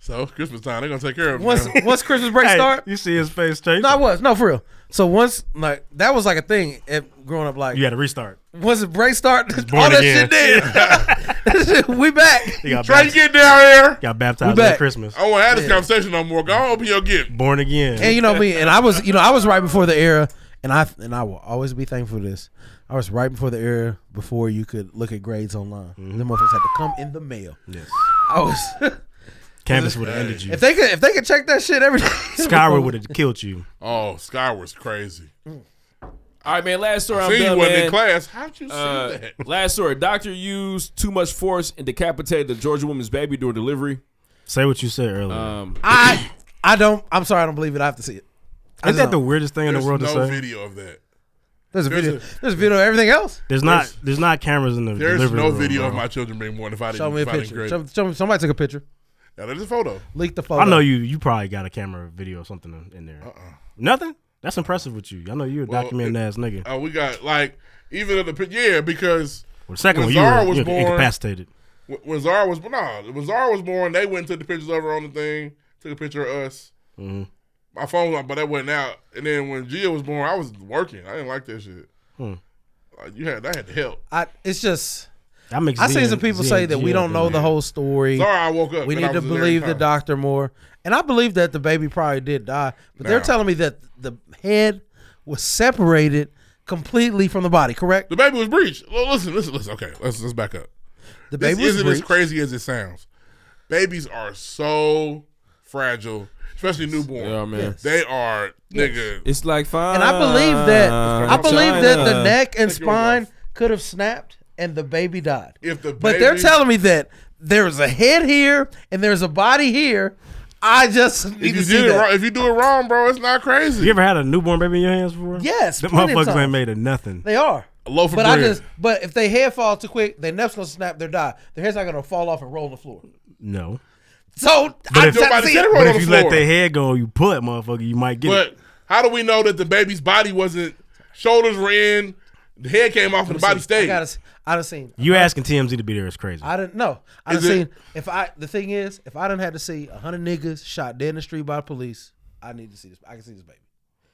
[SPEAKER 2] So Christmas time, they're gonna take care of
[SPEAKER 12] Once
[SPEAKER 2] you. [laughs]
[SPEAKER 12] once Christmas break
[SPEAKER 4] Hey,
[SPEAKER 12] start,
[SPEAKER 4] you see his face change.
[SPEAKER 12] no, I was no for real. So once like that was like a thing at, growing up. Like
[SPEAKER 4] You had to restart.
[SPEAKER 12] Once the break start,
[SPEAKER 4] born
[SPEAKER 12] all that
[SPEAKER 4] again.
[SPEAKER 12] shit
[SPEAKER 4] [laughs]
[SPEAKER 12] did. we back.
[SPEAKER 4] He got
[SPEAKER 2] Try to
[SPEAKER 4] baptized.
[SPEAKER 2] get down here.
[SPEAKER 4] Got baptized
[SPEAKER 12] We
[SPEAKER 4] at
[SPEAKER 12] back.
[SPEAKER 4] Christmas.
[SPEAKER 2] I won't have this conversation no more. Go on, open your gift.
[SPEAKER 4] Born again.
[SPEAKER 12] And you know me, and I was, you know, I was right before the era, and I and I will always be thankful for this. I was right before the era before you could look at grades online. The motherfuckers had to come in the mail.
[SPEAKER 4] Mm-hmm. Yes.
[SPEAKER 12] I was.
[SPEAKER 4] [laughs] Canvas would have ended you.
[SPEAKER 12] If they could, if they could check that
[SPEAKER 4] [laughs]
[SPEAKER 12] shit every day,
[SPEAKER 4] Skyward would
[SPEAKER 12] [laughs]
[SPEAKER 4] have killed you.
[SPEAKER 2] Oh, Skyward's crazy.
[SPEAKER 1] All right, man. Last story.
[SPEAKER 2] I
[SPEAKER 1] I'm
[SPEAKER 2] seen you
[SPEAKER 1] done,
[SPEAKER 2] wasn't
[SPEAKER 1] man.
[SPEAKER 2] in class. How'd you see
[SPEAKER 1] Uh, [laughs]
[SPEAKER 2] that?
[SPEAKER 1] Last story. Doctor used too much force and decapitated the Georgia woman's baby during delivery.
[SPEAKER 4] Say what you said
[SPEAKER 2] Mm.
[SPEAKER 4] earlier.
[SPEAKER 1] Um,
[SPEAKER 12] I, I don't. I'm sorry, I don't believe it. I have to see it. I
[SPEAKER 4] Ain't
[SPEAKER 12] just
[SPEAKER 4] that the
[SPEAKER 12] don't.
[SPEAKER 4] weirdest thing in the
[SPEAKER 2] There's
[SPEAKER 4] world
[SPEAKER 2] no
[SPEAKER 4] to say?
[SPEAKER 2] video of that.
[SPEAKER 12] There's a
[SPEAKER 2] there's
[SPEAKER 12] video.
[SPEAKER 2] a-
[SPEAKER 12] There's a video of everything else.
[SPEAKER 4] There's not. There's, not cameras in the
[SPEAKER 2] There's
[SPEAKER 4] delivery
[SPEAKER 2] no
[SPEAKER 4] room,
[SPEAKER 2] video
[SPEAKER 4] bro.
[SPEAKER 2] of my children being born if I didn't.
[SPEAKER 12] Show me a
[SPEAKER 2] if I didn't
[SPEAKER 12] picture.
[SPEAKER 2] grade.
[SPEAKER 12] Show, show me, somebody took a picture.
[SPEAKER 2] Now there's a photo.
[SPEAKER 12] Leak the photo.
[SPEAKER 4] I know you. You probably got a camera, video, or something in- in
[SPEAKER 2] Uh-uh.
[SPEAKER 4] there. Nothing. That's impressive with you. I know you a
[SPEAKER 2] Uh. Well,
[SPEAKER 4] documenting
[SPEAKER 2] it-
[SPEAKER 4] ass nigga.
[SPEAKER 2] Oh, we got like even in the pic- yeah because
[SPEAKER 4] Well, the second
[SPEAKER 2] when
[SPEAKER 4] one, you
[SPEAKER 2] Zara
[SPEAKER 4] were-
[SPEAKER 2] was
[SPEAKER 4] you were
[SPEAKER 2] born
[SPEAKER 4] incapacitated.
[SPEAKER 2] When, when Zara was no, when Zara was born, they went and took the pictures of her on the thing, took a picture of us.
[SPEAKER 4] Mhm.
[SPEAKER 2] My phone was on, but that wasn't out. And then when Gia was born, I was working. I didn't like that shit.
[SPEAKER 4] Hmm.
[SPEAKER 2] Like, you had I had to help.
[SPEAKER 12] I. It's just.
[SPEAKER 4] That makes
[SPEAKER 12] I seen
[SPEAKER 4] Zia-
[SPEAKER 12] some people
[SPEAKER 4] Zia-
[SPEAKER 12] say that we
[SPEAKER 4] Zia
[SPEAKER 12] don't know
[SPEAKER 4] doing
[SPEAKER 12] the
[SPEAKER 4] it.
[SPEAKER 12] whole story.
[SPEAKER 2] Sorry, I woke up
[SPEAKER 12] We
[SPEAKER 2] and I
[SPEAKER 12] need to
[SPEAKER 2] was there in
[SPEAKER 12] believe the
[SPEAKER 2] time.
[SPEAKER 12] doctor more, and I believe that the baby probably did die. But they're
[SPEAKER 2] Nah.
[SPEAKER 12] telling me that the head was separated completely from the body. Correct?
[SPEAKER 2] The baby was breached. Well, listen, listen, listen. Okay, let's let's back up.
[SPEAKER 12] The
[SPEAKER 2] This
[SPEAKER 12] baby was
[SPEAKER 2] isn't as
[SPEAKER 12] breached.
[SPEAKER 2] crazy as it sounds. Babies are so fragile, especially newborn.
[SPEAKER 1] Yeah, man. Yes.
[SPEAKER 2] They are nigga.
[SPEAKER 1] It's like fine.
[SPEAKER 12] And I believe that I
[SPEAKER 4] Uh,
[SPEAKER 12] believe that the
[SPEAKER 1] China.
[SPEAKER 12] neck and
[SPEAKER 2] Take yours
[SPEAKER 12] spine could have snapped, and the baby died.
[SPEAKER 2] If the
[SPEAKER 12] but they're
[SPEAKER 2] baby-
[SPEAKER 12] telling me that there's a head here and there's a body here. I just need
[SPEAKER 2] If you
[SPEAKER 12] to see
[SPEAKER 2] did it
[SPEAKER 12] that.
[SPEAKER 2] wrong, if you do it wrong, bro, it's not crazy.
[SPEAKER 4] You ever had a newborn baby in your hands before?
[SPEAKER 12] Yes,
[SPEAKER 4] Them
[SPEAKER 12] plenty of
[SPEAKER 4] motherfuckers ain't
[SPEAKER 12] times.
[SPEAKER 4] made of nothing.
[SPEAKER 12] They are.
[SPEAKER 2] A loaf of
[SPEAKER 12] but I
[SPEAKER 2] bread.
[SPEAKER 12] just but if they head falls too quick, their neck's gonna snap, they're die. Their head's not gonna fall off and roll on the floor.
[SPEAKER 4] No.
[SPEAKER 12] So
[SPEAKER 4] But
[SPEAKER 12] I
[SPEAKER 4] if,
[SPEAKER 12] just see
[SPEAKER 2] said
[SPEAKER 12] it.
[SPEAKER 2] it
[SPEAKER 4] but
[SPEAKER 2] on
[SPEAKER 4] if
[SPEAKER 2] the
[SPEAKER 4] you let
[SPEAKER 2] floor.
[SPEAKER 4] their head go, you put motherfucker, you might get
[SPEAKER 2] but
[SPEAKER 4] it.
[SPEAKER 2] how do we know that the baby's body wasn't shoulders were in, the head came off, and the body
[SPEAKER 12] I
[SPEAKER 2] stayed?
[SPEAKER 12] gotta s- I done seen.
[SPEAKER 4] You asking TMZ to be there is crazy.
[SPEAKER 12] I didn't know. I
[SPEAKER 2] Is
[SPEAKER 12] done seen.
[SPEAKER 2] it-
[SPEAKER 12] If I the thing is, if I didn't had to see hundred niggas shot dead in the street by police, I need to see this. I can see this baby.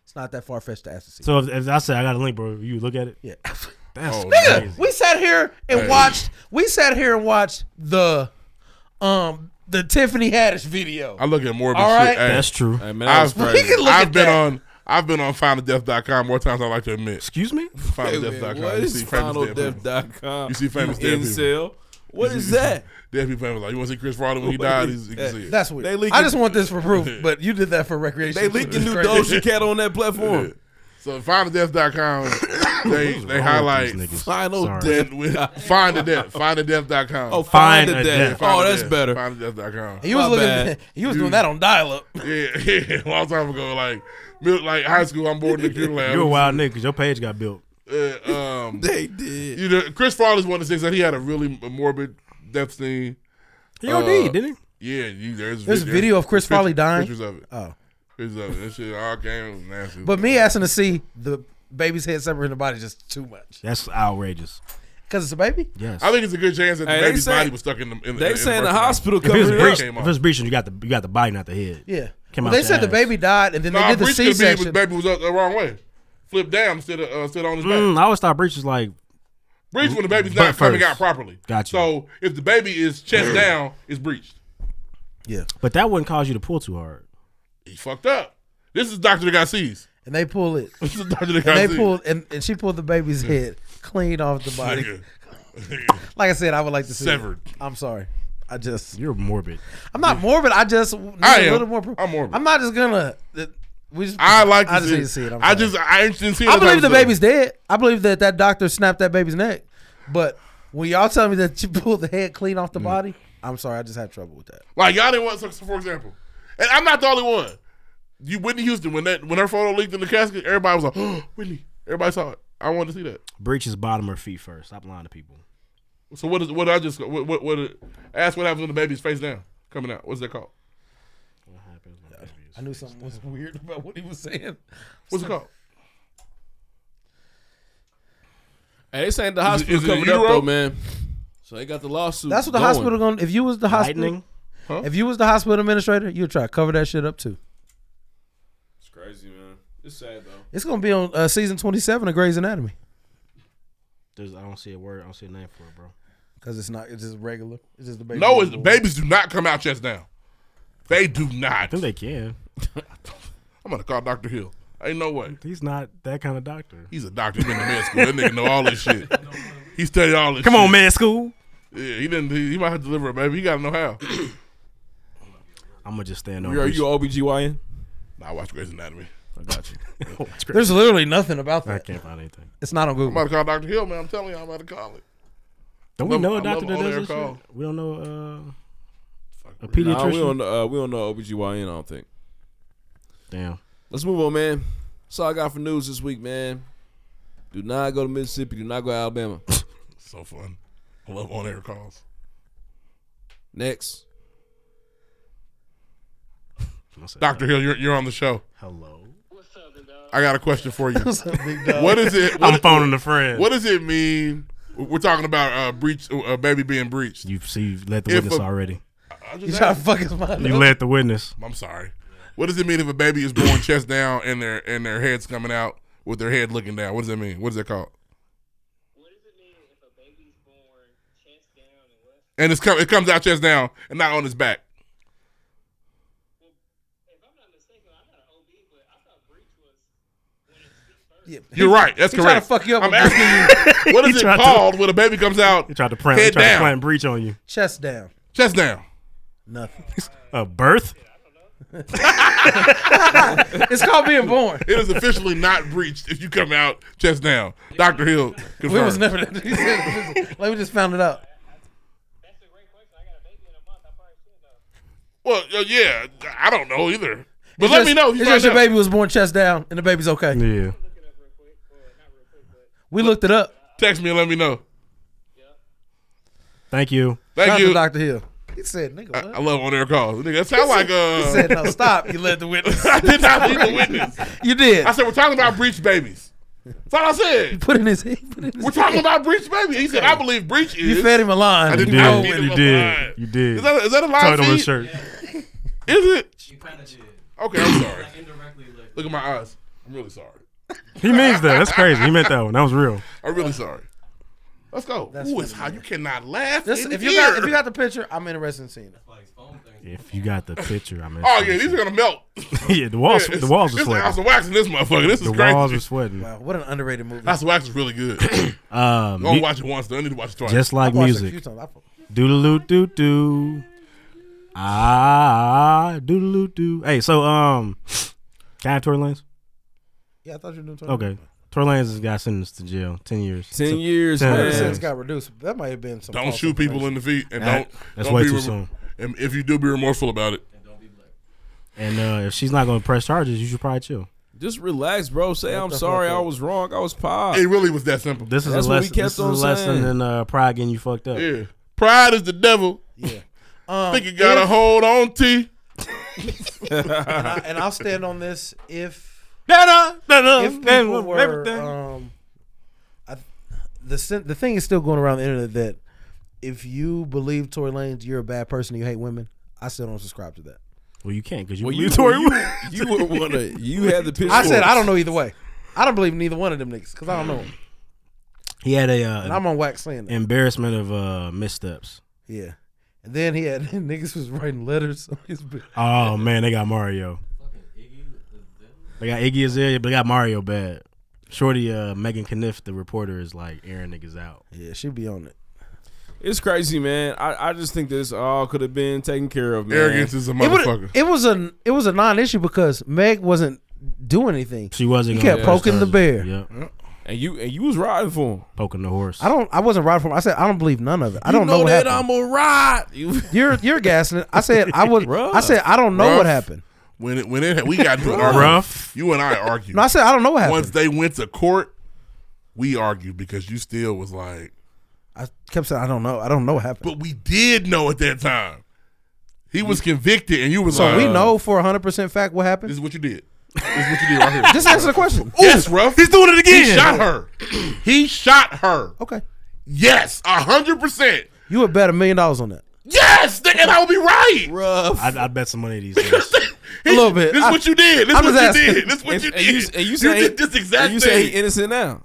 [SPEAKER 12] It's not that far fetched to ask to see.
[SPEAKER 4] So if, if I say I got a link, bro, you look at it.
[SPEAKER 12] Yeah.
[SPEAKER 4] That's
[SPEAKER 2] Oh,
[SPEAKER 12] Nigga,
[SPEAKER 4] crazy.
[SPEAKER 12] we sat here and
[SPEAKER 4] Hey.
[SPEAKER 12] watched. We sat here and watched the, um, the Tiffany Haddish video.
[SPEAKER 2] I look at morbid
[SPEAKER 12] All right?
[SPEAKER 2] shit. Hey,
[SPEAKER 4] That's true.
[SPEAKER 1] Hey,
[SPEAKER 12] man, that was
[SPEAKER 2] I've-
[SPEAKER 12] crazy. We can look
[SPEAKER 2] I've
[SPEAKER 12] at
[SPEAKER 2] been
[SPEAKER 12] that.
[SPEAKER 2] on. I've been on finaldeath.com more times than I like to admit.
[SPEAKER 4] Excuse me?
[SPEAKER 2] Finaldeath.com.
[SPEAKER 1] What
[SPEAKER 2] You
[SPEAKER 1] is
[SPEAKER 2] see famous dead people.
[SPEAKER 1] finaldeath.com?
[SPEAKER 2] You see famous
[SPEAKER 1] You
[SPEAKER 2] dead people.
[SPEAKER 1] incel. What
[SPEAKER 2] You
[SPEAKER 1] is
[SPEAKER 2] see-
[SPEAKER 1] that?
[SPEAKER 2] [laughs] Dead people famous. Like, you want to see
[SPEAKER 12] [laughs]
[SPEAKER 2] Chris Farley when he
[SPEAKER 1] What
[SPEAKER 2] died?
[SPEAKER 1] is
[SPEAKER 2] He's, you can
[SPEAKER 1] that?
[SPEAKER 2] see it.
[SPEAKER 12] That's weird.
[SPEAKER 1] They leaking-
[SPEAKER 12] I just want this for
[SPEAKER 2] [laughs]
[SPEAKER 12] proof, but you did that for recreation.
[SPEAKER 1] They leaking
[SPEAKER 12] It's
[SPEAKER 1] new
[SPEAKER 12] crazy.
[SPEAKER 1] Doja Cat on
[SPEAKER 12] [laughs]
[SPEAKER 1] that platform.
[SPEAKER 2] So
[SPEAKER 4] [coughs]
[SPEAKER 2] finaldeath.com, they they highlight
[SPEAKER 1] Final Sorry.
[SPEAKER 2] death
[SPEAKER 1] death.
[SPEAKER 2] with find the death. Find the death.com.
[SPEAKER 1] Oh, Find Find the the Death. Death. Oh, that's better.
[SPEAKER 2] Find the death.com.
[SPEAKER 12] He was looking. He was doing that on dial up.
[SPEAKER 2] uh, [laughs] Yeah, yeah, a long time ago, like mil- like high school, I'm bored in the computer lab.
[SPEAKER 4] You're a wild nigga 'cause your page got built.
[SPEAKER 12] [laughs]
[SPEAKER 2] Uh, um,
[SPEAKER 1] they did.
[SPEAKER 2] You know, Chris Farley's one of the things that he had a really morbid death scene.
[SPEAKER 4] He OD'd, didn't
[SPEAKER 2] he? Yeah, you, there's,
[SPEAKER 12] There's a video of Chris
[SPEAKER 2] pictures-
[SPEAKER 12] Farley dying?
[SPEAKER 2] Pictures of it.
[SPEAKER 12] Oh.
[SPEAKER 2] pictures of it. That shit all came it was nasty.
[SPEAKER 12] But me asking to see the baby's head separate from the body is just too much.
[SPEAKER 4] That's outrageous.
[SPEAKER 12] Cause it's a baby.
[SPEAKER 4] Yes.
[SPEAKER 2] I think it's a good chance that the
[SPEAKER 12] Hey, they
[SPEAKER 2] baby's
[SPEAKER 12] say-
[SPEAKER 2] body was stuck in the. In
[SPEAKER 1] they
[SPEAKER 2] in
[SPEAKER 1] saying the
[SPEAKER 2] birth control.
[SPEAKER 1] hospital
[SPEAKER 4] If it's,
[SPEAKER 1] covered it
[SPEAKER 4] breach,
[SPEAKER 1] up.
[SPEAKER 4] if it's breaching, you got the you got the body, not the head.
[SPEAKER 12] Yeah.
[SPEAKER 4] Came
[SPEAKER 12] Well,
[SPEAKER 4] out
[SPEAKER 12] they said the
[SPEAKER 4] ass.
[SPEAKER 12] baby died, and then
[SPEAKER 2] Nah,
[SPEAKER 12] they did the
[SPEAKER 2] Breach could be-
[SPEAKER 12] C-section.
[SPEAKER 2] Baby was up the wrong way, flipped down instead of uh, instead on his back.
[SPEAKER 4] Mm, I always thought breach was like
[SPEAKER 2] Breach when the baby's
[SPEAKER 4] But
[SPEAKER 2] not coming
[SPEAKER 4] first.
[SPEAKER 2] out properly.
[SPEAKER 4] Gotcha.
[SPEAKER 2] So if the baby is chest down, it's breached.
[SPEAKER 12] Yeah.
[SPEAKER 4] But that wouldn't cause you to pull too hard.
[SPEAKER 2] He fucked up. This is Doctor that got seized.
[SPEAKER 12] And they pull it.
[SPEAKER 2] This is Doctor
[SPEAKER 12] and
[SPEAKER 2] that got
[SPEAKER 12] they
[SPEAKER 2] seized.
[SPEAKER 12] pulled, and, and she pulled the baby's head clean off the body. [laughs] like I said, I would like to see. it.
[SPEAKER 2] Severed.
[SPEAKER 12] I'm sorry. I just
[SPEAKER 4] you're morbid.
[SPEAKER 12] I'm not morbid. I just need
[SPEAKER 2] I
[SPEAKER 12] a
[SPEAKER 2] am.
[SPEAKER 12] little more. proof.
[SPEAKER 2] I'm morbid.
[SPEAKER 12] I'm not just gonna. th- We just,
[SPEAKER 2] I like. To
[SPEAKER 12] I just
[SPEAKER 2] see
[SPEAKER 12] need to see it. I'm
[SPEAKER 2] I
[SPEAKER 12] sorry.
[SPEAKER 2] just. I didn't see.
[SPEAKER 12] I
[SPEAKER 2] that type
[SPEAKER 12] believe
[SPEAKER 2] of
[SPEAKER 12] the
[SPEAKER 2] stuff.
[SPEAKER 12] baby's dead. I believe that that doctor snapped that baby's neck. But when y'all tell me that you pulled the head clean off the
[SPEAKER 4] Mm.
[SPEAKER 12] body, I'm sorry. I just had trouble with that.
[SPEAKER 2] Like y'all didn't want. So, so for example, and I'm not the only one. You Whitney Houston when that when her photo leaked in the casket, everybody was like, oh, Whitney. Everybody saw it. I wanted to see that.
[SPEAKER 4] Breaches bottom or feet first. Stop lying to people.
[SPEAKER 2] So what is what I just what what, what ask what happens when the baby's face down coming out? What's that called?
[SPEAKER 12] I knew something was weird about what he was saying.
[SPEAKER 2] What's it called?
[SPEAKER 1] Hey, this ain't the
[SPEAKER 2] Is it-
[SPEAKER 1] hospital
[SPEAKER 2] is it
[SPEAKER 1] coming up
[SPEAKER 2] utero?
[SPEAKER 1] though, man. So they got the lawsuit.
[SPEAKER 12] That's what the
[SPEAKER 1] going.
[SPEAKER 12] hospital going. to If you was the hospital,
[SPEAKER 1] Lightning? Huh?
[SPEAKER 12] if you was the hospital administrator, you'd try to cover that shit up too.
[SPEAKER 1] It's crazy,
[SPEAKER 2] Uh,
[SPEAKER 1] man. It's sad though.
[SPEAKER 12] It's gonna be on uh, season 27 of Grey's Anatomy
[SPEAKER 4] There's I don't see a word. I don't see a name for it, bro.
[SPEAKER 12] because it's not. It's just regular. It's just the baby.
[SPEAKER 2] No, it's, babies do not come out chest down. They do
[SPEAKER 4] I
[SPEAKER 2] not.
[SPEAKER 4] think they can.
[SPEAKER 2] I'm gonna call Doctor Hill. Ain't no way.
[SPEAKER 4] He's not that kind of doctor.
[SPEAKER 2] He's a doctor. He been to med school. That nigga know all this
[SPEAKER 4] [laughs]
[SPEAKER 2] shit. He studied all this.
[SPEAKER 4] Come
[SPEAKER 2] shit.
[SPEAKER 4] on, med school.
[SPEAKER 2] Yeah, he didn't. He, he might have to deliver a baby. He gotta
[SPEAKER 4] [clears throat]
[SPEAKER 2] know how.
[SPEAKER 4] I'm gonna just stand on.
[SPEAKER 1] Are
[SPEAKER 4] breach.
[SPEAKER 1] you OBGYN?
[SPEAKER 2] Nah, I watch Grey's Anatomy.
[SPEAKER 1] I got
[SPEAKER 2] [laughs]
[SPEAKER 1] you.
[SPEAKER 12] There's literally nothing about that.
[SPEAKER 4] I can't find anything.
[SPEAKER 12] It's not on
[SPEAKER 2] I'm about
[SPEAKER 12] Google.
[SPEAKER 2] to call Doctor Hill, man. I'm telling you, I'm about to call it.
[SPEAKER 4] Don't we
[SPEAKER 2] I
[SPEAKER 4] know a
[SPEAKER 2] love- I
[SPEAKER 4] doctor that
[SPEAKER 2] love
[SPEAKER 4] does
[SPEAKER 2] on-air
[SPEAKER 4] this
[SPEAKER 2] call.
[SPEAKER 4] shit? We don't know uh, a
[SPEAKER 1] Nah, we
[SPEAKER 4] pediatrician.
[SPEAKER 1] don't. Uh, we don't know OBGYN. I don't think.
[SPEAKER 4] Damn.
[SPEAKER 1] Let's move on, man. That's all I got for news this week, man. Do not go to Mississippi. Do not go to
[SPEAKER 12] [laughs]
[SPEAKER 1] Alabama.
[SPEAKER 2] So fun. I love on air calls.
[SPEAKER 1] Next.
[SPEAKER 2] Doctor Hill, you're you're on the show.
[SPEAKER 4] Hello.
[SPEAKER 2] I got a question
[SPEAKER 4] [laughs]
[SPEAKER 2] for you.
[SPEAKER 12] What's up, big dog?
[SPEAKER 2] What is it?
[SPEAKER 4] I'm
[SPEAKER 2] what-
[SPEAKER 4] phoning a friend.
[SPEAKER 2] What does it mean? We're talking about uh, breach, uh, baby being breached.
[SPEAKER 4] You've see, you've let the
[SPEAKER 2] If
[SPEAKER 4] witness
[SPEAKER 2] a-
[SPEAKER 4] already.
[SPEAKER 2] I just
[SPEAKER 12] You trying to
[SPEAKER 2] asked.
[SPEAKER 12] fuck his mind
[SPEAKER 4] You
[SPEAKER 12] up.
[SPEAKER 4] let the witness.
[SPEAKER 2] I'm sorry. What does it mean if a baby is born chest down and their and their head's coming out with their head looking down? What does that mean? What is that called? And it's come, it comes out chest down and not on his back. You're right. That's
[SPEAKER 12] He trying
[SPEAKER 2] correct.
[SPEAKER 12] to fuck you up
[SPEAKER 2] I'm
[SPEAKER 12] with
[SPEAKER 2] asking you,
[SPEAKER 4] [laughs]
[SPEAKER 2] what
[SPEAKER 4] He
[SPEAKER 2] is it
[SPEAKER 4] tried to-
[SPEAKER 2] called when a baby comes out?
[SPEAKER 4] He tried to plant, he
[SPEAKER 2] head
[SPEAKER 4] tried to
[SPEAKER 2] down,
[SPEAKER 4] plant breach on you.
[SPEAKER 12] Chest down.
[SPEAKER 2] chest down.
[SPEAKER 12] Nothing.
[SPEAKER 4] A birth?
[SPEAKER 12] [laughs] it's called being born.
[SPEAKER 2] It is officially not breached if you come out chest down. Doctor Hill, confirmed.
[SPEAKER 12] We was never. [laughs] he said- like we just found it out.
[SPEAKER 2] Well, uh, yeah, I don't know either. But
[SPEAKER 12] It's
[SPEAKER 2] let
[SPEAKER 12] just-
[SPEAKER 2] me know. If you
[SPEAKER 12] It's just your
[SPEAKER 2] find out.
[SPEAKER 12] baby was born chest down and the baby's okay.
[SPEAKER 4] Yeah.
[SPEAKER 12] We looked it up.
[SPEAKER 2] Text me and let me know.
[SPEAKER 4] Thank you.
[SPEAKER 2] Thank
[SPEAKER 12] Shout out
[SPEAKER 2] you.
[SPEAKER 12] to Dr. Hill. He said, nigga,
[SPEAKER 2] I,
[SPEAKER 12] what?
[SPEAKER 2] I love on air calls. Nigga, that sound like uh.
[SPEAKER 12] He said, no, stop. You led the witness.
[SPEAKER 2] [laughs] I did not lead the
[SPEAKER 12] [laughs]
[SPEAKER 2] witness.
[SPEAKER 12] You did.
[SPEAKER 2] I said we're talking about breech babies. That's all I
[SPEAKER 12] You
[SPEAKER 2] said.
[SPEAKER 12] put in his head. Put in his
[SPEAKER 2] We're talking about breech babies. He said I believe breech is.
[SPEAKER 12] You fed him a line.
[SPEAKER 2] I
[SPEAKER 4] You
[SPEAKER 2] did
[SPEAKER 4] did.
[SPEAKER 2] not feed him
[SPEAKER 4] You
[SPEAKER 2] a
[SPEAKER 4] did.
[SPEAKER 2] line.
[SPEAKER 4] You did.
[SPEAKER 2] Is that, is that a
[SPEAKER 4] Tied
[SPEAKER 2] line?
[SPEAKER 4] on his
[SPEAKER 2] Feed?
[SPEAKER 4] shirt.
[SPEAKER 2] Is it? Okay, I'm sorry. Look at my eyes. I'm really sorry.
[SPEAKER 4] He means that. That's crazy. He meant that one. That was real.
[SPEAKER 2] I'm really sorry. Let's go.
[SPEAKER 12] That's
[SPEAKER 2] Ooh, it's
[SPEAKER 12] funny,
[SPEAKER 2] hot.
[SPEAKER 12] man.
[SPEAKER 2] You cannot laugh.
[SPEAKER 12] This-
[SPEAKER 2] in
[SPEAKER 12] if
[SPEAKER 2] here.
[SPEAKER 12] you got if you got the picture, I'm interested in seeing it.
[SPEAKER 4] If you got the picture, I mean.
[SPEAKER 2] Oh yeah, these are gonna melt.
[SPEAKER 4] [laughs] yeah, the walls,
[SPEAKER 2] Yeah,
[SPEAKER 4] the walls are
[SPEAKER 2] it's- it's an
[SPEAKER 4] sweating.
[SPEAKER 2] ounce of wax in this motherfucker. This is
[SPEAKER 4] the
[SPEAKER 2] crazy.
[SPEAKER 4] walls are sweating.
[SPEAKER 12] Wow, what an underrated movie.
[SPEAKER 2] That's wax is really
[SPEAKER 4] [clears throat]
[SPEAKER 2] good.
[SPEAKER 4] [coughs] Um,
[SPEAKER 2] you only
[SPEAKER 4] mu-
[SPEAKER 2] watch it once. Though. I need to watch it twice.
[SPEAKER 4] Just like music. Doodaloo doo doo. Ah, doodaloo doo. Hey, so um, can I have Tory Lanez?
[SPEAKER 12] Yeah, I thought you were doing Tory
[SPEAKER 4] Okay, Tory Lanez has got sentenced to jail, ten years.
[SPEAKER 1] 10
[SPEAKER 4] So-
[SPEAKER 1] years,
[SPEAKER 12] Ever
[SPEAKER 1] man.
[SPEAKER 12] since it got reduced, that might have been some.
[SPEAKER 2] Don't
[SPEAKER 12] false
[SPEAKER 2] shoot people in
[SPEAKER 12] information.
[SPEAKER 2] the feet, and
[SPEAKER 4] That-
[SPEAKER 2] don't.
[SPEAKER 4] that's
[SPEAKER 2] don't
[SPEAKER 4] way
[SPEAKER 2] be
[SPEAKER 4] too
[SPEAKER 2] rem-
[SPEAKER 4] soon.
[SPEAKER 2] And if you do, be remorseful about it.
[SPEAKER 4] And uh, if she's not going to press charges, you should probably chill.
[SPEAKER 1] Just relax, bro. Say I'm
[SPEAKER 2] the fuck
[SPEAKER 1] sorry. I
[SPEAKER 2] up?"
[SPEAKER 1] was wrong. I was pop.
[SPEAKER 2] It really was that simple.
[SPEAKER 4] This is
[SPEAKER 1] That's
[SPEAKER 4] a
[SPEAKER 1] what we
[SPEAKER 4] lesson.
[SPEAKER 1] kept
[SPEAKER 4] This is a
[SPEAKER 1] on
[SPEAKER 4] lesson
[SPEAKER 1] saying.
[SPEAKER 4] in uh, pride getting you fucked up.
[SPEAKER 2] Yeah. Pride is the devil. [laughs]
[SPEAKER 12] Yeah. Um,
[SPEAKER 2] Think you got a
[SPEAKER 12] if-
[SPEAKER 2] hold on T.
[SPEAKER 12] and, I, and I'll stand on this if
[SPEAKER 4] Da-da, da-da,
[SPEAKER 12] if
[SPEAKER 4] and
[SPEAKER 12] people were,
[SPEAKER 4] everything.
[SPEAKER 12] um, I, the sen- the thing is still going around the internet that if you believe Tory Lanez, you're a bad person. You hate women. I still don't subscribe to that.
[SPEAKER 4] Well, you can't because you
[SPEAKER 12] Well,
[SPEAKER 4] well,
[SPEAKER 12] you-
[SPEAKER 4] Tory
[SPEAKER 12] well,
[SPEAKER 4] Lanez.
[SPEAKER 1] you
[SPEAKER 4] [laughs]
[SPEAKER 1] would wanna- you had the
[SPEAKER 12] I said I don't know either way. I don't believe in either one of them niggas because I don't know. 'em.
[SPEAKER 4] He had a. Uh,
[SPEAKER 12] And I'm on wax saying that.
[SPEAKER 4] Embarrassment of uh, missteps.
[SPEAKER 12] Yeah. And then he had [laughs] niggas was writing letters. on his bi-
[SPEAKER 4] Oh man, they got Mario. They got Iggy Azalea, but they got Mario bad. Shorty uh, Megan Kniff, the reporter, is like airing niggas out.
[SPEAKER 12] Yeah, she be on it.
[SPEAKER 1] It's crazy, man. I, I just think this all could have been taken care of, man.
[SPEAKER 2] Arrogance is a
[SPEAKER 12] It, would've- it was a it was a non-issue because Meg wasn't doing anything.
[SPEAKER 4] She wasn't
[SPEAKER 12] He
[SPEAKER 4] gonna
[SPEAKER 12] kept
[SPEAKER 4] press
[SPEAKER 12] poking the
[SPEAKER 4] charges.
[SPEAKER 12] bear.
[SPEAKER 4] Yep.
[SPEAKER 1] And you and you was riding for him.
[SPEAKER 4] Poking the horse.
[SPEAKER 12] I don't. I wasn't riding for him. I said I don't believe none of it. I don't know, what
[SPEAKER 1] that
[SPEAKER 12] happened.
[SPEAKER 1] I'm a ride. You-
[SPEAKER 12] [laughs] You're you're gassing it. I said I
[SPEAKER 2] [laughs]
[SPEAKER 12] would. I said I don't know what
[SPEAKER 2] Ruff.
[SPEAKER 12] happened.
[SPEAKER 2] When it, when it, we got into an argument.
[SPEAKER 4] Ruff.
[SPEAKER 2] You and I argued.
[SPEAKER 12] No, I said I don't know what happened.
[SPEAKER 2] Once they went to court, we argued because you still was like,
[SPEAKER 12] I kept saying I don't know. I don't know what happened.
[SPEAKER 2] but we did know at that time. He was convicted, and you was
[SPEAKER 12] So
[SPEAKER 2] like,
[SPEAKER 12] we know for hundred percent fact what happened.
[SPEAKER 2] This is what you did. This is what you did right here.
[SPEAKER 12] [laughs] Just answer the question.
[SPEAKER 2] Yes, Ruff. He's
[SPEAKER 4] doing it
[SPEAKER 2] He
[SPEAKER 12] again.
[SPEAKER 2] shot her. He shot her.
[SPEAKER 12] Okay.
[SPEAKER 2] Yes, hundred percent.
[SPEAKER 12] You would bet a million dollars on that.
[SPEAKER 2] Yes, th- and I would be right.
[SPEAKER 1] Rough.
[SPEAKER 4] I, I bet some money these days.
[SPEAKER 12] A little bit.
[SPEAKER 2] This is
[SPEAKER 12] I-
[SPEAKER 2] what you did. This
[SPEAKER 12] I'm
[SPEAKER 2] is what
[SPEAKER 12] just
[SPEAKER 2] you
[SPEAKER 12] asking.
[SPEAKER 2] did. This is what
[SPEAKER 1] And-
[SPEAKER 2] you
[SPEAKER 1] and
[SPEAKER 2] did.
[SPEAKER 1] you- and you say-
[SPEAKER 2] did this exact
[SPEAKER 1] and you
[SPEAKER 2] thing.
[SPEAKER 1] say he innocent now.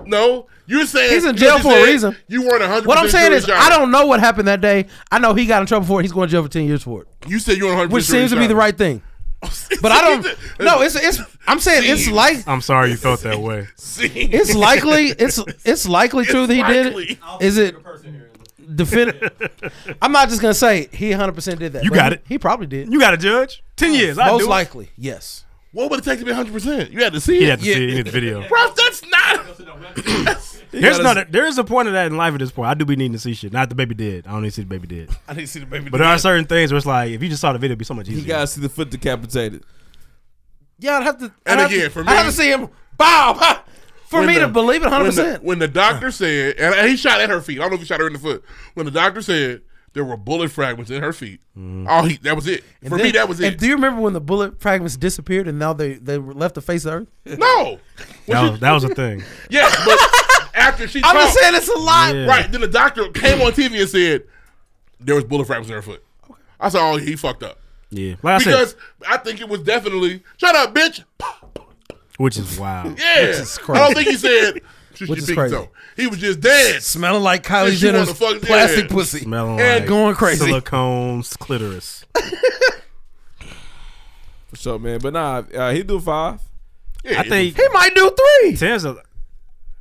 [SPEAKER 2] [clears throat] No, you're saying
[SPEAKER 12] He's in
[SPEAKER 2] you
[SPEAKER 12] jail
[SPEAKER 2] just
[SPEAKER 12] for a
[SPEAKER 2] said
[SPEAKER 12] reason.
[SPEAKER 2] You weren't 100.
[SPEAKER 12] What I'm saying is, I don't know what happened that day. I know he got in trouble for it. He's going to jail for ten years for it,
[SPEAKER 2] You said you weren't 100.
[SPEAKER 12] which seems to be the right
[SPEAKER 2] [laughs]
[SPEAKER 12] thing.
[SPEAKER 2] Oh,
[SPEAKER 12] But I don't. No, it's it's. I'm saying it's like
[SPEAKER 4] I'm sorry you felt that way.
[SPEAKER 12] it's likely it's it's likely true that he did it. Is it definitive? I'm not just gonna say he 100 percent did that.
[SPEAKER 4] You
[SPEAKER 12] but
[SPEAKER 4] got
[SPEAKER 12] he-
[SPEAKER 4] it.
[SPEAKER 12] He probably did.
[SPEAKER 4] You got a judge. [laughs] Ten years. I
[SPEAKER 12] Most
[SPEAKER 4] do it.
[SPEAKER 12] likely, yes.
[SPEAKER 2] What would it take to be 100? percent You had to see
[SPEAKER 4] He
[SPEAKER 2] it.
[SPEAKER 4] had to see it in the video.
[SPEAKER 2] Bro, that's not.
[SPEAKER 4] There's
[SPEAKER 1] gotta
[SPEAKER 4] not. A, there is a point of that in life at this point. I do be needing to see shit. Not the baby dead. I don't need to see the baby dead.
[SPEAKER 2] I didn't see the baby.
[SPEAKER 4] But there are certain things where it's like if you just saw the video, it'd be so much
[SPEAKER 1] You
[SPEAKER 4] easier.
[SPEAKER 1] gotta see the foot decapitated.
[SPEAKER 12] Yeah, I'd have to.
[SPEAKER 2] And
[SPEAKER 12] I'd have
[SPEAKER 2] again,
[SPEAKER 12] to-
[SPEAKER 2] for
[SPEAKER 12] I'd have
[SPEAKER 2] me-
[SPEAKER 12] to see him. Bow. bow. For
[SPEAKER 2] When
[SPEAKER 12] me to
[SPEAKER 2] the-
[SPEAKER 12] believe it 100.
[SPEAKER 2] when the-
[SPEAKER 12] percent
[SPEAKER 2] When the doctor said, and he shot at her feet. I don't know if he shot her in the foot. When the doctor said there were bullet fragments in her feet,
[SPEAKER 12] Mm-hmm.
[SPEAKER 2] all Oh, he that was it. For me, that was it.
[SPEAKER 12] do you remember when the bullet fragments disappeared and now they they were left the face of the earth?
[SPEAKER 2] [laughs] No.
[SPEAKER 4] That was, that was a
[SPEAKER 2] [laughs]
[SPEAKER 4] thing.
[SPEAKER 2] Yes, but after she,
[SPEAKER 12] [laughs] I'm just
[SPEAKER 2] talked-
[SPEAKER 12] saying it's a lot.
[SPEAKER 4] Yeah.
[SPEAKER 2] Right. Then the doctor came on TV and said there was bullet fragments in her foot. I said, oh, he fucked up.
[SPEAKER 4] Yeah. Like I
[SPEAKER 2] because
[SPEAKER 4] said,
[SPEAKER 2] I think it was definitely shut up, bitch.
[SPEAKER 4] which is wild.
[SPEAKER 2] [laughs] Yeah,
[SPEAKER 12] Which is crazy.
[SPEAKER 2] I don't think
[SPEAKER 4] [laughs]
[SPEAKER 12] [laughs]
[SPEAKER 2] he said. Shoot
[SPEAKER 12] Which
[SPEAKER 2] your
[SPEAKER 12] is
[SPEAKER 2] big
[SPEAKER 12] crazy.
[SPEAKER 2] toe. He was just dead.
[SPEAKER 12] Smelling like
[SPEAKER 2] And
[SPEAKER 12] Kylie
[SPEAKER 2] she wanna
[SPEAKER 12] Jenner's
[SPEAKER 2] fuck-
[SPEAKER 12] plastic
[SPEAKER 2] yeah.
[SPEAKER 12] pussy.
[SPEAKER 4] Smelling
[SPEAKER 12] and
[SPEAKER 4] like
[SPEAKER 12] going crazy.
[SPEAKER 4] Silicone's clitoris.
[SPEAKER 1] What's up, man? But nah, uh, he do five.
[SPEAKER 2] Yeah,
[SPEAKER 4] I think
[SPEAKER 12] He might do three.
[SPEAKER 4] Ten's a.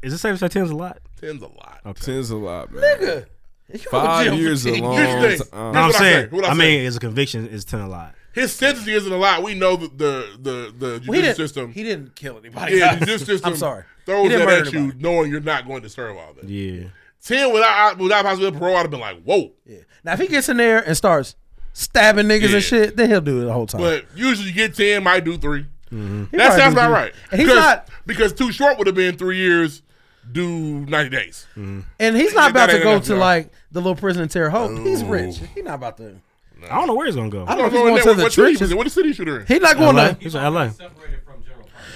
[SPEAKER 4] Is it safe to say ten's a lot?
[SPEAKER 2] ten's a lot.
[SPEAKER 1] Ten's a lot, man.
[SPEAKER 12] Nigga. You
[SPEAKER 1] Five
[SPEAKER 12] in jail for
[SPEAKER 1] years
[SPEAKER 12] 10
[SPEAKER 1] a long
[SPEAKER 2] Here's the thing.
[SPEAKER 1] time.
[SPEAKER 4] No, I'm
[SPEAKER 2] Here's what I
[SPEAKER 4] saying.
[SPEAKER 2] say. What I
[SPEAKER 4] I
[SPEAKER 2] say.
[SPEAKER 4] mean, is a conviction is ten a lot.
[SPEAKER 2] His sentencing isn't a lot. We know that the the the, the
[SPEAKER 12] Well, he
[SPEAKER 2] judicial
[SPEAKER 12] didn't,
[SPEAKER 2] system.
[SPEAKER 12] He didn't kill anybody.
[SPEAKER 2] yeah,
[SPEAKER 12] guys.
[SPEAKER 2] the judicial system.
[SPEAKER 12] I'm sorry.
[SPEAKER 2] Throws
[SPEAKER 12] he didn't
[SPEAKER 2] that
[SPEAKER 12] murder
[SPEAKER 2] at you,
[SPEAKER 12] anybody.
[SPEAKER 2] knowing you're not going to serve all that.
[SPEAKER 4] Yeah.
[SPEAKER 2] Ten without without possibility of parole, I'd have been like, whoa.
[SPEAKER 12] Now if he gets in there and starts stabbing niggas
[SPEAKER 2] Yeah.
[SPEAKER 12] and shit, then he'll do it the whole time.
[SPEAKER 2] But usually you get ten, might do 3
[SPEAKER 12] Mm-hmm. He
[SPEAKER 2] That
[SPEAKER 12] probably
[SPEAKER 2] sounds
[SPEAKER 12] do
[SPEAKER 2] about
[SPEAKER 12] three.
[SPEAKER 2] right.
[SPEAKER 12] And he's
[SPEAKER 2] because,
[SPEAKER 12] not-
[SPEAKER 2] because too short would have been three years, do ninety days.
[SPEAKER 12] Mm-hmm. and he's
[SPEAKER 2] That
[SPEAKER 12] not about to
[SPEAKER 2] ain't
[SPEAKER 12] go
[SPEAKER 2] enough,
[SPEAKER 12] to
[SPEAKER 2] y'all.
[SPEAKER 12] like the little prison in Terre Haute. He's
[SPEAKER 2] No.
[SPEAKER 12] rich. He's not about to.
[SPEAKER 4] I don't know where he's gonna go.
[SPEAKER 12] I don't know if he's going
[SPEAKER 2] Going there,
[SPEAKER 12] to
[SPEAKER 2] what,
[SPEAKER 12] the
[SPEAKER 2] what city was
[SPEAKER 12] churches.
[SPEAKER 2] it? What city shoot her in?
[SPEAKER 12] He's not going
[SPEAKER 4] LA.
[SPEAKER 12] to.
[SPEAKER 4] He's in LA.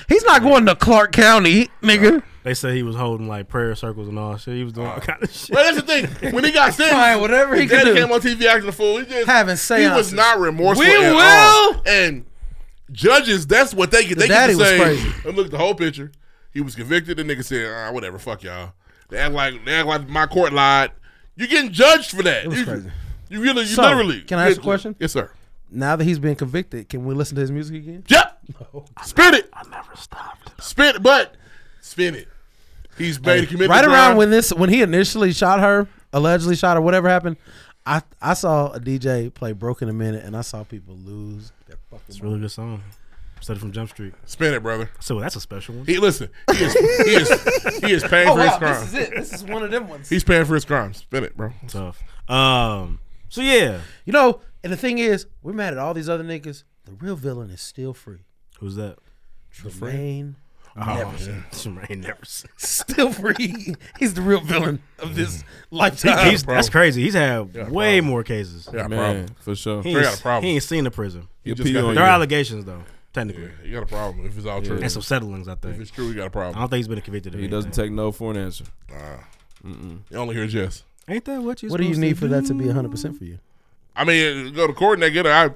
[SPEAKER 12] He's not going to Clark County, nigga.
[SPEAKER 4] They said he was holding like prayer circles and all shit. He was doing all kind of shit.
[SPEAKER 2] Well, that's the thing. When
[SPEAKER 12] [laughs]
[SPEAKER 2] he got sentenced,
[SPEAKER 12] Trying whatever he
[SPEAKER 2] his daddy
[SPEAKER 12] could do.
[SPEAKER 2] came on TV acting a fool. He just
[SPEAKER 12] Having
[SPEAKER 2] He
[SPEAKER 12] seances.
[SPEAKER 2] was not remorseful.
[SPEAKER 12] We
[SPEAKER 2] at all.
[SPEAKER 12] will.
[SPEAKER 2] And judges, that's what they get.
[SPEAKER 12] The
[SPEAKER 2] They get
[SPEAKER 12] daddy
[SPEAKER 2] to
[SPEAKER 12] was
[SPEAKER 2] say,
[SPEAKER 12] crazy.
[SPEAKER 2] "Let me look at the whole picture." He was convicted. The nigga said, ah, whatever, fuck y'all. They act like they act like my court lied. You're getting judged for that. you,
[SPEAKER 12] crazy.
[SPEAKER 2] You really, you
[SPEAKER 12] So,
[SPEAKER 2] literally.
[SPEAKER 12] Can I ask a question?
[SPEAKER 2] Yes, sir.
[SPEAKER 12] Now that he's been convicted, can we listen to his music again?
[SPEAKER 2] Yep. Spin it. I never stopped. Spin it, but spin it. He's made a committed
[SPEAKER 12] right
[SPEAKER 2] crime.
[SPEAKER 12] around when this when he initially shot her, allegedly shot her, whatever happened, I I saw a DJ play "Broken a Minute" and I saw people lose their fucking.
[SPEAKER 4] It's a really good song. Said it from Jump Street.
[SPEAKER 2] Spin it, brother.
[SPEAKER 4] So that's a special one.
[SPEAKER 2] He listen. He is he is he is paying
[SPEAKER 12] Oh,
[SPEAKER 2] for
[SPEAKER 12] wow,
[SPEAKER 2] his crime.
[SPEAKER 12] this is it. This is one of them ones.
[SPEAKER 2] He's paying for his crimes. Spin it, bro.
[SPEAKER 4] Tough. Um. So yeah,
[SPEAKER 12] you know, and the thing is, we're mad at all these other niggas. The real villain is still free.
[SPEAKER 4] Who's that?
[SPEAKER 12] Tremaine.
[SPEAKER 4] Oh,
[SPEAKER 12] Neverson.
[SPEAKER 4] yeah. Tremaine
[SPEAKER 2] [laughs]
[SPEAKER 4] Neverson.
[SPEAKER 12] Still free. He's the real villain of this lifetime.
[SPEAKER 4] Mm-hmm. He's- that's crazy. He's had
[SPEAKER 12] Yeah,
[SPEAKER 4] way more cases.
[SPEAKER 2] Yeah,
[SPEAKER 1] Man, problem. for sure.
[SPEAKER 4] He
[SPEAKER 1] He
[SPEAKER 4] ain't,
[SPEAKER 1] got a problem.
[SPEAKER 4] he ain't seen the prison.
[SPEAKER 1] He
[SPEAKER 4] There
[SPEAKER 1] just got-
[SPEAKER 4] are allegations though, technically.
[SPEAKER 2] Yeah, you got a problem if it's all true.
[SPEAKER 4] And some settlings, I think.
[SPEAKER 2] If it's true, you got a problem.
[SPEAKER 4] I don't think he's been convicted of
[SPEAKER 1] He doesn't take no for an answer.
[SPEAKER 2] You only hear yes.
[SPEAKER 4] Ain't that what you?
[SPEAKER 12] What do you need for that to be 100% for you?
[SPEAKER 2] I mean, go to court and they get it. I,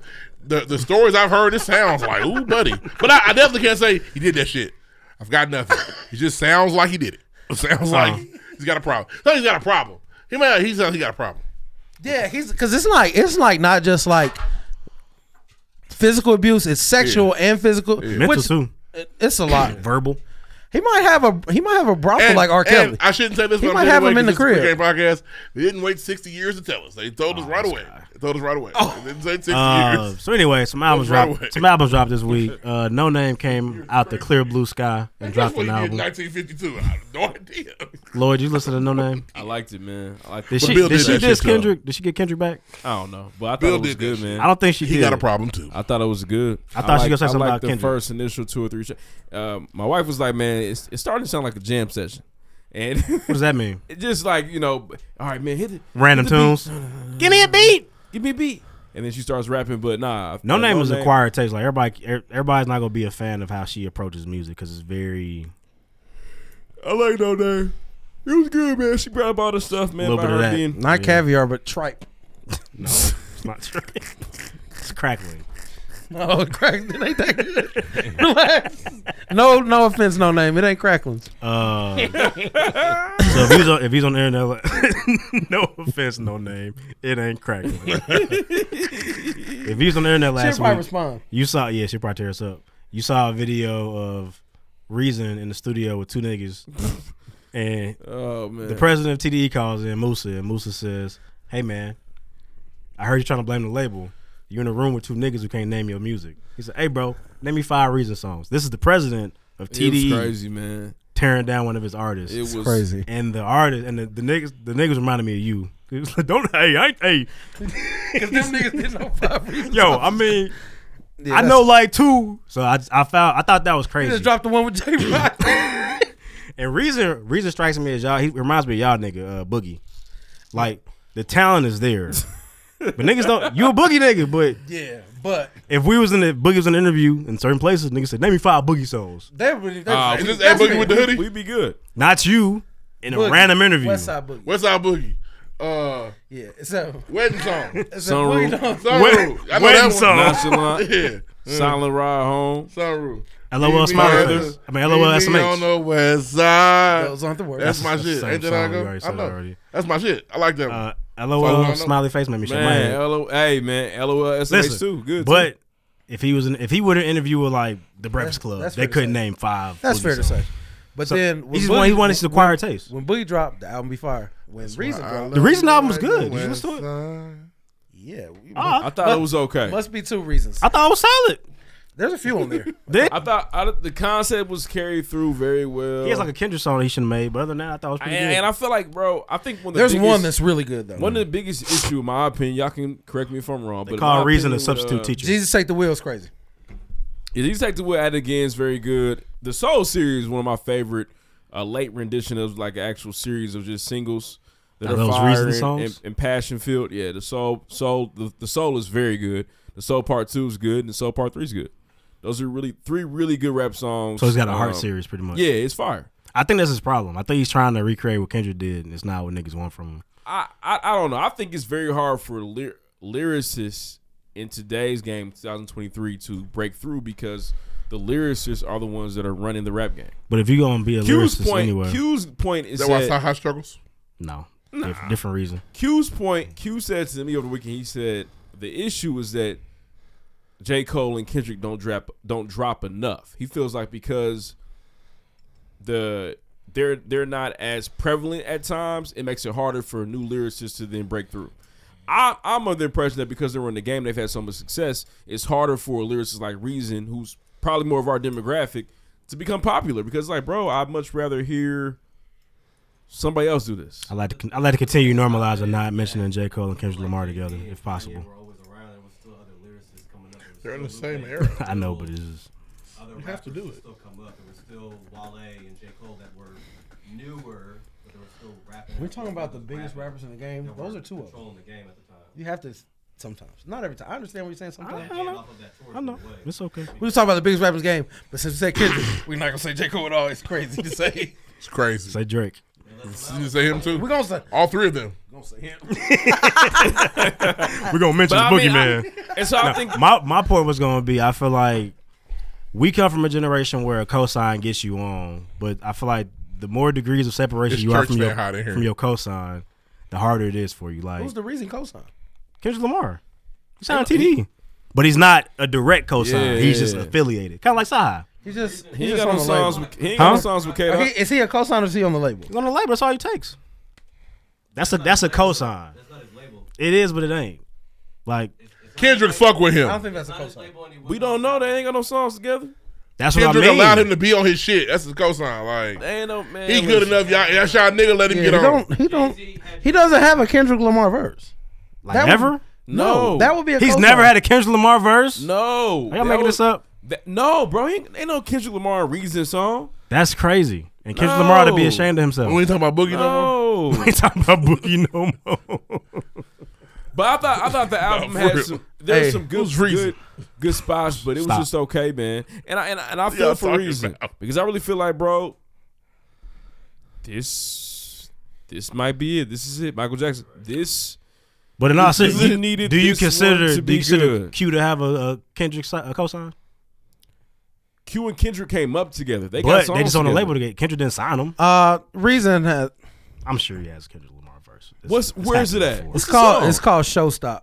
[SPEAKER 2] the the stories I've heard, it sounds like ooh, buddy. But I, I definitely can't say he did that shit. I've got nothing. It just sounds like he did it. It sounds
[SPEAKER 12] Wow.
[SPEAKER 2] like he's got a problem. No, he's got a problem. He may he's he got a problem.
[SPEAKER 12] Yeah, he's because it's like it's like not just like physical abuse; it's sexual and physical.
[SPEAKER 4] Mental too.
[SPEAKER 12] it- It's a lot.
[SPEAKER 4] Verbal.
[SPEAKER 12] He might have a he might have a brothel
[SPEAKER 2] And-
[SPEAKER 12] like R.
[SPEAKER 2] and
[SPEAKER 12] Kelly.
[SPEAKER 2] I shouldn't say this.
[SPEAKER 12] He
[SPEAKER 2] but I'm
[SPEAKER 12] might
[SPEAKER 2] saying
[SPEAKER 12] have
[SPEAKER 2] it
[SPEAKER 12] him in the
[SPEAKER 2] because this
[SPEAKER 12] crib.
[SPEAKER 2] is Pre-Game podcast. They didn't wait sixty years to tell us. They told us right away. They told us right away.
[SPEAKER 12] Oh.
[SPEAKER 2] They didn't say sixty
[SPEAKER 4] Oh, Uh,
[SPEAKER 2] years.
[SPEAKER 4] so anyway, some albums
[SPEAKER 2] Right
[SPEAKER 4] dropped.
[SPEAKER 2] away.
[SPEAKER 4] Some albums dropped
[SPEAKER 2] [laughs]
[SPEAKER 4] this week. Uh, no Name came out the clear blue sky and
[SPEAKER 2] That's
[SPEAKER 4] dropped
[SPEAKER 2] what
[SPEAKER 4] an
[SPEAKER 2] he did in
[SPEAKER 4] album.
[SPEAKER 2] 1952. I have no idea.
[SPEAKER 4] Lloyd, you listen to No Name?
[SPEAKER 1] I liked it, man. I liked
[SPEAKER 4] Did
[SPEAKER 1] it.
[SPEAKER 4] she, did she diss Kendrick? Did she get Kendrick back?
[SPEAKER 1] I don't know, but I thought
[SPEAKER 4] Bill
[SPEAKER 1] it was
[SPEAKER 4] did that
[SPEAKER 1] good,
[SPEAKER 4] shit.
[SPEAKER 1] man.
[SPEAKER 4] I don't think she He did. got a problem,
[SPEAKER 2] too.
[SPEAKER 1] I thought it was good.
[SPEAKER 4] I thought she
[SPEAKER 1] liked-
[SPEAKER 4] gonna say
[SPEAKER 1] I
[SPEAKER 4] something
[SPEAKER 1] liked
[SPEAKER 4] about
[SPEAKER 1] the
[SPEAKER 4] Kendrick.
[SPEAKER 1] first initial two or three. Sh- um, my wife was like, "Man, it's, it's starting to sound like a jam session." And [laughs] what
[SPEAKER 4] does that mean?
[SPEAKER 1] It just like you know, all right, man, hit it.
[SPEAKER 4] Random tunes. Give me a beat.
[SPEAKER 1] Give me a beat. And then she starts rapping, but nah.
[SPEAKER 4] No
[SPEAKER 1] uh,
[SPEAKER 4] Name was acquired taste. Like everybody, er- everybody's not gonna be a fan of how she approaches music because it's very
[SPEAKER 1] I like no name. It was good, man. She brought up all the stuff, man.
[SPEAKER 4] Little
[SPEAKER 1] about
[SPEAKER 4] bit of
[SPEAKER 1] her
[SPEAKER 4] that.
[SPEAKER 1] being-
[SPEAKER 12] Not caviar, but tripe.
[SPEAKER 4] [laughs] no, it's not true. it's
[SPEAKER 12] [laughs]
[SPEAKER 4] crackling.
[SPEAKER 12] No, Oh, crack, it ain't that good.
[SPEAKER 4] [laughs]
[SPEAKER 12] Relax. No, no offense, no name. It ain't cracklings.
[SPEAKER 4] Um, so if he's on, if he's on the internet, like, [laughs] no [laughs] offense, no name, it ain't cracking.
[SPEAKER 12] [laughs]
[SPEAKER 4] if he's on the internet
[SPEAKER 12] She'll
[SPEAKER 4] last
[SPEAKER 12] probably
[SPEAKER 4] week,
[SPEAKER 12] respond.
[SPEAKER 4] you saw yeah, she probably tear us up. You saw a video of Reason in the studio with two niggas, and
[SPEAKER 1] [laughs] Oh, man.
[SPEAKER 4] the president of TDE calls in Musa, and Musa says, "Hey man, I heard you trying to blame the label." You're in a room with two niggas who can't name your music. He said, "Hey, bro, name me five Reason songs." This is the president
[SPEAKER 1] It
[SPEAKER 4] of
[SPEAKER 1] was
[SPEAKER 4] TDE
[SPEAKER 1] crazy, man.
[SPEAKER 4] tearing down one of his artists.
[SPEAKER 1] It was-
[SPEAKER 12] crazy.
[SPEAKER 4] And the artist and the, the niggas the niggas reminded me of you. [laughs] It was like, Don't hey I ain't-
[SPEAKER 12] [laughs]
[SPEAKER 4] hey.
[SPEAKER 12] Because them niggas
[SPEAKER 4] [laughs]
[SPEAKER 12] didn't know five reasons.
[SPEAKER 4] Yo, I mean,
[SPEAKER 12] Yeah,
[SPEAKER 4] I know
[SPEAKER 12] that's-
[SPEAKER 4] like two. So I I found I thought that was
[SPEAKER 12] You
[SPEAKER 4] crazy.
[SPEAKER 12] just dropped the one with J. Rock.
[SPEAKER 4] [laughs] And reason reason strikes me as y'all. He reminds me of y'all nigga uh, Boogie. Like the talent is there, but niggas don't. You a Boogie nigga, but
[SPEAKER 12] yeah, but
[SPEAKER 4] if we was in the Boogie was in the interview in certain places, niggas said name me five Boogie songs.
[SPEAKER 12] they really. They,
[SPEAKER 2] Uh,
[SPEAKER 12] they-
[SPEAKER 2] is this
[SPEAKER 12] that's
[SPEAKER 2] that boogie
[SPEAKER 12] me.
[SPEAKER 2] with the hoodie?
[SPEAKER 1] We be good.
[SPEAKER 4] Not you in a
[SPEAKER 12] Boogie.
[SPEAKER 4] random interview.
[SPEAKER 12] Westside Boogie.
[SPEAKER 2] Westside Boogie. Uh,
[SPEAKER 12] yeah, so
[SPEAKER 2] wedding song.
[SPEAKER 12] [laughs] It's a Sunroof. boogie song.
[SPEAKER 2] Sunroof.
[SPEAKER 12] Wed-
[SPEAKER 2] I know
[SPEAKER 12] wedding
[SPEAKER 2] that one.
[SPEAKER 12] song.
[SPEAKER 1] Nonchalant.
[SPEAKER 2] [laughs]
[SPEAKER 1] Mm.
[SPEAKER 2] yeah.
[SPEAKER 1] Silent ride home.
[SPEAKER 2] Sunroof.
[SPEAKER 4] LOL
[SPEAKER 2] Meet me
[SPEAKER 4] smiley
[SPEAKER 2] on the-
[SPEAKER 4] face. I mean, LOL
[SPEAKER 2] meet me
[SPEAKER 4] SMH.
[SPEAKER 2] On the west side.
[SPEAKER 12] Those aren't the words.
[SPEAKER 2] That's, my
[SPEAKER 4] That's the
[SPEAKER 2] shit.
[SPEAKER 4] same
[SPEAKER 2] Ain't that
[SPEAKER 4] song.
[SPEAKER 2] I
[SPEAKER 4] We
[SPEAKER 2] go?
[SPEAKER 4] already
[SPEAKER 2] I
[SPEAKER 4] said that
[SPEAKER 2] know.
[SPEAKER 4] already.
[SPEAKER 2] That's my shit. I like that one.
[SPEAKER 4] Uh,
[SPEAKER 2] Follow
[SPEAKER 4] LOL
[SPEAKER 2] along.
[SPEAKER 4] smiley face made me shake my
[SPEAKER 1] Man,
[SPEAKER 4] head.
[SPEAKER 1] LO, hey man, LOL SMH too. Good.
[SPEAKER 4] But
[SPEAKER 1] too.
[SPEAKER 4] if he was in, if he would have interviewed with like the Breakfast
[SPEAKER 12] That's-
[SPEAKER 4] Club,
[SPEAKER 12] that's
[SPEAKER 4] they
[SPEAKER 12] fair to
[SPEAKER 4] couldn't
[SPEAKER 12] say.
[SPEAKER 4] name five.
[SPEAKER 12] That's
[SPEAKER 4] Boogie
[SPEAKER 12] fair to say.
[SPEAKER 4] songs.
[SPEAKER 12] But
[SPEAKER 4] So
[SPEAKER 12] then
[SPEAKER 4] he just wanted, he wanted to acquire
[SPEAKER 12] when-
[SPEAKER 4] taste.
[SPEAKER 12] When Boogie dropped, the album be fire. When Reason
[SPEAKER 2] why I
[SPEAKER 12] dropped,
[SPEAKER 4] The Reason album was good.
[SPEAKER 2] West
[SPEAKER 4] Did you listen to it?
[SPEAKER 12] Yeah, we-
[SPEAKER 4] Ah.
[SPEAKER 1] I thought it was okay.
[SPEAKER 12] Must be two reasons.
[SPEAKER 4] I thought it was solid.
[SPEAKER 12] There's a few on
[SPEAKER 4] [laughs]
[SPEAKER 12] there.
[SPEAKER 1] I thought I, the concept was carried through very well.
[SPEAKER 4] He has like a Kendrick song that he should have made, but other than that, I thought it was pretty
[SPEAKER 1] and,
[SPEAKER 4] good.
[SPEAKER 1] and Uh, I feel like, bro, I think one of the
[SPEAKER 12] There's
[SPEAKER 1] biggest-
[SPEAKER 12] one that's really good though.
[SPEAKER 1] One of the biggest issue, in my opinion, y'all can correct me if I'm wrong. but in
[SPEAKER 4] call
[SPEAKER 1] my
[SPEAKER 4] Reason
[SPEAKER 1] opinion
[SPEAKER 4] a
[SPEAKER 1] with,
[SPEAKER 4] substitute
[SPEAKER 1] uh,
[SPEAKER 4] teacher.
[SPEAKER 12] Jesus take the wheels crazy.
[SPEAKER 1] Yeah, these take the wood at again is very good. The Soul series, one of my favorite uh, late rendition of like an actual series of just singles that
[SPEAKER 4] Are
[SPEAKER 1] are,
[SPEAKER 4] those
[SPEAKER 1] fire
[SPEAKER 4] Reason
[SPEAKER 1] and-
[SPEAKER 4] songs?
[SPEAKER 1] and, and passion filled. Yeah, the Soul Soul the, the Soul is very good. The Soul Part Two is good, and the Soul Part Three is good. Those are really three really good rap songs. Um,
[SPEAKER 4] So he's got a heart series, pretty much.
[SPEAKER 1] Yeah, it's fire.
[SPEAKER 4] I think that's his problem. I think he's trying to recreate what Kendrick did, and it's not what niggas want from him.
[SPEAKER 1] I, I I don't know. I think it's very hard for lyr- lyricists in today's game, 2023, to break through because the the lyricists are the ones that are running the rap game.
[SPEAKER 4] But if you gonna be a
[SPEAKER 1] Q's
[SPEAKER 4] lyricist
[SPEAKER 1] point,
[SPEAKER 4] anyway-
[SPEAKER 1] Q's point is
[SPEAKER 2] That why
[SPEAKER 1] that-
[SPEAKER 2] Saha struggles?
[SPEAKER 4] No.
[SPEAKER 1] Nah.
[SPEAKER 4] Dif- different reason.
[SPEAKER 1] Q's point, Q said to me over the weekend, he said the issue is that J. Cole and Kendrick don't drop don't drop enough. He feels like because the they're they're not as prevalent at times, it makes it harder for new lyricists to then break through. I, I'm under the impression that because they're in the game, they've had so much success. It's harder for a lyricist like Reason, who's probably more of our demographic, to become popular. Because like, bro, I'd much rather hear somebody else do this.
[SPEAKER 4] I like to con- I like to continue normalizing not mentioning J. Cole and Kendrick Lamar together if possible.
[SPEAKER 2] They're in the same era.
[SPEAKER 4] [laughs] I know, but it's just
[SPEAKER 13] Other
[SPEAKER 2] You have to
[SPEAKER 13] rappers
[SPEAKER 2] do
[SPEAKER 13] would
[SPEAKER 2] it.
[SPEAKER 13] Still come up. There were still Wale and J Cole that were newer, but they were still rapping.
[SPEAKER 12] We're talking about the biggest rappers in the game. Those are two of them.
[SPEAKER 13] controlling the game at the time.
[SPEAKER 12] You have to sometimes, not every time. I understand what you're saying. Sometimes
[SPEAKER 13] I know. I know.
[SPEAKER 4] It's okay.
[SPEAKER 12] We was talking about the biggest rappers in the game, but since we said
[SPEAKER 4] [coughs]
[SPEAKER 12] Kendrick, we're not gonna say J Cole at all. It's crazy to
[SPEAKER 2] [laughs]
[SPEAKER 12] say.
[SPEAKER 2] It's crazy.
[SPEAKER 4] Say Drake.
[SPEAKER 2] You say him too.
[SPEAKER 12] We're gonna say
[SPEAKER 2] all three of them.
[SPEAKER 12] We're gonna
[SPEAKER 1] [laughs]
[SPEAKER 12] say him.
[SPEAKER 4] [laughs] We're gonna mention
[SPEAKER 1] But
[SPEAKER 4] the
[SPEAKER 1] I mean,
[SPEAKER 4] boogeyman.
[SPEAKER 1] I- [laughs] and so I
[SPEAKER 4] No,
[SPEAKER 1] think-
[SPEAKER 4] my my point was gonna be I feel like we come from a generation where a cosign gets you on, but I feel like the more degrees of separation
[SPEAKER 12] It's
[SPEAKER 4] you are
[SPEAKER 12] church
[SPEAKER 4] from
[SPEAKER 12] fan
[SPEAKER 4] your
[SPEAKER 12] hot in here.
[SPEAKER 4] from your cosign, the harder it is for you. Like
[SPEAKER 12] Who's the reason cosign?
[SPEAKER 4] Kendrick Lamar, he's on TD, but he's not a direct
[SPEAKER 1] Yeah.
[SPEAKER 4] cosign. he's just affiliated, kind of like Saha.
[SPEAKER 12] He just
[SPEAKER 1] He
[SPEAKER 12] he
[SPEAKER 1] ain't
[SPEAKER 12] just
[SPEAKER 1] got
[SPEAKER 12] on
[SPEAKER 1] no
[SPEAKER 12] the label.
[SPEAKER 1] songs with- he ain't got no Huh? songs with K-Dot.
[SPEAKER 12] Okay, Is he a cosign or is he on the label?
[SPEAKER 4] He's on the label. That's all he takes. That's a that's a cosign. It is, but it ain't. Like
[SPEAKER 2] Kendrick, fuck with him.
[SPEAKER 12] think that's a cosign.
[SPEAKER 1] We don't know. They ain't got no songs together.
[SPEAKER 4] That's
[SPEAKER 2] Kendrick
[SPEAKER 4] what I mean.
[SPEAKER 2] allowed him to be on his shit. That's his cosign. Like
[SPEAKER 1] They ain't no man.
[SPEAKER 2] he good enough. Y'all, that's y'all nigga. Let him
[SPEAKER 12] Yeah, he
[SPEAKER 2] get on.
[SPEAKER 12] don't. He don't. He doesn't have a Kendrick Lamar verse.
[SPEAKER 4] Like
[SPEAKER 12] That would-
[SPEAKER 4] ever?
[SPEAKER 1] No.
[SPEAKER 12] No. that would be. a
[SPEAKER 4] He's
[SPEAKER 12] cosign.
[SPEAKER 4] never had a Kendrick Lamar verse.
[SPEAKER 1] No.
[SPEAKER 4] Are y'all making this up?
[SPEAKER 1] That, no, bro. He ain't, ain't no Kendrick Lamar reason song.
[SPEAKER 4] That's crazy. And Kendrick Lamar ought to be
[SPEAKER 1] No.
[SPEAKER 4] ashamed of himself.
[SPEAKER 1] We ain't talking about Boogie no more?
[SPEAKER 4] [laughs] we ain't talking about Boogie no more. [laughs]
[SPEAKER 1] But I thought I thought the album
[SPEAKER 4] for
[SPEAKER 1] had
[SPEAKER 4] real.
[SPEAKER 1] some there's
[SPEAKER 4] Hey,
[SPEAKER 1] some good,
[SPEAKER 4] who's Reason?
[SPEAKER 1] good good spots, but it was
[SPEAKER 4] Stop.
[SPEAKER 1] just okay, man. And I and I, and I
[SPEAKER 2] What
[SPEAKER 1] feel
[SPEAKER 2] y'all
[SPEAKER 1] for
[SPEAKER 2] talking
[SPEAKER 1] reason
[SPEAKER 2] about?
[SPEAKER 1] because I really feel like, bro, this this might be it. This is it, Michael Jackson. This.
[SPEAKER 4] But in all
[SPEAKER 1] this is
[SPEAKER 4] seriousness,
[SPEAKER 1] needed
[SPEAKER 4] do you
[SPEAKER 1] this one
[SPEAKER 4] consider
[SPEAKER 1] to
[SPEAKER 4] do you
[SPEAKER 1] be
[SPEAKER 4] consider
[SPEAKER 1] good?
[SPEAKER 4] Q to have a, a Kendrick si- a cosign?
[SPEAKER 1] Q and Kendrick came up together. They got
[SPEAKER 4] but
[SPEAKER 1] songs
[SPEAKER 4] they just on the
[SPEAKER 1] together.
[SPEAKER 4] label to get Kendrick didn't sign them.
[SPEAKER 12] Uh, reason has.
[SPEAKER 4] I'm sure he has Kendrick Lamar verse. It's-
[SPEAKER 1] What's-
[SPEAKER 4] it's
[SPEAKER 1] where's it
[SPEAKER 4] happened
[SPEAKER 1] at?
[SPEAKER 4] before.
[SPEAKER 1] What's
[SPEAKER 12] It's
[SPEAKER 1] the
[SPEAKER 12] called.
[SPEAKER 1] song?
[SPEAKER 12] It's called Showstop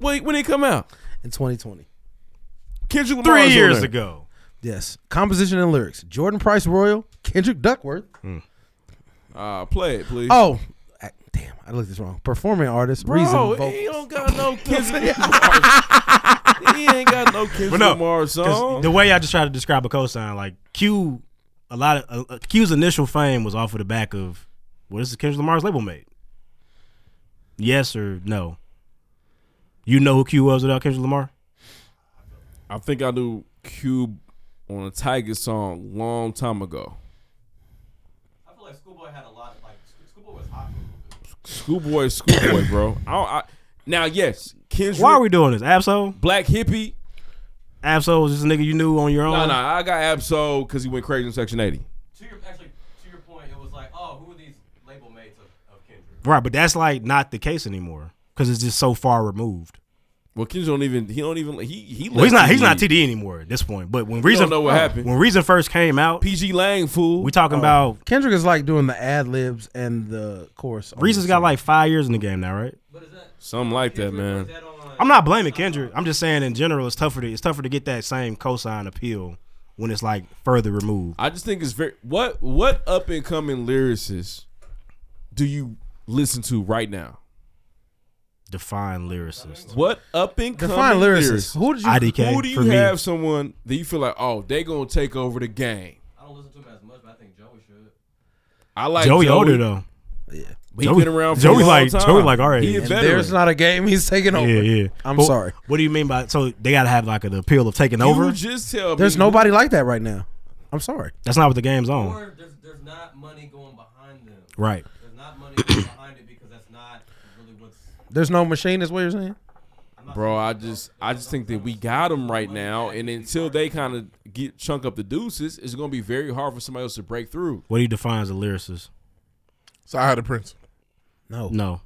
[SPEAKER 1] Wait, when it come out?
[SPEAKER 12] in 2020.
[SPEAKER 1] Kendrick Lamar
[SPEAKER 4] three
[SPEAKER 1] is on
[SPEAKER 4] years
[SPEAKER 1] there.
[SPEAKER 4] ago.
[SPEAKER 12] Yes, composition and lyrics: Jordan Price Royal, Kendrick Duckworth.
[SPEAKER 1] Uh, play it, please.
[SPEAKER 12] Oh, I- damn! I looked this wrong. Performing artist,
[SPEAKER 1] bro,
[SPEAKER 12] reason.
[SPEAKER 1] he
[SPEAKER 12] vocal.
[SPEAKER 1] don't got
[SPEAKER 12] [laughs]
[SPEAKER 1] no Kendrick Lamar. [laughs] he [laughs] ain't got no Kendrick
[SPEAKER 4] But no,
[SPEAKER 1] Lamar
[SPEAKER 4] 'cause
[SPEAKER 1] song.
[SPEAKER 4] the way I just tried to describe a cosign, like Q, a lot of uh, uh, Q's initial fame was off of the back of what is Kendrick Lamar's label mate? Yes or no? You know who Q was without Kendrick Lamar?
[SPEAKER 1] I think I knew Cube on a Tiger song long time ago.
[SPEAKER 13] I feel like Schoolboy had a lot. Like Schoolboy was hot.
[SPEAKER 1] Schoolboy, is schoolboy,
[SPEAKER 4] [coughs]
[SPEAKER 1] bro. I, don't, I now yes, Kendrick.
[SPEAKER 4] Why are we doing this? Absol?
[SPEAKER 1] Black hippie.
[SPEAKER 4] Absol was just a nigga you knew on your own.
[SPEAKER 1] No, no, I got Absol because he went crazy in Section Eighty.
[SPEAKER 13] To your actually, to your point, it was like, oh, who are these label mates of, of Kendrick?
[SPEAKER 4] Right, but that's like not the case anymore because it's just so far removed.
[SPEAKER 1] Well, Kendrick don't even. He don't even. He he.
[SPEAKER 4] Well, he's
[SPEAKER 1] left
[SPEAKER 4] not he's not
[SPEAKER 1] TD.
[SPEAKER 4] TD anymore at this point. But when
[SPEAKER 1] We
[SPEAKER 4] reason uh,
[SPEAKER 1] don't know what happened.
[SPEAKER 4] when reason first came out,
[SPEAKER 1] PG Lang oh. fool.
[SPEAKER 4] We talking about
[SPEAKER 12] Kendrick is like doing the ad libs and the chorus. on
[SPEAKER 4] Reason's
[SPEAKER 12] this
[SPEAKER 4] got
[SPEAKER 12] song.
[SPEAKER 4] like five years in the game now, right?
[SPEAKER 1] Something like that, man.
[SPEAKER 4] I'm not blaming Kendrick. I'm just saying in general, it's tougher to it's tougher to get that same cosign appeal when it's like further removed.
[SPEAKER 1] I just think it's very what what up and coming lyricists do you listen to right now?
[SPEAKER 4] Define lyricist.
[SPEAKER 1] What up and coming
[SPEAKER 4] Define lyricists.
[SPEAKER 1] lyricists?
[SPEAKER 4] Who did you- IDK
[SPEAKER 1] who do you
[SPEAKER 4] for me.
[SPEAKER 1] have someone that you feel like oh they gonna take over the game?
[SPEAKER 13] I don't listen to him as much, but I think Joey should.
[SPEAKER 1] I like
[SPEAKER 4] Joey,
[SPEAKER 1] Joey,
[SPEAKER 4] older though.
[SPEAKER 12] Yeah,
[SPEAKER 1] He
[SPEAKER 4] Joey-
[SPEAKER 1] been around for a
[SPEAKER 4] Joey
[SPEAKER 1] long
[SPEAKER 4] like
[SPEAKER 1] time.
[SPEAKER 4] Joey like all right.
[SPEAKER 1] He a
[SPEAKER 12] And there's not a game he's taking
[SPEAKER 4] yeah,
[SPEAKER 12] over.
[SPEAKER 4] yeah.
[SPEAKER 12] I'm
[SPEAKER 4] But
[SPEAKER 12] sorry.
[SPEAKER 4] What do you mean by so they gotta have like an appeal of taking over?
[SPEAKER 1] You just tell
[SPEAKER 12] There's
[SPEAKER 1] me.
[SPEAKER 12] nobody like that right now. I'm sorry.
[SPEAKER 4] That's not what the game's on.
[SPEAKER 13] Or there's, there's not money going behind them.
[SPEAKER 4] Right.
[SPEAKER 13] There's not money going behind it because that's not really what's.
[SPEAKER 12] There's no machine. Is what you're saying?
[SPEAKER 1] Bro, I just I just think that we got them right now, and until they kind of get chunk up the deuces, it's gonna be very hard for somebody else to break through.
[SPEAKER 4] What do you define as a lyricist?
[SPEAKER 2] So I had a prince.
[SPEAKER 12] No.
[SPEAKER 4] No.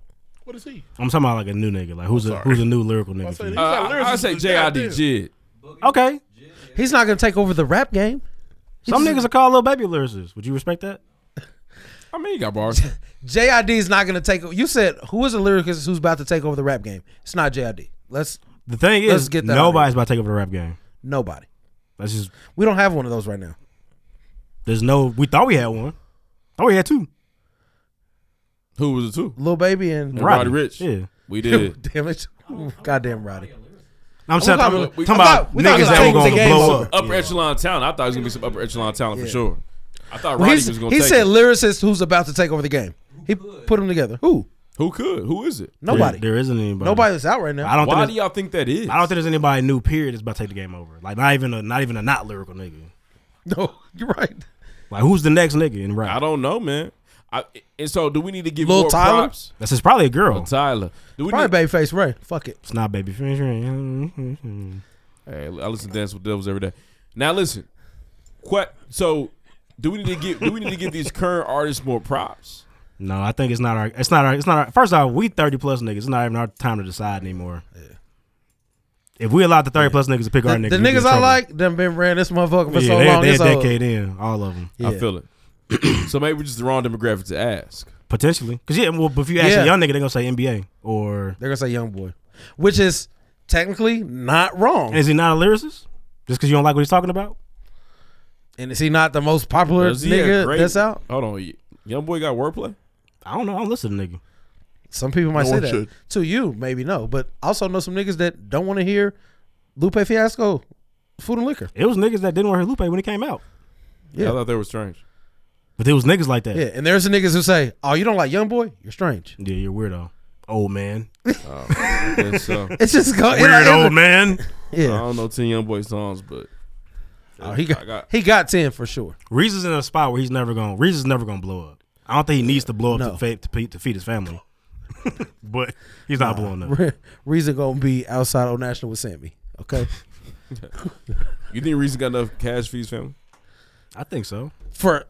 [SPEAKER 2] What is he?
[SPEAKER 4] I'm talking about like a new nigga. Like who's a
[SPEAKER 2] Sorry.
[SPEAKER 4] who's a new lyrical
[SPEAKER 2] I
[SPEAKER 4] nigga
[SPEAKER 2] say
[SPEAKER 4] for you?
[SPEAKER 1] Uh, I, I say JID Jid.
[SPEAKER 4] Okay.
[SPEAKER 12] He's not gonna take over the rap game.
[SPEAKER 4] Some niggas are called little baby lyricists. Would you respect that?
[SPEAKER 1] [laughs] I mean, you got
[SPEAKER 12] [laughs]
[SPEAKER 1] bars.
[SPEAKER 12] JID is not gonna take. You said who is a lyricist who's about to take over the rap game? It's not JID. Let's.
[SPEAKER 4] The thing is,
[SPEAKER 12] let's get that out of
[SPEAKER 4] nobody's
[SPEAKER 12] here.
[SPEAKER 4] about to take over the rap game.
[SPEAKER 12] Nobody.
[SPEAKER 4] That's just
[SPEAKER 12] we don't have one of those right now.
[SPEAKER 4] There's no. We thought we had one. Thought we had Oh, two.
[SPEAKER 1] Who was it two?
[SPEAKER 12] Lil Baby and
[SPEAKER 1] And Roddy Ricch.
[SPEAKER 4] Yeah,
[SPEAKER 1] We did.
[SPEAKER 12] Damn it. [laughs] Goddamn Roddy.
[SPEAKER 4] I'm
[SPEAKER 12] saying-
[SPEAKER 4] I'm talking about niggas that were gonna blow up.
[SPEAKER 1] Upper echelon talent. I thought it was gonna be some upper echelon talent for
[SPEAKER 12] Yeah.
[SPEAKER 1] sure. I thought
[SPEAKER 12] Well,
[SPEAKER 1] Roddy
[SPEAKER 12] he's-
[SPEAKER 1] was gonna
[SPEAKER 12] he
[SPEAKER 1] take
[SPEAKER 12] said
[SPEAKER 1] it.
[SPEAKER 12] lyricist who's about to take over the game. He put them together. Who?
[SPEAKER 1] Who could? Who is it?
[SPEAKER 12] Nobody.
[SPEAKER 4] There, there isn't anybody.
[SPEAKER 12] Nobody that's out right now.
[SPEAKER 4] I don't.
[SPEAKER 12] Why
[SPEAKER 4] think
[SPEAKER 12] do
[SPEAKER 4] it's-
[SPEAKER 1] y'all think that is?
[SPEAKER 4] I don't think there's anybody new. Period. That's about to take the game over. Like not even a not even a not lyrical nigga.
[SPEAKER 12] No, [laughs] you're right.
[SPEAKER 4] Like who's the next nigga in rap?
[SPEAKER 1] I don't know, man. I, and so, do we need to give
[SPEAKER 4] Lil
[SPEAKER 1] more
[SPEAKER 4] Tyler?
[SPEAKER 1] props?
[SPEAKER 4] That's just probably a girl.
[SPEAKER 1] Lil Tyler. Do we
[SPEAKER 12] Probably
[SPEAKER 1] need,
[SPEAKER 12] Babyface Ray. Fuck it.
[SPEAKER 4] It's not baby face. Ray. [laughs]
[SPEAKER 1] Hey, I listen to Dance with Devils every day. Now listen, what? So do we need to give do we need to give these current artists more props?
[SPEAKER 4] No, I think it's not our. It's not our. It's not our. First off, we thirty plus niggas. It's not even our time to decide anymore. If we allowed the thirty plus niggas to pick our
[SPEAKER 12] The,
[SPEAKER 4] niggas,
[SPEAKER 12] the
[SPEAKER 4] we'd be in
[SPEAKER 12] niggas I
[SPEAKER 4] trouble.
[SPEAKER 12] like, done been ran this motherfucker for
[SPEAKER 4] yeah,
[SPEAKER 12] so
[SPEAKER 4] they,
[SPEAKER 12] long.
[SPEAKER 4] they
[SPEAKER 12] It's
[SPEAKER 4] a
[SPEAKER 12] over.
[SPEAKER 4] decade in, all of them.
[SPEAKER 1] I feel it. so maybe we're just the wrong demographic to ask.
[SPEAKER 4] Potentially, because yeah, well, but if you ask
[SPEAKER 12] Yeah.
[SPEAKER 4] a young nigga, they gonna say NBA or
[SPEAKER 12] they're gonna say young boy, which is technically not wrong.
[SPEAKER 4] is he not a lyricist? Just because you don't like what he's talking about?
[SPEAKER 12] and is he not the most popular
[SPEAKER 1] Does he have
[SPEAKER 12] nigga
[SPEAKER 1] great-
[SPEAKER 12] that's out?
[SPEAKER 1] Hold on, y- young boy got wordplay.
[SPEAKER 4] I don't know. I don't listen to nigga.
[SPEAKER 12] Some people might
[SPEAKER 1] No
[SPEAKER 12] say
[SPEAKER 1] one
[SPEAKER 12] that
[SPEAKER 1] should.
[SPEAKER 12] to you, maybe no, but I also know some niggas that don't want to hear Lupe Fiasco, Food and Liquor.
[SPEAKER 4] It was niggas that didn't want to hear Lupe when he came out.
[SPEAKER 1] Yeah, I thought they were strange.
[SPEAKER 4] But there was niggas like that.
[SPEAKER 12] Yeah, [laughs] and there's the niggas who say, "Oh, you don't like Young Boy? You're strange."
[SPEAKER 4] Yeah, you're weirdo, old
[SPEAKER 12] [laughs]
[SPEAKER 4] man.
[SPEAKER 1] guess so.
[SPEAKER 12] it's just go- it-
[SPEAKER 4] weird
[SPEAKER 12] it-
[SPEAKER 4] old man.
[SPEAKER 12] Yeah.
[SPEAKER 1] I don't know ten young boy songs, but
[SPEAKER 12] [laughs] Oh, he
[SPEAKER 1] I
[SPEAKER 12] got, he got ten for sure.
[SPEAKER 4] Reese is in a spot where he's never going. Reese is never going to blow up. I don't think he needs to blow up
[SPEAKER 12] No.
[SPEAKER 4] to, fa- to, pe- to feed his family. [laughs] but he's not blowing up.
[SPEAKER 12] Reason gonna be outside Old National with Sammy.
[SPEAKER 1] [laughs]
[SPEAKER 12] Okay,
[SPEAKER 1] you think Reason got enough cash for his family?
[SPEAKER 4] I think so.
[SPEAKER 12] for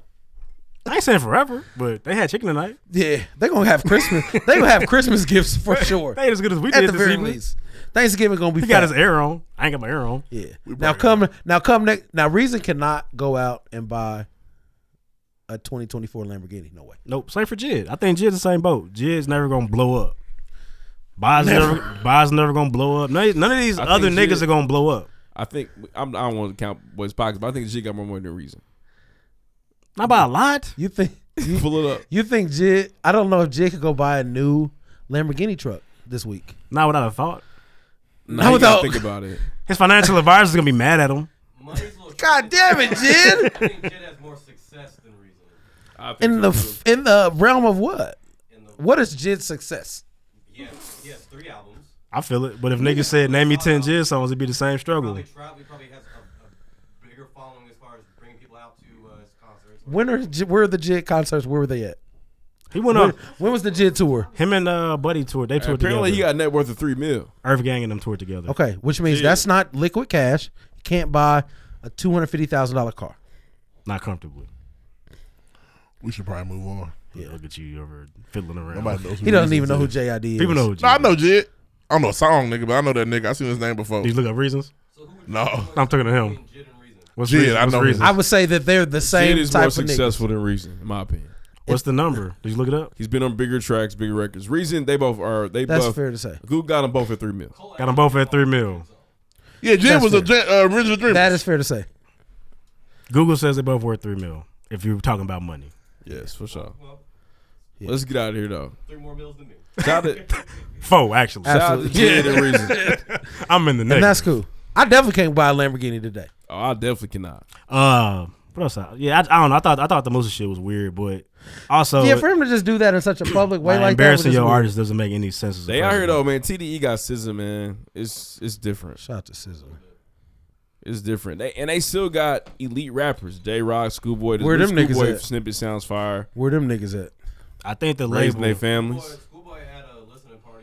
[SPEAKER 4] I ain't saying forever, but they had chicken tonight.
[SPEAKER 12] yeah, they gonna have
[SPEAKER 4] [laughs]
[SPEAKER 12] Christmas. they gonna have Christmas gifts for sure.
[SPEAKER 4] They ain't as good as we
[SPEAKER 12] At
[SPEAKER 4] did
[SPEAKER 12] the
[SPEAKER 4] this
[SPEAKER 12] very
[SPEAKER 4] evening.
[SPEAKER 12] least. Thanksgiving gonna be.
[SPEAKER 4] He got
[SPEAKER 12] fat.
[SPEAKER 4] his air on. I ain't got my air on.
[SPEAKER 12] Yeah. Now come now come next now Reason cannot go out and buy a 2024 Lamborghini. No way.
[SPEAKER 4] Nope. Same for Jid. I think Jid's the same boat. Jid's never gonna blow up. Boz never. Boz never gonna blow up. None, none of these
[SPEAKER 1] I
[SPEAKER 4] other
[SPEAKER 1] think
[SPEAKER 4] niggas
[SPEAKER 1] Jid-
[SPEAKER 4] are gonna blow up.
[SPEAKER 1] I think I'm, I don't want to count boys' pockets, but I think she got more money than Reason.
[SPEAKER 4] Not by a lot.
[SPEAKER 12] You think you,
[SPEAKER 1] pull it up?
[SPEAKER 12] You think Jid? I don't know if Jid could go buy a new Lamborghini truck this week.
[SPEAKER 4] Not without a thought.
[SPEAKER 1] Now you gotta think about it.
[SPEAKER 4] [laughs] His financial advisor's gonna be mad at him.
[SPEAKER 12] God damn it, Jid!
[SPEAKER 1] I think
[SPEAKER 12] in the f- in the realm of what? What is Jid's success?
[SPEAKER 4] I feel it. But if niggas said name me ten Jid songs, it'd be the same struggle.
[SPEAKER 12] When are J- where are the Jid concerts? Where were they at?
[SPEAKER 4] He went
[SPEAKER 12] when,
[SPEAKER 4] on-
[SPEAKER 12] When was the Jid tour?
[SPEAKER 4] Him and uh, Buddy toured. They toured
[SPEAKER 1] Apparently, he
[SPEAKER 4] together.
[SPEAKER 1] got a net worth of three mil.
[SPEAKER 4] Earth Gang and them toured together.
[SPEAKER 12] Okay, which means that's not liquid cash. You can't buy a two hundred fifty thousand dollar car.
[SPEAKER 4] Not comfortably.
[SPEAKER 2] We should probably move on.
[SPEAKER 4] Yeah. Look at you over fiddling around.
[SPEAKER 2] Nobody knows who
[SPEAKER 12] He doesn't
[SPEAKER 2] Reason
[SPEAKER 12] even know who
[SPEAKER 2] is.
[SPEAKER 12] JID is.
[SPEAKER 4] People know who
[SPEAKER 2] No, I know Jid. I don't know a song, nigga, but I know that nigga. I seen his name before.
[SPEAKER 4] Did you look up reasons?
[SPEAKER 2] No,
[SPEAKER 4] I'm talking to him. What's
[SPEAKER 2] Jid,
[SPEAKER 4] reason?
[SPEAKER 2] I
[SPEAKER 4] What's
[SPEAKER 2] know
[SPEAKER 4] reason?
[SPEAKER 12] I would say that they're the same
[SPEAKER 1] Jid is
[SPEAKER 12] type
[SPEAKER 1] more
[SPEAKER 12] of niggas.
[SPEAKER 1] successful than Reason, in my opinion.
[SPEAKER 4] What's the number? Did you look it up?
[SPEAKER 1] He's been on bigger tracks, bigger records. Reason they both are. They
[SPEAKER 12] That's
[SPEAKER 1] both,
[SPEAKER 12] fair to say.
[SPEAKER 1] Who got them both at three mil?
[SPEAKER 4] Got them both at three mil.
[SPEAKER 2] Yeah, Jid
[SPEAKER 12] That's
[SPEAKER 2] was a gen- uh, original dream.
[SPEAKER 12] That is fair to say.
[SPEAKER 4] Google says they both worth three mil. If you're talking about money,
[SPEAKER 1] Yes, for sure. Let's get out of here though. Three more mills than me. Shout out to-
[SPEAKER 4] four actually.
[SPEAKER 1] Shout out to Jid and Reason.
[SPEAKER 4] [laughs] I'm in the
[SPEAKER 12] [laughs] And that's
[SPEAKER 4] next.
[SPEAKER 12] cool. I definitely can't buy a Lamborghini today.
[SPEAKER 1] Oh, I definitely cannot.
[SPEAKER 4] Uh, what else? I, yeah, I, I don't know. I thought I thought the Musa shit was weird, Oh, but also
[SPEAKER 12] yeah, for him to just do that in such a public way
[SPEAKER 4] like,
[SPEAKER 12] like that. was
[SPEAKER 4] embarrassing
[SPEAKER 12] just
[SPEAKER 4] your
[SPEAKER 12] weird.
[SPEAKER 4] artist doesn't make any sense. As a
[SPEAKER 1] They out here
[SPEAKER 4] president.
[SPEAKER 1] though, man. TDE got SZA, man. It's it's different.
[SPEAKER 12] Shout out to SZA.
[SPEAKER 1] It's different. They and they still got elite rappers. J Rock, Schoolboy.
[SPEAKER 12] Where
[SPEAKER 1] new
[SPEAKER 12] them niggas
[SPEAKER 1] Schoolboy
[SPEAKER 12] at?
[SPEAKER 1] snippet sounds fire.
[SPEAKER 12] Where them niggas at?
[SPEAKER 4] I think the
[SPEAKER 1] Raising
[SPEAKER 4] label
[SPEAKER 1] their families.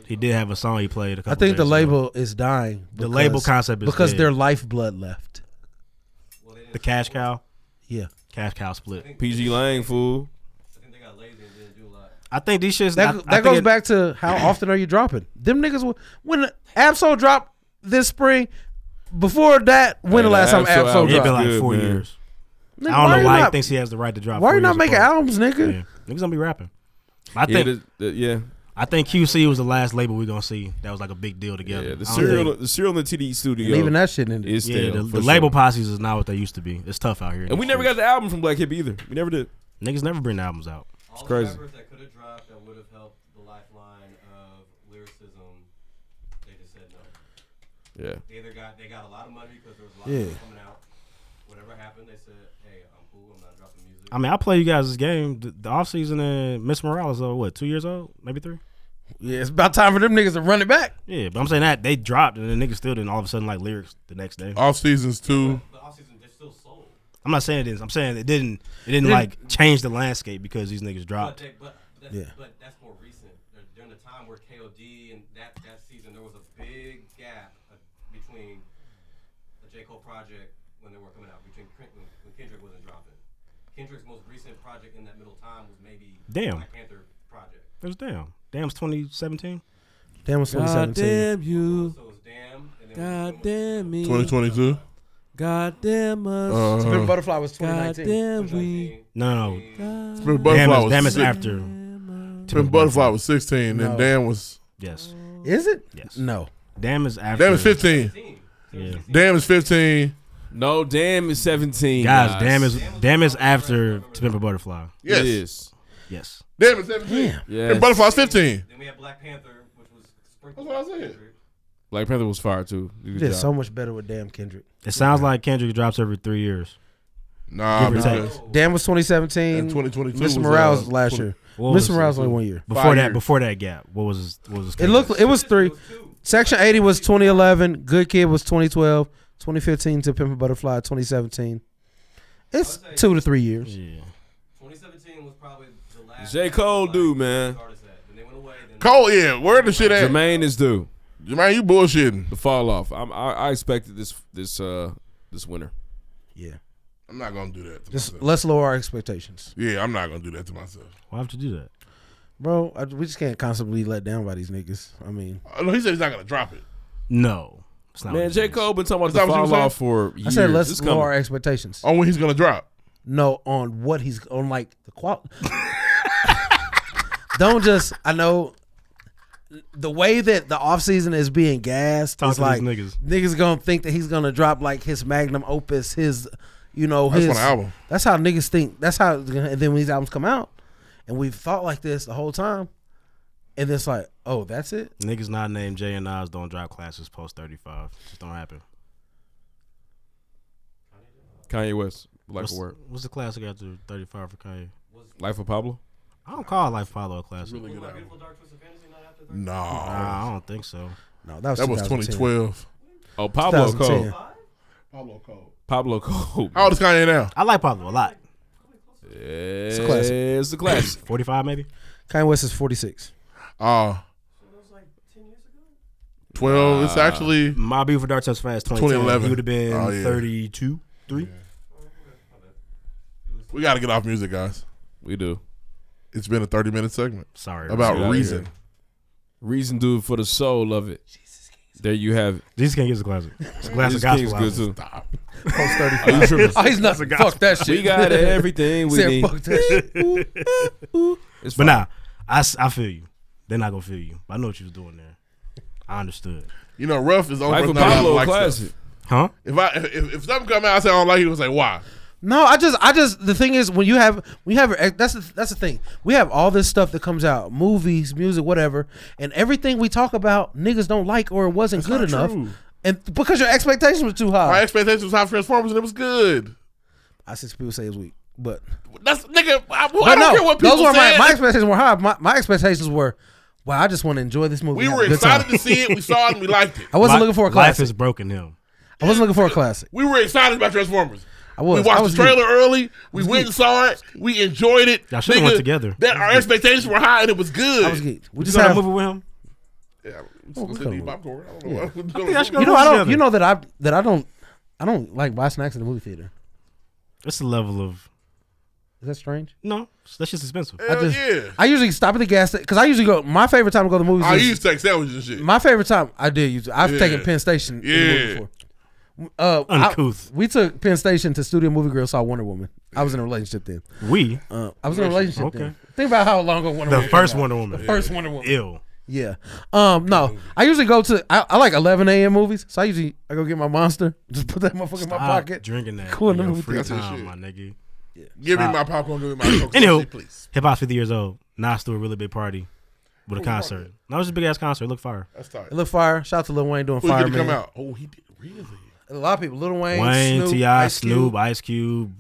[SPEAKER 4] he did have a song he played. A couple
[SPEAKER 12] I think the
[SPEAKER 4] days
[SPEAKER 12] label
[SPEAKER 4] ago.
[SPEAKER 12] is dying.
[SPEAKER 4] The label
[SPEAKER 12] because-
[SPEAKER 4] concept is
[SPEAKER 12] because
[SPEAKER 4] dead.
[SPEAKER 12] their lifeblood left.
[SPEAKER 4] the cash cow.
[SPEAKER 12] Yeah.
[SPEAKER 4] cash cow split.
[SPEAKER 1] PG Lang, fool.
[SPEAKER 4] I think these shits.
[SPEAKER 12] That,
[SPEAKER 4] I- I
[SPEAKER 12] that
[SPEAKER 4] think
[SPEAKER 12] goes
[SPEAKER 4] it-
[SPEAKER 12] back to how often are you dropping? Them niggas will- when Absol dropped this spring, before that, when the
[SPEAKER 4] Hey,
[SPEAKER 12] last time
[SPEAKER 4] Ab
[SPEAKER 12] Ab
[SPEAKER 4] Soul
[SPEAKER 12] Soul
[SPEAKER 4] It'd be
[SPEAKER 12] dropped?
[SPEAKER 4] like four years.
[SPEAKER 12] Nigga,
[SPEAKER 4] I don't
[SPEAKER 12] why
[SPEAKER 4] know
[SPEAKER 12] you
[SPEAKER 4] why
[SPEAKER 12] not-
[SPEAKER 4] he thinks he has the right to drop.
[SPEAKER 12] Why
[SPEAKER 4] four
[SPEAKER 12] you not
[SPEAKER 4] years
[SPEAKER 12] making
[SPEAKER 4] apart.
[SPEAKER 12] albums, nigga?
[SPEAKER 4] Yeah. Niggas gonna be rapping. I
[SPEAKER 1] Yeah,
[SPEAKER 4] think.
[SPEAKER 1] th- th- yeah.
[SPEAKER 4] I think QC was the last label we gonna see that was like a big deal together.
[SPEAKER 1] Yeah, the
[SPEAKER 4] I don't think-
[SPEAKER 1] serial, the serial in the TD studio. is
[SPEAKER 4] yeah,
[SPEAKER 1] stale,
[SPEAKER 4] the,
[SPEAKER 1] for
[SPEAKER 4] the
[SPEAKER 1] sure.
[SPEAKER 4] label posses is not what they used to be. It's tough out here.
[SPEAKER 1] And we never got the album from Black Hip either. We never did.
[SPEAKER 4] Niggas never bring the albums out.
[SPEAKER 1] It's crazy.
[SPEAKER 13] that could have dropped that would have helped the lifeline of lyricism. They just said no.
[SPEAKER 1] Yeah.
[SPEAKER 13] They either got they got a lot of money because there was a lot of
[SPEAKER 4] Yeah.
[SPEAKER 13] of coming out. Whatever happened, they said, "Hey, I'm cool. I'm not dropping music."
[SPEAKER 4] I mean, I play you guys this game. The, the offseason and Miss Morales, uh, what, two years old? Maybe three?
[SPEAKER 12] Yeah, it's about time for them niggas to run it back.
[SPEAKER 4] Yeah, but I'm saying that they dropped and the niggas still didn't all of a sudden like lyrics the next day.
[SPEAKER 2] Off seasons too.
[SPEAKER 4] I'm not saying it is. I'm saying it didn't. It didn't
[SPEAKER 13] It-
[SPEAKER 4] like change the landscape because these niggas
[SPEAKER 13] But,
[SPEAKER 4] dropped.
[SPEAKER 13] they, but, but that's, but that's more recent. There- During the time where KOD and that, that season, there was a big gap uh, between the J. Cole project when they were coming out, between Ken- when when Kendrick wasn't dropping. Kendrick's most recent project in that middle time was maybe
[SPEAKER 4] Damn.
[SPEAKER 13] Black Panther project.
[SPEAKER 4] It was damn. Damn's 2017.
[SPEAKER 12] Damn was 2017.
[SPEAKER 14] damn you. God damn me.
[SPEAKER 2] 2022?
[SPEAKER 14] God damn us.
[SPEAKER 2] Uh-huh. Spin
[SPEAKER 12] Butterfly was
[SPEAKER 14] God damn we.
[SPEAKER 4] No, no.
[SPEAKER 2] Spin Butterfly
[SPEAKER 4] damn,
[SPEAKER 2] was
[SPEAKER 4] is, damn is
[SPEAKER 2] sick.
[SPEAKER 4] after.
[SPEAKER 2] Spin Butterfly was 16,
[SPEAKER 4] No.
[SPEAKER 2] and Dan was
[SPEAKER 4] Yes.
[SPEAKER 12] Is it?
[SPEAKER 4] Yes.
[SPEAKER 12] No.
[SPEAKER 4] Damn is after.
[SPEAKER 2] Dan was 15.
[SPEAKER 4] Yeah.
[SPEAKER 2] Damn is 15.
[SPEAKER 1] No, damn is 17.
[SPEAKER 4] Guys, damn is damn is after To Pimp a Butterfly.
[SPEAKER 2] Yes.
[SPEAKER 1] It is.
[SPEAKER 4] Yes.
[SPEAKER 2] Damn is 17.
[SPEAKER 1] Yes.
[SPEAKER 2] And Butterfly's 15.
[SPEAKER 13] Then we had Black Panther, which was
[SPEAKER 2] That's what I said.
[SPEAKER 1] Black Panther was fired too.
[SPEAKER 12] You
[SPEAKER 1] Good
[SPEAKER 12] did
[SPEAKER 1] job.
[SPEAKER 12] so much better with Damn Kendrick.
[SPEAKER 4] It sounds like Kendrick drops every three years.
[SPEAKER 2] Nah,
[SPEAKER 4] Give or take.
[SPEAKER 2] because-
[SPEAKER 12] Damn was 2017.
[SPEAKER 2] And 2022
[SPEAKER 12] Mr.
[SPEAKER 2] was,
[SPEAKER 12] Morales
[SPEAKER 2] uh,
[SPEAKER 12] was last
[SPEAKER 2] 20
[SPEAKER 12] year.
[SPEAKER 4] What was
[SPEAKER 12] Mr.
[SPEAKER 4] it?
[SPEAKER 12] Morales only one year.
[SPEAKER 4] Before
[SPEAKER 2] Five
[SPEAKER 4] that,
[SPEAKER 2] years.
[SPEAKER 4] before that gap, what was his, what was his
[SPEAKER 12] It looked. It was three. Section 80 was 2011. Good Kid was 2012. 2015 to Pimp a Butterfly 2017. It's two to three years.
[SPEAKER 4] Yeah.
[SPEAKER 1] J. Cole, dude, man.
[SPEAKER 2] Cole, yeah. Where the shit at?
[SPEAKER 1] Jermaine is due.
[SPEAKER 2] Jermaine, you bullshitting.
[SPEAKER 1] The fall off. I'm, I, I expected this this uh this winter.
[SPEAKER 12] Yeah.
[SPEAKER 2] I'm not gonna do that. To
[SPEAKER 12] Just
[SPEAKER 2] myself.
[SPEAKER 12] let's lower our expectations,
[SPEAKER 2] Yeah, I'm not gonna do that to myself.
[SPEAKER 4] Why have to do that?
[SPEAKER 12] bro. I, we just can't constantly let down by these niggas. I mean,
[SPEAKER 2] Oh, no, he said he's not gonna drop it.
[SPEAKER 4] No, it's not.
[SPEAKER 1] Man, J. Cole been talking about
[SPEAKER 2] Is that
[SPEAKER 1] the fall
[SPEAKER 2] what you was saying?
[SPEAKER 1] off for
[SPEAKER 12] I
[SPEAKER 1] years.
[SPEAKER 12] said let's
[SPEAKER 1] It's
[SPEAKER 12] lower
[SPEAKER 1] coming.
[SPEAKER 12] our expectations.
[SPEAKER 2] On when he's gonna drop?
[SPEAKER 12] No, on what he's on like the quality. [laughs] Don't just. I know the way that the offseason is being gassed.
[SPEAKER 4] Talk
[SPEAKER 12] is
[SPEAKER 4] to these
[SPEAKER 12] like
[SPEAKER 4] niggas.
[SPEAKER 12] gonna think that he's gonna drop like his magnum opus, his you know
[SPEAKER 2] That's
[SPEAKER 12] his
[SPEAKER 2] on the album.
[SPEAKER 12] That's how niggas think. That's how. it's gonna- And then when these albums come out, and we've thought like this the whole time, and it's like, oh, that's it.
[SPEAKER 4] Niggas not named Jay and Nas don't drop classes post 35. Just don't happen.
[SPEAKER 1] Kanye West, like
[SPEAKER 4] what's,
[SPEAKER 1] a word.
[SPEAKER 4] What's the classic after 35 for Kanye?
[SPEAKER 1] Life of Pablo.
[SPEAKER 4] I don't call Life Follow a classic.
[SPEAKER 2] Really good album.
[SPEAKER 4] No, nah, I don't think so.
[SPEAKER 12] No, that was
[SPEAKER 2] That was 2012.
[SPEAKER 1] Oh, Pablo Cole.
[SPEAKER 12] 2010.
[SPEAKER 2] Pablo Cole.
[SPEAKER 1] Pablo Cole.
[SPEAKER 2] How old is Kanye now?
[SPEAKER 4] I like Pablo a lot.
[SPEAKER 1] Yeah, it's
[SPEAKER 12] a classic.
[SPEAKER 1] It's a classic.
[SPEAKER 4] [clears throat] 45 maybe.
[SPEAKER 12] Kanye West is forty six.
[SPEAKER 2] Uh, 12. It's
[SPEAKER 4] Uh,
[SPEAKER 2] actually
[SPEAKER 4] My Beautiful Dark Souls Fast 2011.
[SPEAKER 2] 2011.
[SPEAKER 4] He would have been
[SPEAKER 2] Oh, yeah.
[SPEAKER 4] 32, 3.
[SPEAKER 2] we got to get off music, guys.
[SPEAKER 1] We do.
[SPEAKER 2] It's been a 30 minute segment.
[SPEAKER 4] Sorry,
[SPEAKER 2] about
[SPEAKER 1] Get outta
[SPEAKER 2] reason.
[SPEAKER 1] here. Reason, dude, for the soul of it. There you have it.
[SPEAKER 4] Jesus King is a classic. It's a
[SPEAKER 1] Jesus
[SPEAKER 4] classic
[SPEAKER 1] King
[SPEAKER 4] gospel
[SPEAKER 1] is good
[SPEAKER 4] album.
[SPEAKER 1] too.
[SPEAKER 12] Post
[SPEAKER 1] [laughs]
[SPEAKER 12] thirty
[SPEAKER 1] Are you
[SPEAKER 12] five.
[SPEAKER 1] tripping?
[SPEAKER 12] oh, he's nothing. Fuck that shit.
[SPEAKER 1] We got everything we
[SPEAKER 12] Said,
[SPEAKER 1] need.
[SPEAKER 12] Fuck
[SPEAKER 1] [laughs]
[SPEAKER 12] that shit.
[SPEAKER 1] It's fine.
[SPEAKER 4] But nah, I, s- I feel you. They're not going to feel you. I know what you was doing there. I understood.
[SPEAKER 2] You know, Ruff is the only
[SPEAKER 1] Michael
[SPEAKER 2] person I
[SPEAKER 1] Pablo
[SPEAKER 2] don't like
[SPEAKER 1] classic.
[SPEAKER 2] stuff.
[SPEAKER 4] Huh?
[SPEAKER 2] If I if, if something come out, I say I don't like it. It was like why?
[SPEAKER 12] No, I just, I just. The thing is, when you have, we have. eh, That's the, that's the thing. We have all this stuff that comes out, movies, music, whatever, and everything we talk about, niggas don't like or it wasn't good
[SPEAKER 2] not
[SPEAKER 12] enough,
[SPEAKER 2] true.
[SPEAKER 12] and because your expectations were too
[SPEAKER 2] My
[SPEAKER 12] high.
[SPEAKER 2] expectations was high for Transformers and it was good.
[SPEAKER 12] I six people say it's weak, but
[SPEAKER 2] That's nigga. I, I
[SPEAKER 12] but
[SPEAKER 2] don't care what people
[SPEAKER 12] those were my,
[SPEAKER 2] said.
[SPEAKER 12] my expectations were high. My, my expectations were, wow, I just want to enjoy this movie.
[SPEAKER 2] we
[SPEAKER 12] have
[SPEAKER 2] were
[SPEAKER 12] a good
[SPEAKER 2] excited
[SPEAKER 12] time."
[SPEAKER 2] to see it. We saw it and we liked it.
[SPEAKER 12] I wasn't
[SPEAKER 4] Li-
[SPEAKER 12] looking for a
[SPEAKER 4] Life
[SPEAKER 12] classic.
[SPEAKER 4] has broken him.
[SPEAKER 12] I wasn't looking for a classic.
[SPEAKER 2] We were excited about Transformers.
[SPEAKER 12] I was.
[SPEAKER 2] we watched
[SPEAKER 12] I was
[SPEAKER 2] the trailer
[SPEAKER 12] geeked.
[SPEAKER 2] early. We went and saw it. We enjoyed it.
[SPEAKER 4] Y'all should've
[SPEAKER 2] Nigga,
[SPEAKER 4] went together.
[SPEAKER 2] That our expectations were high and it was good.
[SPEAKER 12] I was geeked. We
[SPEAKER 4] Would you
[SPEAKER 12] just
[SPEAKER 4] go to
[SPEAKER 12] have
[SPEAKER 4] a movie with him?
[SPEAKER 2] Yeah, I'm
[SPEAKER 12] Oh,
[SPEAKER 2] just
[SPEAKER 12] we
[SPEAKER 2] gonna sit and eat
[SPEAKER 12] could've-
[SPEAKER 2] popcorn. I don't
[SPEAKER 12] yeah.
[SPEAKER 2] know. what-
[SPEAKER 4] I think I should go
[SPEAKER 12] You know, I don't.
[SPEAKER 4] together.
[SPEAKER 12] You know that I that I don't. I don't like buy snacks in the movie theater.
[SPEAKER 4] That's the level of.
[SPEAKER 12] Is that strange?
[SPEAKER 4] No, that's just expensive.
[SPEAKER 2] Hell
[SPEAKER 12] I just,
[SPEAKER 2] yeah.
[SPEAKER 12] I usually stop at the gas station because I usually go. My favorite time to go to the movies.
[SPEAKER 2] I
[SPEAKER 12] is-
[SPEAKER 2] used to take sandwiches and shit.
[SPEAKER 12] my favorite time I did use. I've
[SPEAKER 2] Yeah.
[SPEAKER 12] taken Penn Station. in the movie
[SPEAKER 2] Yeah.
[SPEAKER 12] before. Uh, I-
[SPEAKER 4] Uncouth.
[SPEAKER 12] we took Penn Station to Studio Movie Grill. Saw Wonder Woman. I was in a relationship then.
[SPEAKER 4] We?
[SPEAKER 12] Uh, I was in a relationship
[SPEAKER 4] Okay.
[SPEAKER 12] then. Think about how long ago Wonder
[SPEAKER 4] The
[SPEAKER 12] Woman.
[SPEAKER 4] first
[SPEAKER 12] came out.
[SPEAKER 4] Wonder Woman.
[SPEAKER 12] The first
[SPEAKER 4] Yeah.
[SPEAKER 12] Wonder Woman.
[SPEAKER 4] Ew.
[SPEAKER 12] Yeah. Um. No, I usually go to. I, I like 11 a.m. movies, so I usually I go get my monster. [laughs] Just put that motherfucker in my
[SPEAKER 4] Stop
[SPEAKER 12] pocket.
[SPEAKER 4] drinking that
[SPEAKER 12] Cool.
[SPEAKER 4] in your
[SPEAKER 12] movie
[SPEAKER 4] free
[SPEAKER 12] theater.
[SPEAKER 4] time, my nigga.
[SPEAKER 2] Give me
[SPEAKER 4] Stop.
[SPEAKER 2] my popcorn, give me
[SPEAKER 4] [clears throat]
[SPEAKER 2] my Coke,
[SPEAKER 4] Anywho,
[SPEAKER 2] shit, please.
[SPEAKER 4] hip hop's 50 years old. Nas threw a really big party with a concert. No, it was a big ass concert. Look fire.
[SPEAKER 2] That's tight.
[SPEAKER 12] Look fire. Shout out to Lil Wayne doing
[SPEAKER 2] Who
[SPEAKER 12] fire.
[SPEAKER 2] get to come
[SPEAKER 12] Man.
[SPEAKER 2] out? Oh, he did really.
[SPEAKER 12] A lot of people. Lil Wayne,
[SPEAKER 4] Wayne,
[SPEAKER 12] Snoop,
[SPEAKER 4] T.I.,
[SPEAKER 12] Ice Cube,
[SPEAKER 4] Snoop, Ice Cube.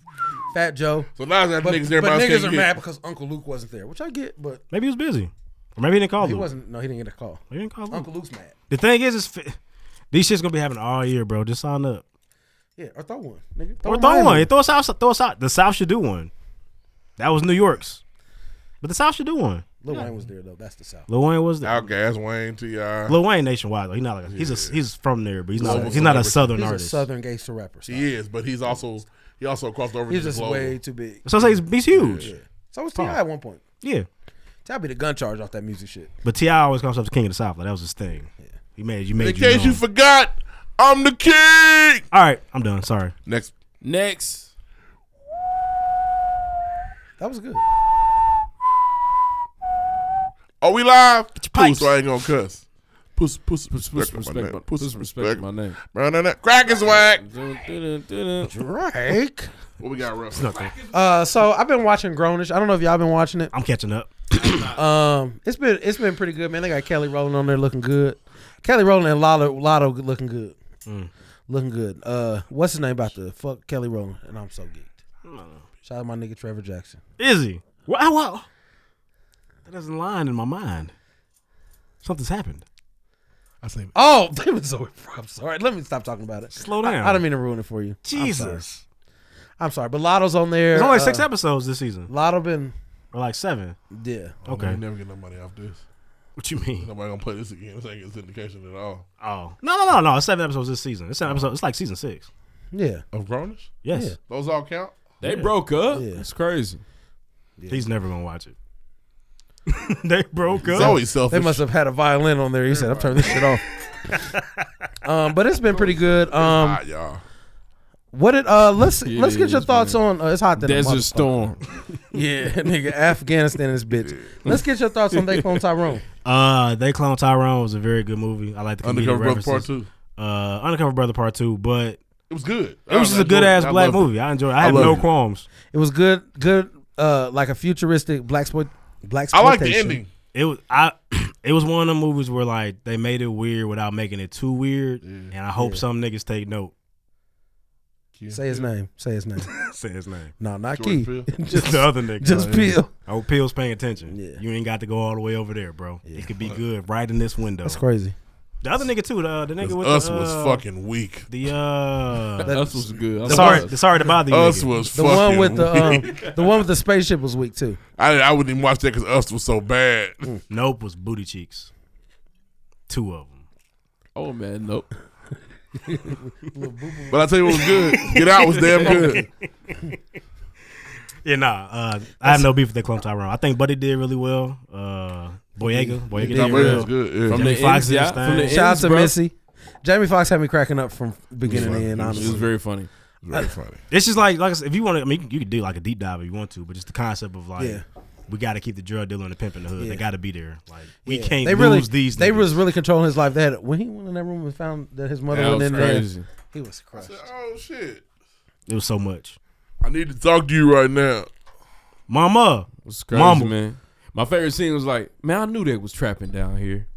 [SPEAKER 12] Fat Joe.
[SPEAKER 2] So now that
[SPEAKER 12] But,
[SPEAKER 2] niggas,
[SPEAKER 12] but
[SPEAKER 2] everybody's
[SPEAKER 12] niggas
[SPEAKER 2] getting
[SPEAKER 12] are
[SPEAKER 2] hit.
[SPEAKER 12] mad because Uncle Luke wasn't there, which I get. But
[SPEAKER 4] Maybe he was busy. Or maybe he didn't call
[SPEAKER 12] he
[SPEAKER 4] Luke.
[SPEAKER 12] wasn't. No, he didn't get a call.
[SPEAKER 4] He Oh, didn't call Luke.
[SPEAKER 12] Uncle Luke's mad.
[SPEAKER 4] The thing is, is fi- these shit's gonna be happening all year, bro. Just sign up.
[SPEAKER 12] Yeah, or throw one, nigga.
[SPEAKER 4] or
[SPEAKER 12] a
[SPEAKER 4] throw
[SPEAKER 12] Miami.
[SPEAKER 4] one. Yeah, Throw us out. Throw us out. The South should do one. That was New York's, but the South should do one.
[SPEAKER 12] Lil Wayne was there though. That's the South.
[SPEAKER 4] Lil Wayne was there.
[SPEAKER 2] Outcast Wayne, T.I.
[SPEAKER 4] Lil Wayne nationwide though. He's not like a, he's a, he's from there, but he's not he's not a southern
[SPEAKER 12] He's
[SPEAKER 4] artist.
[SPEAKER 12] A southern gangster rapper.
[SPEAKER 2] He is, but he's also he also crossed over.
[SPEAKER 12] He's
[SPEAKER 2] to the
[SPEAKER 12] just
[SPEAKER 2] global.
[SPEAKER 12] way too big.
[SPEAKER 4] so I say he's, he's huge.
[SPEAKER 12] So was Ti at one point.
[SPEAKER 4] Yeah.
[SPEAKER 12] Ti be the gun charge off that music shit.
[SPEAKER 4] But Ti always comes up as King of the South. Like that was his thing. He made you made
[SPEAKER 2] In case you
[SPEAKER 4] known.
[SPEAKER 2] forgot, I'm the king.
[SPEAKER 4] All right, I'm done. Sorry.
[SPEAKER 2] Next.
[SPEAKER 14] Next.
[SPEAKER 12] That was good.
[SPEAKER 2] Are we live? Cool,
[SPEAKER 14] pipes.
[SPEAKER 2] so I ain't gonna cuss. Puss,
[SPEAKER 14] Puss-
[SPEAKER 2] puss,
[SPEAKER 14] puss-
[SPEAKER 2] respect
[SPEAKER 14] respect
[SPEAKER 2] my
[SPEAKER 14] my-
[SPEAKER 2] name. Puss,
[SPEAKER 14] puss- respect
[SPEAKER 2] respect
[SPEAKER 14] my name.
[SPEAKER 2] Run on that. Crack is whack.
[SPEAKER 12] Drake.
[SPEAKER 2] What we got, rough?
[SPEAKER 12] Uh, so I've been watching Grownish. I don't know if y'all been watching it.
[SPEAKER 4] I'm catching up.
[SPEAKER 12] [coughs] um, it's been it's been pretty good, man. They got Kelly Rowland on there looking good. Kelly Rowland and Lotto Lotto looking good,
[SPEAKER 4] Mm.
[SPEAKER 12] looking good. Uh, what's his name about to fuck Kelly Rowland? And I'm so geeked. Shout out my nigga Trevor Jackson.
[SPEAKER 4] Is he? Wow, wow. That doesn't line in my mind. Something's happened.
[SPEAKER 2] I say
[SPEAKER 12] Oh, [laughs] that was so. I'm sorry. Let me stop talking about it.
[SPEAKER 4] Slow
[SPEAKER 12] I,
[SPEAKER 4] down.
[SPEAKER 12] I don't mean to ruin it for you. I'm sorry.
[SPEAKER 4] Jesus.
[SPEAKER 12] I'm sorry, but Lotto's on there.
[SPEAKER 4] There's only
[SPEAKER 12] Uh,
[SPEAKER 4] six
[SPEAKER 2] [laughs]
[SPEAKER 4] episodes this season,
[SPEAKER 12] Lotto been
[SPEAKER 4] or like seven.
[SPEAKER 12] yeah.
[SPEAKER 4] Okay.
[SPEAKER 2] We never get no money off this.
[SPEAKER 4] What you mean?
[SPEAKER 2] Nobody gonna play this again. This ain't getting syndication at all.
[SPEAKER 4] Oh. No, no, no, no. It's seven episodes this season. It's seven episodes. It's like season six.
[SPEAKER 12] Yeah.
[SPEAKER 2] Of Grownish?
[SPEAKER 4] Yes.
[SPEAKER 12] Yeah.
[SPEAKER 2] Those all count.
[SPEAKER 4] They
[SPEAKER 1] broke up.
[SPEAKER 12] Yeah.
[SPEAKER 1] That's crazy.
[SPEAKER 4] He's never gonna watch it. they broke up.
[SPEAKER 12] They must have had a violin on there. He said, "I'm turning this shit off."
[SPEAKER 2] [laughs]
[SPEAKER 12] um, but it's been pretty good. Um,
[SPEAKER 2] hot, y'all.
[SPEAKER 12] What it? Uh, let's
[SPEAKER 1] It
[SPEAKER 12] let's get your
[SPEAKER 1] is,
[SPEAKER 12] thoughts on. Uh, it's hot. than a
[SPEAKER 1] Desert
[SPEAKER 12] motherfucker.
[SPEAKER 1] Storm.
[SPEAKER 12] [laughs] yeah, nigga, Afghanistan is bitch. Let's get your thoughts on
[SPEAKER 2] [laughs]
[SPEAKER 12] They Clone Tyrone.
[SPEAKER 4] Uh, they clone Tyrone was a very good movie. I like the comedic
[SPEAKER 2] Undercover Brother Part
[SPEAKER 4] references. Uh, Undercover Brother Part Two, but
[SPEAKER 2] It was good.
[SPEAKER 4] It was just
[SPEAKER 2] I
[SPEAKER 4] a good ass
[SPEAKER 2] enjoyed it. I
[SPEAKER 4] black
[SPEAKER 2] loved it.
[SPEAKER 4] movie. I enjoyed. it. I
[SPEAKER 2] I
[SPEAKER 4] had
[SPEAKER 2] loved
[SPEAKER 4] no
[SPEAKER 2] it.
[SPEAKER 4] qualms.
[SPEAKER 12] It was good. Good. Uh, like a futuristic black sport. Black.
[SPEAKER 2] I like the ending.
[SPEAKER 4] It was I. [clears throat] It was one of the movies where like they made it weird without making it too weird, and I hope
[SPEAKER 12] Yeah.
[SPEAKER 4] some niggas take note.
[SPEAKER 12] Say his name. Say his name.
[SPEAKER 4] [laughs] Say his name.
[SPEAKER 12] No, not
[SPEAKER 4] Jordan
[SPEAKER 12] Key.
[SPEAKER 4] Peele?
[SPEAKER 12] [laughs] just
[SPEAKER 4] the other nigga.
[SPEAKER 12] Just Peel.
[SPEAKER 4] Oh, Peel's paying attention. Yeah. You ain't got to go all the way over there, bro. It could be good right in this window.
[SPEAKER 12] That's crazy.
[SPEAKER 4] The other nigga too. The, the nigga with
[SPEAKER 2] Us
[SPEAKER 4] the,
[SPEAKER 2] was
[SPEAKER 4] uh,
[SPEAKER 2] fucking weak.
[SPEAKER 4] The uh,
[SPEAKER 1] That- Us was good. I
[SPEAKER 4] The sorry,
[SPEAKER 1] love
[SPEAKER 4] the sorry to bother you.
[SPEAKER 2] Us
[SPEAKER 4] nigga.
[SPEAKER 2] was
[SPEAKER 12] The
[SPEAKER 2] fucking
[SPEAKER 12] one with the um,
[SPEAKER 2] weak.
[SPEAKER 12] the one with the spaceship was weak
[SPEAKER 2] [laughs]
[SPEAKER 12] too.
[SPEAKER 2] I, I wouldn't even watch that because Us was so bad.
[SPEAKER 4] Mm. Nope was booty cheeks. Two of them.
[SPEAKER 1] Oh man, nope.
[SPEAKER 2] [laughs] But I tell you what was good. Get Out was damn good.
[SPEAKER 4] [laughs] Yeah, nah. Uh, I have no beef with that Clump Tyrone. I think Buddy did really well. Uh, Boyega, Boyega
[SPEAKER 1] He
[SPEAKER 4] did,
[SPEAKER 1] did
[SPEAKER 4] really
[SPEAKER 1] well.
[SPEAKER 4] well.
[SPEAKER 1] Good, yeah.
[SPEAKER 4] Jamie
[SPEAKER 1] From the
[SPEAKER 4] Foxx
[SPEAKER 1] ends,
[SPEAKER 4] did his
[SPEAKER 1] yeah,
[SPEAKER 4] thing.
[SPEAKER 1] from the
[SPEAKER 12] Shout out to
[SPEAKER 1] bro.
[SPEAKER 12] Missy. Jamie Foxx had me cracking up from beginning to
[SPEAKER 1] funny.
[SPEAKER 12] end.
[SPEAKER 1] It was
[SPEAKER 12] Honestly,
[SPEAKER 1] very funny.
[SPEAKER 2] Very funny.
[SPEAKER 4] It's just like like I said, if you want to, I mean, you can- you could do like a deep dive if you want to, but just the concept of like.
[SPEAKER 12] Yeah.
[SPEAKER 4] We got to keep the drug dealer and the pimp in the hood.
[SPEAKER 12] Yeah.
[SPEAKER 4] They got to be there. Like we
[SPEAKER 12] Yeah.
[SPEAKER 4] can't
[SPEAKER 12] They
[SPEAKER 4] lose
[SPEAKER 12] really,
[SPEAKER 4] these.
[SPEAKER 12] They
[SPEAKER 4] niggas.
[SPEAKER 12] was really controlling his life. They had when he went in that room and found that his mother
[SPEAKER 4] That
[SPEAKER 12] was
[SPEAKER 4] was
[SPEAKER 12] in there.
[SPEAKER 4] crazy.
[SPEAKER 12] He was crushed.
[SPEAKER 2] I said, oh shit!
[SPEAKER 4] It was so much.
[SPEAKER 2] I need to talk to you right now.
[SPEAKER 4] Mama,
[SPEAKER 1] It's crazy,
[SPEAKER 4] Mama.
[SPEAKER 1] man. My favorite scene was like, man, I knew they was trapping down here.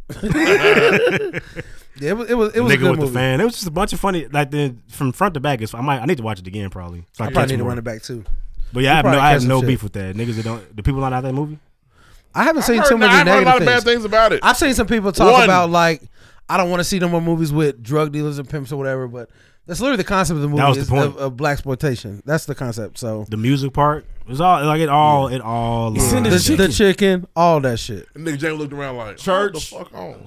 [SPEAKER 12] Yeah, it was it was, it was
[SPEAKER 4] nigga
[SPEAKER 12] a good
[SPEAKER 4] with
[SPEAKER 12] movie.
[SPEAKER 4] the fan. It was just a bunch of funny. Like then from front to back, it's, I might I need to watch it again probably. So
[SPEAKER 12] I
[SPEAKER 4] can
[SPEAKER 12] probably need
[SPEAKER 4] catch
[SPEAKER 12] to
[SPEAKER 4] more.
[SPEAKER 12] run it back too.
[SPEAKER 4] But yeah, I
[SPEAKER 12] We'll
[SPEAKER 4] have no,
[SPEAKER 12] probably
[SPEAKER 4] I
[SPEAKER 12] catch
[SPEAKER 4] have
[SPEAKER 12] some
[SPEAKER 4] no
[SPEAKER 12] shit.
[SPEAKER 4] beef with that. Niggas that don't the people not out that movie.
[SPEAKER 12] I haven't seen
[SPEAKER 2] heard-
[SPEAKER 12] too many
[SPEAKER 2] I've heard a
[SPEAKER 12] negative
[SPEAKER 2] lot of
[SPEAKER 12] things.
[SPEAKER 2] bad things about it.
[SPEAKER 12] I've seen some people talk
[SPEAKER 2] One.
[SPEAKER 12] about like I don't want to see no more movies with drug dealers and pimps or whatever, but that's literally the concept of the movie.
[SPEAKER 4] was the
[SPEAKER 12] is
[SPEAKER 4] point.
[SPEAKER 12] Of, of black exploitation. That's the concept. So
[SPEAKER 4] The music part it was all like it all it all.
[SPEAKER 1] It's in
[SPEAKER 4] lined.
[SPEAKER 1] the
[SPEAKER 12] the,
[SPEAKER 1] chicken.
[SPEAKER 12] the chicken, all that shit.
[SPEAKER 2] And nigga James looked around like
[SPEAKER 1] Church.
[SPEAKER 2] What the fuck on?
[SPEAKER 4] Mm-hmm.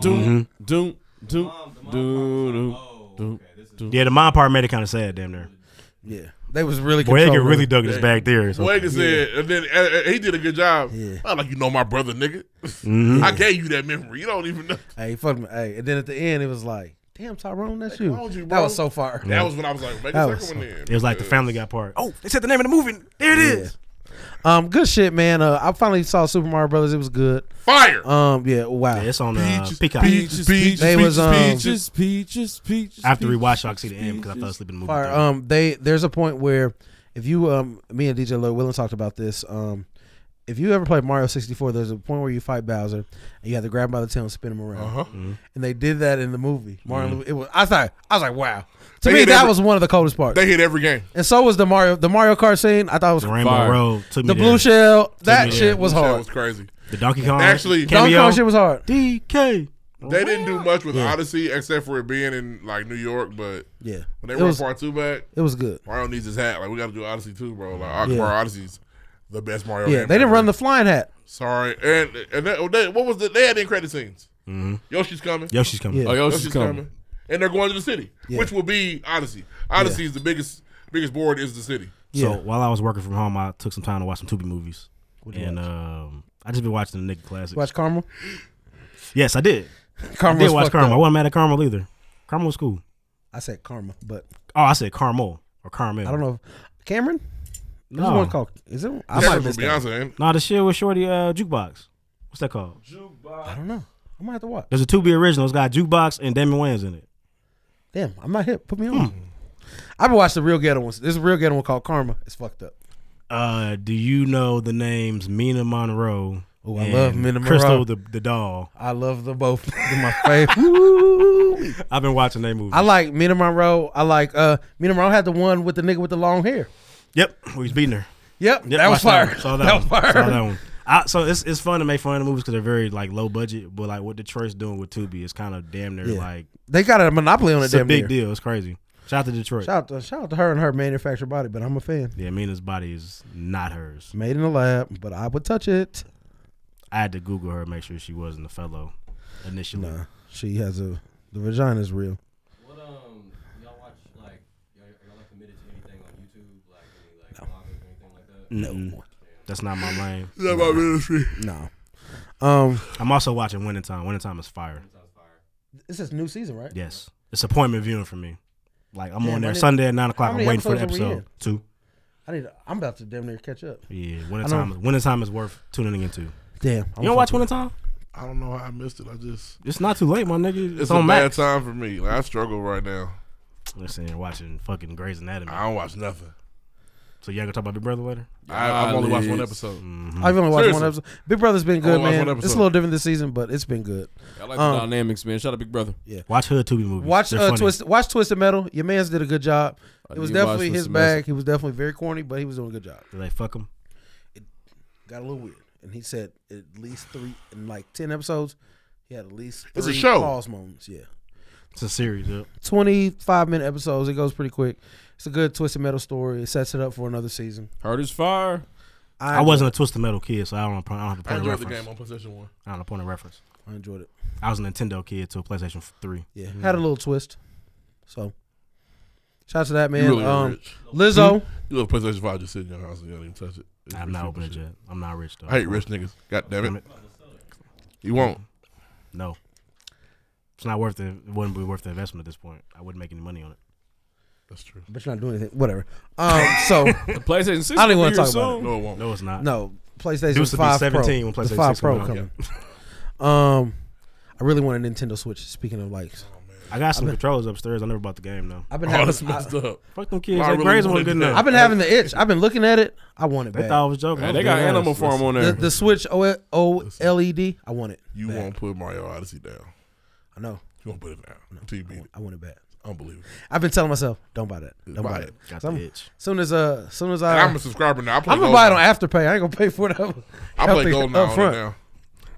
[SPEAKER 1] Doom, doom, doom, doom, doom, doom.
[SPEAKER 4] Yeah, the mom part made it kind of sad. Damn near.
[SPEAKER 12] Yeah, they was really.
[SPEAKER 4] Boyega
[SPEAKER 12] controlling
[SPEAKER 4] really
[SPEAKER 12] it.
[SPEAKER 4] dug his back there. So.
[SPEAKER 2] Wega said, and then uh, uh, he did a good job. I like you know my brother, nigga.
[SPEAKER 4] Mhm.
[SPEAKER 2] I gave you that memory. You don't even know.
[SPEAKER 12] Hey, fuck me. Hey, and then at the end, it was like, Damn, Tyrone, that's
[SPEAKER 2] Hey,
[SPEAKER 12] you.
[SPEAKER 2] why don't you,
[SPEAKER 12] that
[SPEAKER 2] bro?
[SPEAKER 12] was so far.
[SPEAKER 2] That was when I was like,
[SPEAKER 12] That
[SPEAKER 2] make a second
[SPEAKER 12] was
[SPEAKER 2] one
[SPEAKER 12] so-
[SPEAKER 2] then,
[SPEAKER 4] It was like the Family Guy part. Oh, they said the name of the movie. There it is.
[SPEAKER 12] Um, good shit, man. Uh, I finally saw Super Mario Brothers. It was good.
[SPEAKER 2] Fire.
[SPEAKER 12] Um, yeah, wow.
[SPEAKER 4] it's on, uh, Peaches, Peacock.
[SPEAKER 12] Peaches,
[SPEAKER 4] peaches,
[SPEAKER 12] peaches,
[SPEAKER 4] peaches,
[SPEAKER 12] they was um,
[SPEAKER 14] peaches, peaches, peaches.
[SPEAKER 4] I have to rewatch it. I can see the end because I fell asleep in the movie.
[SPEAKER 12] fire.
[SPEAKER 4] theater.
[SPEAKER 12] Um, they there's a point where if you um, me and DJ Lloyd Willen talked about this. Um, if you ever played Mario 64, there's a point where you fight Bowser and you have to grab him by the tail and spin him around.
[SPEAKER 2] Uh-huh. Mm-hmm.
[SPEAKER 14] Mhm.
[SPEAKER 12] And they did that in the movie. Mario,
[SPEAKER 14] Mhm.
[SPEAKER 12] it was. I thought I was like, wow. To
[SPEAKER 2] They
[SPEAKER 12] me,
[SPEAKER 2] hit
[SPEAKER 12] that
[SPEAKER 2] every-
[SPEAKER 12] was one of the coldest parts.
[SPEAKER 2] They hit every game.
[SPEAKER 12] And so was the Mario the Mario Kart scene. I thought it was
[SPEAKER 4] The Rainbow
[SPEAKER 12] fire.
[SPEAKER 4] Road took me
[SPEAKER 12] the
[SPEAKER 4] there.
[SPEAKER 12] Blue Shell.
[SPEAKER 4] Took
[SPEAKER 12] That
[SPEAKER 4] me there.
[SPEAKER 12] shit was
[SPEAKER 2] Blue Shell
[SPEAKER 12] hard.
[SPEAKER 2] was crazy.
[SPEAKER 4] The Donkey Kong
[SPEAKER 2] Actually-
[SPEAKER 12] Donkey
[SPEAKER 4] cameo.
[SPEAKER 12] Kong shit was hard.
[SPEAKER 4] DK.
[SPEAKER 2] They didn't do much with
[SPEAKER 12] Yeah.
[SPEAKER 2] Odyssey except for it being in like New York, but
[SPEAKER 12] Yeah.
[SPEAKER 2] when they
[SPEAKER 12] It
[SPEAKER 2] brought
[SPEAKER 12] was-
[SPEAKER 2] part two back,
[SPEAKER 12] it was good.
[SPEAKER 2] Mario needs his hat. Like we got to do Odyssey too, bro. Like
[SPEAKER 12] Yeah.
[SPEAKER 2] Mario Odyssey's the best Mario.
[SPEAKER 12] Yeah,
[SPEAKER 2] game
[SPEAKER 12] they didn't
[SPEAKER 2] ever.
[SPEAKER 12] run the flying hat.
[SPEAKER 2] Sorry, and and that, they, what was the they had in credit scenes?
[SPEAKER 4] Mhm.
[SPEAKER 2] Yoshi's coming.
[SPEAKER 4] Yoshi's Coming. Yeah.
[SPEAKER 14] Oh, Yoshi's Coming.
[SPEAKER 2] and they're going to the city,
[SPEAKER 4] Yeah.
[SPEAKER 2] which will be Odyssey. Odyssey is the biggest biggest board is the city.
[SPEAKER 4] So while I was working from home, I took some time to watch some Tubi movies, and um, I just been watching the Nick classics.
[SPEAKER 12] Watch Carmel.
[SPEAKER 4] Yes, I did.
[SPEAKER 12] [laughs] Karma
[SPEAKER 4] I
[SPEAKER 12] was
[SPEAKER 4] did watch
[SPEAKER 12] fucked
[SPEAKER 4] Carmel.
[SPEAKER 12] up.
[SPEAKER 4] I wasn't mad at Carmel either. Carmel was cool.
[SPEAKER 12] I said Karma, but
[SPEAKER 4] Oh, I said Carmel or Carmel.
[SPEAKER 12] I don't know. if- Cameron. There's
[SPEAKER 4] No.
[SPEAKER 12] one called. Is it? I
[SPEAKER 4] Yeah,
[SPEAKER 12] might have
[SPEAKER 4] from
[SPEAKER 12] missed that.
[SPEAKER 2] Beyonce, ain't it?
[SPEAKER 4] Nah, the shit with Shorty uh, Jukebox. What's that called?
[SPEAKER 12] I don't know. I might have to watch.
[SPEAKER 4] There's a Tubi original. It's got Jukebox and Damon Wayans in it.
[SPEAKER 12] Damn, I'm not hip. Put me on.
[SPEAKER 4] Hmm.
[SPEAKER 12] I've been watching the real ghetto ones. There's a real ghetto one called Karma. It's fucked up.
[SPEAKER 4] Uh, do you know the names Mina Monroe?
[SPEAKER 12] Oh, I
[SPEAKER 4] and
[SPEAKER 12] love Mina Monroe.
[SPEAKER 4] Crystal the, the doll.
[SPEAKER 12] I love them both. [laughs] They're my favorite.
[SPEAKER 4] I've been watching their movies.
[SPEAKER 12] I like Mina Monroe. I like uh Mina Monroe had the one with the nigga with the long hair.
[SPEAKER 4] Yep, we was beating her.
[SPEAKER 12] Yep, that
[SPEAKER 4] watched
[SPEAKER 12] was fire.
[SPEAKER 4] one. Saw that,
[SPEAKER 12] That was
[SPEAKER 4] one.
[SPEAKER 12] fire.
[SPEAKER 4] Saw that one. I, so it's it's fun to make fun of the movies because they're very like low budget, but like what Detroit's doing with Tubi is kind of damn near
[SPEAKER 12] Yeah.
[SPEAKER 4] like
[SPEAKER 12] They got a monopoly on it.
[SPEAKER 4] it's a
[SPEAKER 12] damn
[SPEAKER 4] big
[SPEAKER 12] near.
[SPEAKER 4] deal. It's crazy. Shout out to Detroit.
[SPEAKER 12] Shout out to shout out to her and her manufactured body, but I'm a fan.
[SPEAKER 4] Yeah, Mina's body is not hers.
[SPEAKER 12] Made in the lab, but I would touch it.
[SPEAKER 4] I had to Google her make sure she wasn't a fellow initially.
[SPEAKER 12] Nah, she has a the vagina's real.
[SPEAKER 13] What um y'all watch like y'all, y'all like committed to anything on YouTube like any like bloggers or anything like that?
[SPEAKER 4] No, that's not my lane.
[SPEAKER 2] Is that my ministry?
[SPEAKER 12] No. Um,
[SPEAKER 4] I'm also watching Winning Time. Winning Time is fire.
[SPEAKER 12] This is new season, right?
[SPEAKER 4] Yes, it's appointment viewing for me. Like I'm
[SPEAKER 12] Damn,
[SPEAKER 4] on
[SPEAKER 12] I
[SPEAKER 4] there
[SPEAKER 12] didn't-
[SPEAKER 4] Sunday at nine o'clock.
[SPEAKER 12] how
[SPEAKER 4] I'm
[SPEAKER 12] many
[SPEAKER 4] waiting for the
[SPEAKER 12] episodes are we
[SPEAKER 4] episode two.
[SPEAKER 12] I need. I'm about to damn near catch up.
[SPEAKER 4] Yeah,
[SPEAKER 12] I
[SPEAKER 4] Winning
[SPEAKER 12] know.
[SPEAKER 4] Time. Winning Time is worth tuning into.
[SPEAKER 12] Damn, I'm
[SPEAKER 4] you don't watch
[SPEAKER 12] fucking-
[SPEAKER 4] Winning Time?
[SPEAKER 2] I don't know how I missed it. I just
[SPEAKER 4] It's not too late, my nigga. It's,
[SPEAKER 2] it's a
[SPEAKER 4] on
[SPEAKER 2] bad
[SPEAKER 4] Max.
[SPEAKER 2] time for me. Like I struggle right now.
[SPEAKER 4] Listen, you're watching fucking Grey's Anatomy.
[SPEAKER 2] I don't watch nothing.
[SPEAKER 4] So y'all gonna talk about Big Brother later?
[SPEAKER 2] I, I've only watched one
[SPEAKER 4] Eyelids.
[SPEAKER 2] episode.
[SPEAKER 4] Mhm.
[SPEAKER 12] I've only watched one
[SPEAKER 4] Seriously.
[SPEAKER 12] episode. Big Brother's been
[SPEAKER 4] I
[SPEAKER 12] good,
[SPEAKER 4] only watched
[SPEAKER 12] man.
[SPEAKER 4] one
[SPEAKER 12] It's a
[SPEAKER 4] episode.
[SPEAKER 12] little different this season, but it's been good.
[SPEAKER 14] I like the dynamics, man. Shout out Big Brother.
[SPEAKER 12] Um, Yeah.
[SPEAKER 4] Watch Hood Tubi movies.
[SPEAKER 12] Watch
[SPEAKER 4] They're
[SPEAKER 12] uh,
[SPEAKER 4] funny.
[SPEAKER 12] twist, watch Twisted Metal. Your man's did a good job. It was
[SPEAKER 4] you watched
[SPEAKER 12] definitely his
[SPEAKER 4] Twisted Metal?
[SPEAKER 12] bag. He was definitely very corny, but he was doing a good job.
[SPEAKER 4] Did they fuck him?
[SPEAKER 12] Got a little weird, and he said at least three in like ten episodes. He had at least
[SPEAKER 2] It's
[SPEAKER 12] three
[SPEAKER 2] a show.
[SPEAKER 12] pause moments. Yeah,
[SPEAKER 4] It's a series. Yep.
[SPEAKER 12] twenty five minute episodes. It goes pretty quick. It's a good Twisted Metal story. It sets it up for another season.
[SPEAKER 14] Heard his fire.
[SPEAKER 4] I, wasn't a Twisted Metal kid, so I don't. I don't have a
[SPEAKER 2] I
[SPEAKER 4] point of
[SPEAKER 2] enjoyed the
[SPEAKER 4] reference.
[SPEAKER 2] game on PlayStation One.
[SPEAKER 4] I don't have a point of reference.
[SPEAKER 12] I enjoyed it.
[SPEAKER 4] I was a Nintendo kid to a PlayStation Three. Mm-hmm.
[SPEAKER 12] Yeah, had a little twist. So, shout out to that man.
[SPEAKER 2] You really
[SPEAKER 12] um,
[SPEAKER 2] rich.
[SPEAKER 4] Hmm?
[SPEAKER 12] Lizzo.
[SPEAKER 2] You love PlayStation Five just sitting in your house and you don't even touch it. It's
[SPEAKER 4] I'm
[SPEAKER 2] rich
[SPEAKER 4] not
[SPEAKER 2] people
[SPEAKER 4] opening it
[SPEAKER 2] shit.
[SPEAKER 4] yet. I'm not rich though.
[SPEAKER 2] I hate rich niggas. God damn it. You won't.
[SPEAKER 4] No, it's not worth it. It wouldn't be worth the investment at this point. I wouldn't make any money on it.
[SPEAKER 2] That's true.
[SPEAKER 12] But you're not doing anything. Whatever. Um,
[SPEAKER 2] [laughs]
[SPEAKER 4] [laughs]
[SPEAKER 12] so
[SPEAKER 14] The PlayStation 6
[SPEAKER 12] I don't even
[SPEAKER 14] will
[SPEAKER 12] want
[SPEAKER 14] be
[SPEAKER 12] to talk
[SPEAKER 14] here
[SPEAKER 12] about it.
[SPEAKER 14] soon.
[SPEAKER 2] No, it won't.
[SPEAKER 4] No, it's not.
[SPEAKER 12] No,
[SPEAKER 4] It
[SPEAKER 12] PlayStation
[SPEAKER 4] used to be
[SPEAKER 12] Five
[SPEAKER 4] 17
[SPEAKER 12] Pro.
[SPEAKER 4] when
[SPEAKER 12] the
[SPEAKER 4] PlayStation
[SPEAKER 12] Five
[SPEAKER 4] 6
[SPEAKER 12] Pro
[SPEAKER 4] came out.
[SPEAKER 12] coming. um, I really want a Nintendo Switch. Speaking of like,
[SPEAKER 4] I got some
[SPEAKER 12] I've been,
[SPEAKER 4] controllers upstairs. I never bought the game though.
[SPEAKER 12] I've been
[SPEAKER 2] Oh,
[SPEAKER 12] having.
[SPEAKER 2] that's messed
[SPEAKER 12] I,
[SPEAKER 2] up.
[SPEAKER 4] Fuck them kids.
[SPEAKER 2] Why I
[SPEAKER 4] They
[SPEAKER 2] really
[SPEAKER 4] grades
[SPEAKER 2] wanna
[SPEAKER 4] weren't good
[SPEAKER 2] do that?
[SPEAKER 4] enough.
[SPEAKER 12] have been having the itch. I've been looking at it. I want it
[SPEAKER 4] They
[SPEAKER 12] bad.
[SPEAKER 4] thought I was joking.
[SPEAKER 14] Hey, they got
[SPEAKER 4] Yeah,
[SPEAKER 14] Animal
[SPEAKER 4] listen.
[SPEAKER 14] Farm on
[SPEAKER 12] the,
[SPEAKER 14] there.
[SPEAKER 12] the Switch O O L E D. I want it.
[SPEAKER 2] You
[SPEAKER 12] bad.
[SPEAKER 2] won't put Mario Odyssey down.
[SPEAKER 12] I know.
[SPEAKER 2] You won't put it down until you beat it.
[SPEAKER 12] I want it bad.
[SPEAKER 2] Unbelievable.
[SPEAKER 12] I've been telling myself, don't buy that. Don't
[SPEAKER 2] Buy
[SPEAKER 12] buy,
[SPEAKER 2] it.
[SPEAKER 12] it.
[SPEAKER 4] Got
[SPEAKER 12] So
[SPEAKER 4] the
[SPEAKER 12] I'm-
[SPEAKER 4] itch.
[SPEAKER 12] Soon as uh, soon as I,
[SPEAKER 2] And I'm a subscriber now. I play
[SPEAKER 12] I'm gonna
[SPEAKER 2] Gold
[SPEAKER 12] buy it
[SPEAKER 2] now.
[SPEAKER 12] on afterpay. I ain't gonna pay for it. Up,
[SPEAKER 2] I play Gold now
[SPEAKER 12] up
[SPEAKER 2] on it
[SPEAKER 12] front.
[SPEAKER 2] now.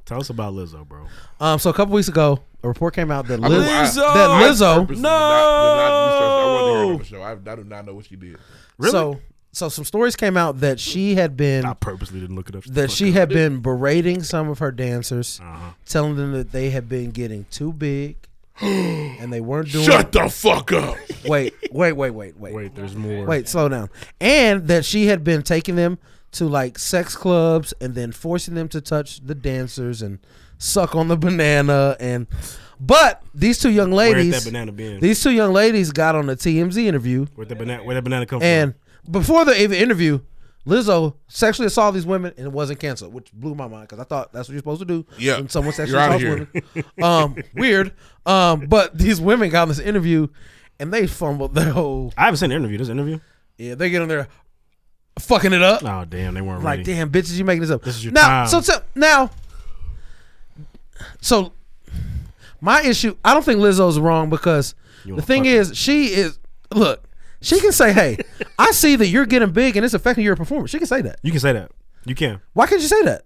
[SPEAKER 4] Tell us about Lizzo,
[SPEAKER 2] [gasps]
[SPEAKER 4] bro.
[SPEAKER 12] Um, so a couple weeks ago, a report came out that
[SPEAKER 2] I believe
[SPEAKER 12] Liz,
[SPEAKER 2] I-
[SPEAKER 12] that
[SPEAKER 2] I
[SPEAKER 12] Lizzo
[SPEAKER 2] purposely did not- did not research. I wanted to hear it on the show. I, I do not know what she did.
[SPEAKER 12] So so some stories came out that she had been
[SPEAKER 4] I purposely didn't look it up. Shut the
[SPEAKER 12] that
[SPEAKER 4] fuck
[SPEAKER 12] she
[SPEAKER 4] up.
[SPEAKER 12] had been berating some of her dancers,
[SPEAKER 4] Uh-huh.
[SPEAKER 12] telling them that they had been getting
[SPEAKER 4] [gasps]
[SPEAKER 12] too big and they weren't doing
[SPEAKER 2] Shut the fuck up.
[SPEAKER 12] Wait, wait, wait, wait, wait.
[SPEAKER 4] Wait, there's more.
[SPEAKER 12] Wait, slow down. And that she had been taking them to like sex clubs and then forcing them to touch the dancers and suck on the banana and but these two young
[SPEAKER 4] Where'd
[SPEAKER 12] ladies
[SPEAKER 4] that banana been?
[SPEAKER 12] these two young ladies got on a TMZ interview
[SPEAKER 4] Where the banana? Where the banana come
[SPEAKER 12] and before the even interview, Lizzo sexually assaulted these women and it wasn't canceled, which blew my mind because I thought that's what you're supposed to do.
[SPEAKER 2] Yeah.
[SPEAKER 12] when someone sexually
[SPEAKER 2] You're outta
[SPEAKER 12] assaults women. Um, weird. Um, but these women got on this interview and they fumbled their whole.
[SPEAKER 4] I haven't seen the interview. This interview.
[SPEAKER 12] Yeah, they get on there, fucking it up.
[SPEAKER 4] Oh damn, they weren't
[SPEAKER 12] like,
[SPEAKER 4] ready.
[SPEAKER 12] damn, bitches, you making this up. This
[SPEAKER 4] is your
[SPEAKER 12] now,
[SPEAKER 4] time.
[SPEAKER 12] so tell now, so my issue. I don't think Lizzo's wrong because the thing is, she is. Look, she can
[SPEAKER 4] [laughs]
[SPEAKER 12] say, "Hey, I see that you're getting big and it's affecting your performance." She can say that.
[SPEAKER 4] You can say that. You can.
[SPEAKER 12] Why can't you say that?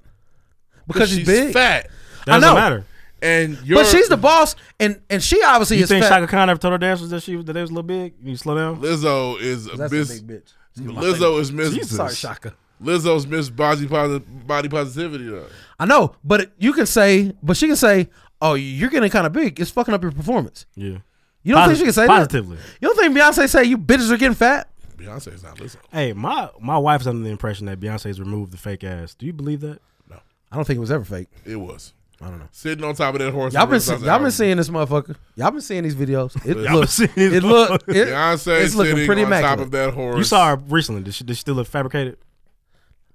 [SPEAKER 12] Because she's,
[SPEAKER 2] she's
[SPEAKER 12] big.
[SPEAKER 2] fat.
[SPEAKER 12] I
[SPEAKER 4] That
[SPEAKER 12] know.
[SPEAKER 4] doesn't matter.
[SPEAKER 2] And
[SPEAKER 12] but she's the boss, and and she obviously
[SPEAKER 4] You
[SPEAKER 12] is
[SPEAKER 4] think
[SPEAKER 12] fat.
[SPEAKER 4] Shaka Khan ever told her dancers that she that they was a little big? You slow down.
[SPEAKER 2] Lizzo is a
[SPEAKER 4] That's a
[SPEAKER 2] miss.
[SPEAKER 4] big bitch.
[SPEAKER 2] Lizzo is miss.
[SPEAKER 4] Jesus. Sorry, Shaka.
[SPEAKER 2] Lizzo's miss body, posi- body positivity though.
[SPEAKER 12] I know, but it- you can say, but she can say, "Oh, you're getting kind of big. It's fucking up your performance."
[SPEAKER 4] Yeah.
[SPEAKER 12] You don't think
[SPEAKER 4] Posi-
[SPEAKER 12] she can say
[SPEAKER 4] positively.
[SPEAKER 12] that? You don't think Beyonce say you bitches are getting fat?
[SPEAKER 2] Beyonce's not Lizzo.
[SPEAKER 4] Hey, my my wife's under the impression that Beyonce's removed the fake ass. Do you believe that?
[SPEAKER 2] No.
[SPEAKER 12] I don't think it was ever fake.
[SPEAKER 2] It was.
[SPEAKER 12] I don't know.
[SPEAKER 2] Sitting on top of that horse.
[SPEAKER 12] Y'all been
[SPEAKER 2] Renaissance
[SPEAKER 12] see- y'all been
[SPEAKER 2] album.
[SPEAKER 12] seeing this motherfucker. Y'all been seeing these videos. It
[SPEAKER 2] [laughs] Y'all been
[SPEAKER 12] looks
[SPEAKER 2] seeing
[SPEAKER 4] these
[SPEAKER 12] it look
[SPEAKER 4] motherfuckers.
[SPEAKER 12] it,
[SPEAKER 2] Beyonce
[SPEAKER 12] it's looking
[SPEAKER 2] sitting
[SPEAKER 12] pretty
[SPEAKER 2] on top
[SPEAKER 12] immaculate.
[SPEAKER 2] of that horse.
[SPEAKER 4] You saw her recently. Did she, did she still look fabricated?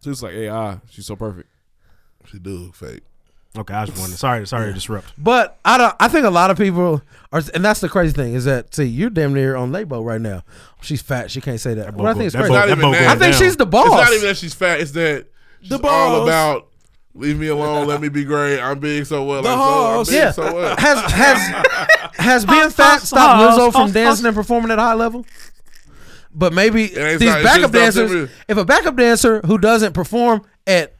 [SPEAKER 1] She was like, "Hey, ah, she's so perfect."
[SPEAKER 2] She do look fake.
[SPEAKER 4] Okay, I was wondering. Sorry, sorry to disrupt.
[SPEAKER 12] But I don't. I think a lot of people are, and that's the crazy thing is that see you're damn near on Labo right now. She's fat. She can't say that. But I think it's
[SPEAKER 2] That's
[SPEAKER 12] crazy.
[SPEAKER 2] not even
[SPEAKER 12] I
[SPEAKER 2] that.
[SPEAKER 12] think she's the boss.
[SPEAKER 2] It's not even that she's fat. It's that she's all
[SPEAKER 12] boss.
[SPEAKER 2] about leave me alone, let me be great. I'm big so well.
[SPEAKER 12] The
[SPEAKER 2] I'm
[SPEAKER 12] hoss.
[SPEAKER 2] so, I'm big
[SPEAKER 12] Yeah.
[SPEAKER 2] so well.
[SPEAKER 4] [laughs]
[SPEAKER 12] Has has has being fat stopped Lizzo from dancing and performing at a high level? But maybe
[SPEAKER 2] ain't
[SPEAKER 12] these
[SPEAKER 2] stop-
[SPEAKER 12] backup
[SPEAKER 2] it shouldn't stop them
[SPEAKER 12] dancers.
[SPEAKER 2] either.
[SPEAKER 12] If a backup dancer who doesn't perform at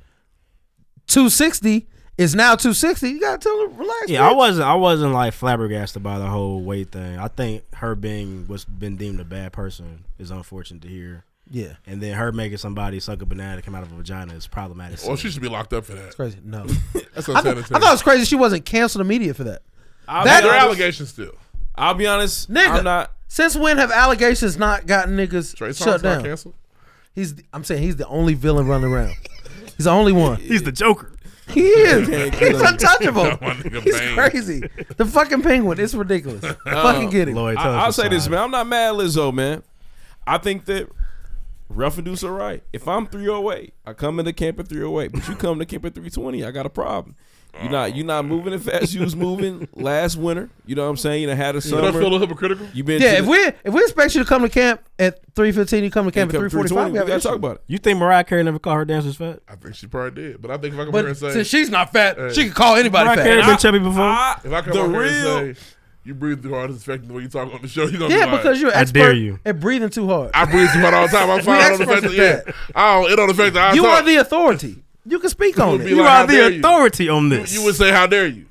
[SPEAKER 12] 260 is now 260, you gotta tell her relax.
[SPEAKER 4] Yeah, I
[SPEAKER 12] bitch.
[SPEAKER 4] wasn't. I wasn't like flabbergasted by the whole weight thing. I think her being what's been deemed a bad person is unfortunate to hear.
[SPEAKER 12] Yeah.
[SPEAKER 4] and then her making somebody suck a banana to come out of a vagina is problematic.
[SPEAKER 2] Well, she should be locked up for that. That's
[SPEAKER 12] crazy.
[SPEAKER 4] [laughs]
[SPEAKER 12] No,
[SPEAKER 2] that's
[SPEAKER 12] I, thought,
[SPEAKER 2] unsanitary.
[SPEAKER 12] I thought it was crazy she wasn't canceled immediately for that.
[SPEAKER 1] I'll
[SPEAKER 12] That-
[SPEAKER 2] there are allegations still.
[SPEAKER 1] I'll be honest,
[SPEAKER 12] Nigga,
[SPEAKER 1] I'm not.
[SPEAKER 12] since when have allegations not gotten niggas shut
[SPEAKER 1] Songz not
[SPEAKER 12] down?
[SPEAKER 1] canceled?
[SPEAKER 12] He's, I'm saying he's the only villain running around. He's the only one.
[SPEAKER 4] He's the Joker.
[SPEAKER 12] He is.
[SPEAKER 1] Can't kill
[SPEAKER 12] He's
[SPEAKER 1] him.
[SPEAKER 12] untouchable.
[SPEAKER 1] That [laughs] one nigga
[SPEAKER 12] He's
[SPEAKER 1] bang.
[SPEAKER 12] crazy. The fucking penguin.
[SPEAKER 1] [laughs]
[SPEAKER 12] It's ridiculous. fucking get it.
[SPEAKER 1] Uh, I, will say this, man. I'm not mad, at Lizzo, man. I think that rough and deuce are right. If I'm 308, I come into camp at 308, but you come to camp at 320, I got a problem. You're not you not moving as fast you was
[SPEAKER 2] [laughs]
[SPEAKER 1] moving last winter. You know what I'm saying? You done had a
[SPEAKER 2] You
[SPEAKER 1] summer.
[SPEAKER 2] don't feel a hypocritical?
[SPEAKER 1] You been
[SPEAKER 12] yeah,
[SPEAKER 1] to
[SPEAKER 12] if
[SPEAKER 1] the-
[SPEAKER 12] we if we expect you to come to camp at three fifteen, you come to camp
[SPEAKER 1] come
[SPEAKER 12] at three forty
[SPEAKER 1] 3:20,
[SPEAKER 12] five.
[SPEAKER 1] we gotta talk about it.
[SPEAKER 4] You think Mariah Carey never called her dancers fat?
[SPEAKER 2] I think she probably did, but I think if I come
[SPEAKER 12] But
[SPEAKER 2] here and say,
[SPEAKER 12] since she's not fat, she can call anybody
[SPEAKER 4] Mariah
[SPEAKER 12] fat.
[SPEAKER 4] Carey
[SPEAKER 12] And I-
[SPEAKER 4] been chubby before.
[SPEAKER 1] I,
[SPEAKER 2] If I come
[SPEAKER 1] The
[SPEAKER 2] over here
[SPEAKER 1] real-
[SPEAKER 2] and say you breathe too hard, it's affecting the way you talk on the show. You gonna be
[SPEAKER 12] Yeah,
[SPEAKER 2] like,
[SPEAKER 12] because you're an expert at breathing too hard.
[SPEAKER 2] I breathe too hard all the
[SPEAKER 12] [laughs]
[SPEAKER 2] time. I'm
[SPEAKER 12] We
[SPEAKER 2] fine. It don't
[SPEAKER 12] experts
[SPEAKER 2] affect the
[SPEAKER 12] at
[SPEAKER 2] yeah. I don't, it don't affect the I
[SPEAKER 12] You are
[SPEAKER 2] talk.
[SPEAKER 12] the authority. You can speak on
[SPEAKER 2] would
[SPEAKER 12] it.
[SPEAKER 2] be You like, are "How the dare you?"
[SPEAKER 4] authority on this.
[SPEAKER 2] You would say, "How dare you?"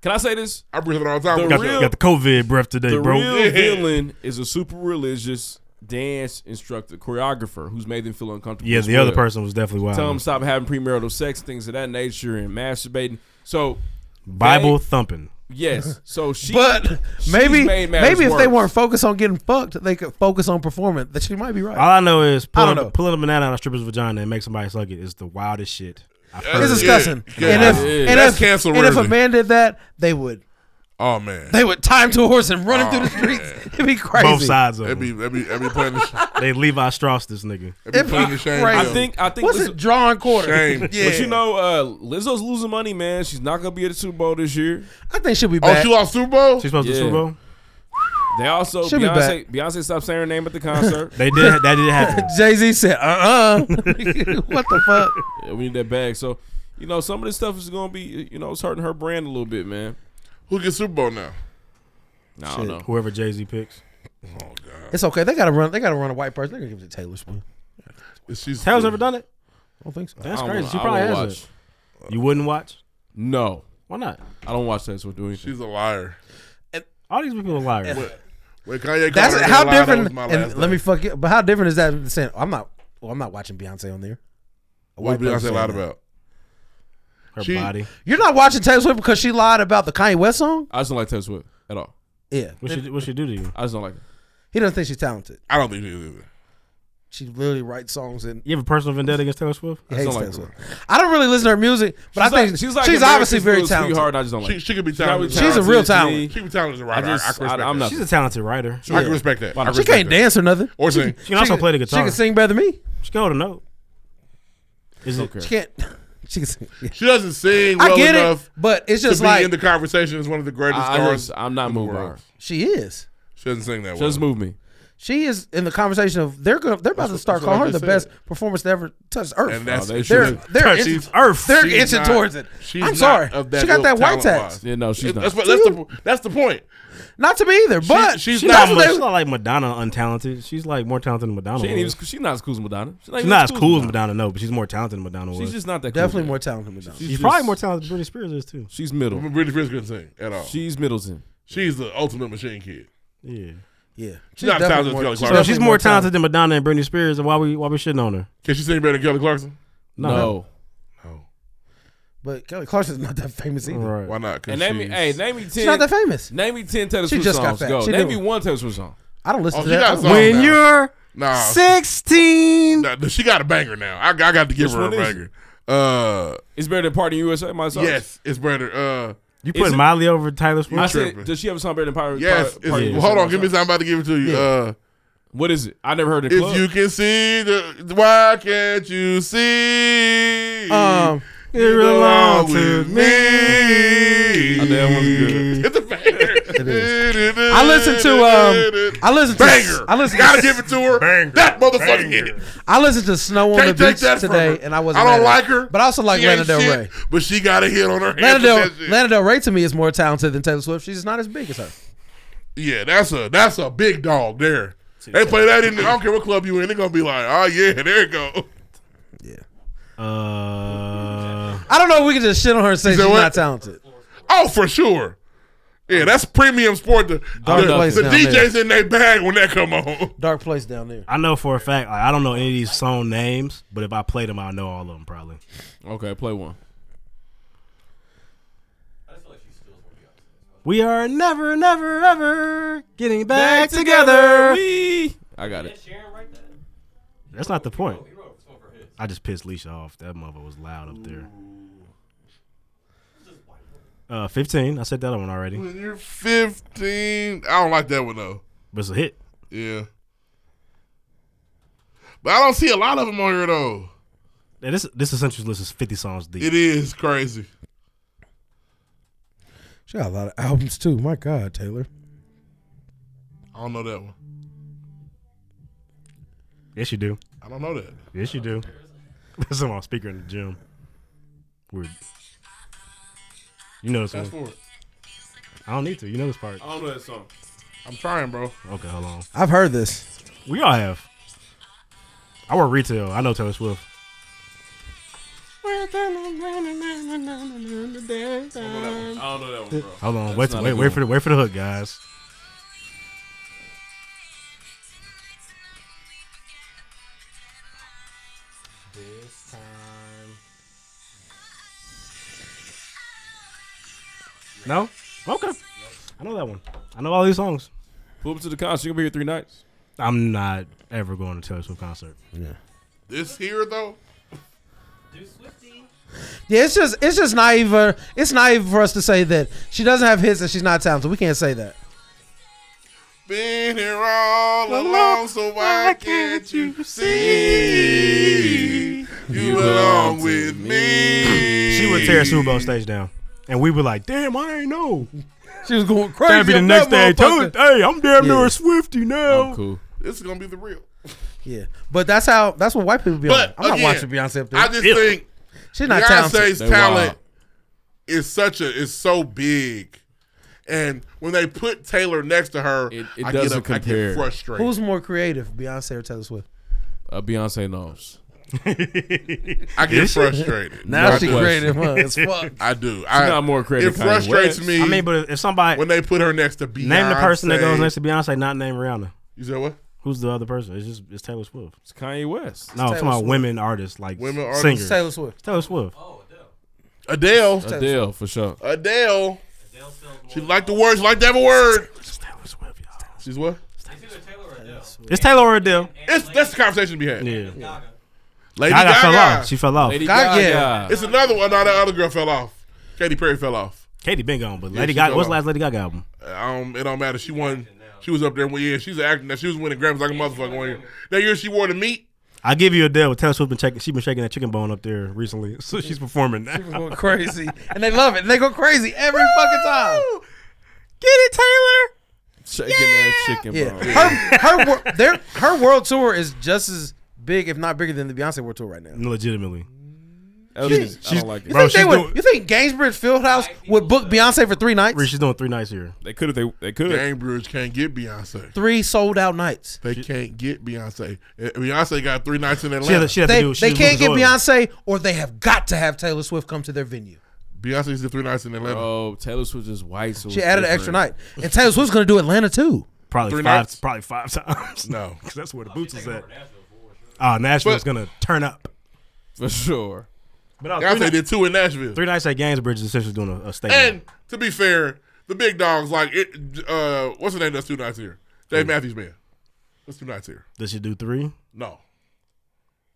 [SPEAKER 1] Can I say this?
[SPEAKER 2] I breathe it all the time.
[SPEAKER 1] The
[SPEAKER 4] Got,
[SPEAKER 1] real-
[SPEAKER 4] the, got the COVID breath today,
[SPEAKER 1] the
[SPEAKER 4] bro.
[SPEAKER 12] [laughs]
[SPEAKER 1] real villain is a super religious dance instructor, choreographer who's made them feel uncomfortable.
[SPEAKER 4] Yeah,
[SPEAKER 1] as
[SPEAKER 4] the other
[SPEAKER 1] well.
[SPEAKER 4] person was definitely wild.
[SPEAKER 1] Tell them stop having premarital sex, things of that nature, and masturbating. So
[SPEAKER 4] Bible
[SPEAKER 1] they-
[SPEAKER 4] thumping.
[SPEAKER 1] Yes. So she.
[SPEAKER 12] [laughs] But
[SPEAKER 1] [laughs] she's
[SPEAKER 12] maybe
[SPEAKER 1] made matters
[SPEAKER 12] maybe if they
[SPEAKER 1] worse.
[SPEAKER 12] weren't focused on getting fucked, they could focus on performing. That she might be right.
[SPEAKER 4] All I know is
[SPEAKER 12] I don't
[SPEAKER 4] pulling,
[SPEAKER 12] know.
[SPEAKER 4] pulling a banana out of a stripper's vagina and make somebody suck it is the wildest shit. I've heard.
[SPEAKER 12] It's disgusting. And if and if, and if a man did that, they would
[SPEAKER 2] Oh man, Oh,
[SPEAKER 12] they would tie him to a horse and run him through the streets. [laughs]
[SPEAKER 1] [laughs]
[SPEAKER 12] It'd be crazy.
[SPEAKER 4] Both sides of
[SPEAKER 2] That'd be that'd be that'd be putting the,
[SPEAKER 4] [laughs] they Levi Strauss this nigga.
[SPEAKER 2] that'd be putting the shame.
[SPEAKER 1] I
[SPEAKER 2] though.
[SPEAKER 1] think I think
[SPEAKER 12] What's it, drawing quarter?
[SPEAKER 2] Shame.
[SPEAKER 1] Yeah. But you know, uh, Lizzo's losing money, man. She's not gonna be at the Super Bowl this year.
[SPEAKER 12] I think she'll be
[SPEAKER 2] Oh,
[SPEAKER 12] back.
[SPEAKER 2] she lost Super Bowl.
[SPEAKER 4] She's supposed to
[SPEAKER 1] Yeah.
[SPEAKER 4] Super Bowl.
[SPEAKER 1] They also
[SPEAKER 12] She'll be
[SPEAKER 1] Beyonce Beyonce stopped saying her name at the concert.
[SPEAKER 4] [laughs] They did. That did
[SPEAKER 12] [laughs]
[SPEAKER 4] happen.
[SPEAKER 12] Jay Z said,
[SPEAKER 4] [laughs]
[SPEAKER 12] "Uh, uh [laughs] what the fuck?"
[SPEAKER 1] Yeah, we need that bag. So, you know, some of this stuff is gonna be, you know, it's hurting her brand a little bit, man.
[SPEAKER 2] Who gets Super Bowl now?
[SPEAKER 1] Nah, I don't know.
[SPEAKER 4] Whoever Jay Z picks.
[SPEAKER 12] It's okay. They gotta run. They gotta run a white person. They're gonna give it to Taylor Swift.
[SPEAKER 2] She's
[SPEAKER 4] Taylor's never done it.
[SPEAKER 12] I don't think so.
[SPEAKER 4] That's
[SPEAKER 1] I
[SPEAKER 4] crazy.
[SPEAKER 1] won't-
[SPEAKER 4] She
[SPEAKER 1] I
[SPEAKER 4] probably
[SPEAKER 1] won't
[SPEAKER 4] has it. You wouldn't watch?
[SPEAKER 1] No,
[SPEAKER 4] Why not?
[SPEAKER 1] I don't watch that. So do anything.
[SPEAKER 2] She's a liar.
[SPEAKER 4] All these people are liars.
[SPEAKER 2] When, when Kanye called
[SPEAKER 12] That's
[SPEAKER 2] her
[SPEAKER 12] how
[SPEAKER 2] a liar, that
[SPEAKER 12] different.
[SPEAKER 2] was my
[SPEAKER 12] and
[SPEAKER 2] last
[SPEAKER 12] let me
[SPEAKER 2] name.
[SPEAKER 12] fuck you. But how different is that? than Saying, "I'm not. Well, I'm not watching Beyonce on there." A white
[SPEAKER 2] What
[SPEAKER 12] person
[SPEAKER 2] Beyonce
[SPEAKER 12] saying
[SPEAKER 2] lied
[SPEAKER 12] that.
[SPEAKER 2] about?
[SPEAKER 4] Her
[SPEAKER 2] She-
[SPEAKER 4] body.
[SPEAKER 12] You're not watching Taylor Swift because she lied about the Kanye West song.
[SPEAKER 1] I just don't like Taylor Swift at all.
[SPEAKER 12] Yeah,
[SPEAKER 4] What she, what she do to you?
[SPEAKER 1] I just don't like her.
[SPEAKER 12] he doesn't think she's talented.
[SPEAKER 2] I don't think she is either.
[SPEAKER 12] She literally writes songs and
[SPEAKER 4] You have a personal vendetta against Taylor Swift?
[SPEAKER 12] I hates Taylor Swift. I don't really listen to her music,
[SPEAKER 4] She's
[SPEAKER 12] but I
[SPEAKER 4] like-
[SPEAKER 12] think she's,
[SPEAKER 4] she's like
[SPEAKER 12] obviously
[SPEAKER 4] America's
[SPEAKER 12] very
[SPEAKER 4] Little
[SPEAKER 12] talented.
[SPEAKER 4] Sweetheart, I just don't like
[SPEAKER 2] She, she could be
[SPEAKER 12] She's not
[SPEAKER 2] talented.
[SPEAKER 12] really She's a real talented to me.
[SPEAKER 2] She could be talented as a
[SPEAKER 12] I
[SPEAKER 2] writer. I,
[SPEAKER 12] just-
[SPEAKER 2] I, can
[SPEAKER 12] I-
[SPEAKER 2] respect
[SPEAKER 12] I'm
[SPEAKER 2] that.
[SPEAKER 12] not-
[SPEAKER 4] She's a talented writer.
[SPEAKER 2] I can respect that. I can
[SPEAKER 12] She
[SPEAKER 2] respect
[SPEAKER 12] can't
[SPEAKER 2] that.
[SPEAKER 12] dance or nothing.
[SPEAKER 2] Or sing.
[SPEAKER 4] She can also play the guitar.
[SPEAKER 12] She can sing better than me.
[SPEAKER 4] She can hold a note. Is it?
[SPEAKER 12] She can't. [laughs] She can sing. yeah.
[SPEAKER 2] She doesn't sing
[SPEAKER 12] I
[SPEAKER 2] well
[SPEAKER 12] get it,
[SPEAKER 2] enough.
[SPEAKER 12] but it's just
[SPEAKER 2] to be
[SPEAKER 12] like-
[SPEAKER 2] in the conversation is one of the greatest
[SPEAKER 12] I- I
[SPEAKER 2] stars.
[SPEAKER 12] just-
[SPEAKER 1] I'm not
[SPEAKER 2] in the
[SPEAKER 1] moved by
[SPEAKER 2] world.
[SPEAKER 1] her.
[SPEAKER 12] [laughs] She is.
[SPEAKER 2] She doesn't sing that well.
[SPEAKER 1] Just move me.
[SPEAKER 12] She is in the conversation of they're gonna they're about to
[SPEAKER 2] That's what-
[SPEAKER 12] start
[SPEAKER 2] that's what
[SPEAKER 12] calling her
[SPEAKER 2] I
[SPEAKER 12] the
[SPEAKER 2] just
[SPEAKER 12] best performance to ever touch Earth.
[SPEAKER 2] And that's-
[SPEAKER 12] they're,
[SPEAKER 2] they
[SPEAKER 12] they're,
[SPEAKER 2] should. Touch
[SPEAKER 12] inching-
[SPEAKER 2] these- Earth.
[SPEAKER 12] They're
[SPEAKER 2] She's
[SPEAKER 12] inching
[SPEAKER 2] not-
[SPEAKER 12] towards it.
[SPEAKER 2] she's
[SPEAKER 12] I'm
[SPEAKER 2] not
[SPEAKER 12] sorry.
[SPEAKER 2] of that
[SPEAKER 12] she got
[SPEAKER 2] ilk
[SPEAKER 12] that white
[SPEAKER 2] talent-wise.
[SPEAKER 12] tax.
[SPEAKER 1] Yeah, no, she's not.
[SPEAKER 2] That's what. That's the. That's the point.
[SPEAKER 12] Not to me either, but
[SPEAKER 4] She's
[SPEAKER 2] she's
[SPEAKER 12] that's
[SPEAKER 4] not,
[SPEAKER 12] what they-
[SPEAKER 4] she's not like Madonna untalented. She's like more talented than Madonna.
[SPEAKER 1] She ain't even,
[SPEAKER 4] was.
[SPEAKER 1] she's not as cool as Madonna. She's,
[SPEAKER 4] she's not as cool as Madonna, no, but she's more talented than Madonna was.
[SPEAKER 1] She's just not that cool.
[SPEAKER 12] Definitely more talented than Madonna.
[SPEAKER 1] She's
[SPEAKER 4] She's
[SPEAKER 1] just-
[SPEAKER 4] probably more talented than Britney Spears is too.
[SPEAKER 1] She's middle.
[SPEAKER 2] Britney Spears couldn't sing at all.
[SPEAKER 1] She's Middleton.
[SPEAKER 2] She's the ultimate machine kid.
[SPEAKER 4] Yeah.
[SPEAKER 12] Yeah.
[SPEAKER 2] She's not talented as Kelly Clarkson.
[SPEAKER 4] So if she's more talented than Madonna and Britney Spears, and why we why we shitting on her?
[SPEAKER 2] Can she sing better than Kelly Clarkson?
[SPEAKER 1] No.
[SPEAKER 12] But Kelly Clarkson's not that famous either.
[SPEAKER 4] Right.
[SPEAKER 2] Why not? 'Cause
[SPEAKER 1] And name me,
[SPEAKER 2] she's-
[SPEAKER 1] hey, name me ten.
[SPEAKER 12] She's not that famous.
[SPEAKER 1] Name me ten Taylor
[SPEAKER 12] She
[SPEAKER 1] Swift
[SPEAKER 12] just got
[SPEAKER 1] songs.
[SPEAKER 12] fat.
[SPEAKER 1] Go.
[SPEAKER 12] She
[SPEAKER 1] name me
[SPEAKER 12] knew.
[SPEAKER 1] one Taylor Swift song.
[SPEAKER 12] I don't listen
[SPEAKER 2] Oh,
[SPEAKER 12] to
[SPEAKER 2] she
[SPEAKER 12] that.
[SPEAKER 2] got
[SPEAKER 12] I
[SPEAKER 2] a
[SPEAKER 12] don't-
[SPEAKER 2] song
[SPEAKER 12] [laughs]
[SPEAKER 4] When
[SPEAKER 2] now.
[SPEAKER 4] you're
[SPEAKER 2] Nah.
[SPEAKER 4] sixteen,
[SPEAKER 2] Nah, she got a banger now. I, I got to give
[SPEAKER 1] Which
[SPEAKER 2] her a
[SPEAKER 1] one is
[SPEAKER 2] banger. Uh,
[SPEAKER 1] It's better than Party in USA. My song.
[SPEAKER 2] yes, it's better. Uh,
[SPEAKER 4] you
[SPEAKER 1] Is
[SPEAKER 4] put
[SPEAKER 1] it-
[SPEAKER 4] Miley over Taylor Swift.
[SPEAKER 1] I
[SPEAKER 2] tripping.
[SPEAKER 1] said, does she have a song better than Party?
[SPEAKER 2] yes,
[SPEAKER 1] Party, Party
[SPEAKER 2] it's, well,
[SPEAKER 1] USA?
[SPEAKER 2] hold on. Give me. Something. I'm about to give it to you.
[SPEAKER 1] Yeah.
[SPEAKER 2] Uh,
[SPEAKER 1] What is it? I never heard it.
[SPEAKER 2] if
[SPEAKER 1] club.
[SPEAKER 2] you can see the, why can't you see?
[SPEAKER 12] Um,
[SPEAKER 2] you
[SPEAKER 4] it belong
[SPEAKER 2] belong
[SPEAKER 4] to
[SPEAKER 2] with me.
[SPEAKER 1] I know that one's good.
[SPEAKER 2] It's a banger.
[SPEAKER 12] [laughs] It is. I listen to um I listen to
[SPEAKER 2] banger.
[SPEAKER 12] I listen
[SPEAKER 2] Gotta
[SPEAKER 12] to,
[SPEAKER 2] give it to her. That motherfucker hit it.
[SPEAKER 12] I listened to Snow on
[SPEAKER 2] Can't
[SPEAKER 12] the
[SPEAKER 2] take
[SPEAKER 12] Beach
[SPEAKER 2] that from
[SPEAKER 12] today
[SPEAKER 2] her.
[SPEAKER 12] and I wasn't
[SPEAKER 2] I don't
[SPEAKER 12] mad at
[SPEAKER 2] like her.
[SPEAKER 12] But I also like
[SPEAKER 2] She
[SPEAKER 12] Lana
[SPEAKER 2] ain't
[SPEAKER 12] Del
[SPEAKER 2] shit,
[SPEAKER 12] Rey.
[SPEAKER 2] But she got a hit on her. hand
[SPEAKER 12] Lana
[SPEAKER 2] for
[SPEAKER 12] Del,
[SPEAKER 2] that shit.
[SPEAKER 12] Lana Del Rey to me is more talented than Taylor Swift. She's not as big as her.
[SPEAKER 2] Yeah, that's a that's a big dog there. They play that in. I don't care what club you in. They're gonna be like, oh yeah, there it go.
[SPEAKER 4] Uh,
[SPEAKER 12] I don't know if we can just shit on her and say
[SPEAKER 2] You said
[SPEAKER 12] she's
[SPEAKER 2] what?
[SPEAKER 12] not talented.
[SPEAKER 2] Oh, for sure. Yeah, that's premium sport. The,
[SPEAKER 12] Dark
[SPEAKER 2] the,
[SPEAKER 12] place
[SPEAKER 2] the
[SPEAKER 12] down
[SPEAKER 2] DJs in their bag when that come on.
[SPEAKER 12] Dark place down there.
[SPEAKER 4] I know for a fact. Like, I don't know any of these song names, but if I played them, I know all of them probably.
[SPEAKER 1] Okay, play one.
[SPEAKER 4] We are never, never, ever getting back, together.
[SPEAKER 1] We. I got it.
[SPEAKER 4] That's not the point. I just pissed Leisha off. That mother was loud up there. Uh, fifteen. I said that one already.
[SPEAKER 2] When you're 15, I don't like that one though.
[SPEAKER 4] But it's a hit.
[SPEAKER 2] Yeah, but I don't see a lot of them on here though.
[SPEAKER 4] And this this essentials list is fifty songs deep.
[SPEAKER 2] It is crazy.
[SPEAKER 12] She got a lot of albums too. My God, Taylor.
[SPEAKER 2] I don't know that one.
[SPEAKER 4] Yes, you do.
[SPEAKER 2] I don't know that.
[SPEAKER 4] Yes, you do. [laughs] That's on my speaker in the gym. Weird. You know this
[SPEAKER 2] Fast
[SPEAKER 4] one.
[SPEAKER 2] forward.
[SPEAKER 4] I don't need to. You know this part.
[SPEAKER 2] I don't know that song. I'm trying, bro.
[SPEAKER 4] Okay, hold on.
[SPEAKER 12] I've heard this.
[SPEAKER 4] We all have. I work retail. I know Taylor Swift.
[SPEAKER 1] I don't know that one, bro.
[SPEAKER 4] Hold on.
[SPEAKER 1] That's not a
[SPEAKER 4] Wait, wait,
[SPEAKER 1] good
[SPEAKER 4] wait for
[SPEAKER 1] one.
[SPEAKER 4] the wait for the hook, guys.
[SPEAKER 14] This time.
[SPEAKER 4] No. Okay. I know that one. I know all these songs.
[SPEAKER 1] Pull up to the concert. You're gonna be here three nights.
[SPEAKER 4] I'm not ever going to Taylor Swift concert.
[SPEAKER 12] Yeah.
[SPEAKER 2] This here though.
[SPEAKER 12] Yeah, it's just it's just naive. uh, It's naive for us to say that she doesn't have hits and she's not talented. We can't say that.
[SPEAKER 2] Been here all along, so why can't you see? You belong with me.
[SPEAKER 4] She would tear a Super Bowl stage down, and we were like, "Damn, I ain't know."
[SPEAKER 12] She was going crazy.
[SPEAKER 4] That'd be the
[SPEAKER 12] on
[SPEAKER 4] next
[SPEAKER 12] that
[SPEAKER 4] day.
[SPEAKER 12] motherfucker.
[SPEAKER 4] Told- hey, I'm damn near
[SPEAKER 12] Yeah.
[SPEAKER 4] a Swifty now.
[SPEAKER 1] Cool.
[SPEAKER 2] This is gonna be the real.
[SPEAKER 12] Yeah, but that's how that's what white people be
[SPEAKER 2] But
[SPEAKER 12] on. I'm
[SPEAKER 2] again,
[SPEAKER 12] not watching Beyonce up there.
[SPEAKER 2] I just think
[SPEAKER 12] she's not
[SPEAKER 2] Beyonce's
[SPEAKER 12] talented.
[SPEAKER 2] talent is such a is so big, and when they put Taylor next to her,
[SPEAKER 1] it
[SPEAKER 2] I get
[SPEAKER 1] doesn't
[SPEAKER 2] up, I
[SPEAKER 1] compare.
[SPEAKER 2] get frustrated.
[SPEAKER 12] Who's more creative, Beyonce or Taylor Swift?
[SPEAKER 1] Uh, Beyonce knows.
[SPEAKER 2] I get
[SPEAKER 1] Is she?
[SPEAKER 2] frustrated.
[SPEAKER 12] Now
[SPEAKER 2] I
[SPEAKER 12] she
[SPEAKER 2] do.
[SPEAKER 12] creative,
[SPEAKER 2] [laughs]
[SPEAKER 12] huh? As fuck.
[SPEAKER 2] I do.
[SPEAKER 1] She's
[SPEAKER 2] I
[SPEAKER 1] not more creative
[SPEAKER 2] It
[SPEAKER 1] than Kanye
[SPEAKER 2] frustrates
[SPEAKER 1] West.
[SPEAKER 2] me.
[SPEAKER 4] I mean, but if somebody
[SPEAKER 2] when they put her next to Beyonce,
[SPEAKER 4] name the person that goes next to Beyonce, not name Rihanna.
[SPEAKER 2] You said what?
[SPEAKER 4] Who's the other person? It's just it's Taylor Swift.
[SPEAKER 1] It's Kanye West.
[SPEAKER 4] No, I'm talking
[SPEAKER 12] Taylor
[SPEAKER 4] about
[SPEAKER 12] Swift.
[SPEAKER 4] women artists like
[SPEAKER 2] Women
[SPEAKER 4] s-
[SPEAKER 2] artists.
[SPEAKER 4] singers.
[SPEAKER 12] Taylor Swift.
[SPEAKER 4] Taylor Swift.
[SPEAKER 2] Adele.
[SPEAKER 1] Adele for sure.
[SPEAKER 2] Adele. She like the words. She like to have a word.
[SPEAKER 4] It's Taylor Swift, y'all.
[SPEAKER 2] She's what?
[SPEAKER 13] Taylor or Adele?
[SPEAKER 4] It's Taylor or Adele.
[SPEAKER 2] It's, that's the conversation to be had.
[SPEAKER 4] Yeah.
[SPEAKER 2] Lady
[SPEAKER 4] Gaga
[SPEAKER 2] Gaga.
[SPEAKER 4] fell off. She fell off. Lady
[SPEAKER 2] Gaga.
[SPEAKER 4] Gaga.
[SPEAKER 2] It's another one. No, that other girl fell off. Katy Perry fell off.
[SPEAKER 4] Katy been gone, but
[SPEAKER 2] Yeah,
[SPEAKER 4] Lady
[SPEAKER 2] she
[SPEAKER 4] Gaga.
[SPEAKER 2] fell
[SPEAKER 4] What's
[SPEAKER 2] off.
[SPEAKER 4] the last Lady Gaga album?
[SPEAKER 2] Um, it don't matter. She won. She was up there. Well, yeah, she's an actor. Now she was winning Grammys like a motherfucker one year. That year she wore the meat.
[SPEAKER 4] I give you Adele. Taylor Swift been shaking. She been shaking that chicken bone up there recently, [laughs] so she's performing now.
[SPEAKER 12] People going crazy, and they love it. And they go crazy every fucking time.
[SPEAKER 4] Get it, Taylor.
[SPEAKER 15] Shaking that chicken,
[SPEAKER 12] Yeah,
[SPEAKER 15] bro.
[SPEAKER 12] her her wor- their her world tour is just as big, if not bigger, than the Beyonce world tour right now.
[SPEAKER 4] Legitimately.
[SPEAKER 12] She's-
[SPEAKER 15] I don't like it.
[SPEAKER 12] You think, they would, you think Gainsbridge Fieldhouse would book Beyonce for three nights?
[SPEAKER 4] Reese is doing three nights here.
[SPEAKER 15] They could if they they could.
[SPEAKER 2] Cambridge can't get Beyonce.
[SPEAKER 12] Three sold out nights.
[SPEAKER 2] They can't get Beyonce. Eh, Beyonce got three nights in Atlanta.
[SPEAKER 12] they, they can't get Beyonce, or they have got to have Taylor Swift come to their venue.
[SPEAKER 2] Beyonce's the three nights in Atlanta.
[SPEAKER 15] Oh, Taylor Swift is white. So
[SPEAKER 12] She
[SPEAKER 15] it's
[SPEAKER 12] added an
[SPEAKER 15] different.
[SPEAKER 12] extra night, and Taylor Swift's going to do Atlanta too.
[SPEAKER 4] Probably
[SPEAKER 12] Three
[SPEAKER 4] five.
[SPEAKER 12] nights?
[SPEAKER 4] Probably five [laughs] times.
[SPEAKER 2] No,
[SPEAKER 4] because that's where the boots is at. Oh, Nashville's gonna turn up.
[SPEAKER 15] For sure.
[SPEAKER 4] But I was-
[SPEAKER 2] Beyonce
[SPEAKER 4] three
[SPEAKER 2] did two in Nashville.
[SPEAKER 4] Three nights at Gainsbridge is essentially doing a, a statement.
[SPEAKER 2] And to be fair, the big dogs like it. Uh, what's the name that's two nights here? Dave Matthews Band. That's two nights here.
[SPEAKER 4] Does she do three?
[SPEAKER 2] No.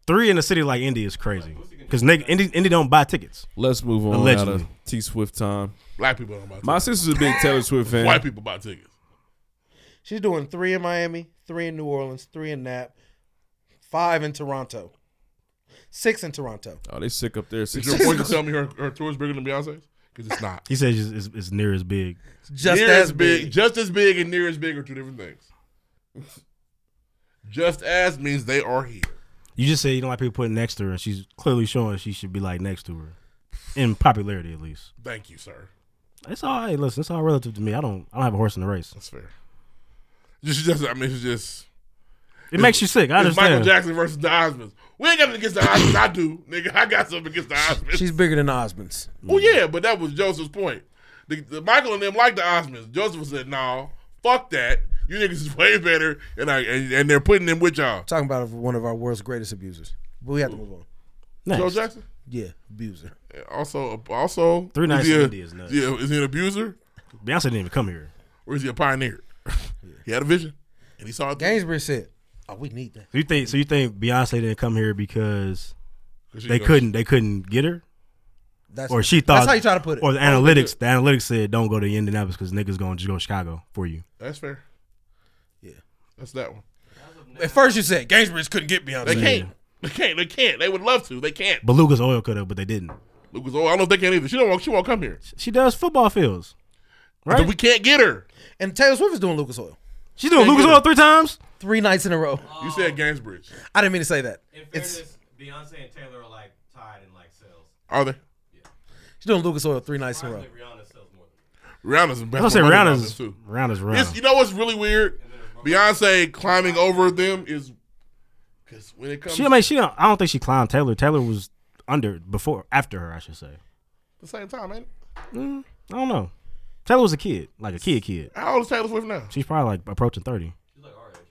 [SPEAKER 4] Three in a city like Indy is crazy because Indy, Indy don't buy tickets.
[SPEAKER 15] Let's move on
[SPEAKER 4] Allegedly.
[SPEAKER 15] out of T Swift time.
[SPEAKER 2] Black people don't buy
[SPEAKER 15] My sister's a big Taylor Swift fan.
[SPEAKER 2] White people buy tickets.
[SPEAKER 12] She's doing three in Miami, three in New Orleans, three in Nap, five in Toronto, six in Toronto.
[SPEAKER 15] Oh, they sick up there.
[SPEAKER 2] Is
[SPEAKER 15] Six
[SPEAKER 2] your
[SPEAKER 15] [laughs]
[SPEAKER 2] point to tell me her, her tour is bigger than Beyonce's? Because it's not.
[SPEAKER 4] He says it's, it's, it's near as big.
[SPEAKER 12] Just
[SPEAKER 2] near
[SPEAKER 12] as
[SPEAKER 2] big. Just as big and near as big are two different things. [laughs] just as means they are here.
[SPEAKER 4] You just say you don't like people putting next to her, and she's clearly showing she should be like next to her in popularity at least.
[SPEAKER 2] Thank you, sir.
[SPEAKER 4] It's all right. Listen, it's all relative to me. I don't. I don't have a horse in the race.
[SPEAKER 2] That's fair. Just, just I mean, it's just.
[SPEAKER 4] It makes you sick. I
[SPEAKER 2] it's Michael
[SPEAKER 4] understand.
[SPEAKER 2] Jackson versus the Osmonds. We ain't got nothing against the Osmonds. I do, nigga. I got something against the Osmonds.
[SPEAKER 12] She's bigger than the Osmonds.
[SPEAKER 2] Well, yeah, but that was Joseph's point. The, the Michael and them like the Osmonds. Joseph said, "No, fuck that. You niggas [laughs] is way better." And I and, and they're putting them with y'all.
[SPEAKER 12] Talking about one of our world's greatest abusers. But we have to move on.
[SPEAKER 2] Joe Jackson.
[SPEAKER 12] Yeah, abuser.
[SPEAKER 2] Also, also
[SPEAKER 4] Three nights
[SPEAKER 2] is he
[SPEAKER 4] in
[SPEAKER 2] a-
[SPEAKER 4] India is nuts.
[SPEAKER 2] Yeah, is he an abuser
[SPEAKER 4] Beyonce didn't even come here.
[SPEAKER 2] or is he a pioneer? He had a vision and he saw it.
[SPEAKER 12] Gainsborough said, "Oh, we need that."
[SPEAKER 4] So you think? So you think Beyonce didn't come here because
[SPEAKER 2] 'Cause she
[SPEAKER 4] they
[SPEAKER 2] knows-
[SPEAKER 4] couldn't? They couldn't get her.
[SPEAKER 12] That's-
[SPEAKER 4] or she
[SPEAKER 12] that's
[SPEAKER 4] thought
[SPEAKER 12] how you try to put it.
[SPEAKER 4] Or the
[SPEAKER 12] That's how you
[SPEAKER 4] analytics, the analytics said don't go to Indianapolis because niggas gonna just go to Chicago for you.
[SPEAKER 2] That's fair.
[SPEAKER 12] Yeah,
[SPEAKER 2] that's that one.
[SPEAKER 12] At first, you said Gainsborough's couldn't get Beyonce.
[SPEAKER 2] They can't. They can't. They can't. They would love to. They can't.
[SPEAKER 4] Beluga's oil could have, but they didn't.
[SPEAKER 2] Lucas, oh, I don't know if they can't either. She don't. want- She won't come here.
[SPEAKER 4] She does football fields, right?
[SPEAKER 2] But we can't get her.
[SPEAKER 12] And Taylor Swift is doing Lucas Oil.
[SPEAKER 4] She's doing Lucas Oil three times,
[SPEAKER 12] three nights in a row.
[SPEAKER 2] You said Gainsbridge.
[SPEAKER 12] I didn't mean to say that.
[SPEAKER 13] In
[SPEAKER 12] It's
[SPEAKER 13] fairness, Beyonce and Taylor are like tied in like sales.
[SPEAKER 2] Are they?
[SPEAKER 12] she's doing Lucas Oil three nights in a row.
[SPEAKER 2] Rihanna's
[SPEAKER 4] I was
[SPEAKER 2] best.
[SPEAKER 4] gonna say Rihanna's-
[SPEAKER 2] too.
[SPEAKER 4] Rihanna's Rihanna.
[SPEAKER 2] It's- You know what's really weird? Beyonce climbing over them is because when it comes,
[SPEAKER 4] She, I mean, she don't. I don't think she climbed Taylor. Taylor was under before, after her, I should say.
[SPEAKER 2] the same time, ain't it? Mm-hmm.
[SPEAKER 4] Mm, I don't know. Taylor was a kid, like a kid kid.
[SPEAKER 2] How old is Taylor Swift now?
[SPEAKER 4] She's probably like approaching thirty.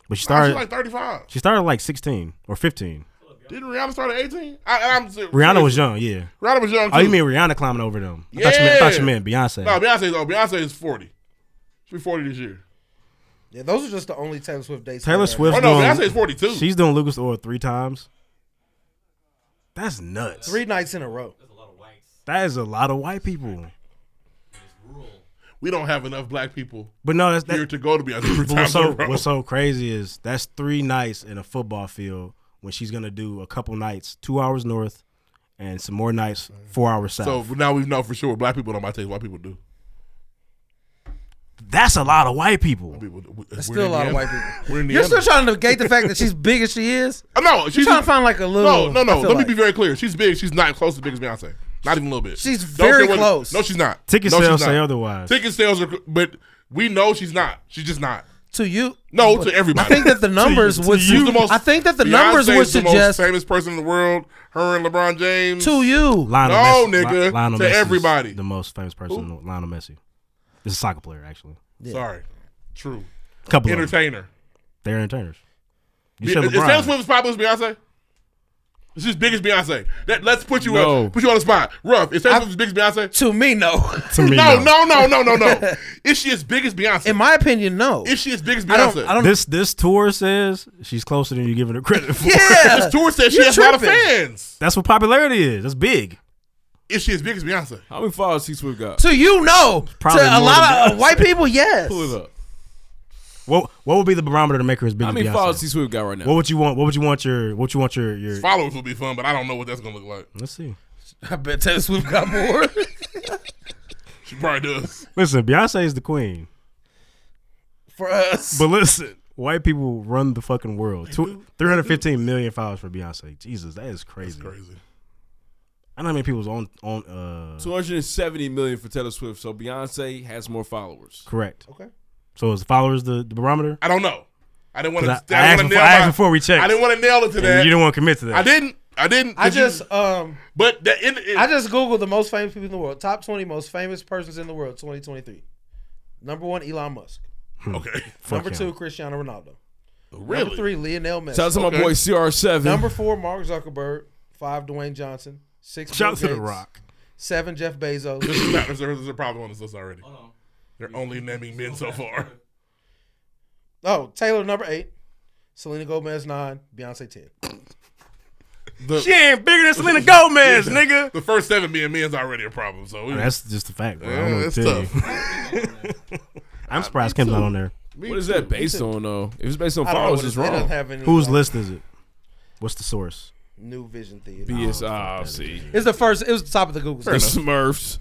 [SPEAKER 4] But she
[SPEAKER 2] Nah,
[SPEAKER 4] started
[SPEAKER 2] she's like 35.
[SPEAKER 4] She started like sixteen or fifteen.
[SPEAKER 2] Didn't Rihanna start at 18? I, I'm
[SPEAKER 4] Rihanna was young, yeah.
[SPEAKER 2] Rihanna was young.
[SPEAKER 4] Oh, you
[SPEAKER 2] too.
[SPEAKER 4] mean Rihanna climbing over them? I thought you meant, I thought you meant Beyonce.
[SPEAKER 2] No, Beyonce is, oh, Beyonce is 40. She'll be 40 this year.
[SPEAKER 12] Yeah, those are just the only Taylor Swift dates.
[SPEAKER 4] Taylor Swift.
[SPEAKER 2] Oh, no,
[SPEAKER 4] doing,
[SPEAKER 2] Beyonce is 42.
[SPEAKER 4] She's doing Lucas Oil three times. That's nuts.
[SPEAKER 12] Three nights in a row.
[SPEAKER 4] That is a lot of white people.
[SPEAKER 2] We don't have enough black people
[SPEAKER 4] But no, that's
[SPEAKER 2] here
[SPEAKER 4] that,
[SPEAKER 2] to go to Beyonce
[SPEAKER 4] [clears throat]
[SPEAKER 2] three
[SPEAKER 4] But what's
[SPEAKER 2] times in
[SPEAKER 4] so
[SPEAKER 2] a row.
[SPEAKER 4] what's so crazy is that's three nights in a football field when she's gonna do a couple nights, two hours north, and some more nights, four hours south.
[SPEAKER 2] So now we know for sure black people don't buy tickets. White people do.
[SPEAKER 4] that's a lot of white people.
[SPEAKER 2] That's
[SPEAKER 12] still a lot of white people.
[SPEAKER 2] We're in the
[SPEAKER 12] You're still trying to negate the fact that she's big as she is.
[SPEAKER 2] No,
[SPEAKER 12] You're
[SPEAKER 2] she's
[SPEAKER 12] trying to find like a little.
[SPEAKER 2] No, no,
[SPEAKER 12] I feel
[SPEAKER 2] no. Let
[SPEAKER 12] like-
[SPEAKER 2] me be very clear. She's big. She's not close as big as Beyonce. Not even a little bit.
[SPEAKER 12] She's
[SPEAKER 2] Don't
[SPEAKER 12] very
[SPEAKER 2] care what-
[SPEAKER 12] close.
[SPEAKER 2] No, she's not.
[SPEAKER 4] Ticket
[SPEAKER 2] No, she's
[SPEAKER 4] sales
[SPEAKER 2] not.
[SPEAKER 4] say otherwise.
[SPEAKER 2] Ticket sales are, but we know she's not. She's just not.
[SPEAKER 12] To you?
[SPEAKER 2] No,
[SPEAKER 12] but
[SPEAKER 2] [laughs] to everybody.
[SPEAKER 12] I think that the numbers would.
[SPEAKER 2] She's the most-
[SPEAKER 12] I think that the
[SPEAKER 2] Beyonce
[SPEAKER 12] numbers would
[SPEAKER 2] is the most
[SPEAKER 12] suggest
[SPEAKER 2] famous person in the world. Her and LeBron James.
[SPEAKER 12] to you.
[SPEAKER 2] no,
[SPEAKER 4] Messi-
[SPEAKER 2] nigga.
[SPEAKER 4] Li- Lionel
[SPEAKER 2] to
[SPEAKER 4] Messi is
[SPEAKER 2] everybody.
[SPEAKER 4] the most famous person, in the- Lionel Messi. This is a soccer player, actually.
[SPEAKER 2] Sorry. True.
[SPEAKER 4] Couple of them.
[SPEAKER 2] Entertainer.
[SPEAKER 4] They're entertainers. You
[SPEAKER 2] Be-
[SPEAKER 4] said
[SPEAKER 2] Is Taylor
[SPEAKER 4] LeBron.
[SPEAKER 2] Swift as popular as Beyonce? It's as big as Beyonce. That, let's put you
[SPEAKER 15] No.
[SPEAKER 2] up, put you on the spot. Rough. Is Taylor Swift as big as Beyonce?
[SPEAKER 12] To me, no.
[SPEAKER 2] To me, no, no, no, no,
[SPEAKER 12] [laughs]
[SPEAKER 2] no, no. [laughs] Is she as big as Beyonce?
[SPEAKER 12] In my opinion, no.
[SPEAKER 2] Is she as big as Beyonce?
[SPEAKER 4] This this tour says she's closer than you're giving her credit for.
[SPEAKER 2] Yeah. This tour says she
[SPEAKER 4] You're
[SPEAKER 2] has a lot of
[SPEAKER 4] tripping.
[SPEAKER 2] fans.
[SPEAKER 4] That's what popularity is. That's big.
[SPEAKER 2] Is she as big as Beyonce?
[SPEAKER 15] How many followers T Swift got?
[SPEAKER 12] To you, no.
[SPEAKER 4] Probably
[SPEAKER 12] to
[SPEAKER 4] more
[SPEAKER 12] a lot
[SPEAKER 4] than
[SPEAKER 12] of uh,
[SPEAKER 4] Beyonce.
[SPEAKER 12] white people, yes.
[SPEAKER 15] Pull it up.
[SPEAKER 4] What what would be the barometer to make her as big
[SPEAKER 15] How
[SPEAKER 4] as
[SPEAKER 15] many
[SPEAKER 4] Beyonce?
[SPEAKER 15] followers T Swift got right now?
[SPEAKER 4] What would you want? What would you want your? What you want your your?
[SPEAKER 2] Followers will be fun, but I don't know what that's gonna look like.
[SPEAKER 4] Let's see.
[SPEAKER 12] I bet Taylor Swift got more.
[SPEAKER 2] she probably does.
[SPEAKER 4] Listen, Beyonce is the queen.
[SPEAKER 12] For us.
[SPEAKER 4] But listen, white people run the fucking world. Tw- 315 million followers for Beyonce. Jesus, that is crazy.
[SPEAKER 2] crazy.
[SPEAKER 4] I know how many people's on on uh
[SPEAKER 15] 270 million for Taylor Swift, so Beyonce has more followers.
[SPEAKER 4] correct.
[SPEAKER 2] Okay.
[SPEAKER 4] So is followers the, the barometer?
[SPEAKER 2] I don't know. I didn't want to.
[SPEAKER 4] Cause I- I asked before- I asked before we checked.
[SPEAKER 2] I didn't want to nail it to
[SPEAKER 4] And
[SPEAKER 2] that.
[SPEAKER 4] you didn't wanna commit to that.
[SPEAKER 2] I didn't. I didn't.
[SPEAKER 12] I
[SPEAKER 2] 'cause you-
[SPEAKER 12] just um
[SPEAKER 2] But the, in, in-
[SPEAKER 12] I just googled the most famous people in the world. Top 20 most famous persons in the world 2023. Number 1 Elon Musk.
[SPEAKER 15] Hmm.
[SPEAKER 2] Okay. Oh,
[SPEAKER 12] Number 2 Cristiano Ronaldo.
[SPEAKER 2] Really?
[SPEAKER 12] Number 3 Lionel Messi.
[SPEAKER 15] Shout out to my boy CR7.
[SPEAKER 12] Number 4 Mark Zuckerberg, 5 Dwayne Johnson, 6
[SPEAKER 2] Shout
[SPEAKER 12] Bill
[SPEAKER 2] out to The
[SPEAKER 12] Gates,
[SPEAKER 2] Rock.
[SPEAKER 12] 7 Jeff Bezos.
[SPEAKER 2] This is not- there's, a, there's a problem on this list already. They're only naming men
[SPEAKER 4] [laughs]
[SPEAKER 2] so far.
[SPEAKER 12] Oh, Taylor number eight, Selena Gomez nine, Beyonce ten.
[SPEAKER 4] She ain't bigger than Selena Gomez,
[SPEAKER 2] [laughs] Yeah.
[SPEAKER 4] nigga.
[SPEAKER 2] The first seven being men's already a problem. So we-
[SPEAKER 4] That's just a fact, bro. I
[SPEAKER 2] Yeah,
[SPEAKER 4] don't know what
[SPEAKER 2] that's
[SPEAKER 4] to tell you.
[SPEAKER 2] tough.
[SPEAKER 4] [laughs] I'm surprised Kim's not on there.
[SPEAKER 2] Me
[SPEAKER 15] what is
[SPEAKER 2] too.
[SPEAKER 15] that
[SPEAKER 2] Me
[SPEAKER 15] based
[SPEAKER 2] too.
[SPEAKER 15] on though? If it's based on
[SPEAKER 12] I don't know
[SPEAKER 15] followers,
[SPEAKER 12] what
[SPEAKER 15] it's
[SPEAKER 12] it- it
[SPEAKER 15] wrong.
[SPEAKER 12] doesn't have any-
[SPEAKER 4] Whose list is it? What's the source?
[SPEAKER 12] New Vision Theater.
[SPEAKER 2] Oh,
[SPEAKER 15] BSI, ah, see.
[SPEAKER 12] It's the first. It was the top of the Google.
[SPEAKER 15] The Smurfs.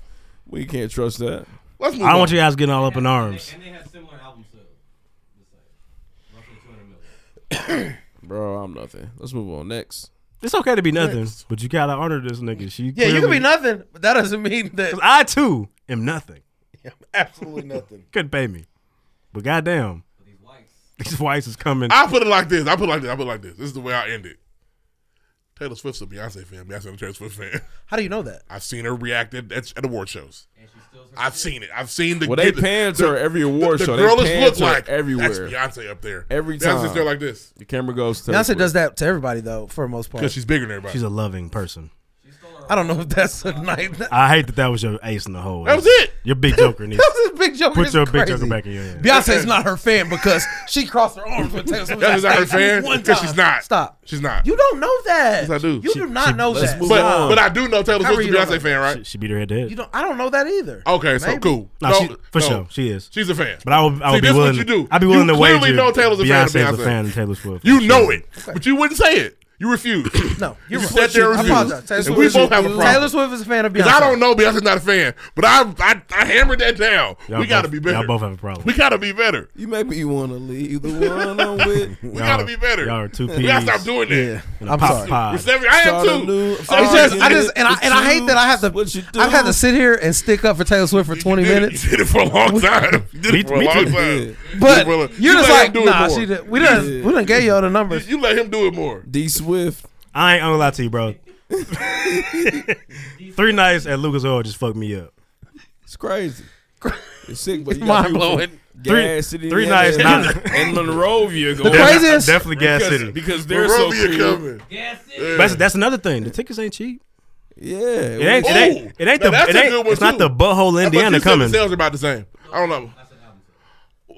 [SPEAKER 15] We can't trust that.
[SPEAKER 12] Let's
[SPEAKER 4] I don't want you guys getting all up in arms.
[SPEAKER 13] And they have similar album
[SPEAKER 2] [laughs]
[SPEAKER 13] sales. Roughly 200 million.
[SPEAKER 15] Bro, I'm nothing. Let's move on. Next.
[SPEAKER 4] It's okay to be nothing,
[SPEAKER 15] [laughs]
[SPEAKER 4] but you gotta honor this nigga. She
[SPEAKER 12] Yeah, you can
[SPEAKER 4] clearly-
[SPEAKER 12] be nothing, but that doesn't mean
[SPEAKER 4] [laughs]
[SPEAKER 12] that
[SPEAKER 4] 'Cause I too am
[SPEAKER 12] [laughs]
[SPEAKER 4] nothing.
[SPEAKER 12] absolutely nothing.
[SPEAKER 4] Couldn't pay me, but goddamn, these whites is coming.
[SPEAKER 15] [laughs]
[SPEAKER 2] I put it like this. I put it like this. I put it like this. This is the way I end it. Taylor Swift's a Beyonce fan. Beyonce's a Taylor Swift fan.
[SPEAKER 12] How do you know that?
[SPEAKER 2] I've seen her react at, at, at award shows. I've seen it. I've seen the.
[SPEAKER 15] Well, they pans her every award
[SPEAKER 2] the,
[SPEAKER 15] show.
[SPEAKER 2] The
[SPEAKER 15] They
[SPEAKER 2] girl is
[SPEAKER 15] pans
[SPEAKER 2] looked
[SPEAKER 15] her
[SPEAKER 2] like
[SPEAKER 15] everywhere.
[SPEAKER 2] That's Beyonce up there.
[SPEAKER 15] Every
[SPEAKER 2] Beyonce's
[SPEAKER 15] time.
[SPEAKER 2] there like this.
[SPEAKER 15] The camera goes to
[SPEAKER 12] Beyonce does that to everybody though, for the most part.
[SPEAKER 2] [laughs] 'Cause she's bigger than everybody.
[SPEAKER 4] She's a loving
[SPEAKER 12] [laughs]
[SPEAKER 4] person.
[SPEAKER 12] I don't know if that's a nice.
[SPEAKER 4] I hate that that was your ace in the hole.
[SPEAKER 12] That was it.
[SPEAKER 4] Your big
[SPEAKER 12] [laughs]
[SPEAKER 4] joker needs.
[SPEAKER 12] That was a big joke.
[SPEAKER 4] Put your big
[SPEAKER 12] crazy.
[SPEAKER 4] joker back in your hand.
[SPEAKER 12] Beyonce's not her fan because she crossed her arms with Taylor Swift.
[SPEAKER 2] That's not her
[SPEAKER 12] Like,
[SPEAKER 2] fan.
[SPEAKER 12] One
[SPEAKER 2] Because she's
[SPEAKER 12] time.
[SPEAKER 2] not.
[SPEAKER 12] Stop.
[SPEAKER 2] She's not.
[SPEAKER 12] You don't know that.
[SPEAKER 2] Yes, I do.
[SPEAKER 12] You
[SPEAKER 2] She-
[SPEAKER 12] do not
[SPEAKER 2] she-
[SPEAKER 12] know
[SPEAKER 2] let's
[SPEAKER 12] that.
[SPEAKER 2] move But- on. but I do know Taylor
[SPEAKER 12] How
[SPEAKER 2] Swift's
[SPEAKER 12] are
[SPEAKER 2] a
[SPEAKER 12] you
[SPEAKER 2] Beyonce
[SPEAKER 12] not-
[SPEAKER 2] fan, right?
[SPEAKER 4] She, she beat her head to head.
[SPEAKER 12] You don't. I don't know that either.
[SPEAKER 2] Okay, so
[SPEAKER 12] Maybe.
[SPEAKER 2] cool.
[SPEAKER 4] No, she, for sure, she is.
[SPEAKER 2] She's a fan.
[SPEAKER 4] But I would, I
[SPEAKER 2] See,
[SPEAKER 4] would be
[SPEAKER 2] this
[SPEAKER 4] willing.
[SPEAKER 2] What you do.
[SPEAKER 4] I'd be willing
[SPEAKER 2] you
[SPEAKER 4] to wager.
[SPEAKER 2] clearly know Taylor's a
[SPEAKER 4] Beyonce's
[SPEAKER 2] fan of Beyonce.
[SPEAKER 4] a fan of Taylor Swift.
[SPEAKER 2] You know it, but you wouldn't say it. You refuse.
[SPEAKER 12] no,
[SPEAKER 2] you
[SPEAKER 12] you're right.
[SPEAKER 2] sat there
[SPEAKER 12] I
[SPEAKER 2] and
[SPEAKER 12] apologize. Taylor
[SPEAKER 2] refused. And
[SPEAKER 12] Swift
[SPEAKER 2] we
[SPEAKER 12] is-
[SPEAKER 2] both have a
[SPEAKER 12] Taylor
[SPEAKER 2] problem.
[SPEAKER 12] Swift is a fan of
[SPEAKER 2] 'Cause I
[SPEAKER 12] Beyonce.
[SPEAKER 2] don't know Beyonce's not a fan, but I I, I hammered that down.
[SPEAKER 4] Y'all
[SPEAKER 2] we got to
[SPEAKER 4] both-
[SPEAKER 2] be better.
[SPEAKER 4] Y'all both have a problem.
[SPEAKER 2] We got to be better.
[SPEAKER 15] You make me want to leave the one I'm
[SPEAKER 4] [laughs]
[SPEAKER 15] with.
[SPEAKER 2] We got to
[SPEAKER 4] are-
[SPEAKER 2] be better.
[SPEAKER 4] y'all are two
[SPEAKER 2] We got to
[SPEAKER 4] peas
[SPEAKER 2] stop doing that.
[SPEAKER 4] in a I'm pop sorry. pod.
[SPEAKER 2] We're seven- I am
[SPEAKER 15] Start a
[SPEAKER 2] too.
[SPEAKER 15] new
[SPEAKER 2] Seven-
[SPEAKER 12] It's just, I just and I and I hate that I have to I've had to sit here and stick up for Taylor Swift for 20 minutes.
[SPEAKER 2] did it for a long time. You did
[SPEAKER 4] Me-
[SPEAKER 2] it for a
[SPEAKER 4] me
[SPEAKER 2] long
[SPEAKER 4] too.
[SPEAKER 2] time.
[SPEAKER 12] But
[SPEAKER 2] You
[SPEAKER 12] you're
[SPEAKER 2] let
[SPEAKER 12] just
[SPEAKER 2] him
[SPEAKER 12] like,
[SPEAKER 2] do it
[SPEAKER 12] nah,
[SPEAKER 2] more.
[SPEAKER 12] she did, we done we done gave y'all the numbers.
[SPEAKER 2] You let him do it more.
[SPEAKER 15] D Swift.
[SPEAKER 4] I ain't gonna lie to you, bro. [laughs] Three nights at Lucas Oil just fucked me up.
[SPEAKER 15] It's crazy. It's sick, but
[SPEAKER 4] [laughs]
[SPEAKER 12] It's
[SPEAKER 15] you got
[SPEAKER 12] mind
[SPEAKER 15] people
[SPEAKER 12] blowing.
[SPEAKER 15] from
[SPEAKER 4] Three-
[SPEAKER 15] Gas City,
[SPEAKER 4] three
[SPEAKER 15] Indiana,
[SPEAKER 4] nights, not-
[SPEAKER 15] [laughs] and Monrovia. Going
[SPEAKER 4] craziest- Definitely Gas
[SPEAKER 15] because,
[SPEAKER 4] City.
[SPEAKER 15] because they're so
[SPEAKER 2] Monrovia
[SPEAKER 15] cool.
[SPEAKER 2] coming.
[SPEAKER 4] But That's, that's another thing. The tickets ain't cheap.
[SPEAKER 15] Yeah,
[SPEAKER 4] It ain't. It ain't. It ain't
[SPEAKER 2] Now,
[SPEAKER 4] the.
[SPEAKER 2] that's
[SPEAKER 4] It
[SPEAKER 2] a
[SPEAKER 4] ain't,
[SPEAKER 2] good one,
[SPEAKER 4] it's not
[SPEAKER 2] too.
[SPEAKER 4] the butthole
[SPEAKER 2] I thought you
[SPEAKER 4] Indiana
[SPEAKER 2] said the
[SPEAKER 4] coming.
[SPEAKER 2] Sales are about the same. I don't know.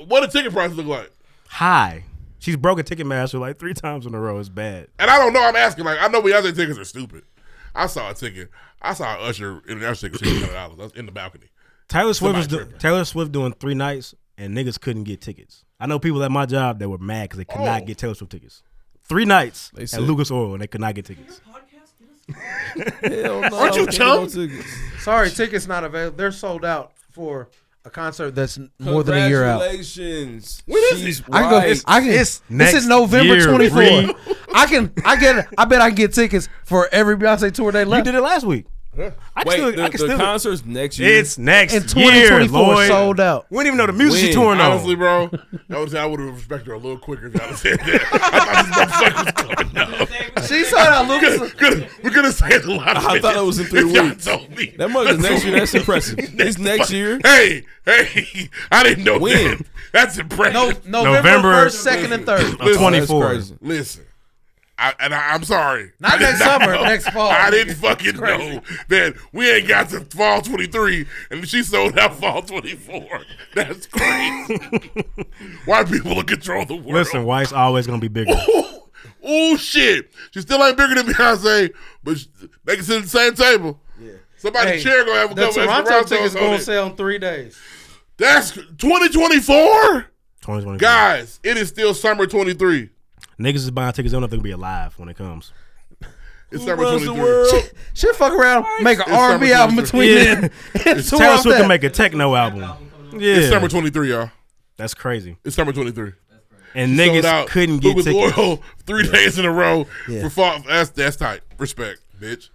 [SPEAKER 2] What do ticket prices look like?
[SPEAKER 4] High. She's broken Ticketmaster like three times in a row. It's bad.
[SPEAKER 2] And I don't know. I'm asking. Like I know Beyonce tickets are stupid. I saw a ticket. I saw an Usher international ticket six hundred dollars. I was in the balcony.
[SPEAKER 4] Taylor Swift
[SPEAKER 2] Somebody
[SPEAKER 4] was do, Taylor Swift doing three nights and niggas couldn't get tickets. I know people at my job that were mad because they could
[SPEAKER 2] Oh.
[SPEAKER 4] not get Taylor Swift tickets. Three nights
[SPEAKER 15] They
[SPEAKER 4] at
[SPEAKER 15] sick.
[SPEAKER 4] Lucas Oil and they could not get tickets.
[SPEAKER 12] [laughs]
[SPEAKER 15] Hell no,
[SPEAKER 2] Aren't you
[SPEAKER 15] no
[SPEAKER 2] chump?
[SPEAKER 15] tickets.
[SPEAKER 12] Sorry, tickets not available. They're sold out for a concert that's more than a year out.
[SPEAKER 15] Congratulations.
[SPEAKER 2] When is
[SPEAKER 15] She's
[SPEAKER 2] it?
[SPEAKER 12] I can go.
[SPEAKER 15] right.
[SPEAKER 12] I can.
[SPEAKER 4] It's
[SPEAKER 12] this
[SPEAKER 4] next
[SPEAKER 12] is November
[SPEAKER 4] year,
[SPEAKER 12] twenty
[SPEAKER 4] Reed.
[SPEAKER 12] four. I can. I get. I bet I can get tickets for every Beyonce tour they
[SPEAKER 4] You
[SPEAKER 12] left.
[SPEAKER 4] did it last week. I can
[SPEAKER 15] Wait, the,
[SPEAKER 4] still, I can
[SPEAKER 15] the
[SPEAKER 4] still,
[SPEAKER 15] concerts next year.
[SPEAKER 4] It's next
[SPEAKER 12] In
[SPEAKER 4] year,
[SPEAKER 12] 2024
[SPEAKER 4] Lloyd.
[SPEAKER 12] sold out.
[SPEAKER 4] We didn't even know the music she
[SPEAKER 15] When?
[SPEAKER 4] touring on.
[SPEAKER 2] Honestly, bro, I would say I would have respected her a little quicker if I was said that. [laughs] I thought this motherfucker was coming.
[SPEAKER 12] She sold out
[SPEAKER 2] No.
[SPEAKER 12] Lucas.
[SPEAKER 2] Good, good. We're gonna say a lot. Of
[SPEAKER 15] I thought it was in three
[SPEAKER 2] If y'all
[SPEAKER 15] weeks.
[SPEAKER 2] told me.
[SPEAKER 15] That must be next year.
[SPEAKER 2] [laughs]
[SPEAKER 15] That's impressive. It's next year.
[SPEAKER 2] Hey, hey! [laughs] I didn't know
[SPEAKER 15] When?
[SPEAKER 2] that. That's impressive.
[SPEAKER 12] No, November
[SPEAKER 4] November-
[SPEAKER 12] first, second, and third.
[SPEAKER 4] I'm
[SPEAKER 2] Listen,
[SPEAKER 4] 24.
[SPEAKER 15] crazy.
[SPEAKER 2] Listen, I, and I, I'm sorry.
[SPEAKER 12] Not
[SPEAKER 2] I did
[SPEAKER 12] next summer, next fall.
[SPEAKER 2] I didn't fucking
[SPEAKER 12] Crazy.
[SPEAKER 2] know that we ain't got to fall 23 and she sold out fall 24.
[SPEAKER 4] [laughs]
[SPEAKER 2] That's crazy. White people will control the world.
[SPEAKER 4] Listen, White's always gonna be bigger.
[SPEAKER 2] Oh shit! She still ain't bigger than Beyonce, but she, they can sit at the same table. Yeah. Somebody's
[SPEAKER 12] Hey,
[SPEAKER 2] chair gonna have a
[SPEAKER 12] the
[SPEAKER 2] couple extra
[SPEAKER 12] Toronto tickets
[SPEAKER 2] Toronto
[SPEAKER 12] gonna
[SPEAKER 2] on it.
[SPEAKER 12] sell in three days.
[SPEAKER 2] That's 2024,
[SPEAKER 4] 2020.
[SPEAKER 2] guys. It is still summer 23.
[SPEAKER 4] Niggas is buying tickets. They don't know if they're gonna be alive when it comes.
[SPEAKER 2] It's
[SPEAKER 4] Who
[SPEAKER 2] summer
[SPEAKER 4] runs the
[SPEAKER 2] 23.
[SPEAKER 4] world?
[SPEAKER 12] Shit, fuck around, make an
[SPEAKER 2] It's summer
[SPEAKER 12] R&B album
[SPEAKER 2] 23.
[SPEAKER 4] [laughs]
[SPEAKER 12] between then. and [laughs] two
[SPEAKER 4] Taylor
[SPEAKER 12] off
[SPEAKER 4] Swift
[SPEAKER 12] that.
[SPEAKER 4] can make a techno album. Yeah,
[SPEAKER 2] It's summer 23, y'all.
[SPEAKER 4] That's crazy.
[SPEAKER 2] It's summer 23.
[SPEAKER 4] And
[SPEAKER 2] She sold
[SPEAKER 4] niggas
[SPEAKER 2] out
[SPEAKER 4] couldn't get
[SPEAKER 2] Who was
[SPEAKER 4] tickets.
[SPEAKER 2] loyal [laughs] three days in a row
[SPEAKER 4] Yeah.
[SPEAKER 2] for fall. That's that's tight. Respect, bitch.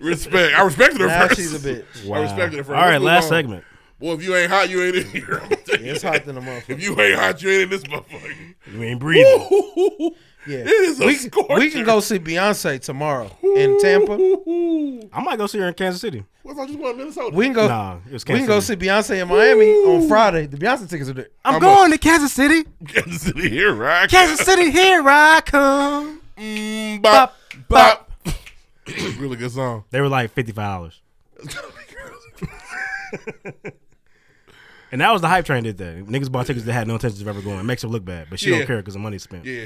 [SPEAKER 2] respect. I respected her
[SPEAKER 12] Now
[SPEAKER 2] first.
[SPEAKER 12] she's a bitch.
[SPEAKER 2] [laughs] I
[SPEAKER 12] Wow.
[SPEAKER 2] respected her first.
[SPEAKER 4] All right,
[SPEAKER 2] Let's move
[SPEAKER 4] last
[SPEAKER 2] on.
[SPEAKER 4] segment.
[SPEAKER 2] Boy, if you ain't hot, you ain't in here. it's
[SPEAKER 12] hot than a motherfucker.
[SPEAKER 2] If you ain't hot, you ain't in this motherfucker.
[SPEAKER 4] You ain't breathing.
[SPEAKER 12] Yeah,
[SPEAKER 2] It is a
[SPEAKER 12] we, we can go see Beyonce tomorrow in Tampa.
[SPEAKER 4] I might go see her in Kansas City.
[SPEAKER 2] What if I just want Minnesota?
[SPEAKER 12] We can go.
[SPEAKER 4] Nah, it was
[SPEAKER 12] we can
[SPEAKER 4] Kansas
[SPEAKER 12] go see
[SPEAKER 4] City.
[SPEAKER 12] Beyonce in Miami on Friday. The Beyonce tickets are there.
[SPEAKER 4] I'm going to Kansas City.
[SPEAKER 2] [laughs] Kansas City here,
[SPEAKER 4] [laughs]
[SPEAKER 2] right?
[SPEAKER 4] Kansas
[SPEAKER 2] [coughs]
[SPEAKER 4] City, here I come.
[SPEAKER 2] Bop, bop. really good song.
[SPEAKER 4] They were like fifty five dollars. And that was the hype train did that. Niggas bought tickets that had no intentions of ever going. makes her look bad, but she
[SPEAKER 2] Yeah.
[SPEAKER 4] don't care because the money's spent.
[SPEAKER 2] Yeah,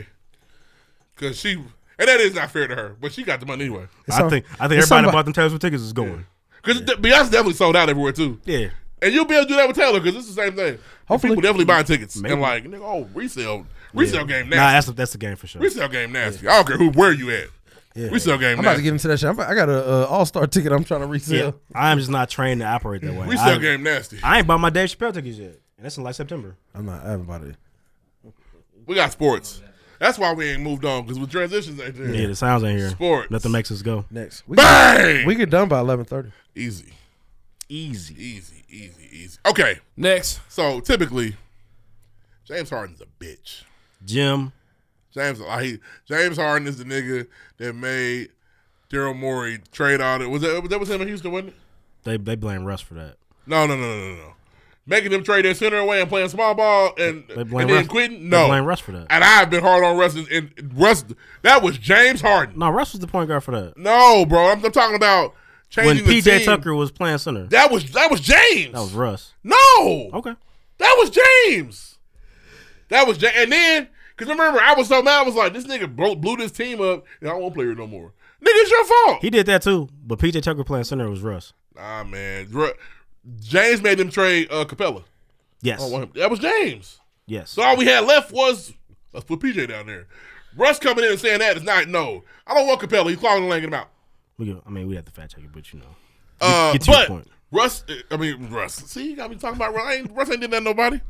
[SPEAKER 2] because she and that is not fair to her, but she got the money anyway.
[SPEAKER 4] I think I think everybody that bought them Taylor Swift tickets is going.
[SPEAKER 2] Because Beyonce definitely sold out everywhere too.
[SPEAKER 4] Yeah.
[SPEAKER 2] And you'll be able to do that with Taylor because it's the same thing.
[SPEAKER 4] Hopefully.
[SPEAKER 2] people definitely buying tickets
[SPEAKER 4] Maybe.
[SPEAKER 2] and like, nigga, oh resale, resale game nasty.
[SPEAKER 4] Nah, that's the- that's the game for sure.
[SPEAKER 2] Resale game nasty. I don't care who where you at. Resale game
[SPEAKER 12] I'm about to
[SPEAKER 2] nasty.
[SPEAKER 12] get into that shit. I'm, I got a uh, All Star ticket. I'm trying to resell.
[SPEAKER 4] Yeah. I am just not trained to operate that way.
[SPEAKER 12] Resale
[SPEAKER 4] I-
[SPEAKER 12] game nasty.
[SPEAKER 4] I ain't bought my Dave Chappelle tickets yet, and that's in like September.
[SPEAKER 12] I'm not. I haven't bought it.
[SPEAKER 2] we got sports. That's why we ain't moved on because with transitions ain't there.
[SPEAKER 4] Yeah, the sounds in here.
[SPEAKER 2] Sports.
[SPEAKER 4] Nothing makes us go.
[SPEAKER 12] Next. We
[SPEAKER 2] Bang!
[SPEAKER 12] Get, we get done by 11:30.
[SPEAKER 2] Easy.
[SPEAKER 4] Easy.
[SPEAKER 2] Easy, easy, easy. Okay.
[SPEAKER 15] Next.
[SPEAKER 2] So typically, James Harden's a bitch.
[SPEAKER 4] Jim.
[SPEAKER 2] James like he- James Harden is the nigga that made Daryl Morey trade out it. Was that that was him in Houston, wasn't it?
[SPEAKER 4] They they blame Russ for that.
[SPEAKER 2] No, no, no, no, no, no. Making them trade their center away and playing small ball and,
[SPEAKER 4] They
[SPEAKER 2] and
[SPEAKER 4] blame
[SPEAKER 2] then
[SPEAKER 4] Russ- they
[SPEAKER 2] quitting. No,
[SPEAKER 4] blame Russ for that.
[SPEAKER 2] And I've been hard on Russ. And, and Russ, that was James Harden.
[SPEAKER 4] No, Russ was the point guard for that.
[SPEAKER 2] No, bro, I'm, I'm talking about
[SPEAKER 4] When
[SPEAKER 2] changing the
[SPEAKER 4] PJ
[SPEAKER 2] team.
[SPEAKER 4] Tucker was playing center, that
[SPEAKER 2] That was that was James.
[SPEAKER 4] was Russ.
[SPEAKER 2] No.
[SPEAKER 4] Okay.
[SPEAKER 2] That was James. That was James. And then, because remember, I was so mad. I was like, this nigga blew, blew this team up, and I won't play here no more. Nigga, it's your fault.
[SPEAKER 4] He did that too, but PJ Tucker playing center was Russ.
[SPEAKER 2] Nah, man. Ru- James made them trade uh, Capella.
[SPEAKER 4] Yes.
[SPEAKER 2] I don't want him- That was James.
[SPEAKER 4] Yes.
[SPEAKER 2] So all we had left was, let's put PJ down there. Russ coming in and saying that is not, no. I don't want Capella. He's clogging the lane, get him out.
[SPEAKER 4] We go, I mean, we have to fact check it, but you know, Get-
[SPEAKER 2] Uh,
[SPEAKER 4] get to your
[SPEAKER 2] but
[SPEAKER 4] point.
[SPEAKER 2] Russ, I mean Russ. See, you got me talking about Russ. I ain't, Russ ain't did that to nobody.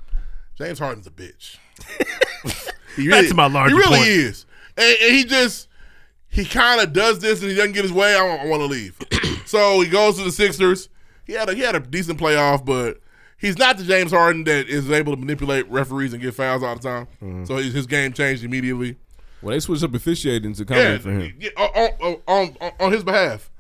[SPEAKER 2] James Harden's a bitch. [laughs] he
[SPEAKER 4] Back to my larger
[SPEAKER 2] He really
[SPEAKER 4] point.
[SPEAKER 2] is, and, and he just he kind of does this, and he doesn't get his way. I, want to [clears throat] leave. so he goes to the Sixers. He had a, he had a decent playoff, but he's not the James Harden that is able to manipulate referees and get fouls all the time. So his, his game changed immediately.
[SPEAKER 15] Well, they switched up officiating to comedy for him.
[SPEAKER 2] Yeah, on, on- on, on, on his behalf.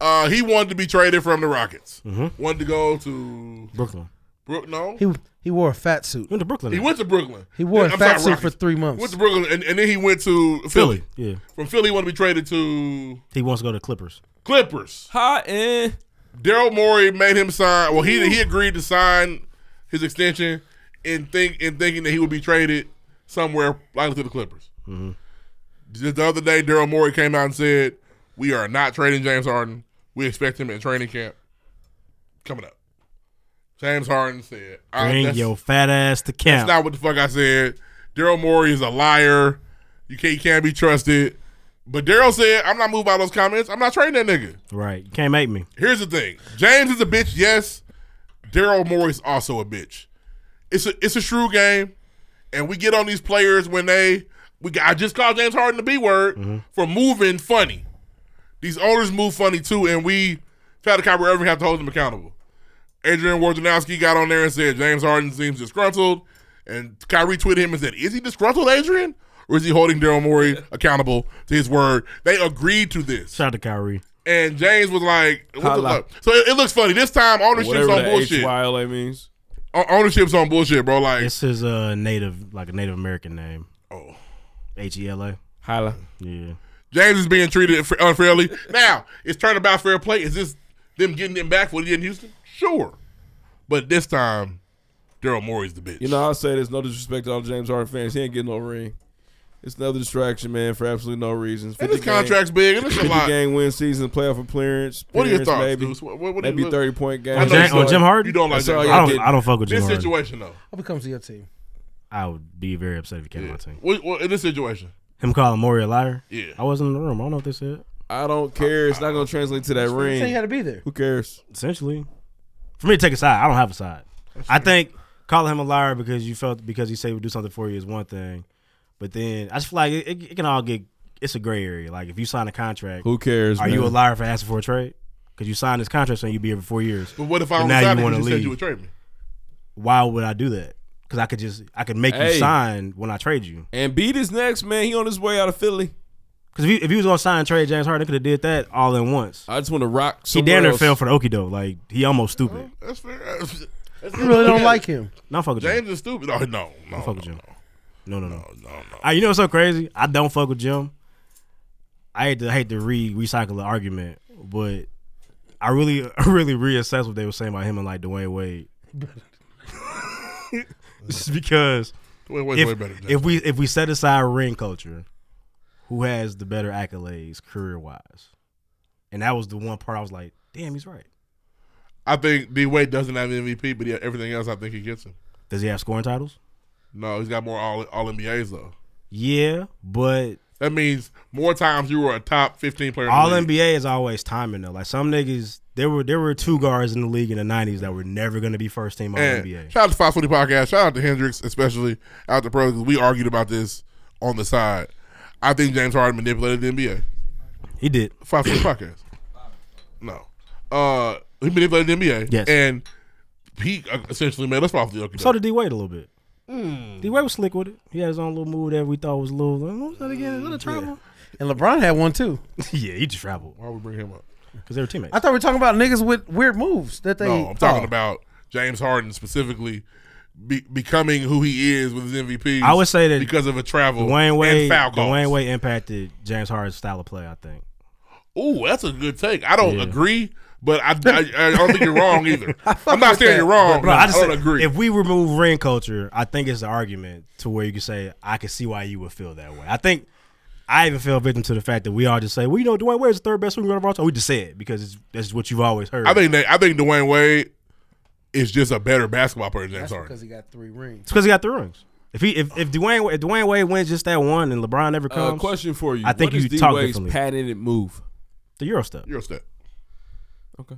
[SPEAKER 2] Uh, he wanted to be traded from the Rockets. Wanted to go to
[SPEAKER 4] Brooklyn.
[SPEAKER 2] Brook, no,
[SPEAKER 12] He he wore a fat suit.
[SPEAKER 4] Went to Brooklyn.
[SPEAKER 2] he went to Brooklyn.
[SPEAKER 12] He wore a
[SPEAKER 2] I'm
[SPEAKER 12] fat
[SPEAKER 2] sorry,
[SPEAKER 12] suit for
[SPEAKER 2] Rockets.
[SPEAKER 12] three months.
[SPEAKER 2] Went to Brooklyn, and, and then he went to Philly.
[SPEAKER 4] Yeah.
[SPEAKER 2] From Philly, he wanted to be traded to
[SPEAKER 4] He wants to go to Clippers.
[SPEAKER 2] Clippers.
[SPEAKER 15] Hot and
[SPEAKER 2] Daryl Morey made him sign. Well, he he agreed to sign his extension in think in thinking that he would be traded somewhere likely to the Clippers.
[SPEAKER 4] Mhm.
[SPEAKER 2] Just the other day, Daryl Morey came out and said, "We are not trading James Harden. We expect him in training camp coming up." James Harden said, I-
[SPEAKER 4] Bring
[SPEAKER 2] that's-
[SPEAKER 4] your fat ass to
[SPEAKER 2] that's
[SPEAKER 4] camp.
[SPEAKER 2] not what the fuck I said. Daryl Morey is a liar. You can't, he can't be trusted. But Daryl said, I'm not moved by those comments. I'm not trading that nigga.
[SPEAKER 4] right. You can't make me.
[SPEAKER 2] Here's the thing. James is a bitch, yes. Daryl Morey's also a bitch. It's a it's a shrewd game. And we get on these players when they we got, I just called James Harden the B word
[SPEAKER 4] Mm-hmm.
[SPEAKER 2] for moving funny. These owners move funny too, and we try to cover everything have to hold them accountable. Adrian Wojnarowski got on there and said James Harden seems disgruntled, and Kyrie tweeted him and said, "Is he disgruntled, Adrian, or is he holding Daryl Morey accountable to his word?" They agreed to this.
[SPEAKER 4] Shout out to Kyrie.
[SPEAKER 2] And James was like, what the
[SPEAKER 15] Holla.
[SPEAKER 2] fuck? So it, it looks funny. This time ownership's
[SPEAKER 15] whatever
[SPEAKER 2] on
[SPEAKER 15] that
[SPEAKER 2] bullshit.
[SPEAKER 15] HYLA means.
[SPEAKER 2] O- ownership's on bullshit, bro. Like
[SPEAKER 4] this is a native, like a Native American name.
[SPEAKER 2] Oh,
[SPEAKER 4] H E L A.
[SPEAKER 1] Hila.
[SPEAKER 4] Yeah.
[SPEAKER 2] James is being treated unf- unfairly. now, it's turned about fair play. Is this them getting him back for what he did in Houston? Sure. But this time, Daryl Morey's the bitch.
[SPEAKER 15] You know, I'll say there's no disrespect to all the James Harden fans. He ain't getting no ring. It's another distraction, man, for absolutely no reason.
[SPEAKER 2] And his contract's big, and it's a
[SPEAKER 15] 50
[SPEAKER 2] lot.
[SPEAKER 15] game win season, playoff appearance.
[SPEAKER 2] What are your
[SPEAKER 15] appearance
[SPEAKER 2] thoughts,
[SPEAKER 15] maybe,
[SPEAKER 2] Deuce? What- what- what do you
[SPEAKER 15] maybe
[SPEAKER 2] look-
[SPEAKER 15] 30 point game.
[SPEAKER 2] I know you don't-
[SPEAKER 4] oh, Harden?
[SPEAKER 2] You don't like
[SPEAKER 4] That's all
[SPEAKER 2] James
[SPEAKER 4] y'all
[SPEAKER 2] Harden.
[SPEAKER 4] did. I don't fuck with Jim
[SPEAKER 2] This
[SPEAKER 4] Harden.
[SPEAKER 2] situation, though.
[SPEAKER 12] Hope it comes to your team.
[SPEAKER 4] I would be very upset if he came to my team.
[SPEAKER 2] What, what, in this situation.
[SPEAKER 4] Him calling Maury a liar.
[SPEAKER 2] Yeah.
[SPEAKER 4] I wasn't in the room. I don't know what they said.
[SPEAKER 15] I don't care. It's not going to translate to that ring.
[SPEAKER 12] saying you had to be there.
[SPEAKER 15] Who cares?
[SPEAKER 4] Essentially, for me to take a side, I don't have a side. I think calling him a liar because you felt because he said he would do something for you is one thing, but then I just feel like it, it, it can all get. It's a gray area. Like if you sign a contract,
[SPEAKER 15] Who cares,
[SPEAKER 4] Are you a
[SPEAKER 15] man?
[SPEAKER 4] liar for asking for a trade? Because you signed this contract saying you'd be here for four years.
[SPEAKER 2] But what if I
[SPEAKER 4] But
[SPEAKER 2] was
[SPEAKER 4] now you
[SPEAKER 2] out and
[SPEAKER 4] wanna
[SPEAKER 2] you said
[SPEAKER 4] leave.
[SPEAKER 2] you would trade me?
[SPEAKER 4] Why would I do that? Because I could just I could make
[SPEAKER 15] Hey.
[SPEAKER 4] you sign when I trade you.
[SPEAKER 15] And beat his next, man. He on his way out of Philly.
[SPEAKER 4] Because if you if he was gonna sign and trade James Harden, they could have did that all in once.
[SPEAKER 15] I just want to rock.
[SPEAKER 4] He
[SPEAKER 15] somewhere
[SPEAKER 4] damn near
[SPEAKER 15] else.
[SPEAKER 4] fell for the Okie doke. Like he almost stupid.
[SPEAKER 2] That's fair. [laughs] That's
[SPEAKER 12] You really don't like him.
[SPEAKER 4] No, fuck with
[SPEAKER 2] James is stupid. No, no, no.
[SPEAKER 4] Don't fuck with Jim. No, no, no.
[SPEAKER 2] no, no.
[SPEAKER 4] Ah, you know what's so crazy? I don't fuck with Jim. I hate to hate to re recycle the argument, but I really [laughs] I really reassess what they were saying about him and like Dwayne Wade. [laughs] This is because
[SPEAKER 2] Dwayne Wade's
[SPEAKER 4] if,
[SPEAKER 2] way better than
[SPEAKER 4] if we if we set aside ring culture, who has the better accolades career wise? And that was the one part I was like, damn, he's right.
[SPEAKER 2] I think D Wade doesn't have MVP, but he, everything else, I think he gets him.
[SPEAKER 4] Does he have scoring titles?
[SPEAKER 2] No, he's got more all, all NBAs, though.
[SPEAKER 4] Yeah, but
[SPEAKER 2] That means more times you were a top 15 player. in the
[SPEAKER 4] All
[SPEAKER 2] league.
[SPEAKER 4] NBA is always timing though. Like some niggas, there were there were two guards in the league in the nineties that were never gonna be first team All
[SPEAKER 2] And
[SPEAKER 4] NBA.
[SPEAKER 2] Shout out to 540 Podcast. Shout out to Hendrix, especially out the pro. 'cause We argued about this on the side. I think James Harden manipulated the NBA.
[SPEAKER 4] He did.
[SPEAKER 2] 540 Podcast. No. Uh, he manipulated the NBA.
[SPEAKER 4] Yes.
[SPEAKER 2] And he uh, essentially made us off the Okie
[SPEAKER 4] So did D Wade a little bit. D Wade was slick
[SPEAKER 2] [laughs]
[SPEAKER 4] with it. He had his own little move that we thought was a little. Like, what was that again? Is that a travel?
[SPEAKER 12] And LeBron had one too.
[SPEAKER 4] [laughs] yeah, he just traveled.
[SPEAKER 2] Why would we bring him up?
[SPEAKER 4] Because they were teammates.
[SPEAKER 12] I thought we were talking about niggas with weird moves that they.
[SPEAKER 2] No, I'm talking
[SPEAKER 12] Oh.
[SPEAKER 2] about James Harden specifically be- becoming who he is with his MVP.
[SPEAKER 4] I would say that
[SPEAKER 2] because of a travel
[SPEAKER 4] Dwayne
[SPEAKER 2] and
[SPEAKER 4] Wade,
[SPEAKER 2] foul calls.
[SPEAKER 4] Dwayne Wade impacted James Harden's style of play. I think.
[SPEAKER 2] Ooh, that's a good take. I don't
[SPEAKER 4] Yeah.
[SPEAKER 2] agree, but I, I, I don't think
[SPEAKER 4] [laughs]
[SPEAKER 2] you're wrong either. I'm not saying you're wrong.
[SPEAKER 4] Bro,
[SPEAKER 2] I,
[SPEAKER 4] just
[SPEAKER 2] don't
[SPEAKER 4] say,
[SPEAKER 2] agree.
[SPEAKER 4] If we remove ring culture, I think it's an argument to where you can say, I can see why you would feel that way. I think I even fell victim to the fact that we all just say, well, you know, Dwayne Wade's the third best wing guard of all time. We just say it because it's, that's what you've always heard.
[SPEAKER 2] I think that I think Dwayne Wade is just a better basketball player than James
[SPEAKER 12] That's
[SPEAKER 2] Harden.
[SPEAKER 12] because he got three rings.
[SPEAKER 4] it's because he got the rings. If he if, if Dwayne if Dwayne Wade wins just that one and LeBron never
[SPEAKER 15] Uh,
[SPEAKER 4] comes,
[SPEAKER 15] question for you.
[SPEAKER 4] I think
[SPEAKER 15] What is
[SPEAKER 4] you talk
[SPEAKER 15] D-Wade's
[SPEAKER 4] differently.
[SPEAKER 15] patented move.
[SPEAKER 4] the Euro step,
[SPEAKER 2] You're a step
[SPEAKER 15] Okay.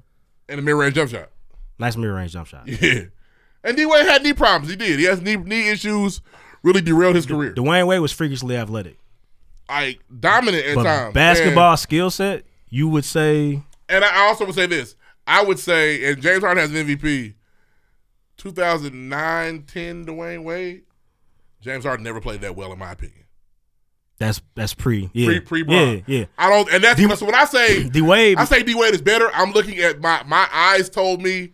[SPEAKER 2] and a mid range jump shot. [laughs]
[SPEAKER 4] nice mid range jump shot.
[SPEAKER 2] Yeah, [laughs] and D Wade had knee problems. He did. He has knee knee issues. Really derailed his career.
[SPEAKER 4] Dwayne Wade was freakishly athletic,
[SPEAKER 2] Like dominant at
[SPEAKER 4] but
[SPEAKER 2] times.
[SPEAKER 4] basketball skill set, you would say
[SPEAKER 2] And, and I also would say this. I would say, and James Harden has an MVP. 2009, 10, Dwayne Wade. James Harden never played that well, in my opinion.
[SPEAKER 4] that's that's pre yeah
[SPEAKER 2] Pre pre Bron.
[SPEAKER 4] yeah yeah.
[SPEAKER 2] I don't, and that's, that's when I
[SPEAKER 4] [clears throat]
[SPEAKER 2] say
[SPEAKER 4] D Wade
[SPEAKER 2] I say D Wade is better. I'm looking at my my eyes told me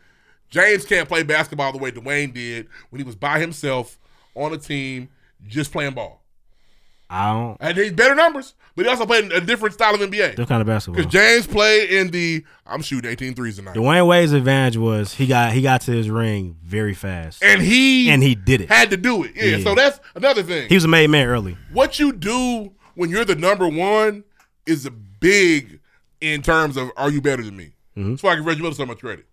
[SPEAKER 2] James can't play basketball the way Dwayne did when he was by himself on a team just playing ball.
[SPEAKER 4] I don't
[SPEAKER 2] And he's better numbers, but he also played in a different style of
[SPEAKER 4] that
[SPEAKER 2] NBA.
[SPEAKER 4] kind of basketball.
[SPEAKER 2] Because James played in the I'm shooting 18 threes tonight.
[SPEAKER 4] Dwayne Wade's advantage was he got he got to his ring very fast,
[SPEAKER 2] And he
[SPEAKER 4] and he did it.
[SPEAKER 2] had to do it. Yeah,
[SPEAKER 4] Yeah.
[SPEAKER 2] so that's another thing.
[SPEAKER 4] He was a made man early.
[SPEAKER 2] what you do when you're the number one is big in terms of are you better than me? That's why I give Reggie Miller so much credit.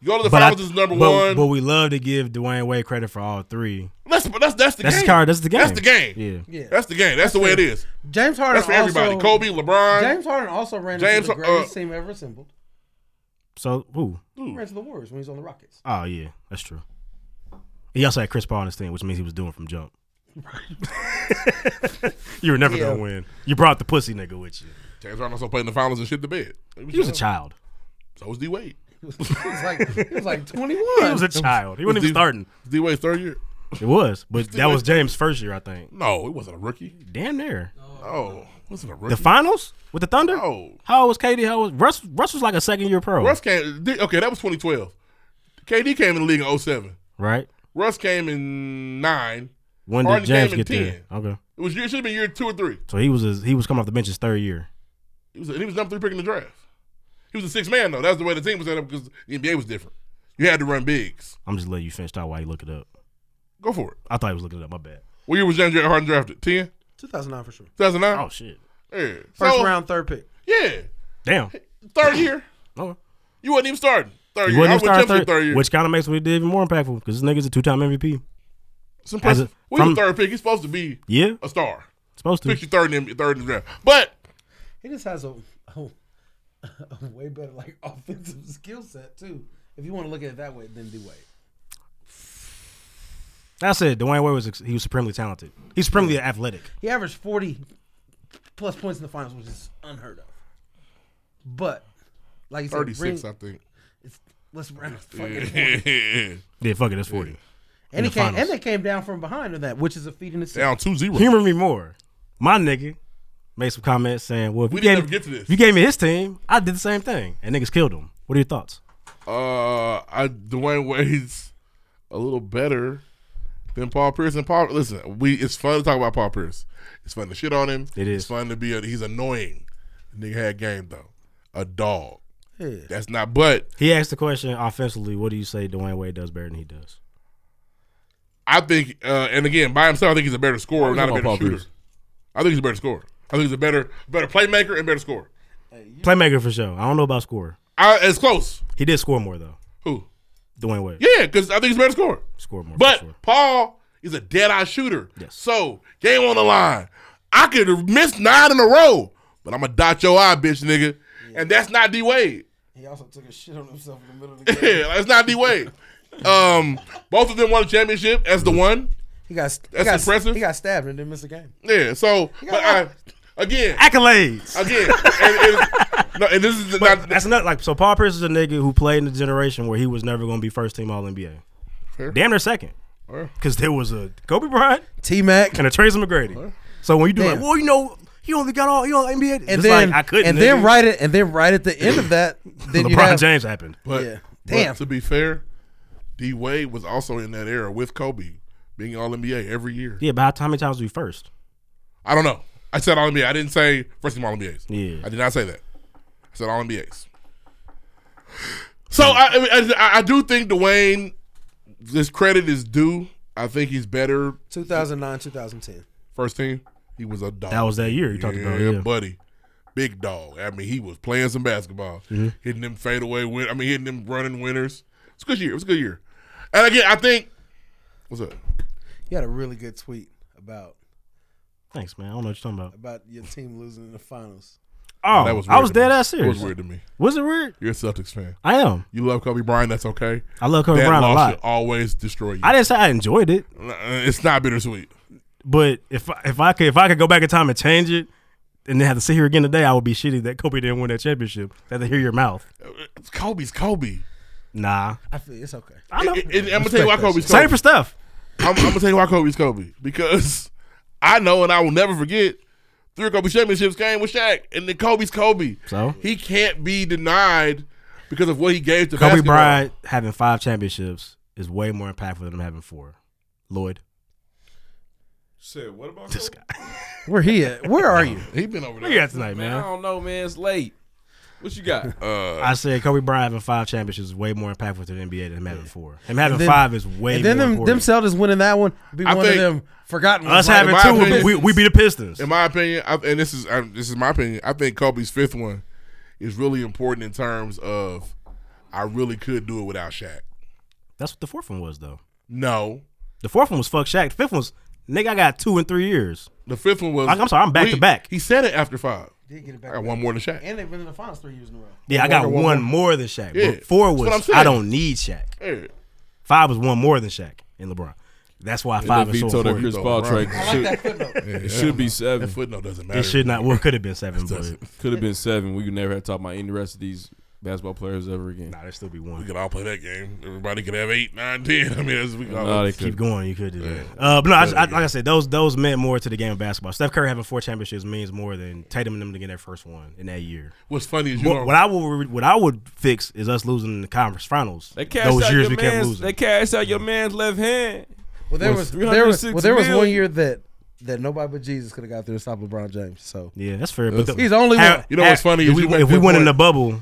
[SPEAKER 2] You go to the
[SPEAKER 4] Mm-hmm. But I-
[SPEAKER 2] finals is number
[SPEAKER 4] but-
[SPEAKER 2] one.
[SPEAKER 4] But we love to give Dwayne Wade credit for all three.
[SPEAKER 2] that's but that's that's the
[SPEAKER 4] That's
[SPEAKER 2] game.
[SPEAKER 4] the card. That's the game.
[SPEAKER 2] That's the game.
[SPEAKER 4] Yeah.
[SPEAKER 12] Yeah.
[SPEAKER 2] That's the game. That's, the way it is.
[SPEAKER 12] James Harden.
[SPEAKER 2] That's for everybody.
[SPEAKER 12] also-
[SPEAKER 2] Kobe, LeBron.
[SPEAKER 12] James Harden also ran
[SPEAKER 2] James-
[SPEAKER 12] into the greatest
[SPEAKER 2] uh,
[SPEAKER 12] team ever assembled.
[SPEAKER 4] So who?
[SPEAKER 12] He ran to the Warriors when he was on the Rockets.
[SPEAKER 4] Oh yeah, that's true. He also had Chris Paul on his team, which means he was doing from jump. [laughs] you were never
[SPEAKER 2] Yeah.
[SPEAKER 4] gonna win. You brought the pussy nigga with you.
[SPEAKER 2] James Harden also played in the finals and shit the bed.
[SPEAKER 4] He was a child.
[SPEAKER 2] So was D Wade.
[SPEAKER 12] [laughs] He was like he was like 21.
[SPEAKER 4] [laughs] He was a child. He wasn't even starting.
[SPEAKER 2] D Wade's third year.
[SPEAKER 4] It was, but
[SPEAKER 2] D-Wade-
[SPEAKER 4] that was James' first year, I think.
[SPEAKER 2] No, it Oh, wasn't a rookie.
[SPEAKER 4] Damn near.
[SPEAKER 2] Oh, wasn't a rookie.
[SPEAKER 4] The finals with the Thunder.
[SPEAKER 2] No.
[SPEAKER 4] How old was KD? How old was Russ? Russ was like a second year pro.
[SPEAKER 2] Russ came. D- Okay, that was 2012. KD came in oh the league in 07.
[SPEAKER 4] right?
[SPEAKER 2] Russ came in nine.
[SPEAKER 4] When did
[SPEAKER 2] Harden
[SPEAKER 4] James
[SPEAKER 2] came in
[SPEAKER 4] get there?
[SPEAKER 2] 10.
[SPEAKER 4] Okay.
[SPEAKER 2] It was year- it should have been year two or three.
[SPEAKER 4] So he was his, he was coming off the bench his third year.
[SPEAKER 2] He was he was number three pick in the draft. He was a six man though. That's the way the team was set up because the NBA was different. You had to run bigs.
[SPEAKER 4] I'm just letting you finish out while you look it up.
[SPEAKER 2] Go for it.
[SPEAKER 4] I thought he was looking it up. My bad.
[SPEAKER 2] What year was James Harden drafted? Ten.
[SPEAKER 12] 2009 for sure.
[SPEAKER 2] 2009?
[SPEAKER 4] Oh, shit.
[SPEAKER 2] Yeah.
[SPEAKER 12] First
[SPEAKER 2] So-
[SPEAKER 12] round, third pick.
[SPEAKER 2] Yeah.
[SPEAKER 4] Damn. [clears throat]
[SPEAKER 2] Third year.
[SPEAKER 4] oh.
[SPEAKER 2] You wasn't even starting. Third
[SPEAKER 4] He
[SPEAKER 2] year.
[SPEAKER 4] wasn't
[SPEAKER 2] I
[SPEAKER 4] even starting
[SPEAKER 2] went third,
[SPEAKER 4] third,
[SPEAKER 2] third year.
[SPEAKER 4] which kind of makes what he did even more impactful because this nigga's a two time MVP.
[SPEAKER 2] It's impressive.
[SPEAKER 4] As a-
[SPEAKER 2] we the
[SPEAKER 4] from-
[SPEAKER 2] third pick. He's supposed to be
[SPEAKER 4] Yeah.
[SPEAKER 2] a star.
[SPEAKER 4] Supposed to.
[SPEAKER 2] Pick your third in third in the draft. But
[SPEAKER 12] He just has a, a, a way better like [laughs] offensive skill set too. If you want to look at it that way, then D Wade.
[SPEAKER 4] That's it. Dwayne Wade was ex- he was supremely talented. He's supremely athletic.
[SPEAKER 12] He averaged forty plus points in the finals, which is unheard of. But like you said,
[SPEAKER 2] 36,
[SPEAKER 12] bring-
[SPEAKER 2] I think.
[SPEAKER 12] It's, let's round fucking
[SPEAKER 2] [laughs] Yeah.
[SPEAKER 4] Yeah, fuck it, that's forty.
[SPEAKER 12] And
[SPEAKER 4] In
[SPEAKER 12] he
[SPEAKER 4] the
[SPEAKER 12] came,
[SPEAKER 4] finals.
[SPEAKER 12] and they came down from behind on that, which is a feat in itself.
[SPEAKER 2] Down 2-0.
[SPEAKER 4] Humor me more. My nigga made some comments saying, "Well, if
[SPEAKER 2] We
[SPEAKER 4] you
[SPEAKER 2] didn't
[SPEAKER 4] gave,
[SPEAKER 2] even get to this.
[SPEAKER 4] if you gave me his team, I did the same thing, and niggas killed him." What are your thoughts?
[SPEAKER 2] uh, I Dwayne Wade's a little better than Paul Pierce. And Paul, listen, we it's fun to talk about Paul Pierce. It's fun to shit on him. It is it's fun to be. A, he's annoying. Nigga had game though. A dog.
[SPEAKER 12] Yeah.
[SPEAKER 2] That's not. Uh, But
[SPEAKER 4] He asked the question offensively, "What do you say Dwayne Wade does better than he does?"
[SPEAKER 2] I think, uh, and again, by himself, I think he's a better scorer,
[SPEAKER 15] What
[SPEAKER 2] not a
[SPEAKER 15] about
[SPEAKER 2] better
[SPEAKER 15] Paul
[SPEAKER 2] shooter.
[SPEAKER 15] Pierce?
[SPEAKER 2] I think he's a better scorer. I think he's a better, better playmaker and better scorer.
[SPEAKER 4] Playmaker for sure. I don't know about score.
[SPEAKER 2] I, it's close.
[SPEAKER 4] He did score more though.
[SPEAKER 2] Who?
[SPEAKER 4] Dwayne Wade.
[SPEAKER 2] Yeah, because I think he's a better scorer.
[SPEAKER 4] Score more.
[SPEAKER 2] But Paul is a dead eye shooter. So game on the line. I could have missed nine in a row, but I'm gonna dot your eye, bitch, nigga. And that's not D Wade.
[SPEAKER 12] He also took a shit on himself in the middle of
[SPEAKER 2] [laughs] that's not D Wade. um, both of them won a championship as the one.
[SPEAKER 12] He got
[SPEAKER 2] that's
[SPEAKER 12] he got,
[SPEAKER 2] impressive.
[SPEAKER 12] He got stabbed and didn't miss a game.
[SPEAKER 2] Yeah. So,
[SPEAKER 12] He
[SPEAKER 2] but I,
[SPEAKER 12] got-
[SPEAKER 2] again,
[SPEAKER 4] accolades.
[SPEAKER 2] Again, and, and- no, and this is
[SPEAKER 4] But that's not like so. Paul Pierce is a nigga who played in the generation where he was never going to be first team All NBA. Damn near second,
[SPEAKER 2] Fair.
[SPEAKER 4] because there was a Kobe Bryant,
[SPEAKER 12] T Mac,
[SPEAKER 4] and a Tracy McGrady. So when you do
[SPEAKER 12] Damn.
[SPEAKER 4] like, well, you know, you only got all you know NBA,
[SPEAKER 12] and then
[SPEAKER 4] I couldn't.
[SPEAKER 12] and then
[SPEAKER 4] nigga.
[SPEAKER 12] right at and then right at the end
[SPEAKER 4] [clears throat]
[SPEAKER 12] of that, then you
[SPEAKER 4] LeBron
[SPEAKER 12] have,
[SPEAKER 4] James happened.
[SPEAKER 2] But,
[SPEAKER 12] yeah,
[SPEAKER 2] but
[SPEAKER 12] damn.
[SPEAKER 2] to be fair, D Wade was also in that era with Kobe being All NBA every year.
[SPEAKER 4] yeah, but how, how many times were you first?
[SPEAKER 2] I don't know. I said All NBA. I didn't say first team All NBAs.
[SPEAKER 4] Yeah.
[SPEAKER 2] I did not say that. I said All NBAs. So I, I, mean, I, I do think Dwayne, this credit is due. I think he's better
[SPEAKER 12] 2009, 2010.
[SPEAKER 2] first team. He was a dog.
[SPEAKER 4] That was that year you talked about, yeah.
[SPEAKER 2] buddy. Big dog. I mean, he was playing some basketball,
[SPEAKER 4] Mhm.
[SPEAKER 2] hitting them fadeaway win. I mean, hitting them running winners. It's a good year. It was a good year. And again, I think what's up?
[SPEAKER 12] You had a really good tweet about
[SPEAKER 4] Thanks, man. I don't know what you're talking about.
[SPEAKER 12] about your team losing in the finals.
[SPEAKER 4] Oh,
[SPEAKER 2] That was
[SPEAKER 4] I
[SPEAKER 2] weird
[SPEAKER 4] was
[SPEAKER 2] to me.
[SPEAKER 4] dead ass
[SPEAKER 2] It
[SPEAKER 4] serious.
[SPEAKER 2] was weird to me.
[SPEAKER 4] Was it weird?
[SPEAKER 2] You're a Celtics fan.
[SPEAKER 4] I am.
[SPEAKER 2] You love Kobe Bryant. That's okay.
[SPEAKER 4] I love Kobe
[SPEAKER 2] That
[SPEAKER 4] Bryant a
[SPEAKER 2] loss
[SPEAKER 4] lot.
[SPEAKER 2] should always destroy you.
[SPEAKER 4] I didn't say I enjoyed it,
[SPEAKER 2] Uh, It's not bittersweet.
[SPEAKER 4] but if I, if I could if I could go back in time and change it, and then have to sit here again today, I would be shitty that Kobe didn't win that championship. That to hear your mouth.
[SPEAKER 2] It's Kobe's Kobe.
[SPEAKER 4] Nah,
[SPEAKER 12] I feel it's okay.
[SPEAKER 4] I know.
[SPEAKER 2] And I'm gonna tell you why Kobe's Kobe.
[SPEAKER 4] Same for Steph.
[SPEAKER 2] I'm, I'm gonna tell you why Kobe's Kobe because I know and I will never forget three Kobe championships came with Shaq, and then Kobe's Kobe.
[SPEAKER 4] So?
[SPEAKER 2] he can't be denied because of what he gave to
[SPEAKER 4] Kobe
[SPEAKER 2] basketball.
[SPEAKER 4] Bryant having five championships is way more impactful than him having four. Lloyd,
[SPEAKER 15] Said what about this guy?
[SPEAKER 12] Where he at? Where are you?
[SPEAKER 2] he been
[SPEAKER 4] [laughs]
[SPEAKER 2] over
[SPEAKER 4] where you at tonight, man?
[SPEAKER 15] I don't know, man. It's late. What you got?
[SPEAKER 2] [laughs] Uh,
[SPEAKER 4] I said Kobe Bryant having five championships is way more impactful to the NBA than him having four. Him having
[SPEAKER 12] And then-
[SPEAKER 4] five is way
[SPEAKER 12] And then
[SPEAKER 4] more
[SPEAKER 12] them, them
[SPEAKER 4] important.
[SPEAKER 12] Celtics winning that one would be
[SPEAKER 2] I
[SPEAKER 12] one
[SPEAKER 2] think-
[SPEAKER 12] of them forgotten
[SPEAKER 4] Us
[SPEAKER 12] ones. like
[SPEAKER 4] having
[SPEAKER 12] the
[SPEAKER 4] two,
[SPEAKER 12] Pistons.
[SPEAKER 4] we, we be the Pistons.
[SPEAKER 2] In my opinion, I, and this is I, this is my opinion. I think Kobe's fifth one is really important in terms of I really could do it without Shaq.
[SPEAKER 4] That's what the fourth one was, though.
[SPEAKER 2] No,
[SPEAKER 4] The fourth one was fuck Shaq. The fifth one's nigga. I got two in three years.
[SPEAKER 2] the fifth one was.
[SPEAKER 4] Like, I'm sorry, I'm back
[SPEAKER 2] we-
[SPEAKER 4] to back.
[SPEAKER 2] He said it after five.
[SPEAKER 12] Did get it back
[SPEAKER 2] I got
[SPEAKER 12] to
[SPEAKER 2] one
[SPEAKER 12] back.
[SPEAKER 2] more than Shaq.
[SPEAKER 12] And they've been in the finals three years in a row.
[SPEAKER 4] Yeah, I got one, more than Shaq.
[SPEAKER 2] Yeah.
[SPEAKER 4] But four
[SPEAKER 2] That's what I'm
[SPEAKER 4] was
[SPEAKER 2] saying.
[SPEAKER 4] I don't need Shaq.
[SPEAKER 2] Yeah.
[SPEAKER 4] Five was one more than Shaq and LeBron. That's why
[SPEAKER 15] And
[SPEAKER 4] five
[SPEAKER 15] they
[SPEAKER 4] is so
[SPEAKER 15] vetoed that
[SPEAKER 4] important.
[SPEAKER 15] Chris Paul trade. I like that footnote. It should be seven.
[SPEAKER 2] That footnote doesn't matter.
[SPEAKER 4] It should not. Well, could have been seven,
[SPEAKER 2] It
[SPEAKER 4] but
[SPEAKER 2] doesn't.
[SPEAKER 15] Could have been seven. We could never have talked about any rest of these basketball players ever again.
[SPEAKER 4] Nah, there still be one.
[SPEAKER 2] We could all play that game. Everybody could have eight, nine, ten. I mean, that's, we could all
[SPEAKER 15] No, they
[SPEAKER 4] keep
[SPEAKER 15] couldn't.
[SPEAKER 4] going. You could do that.
[SPEAKER 2] Yeah.
[SPEAKER 4] Uh, but no, I, I, like
[SPEAKER 2] Yeah.
[SPEAKER 4] I said, those those meant more to the game of basketball. Steph Curry having four championships means more than Tatum and them to get their first one in that year.
[SPEAKER 2] What's funny is you
[SPEAKER 4] what,
[SPEAKER 2] don't-
[SPEAKER 4] what I would what I would fix is us losing in the conference finals.
[SPEAKER 15] They cashed
[SPEAKER 4] those
[SPEAKER 15] out
[SPEAKER 4] years
[SPEAKER 15] your
[SPEAKER 4] we kept
[SPEAKER 15] man's.
[SPEAKER 4] losing.
[SPEAKER 15] They cashed out your man's left hand.
[SPEAKER 12] Well, there was, there was well, there was one year that that nobody but Jesus could have got through to stop LeBron James. So
[SPEAKER 4] yeah, that's fair. But
[SPEAKER 12] But
[SPEAKER 4] the-
[SPEAKER 12] he's the only
[SPEAKER 4] Har-
[SPEAKER 12] one.
[SPEAKER 2] You know what's funny?
[SPEAKER 4] If
[SPEAKER 2] is
[SPEAKER 4] we-
[SPEAKER 2] you make
[SPEAKER 4] if we
[SPEAKER 2] that
[SPEAKER 4] went in
[SPEAKER 2] point-
[SPEAKER 4] the bubble-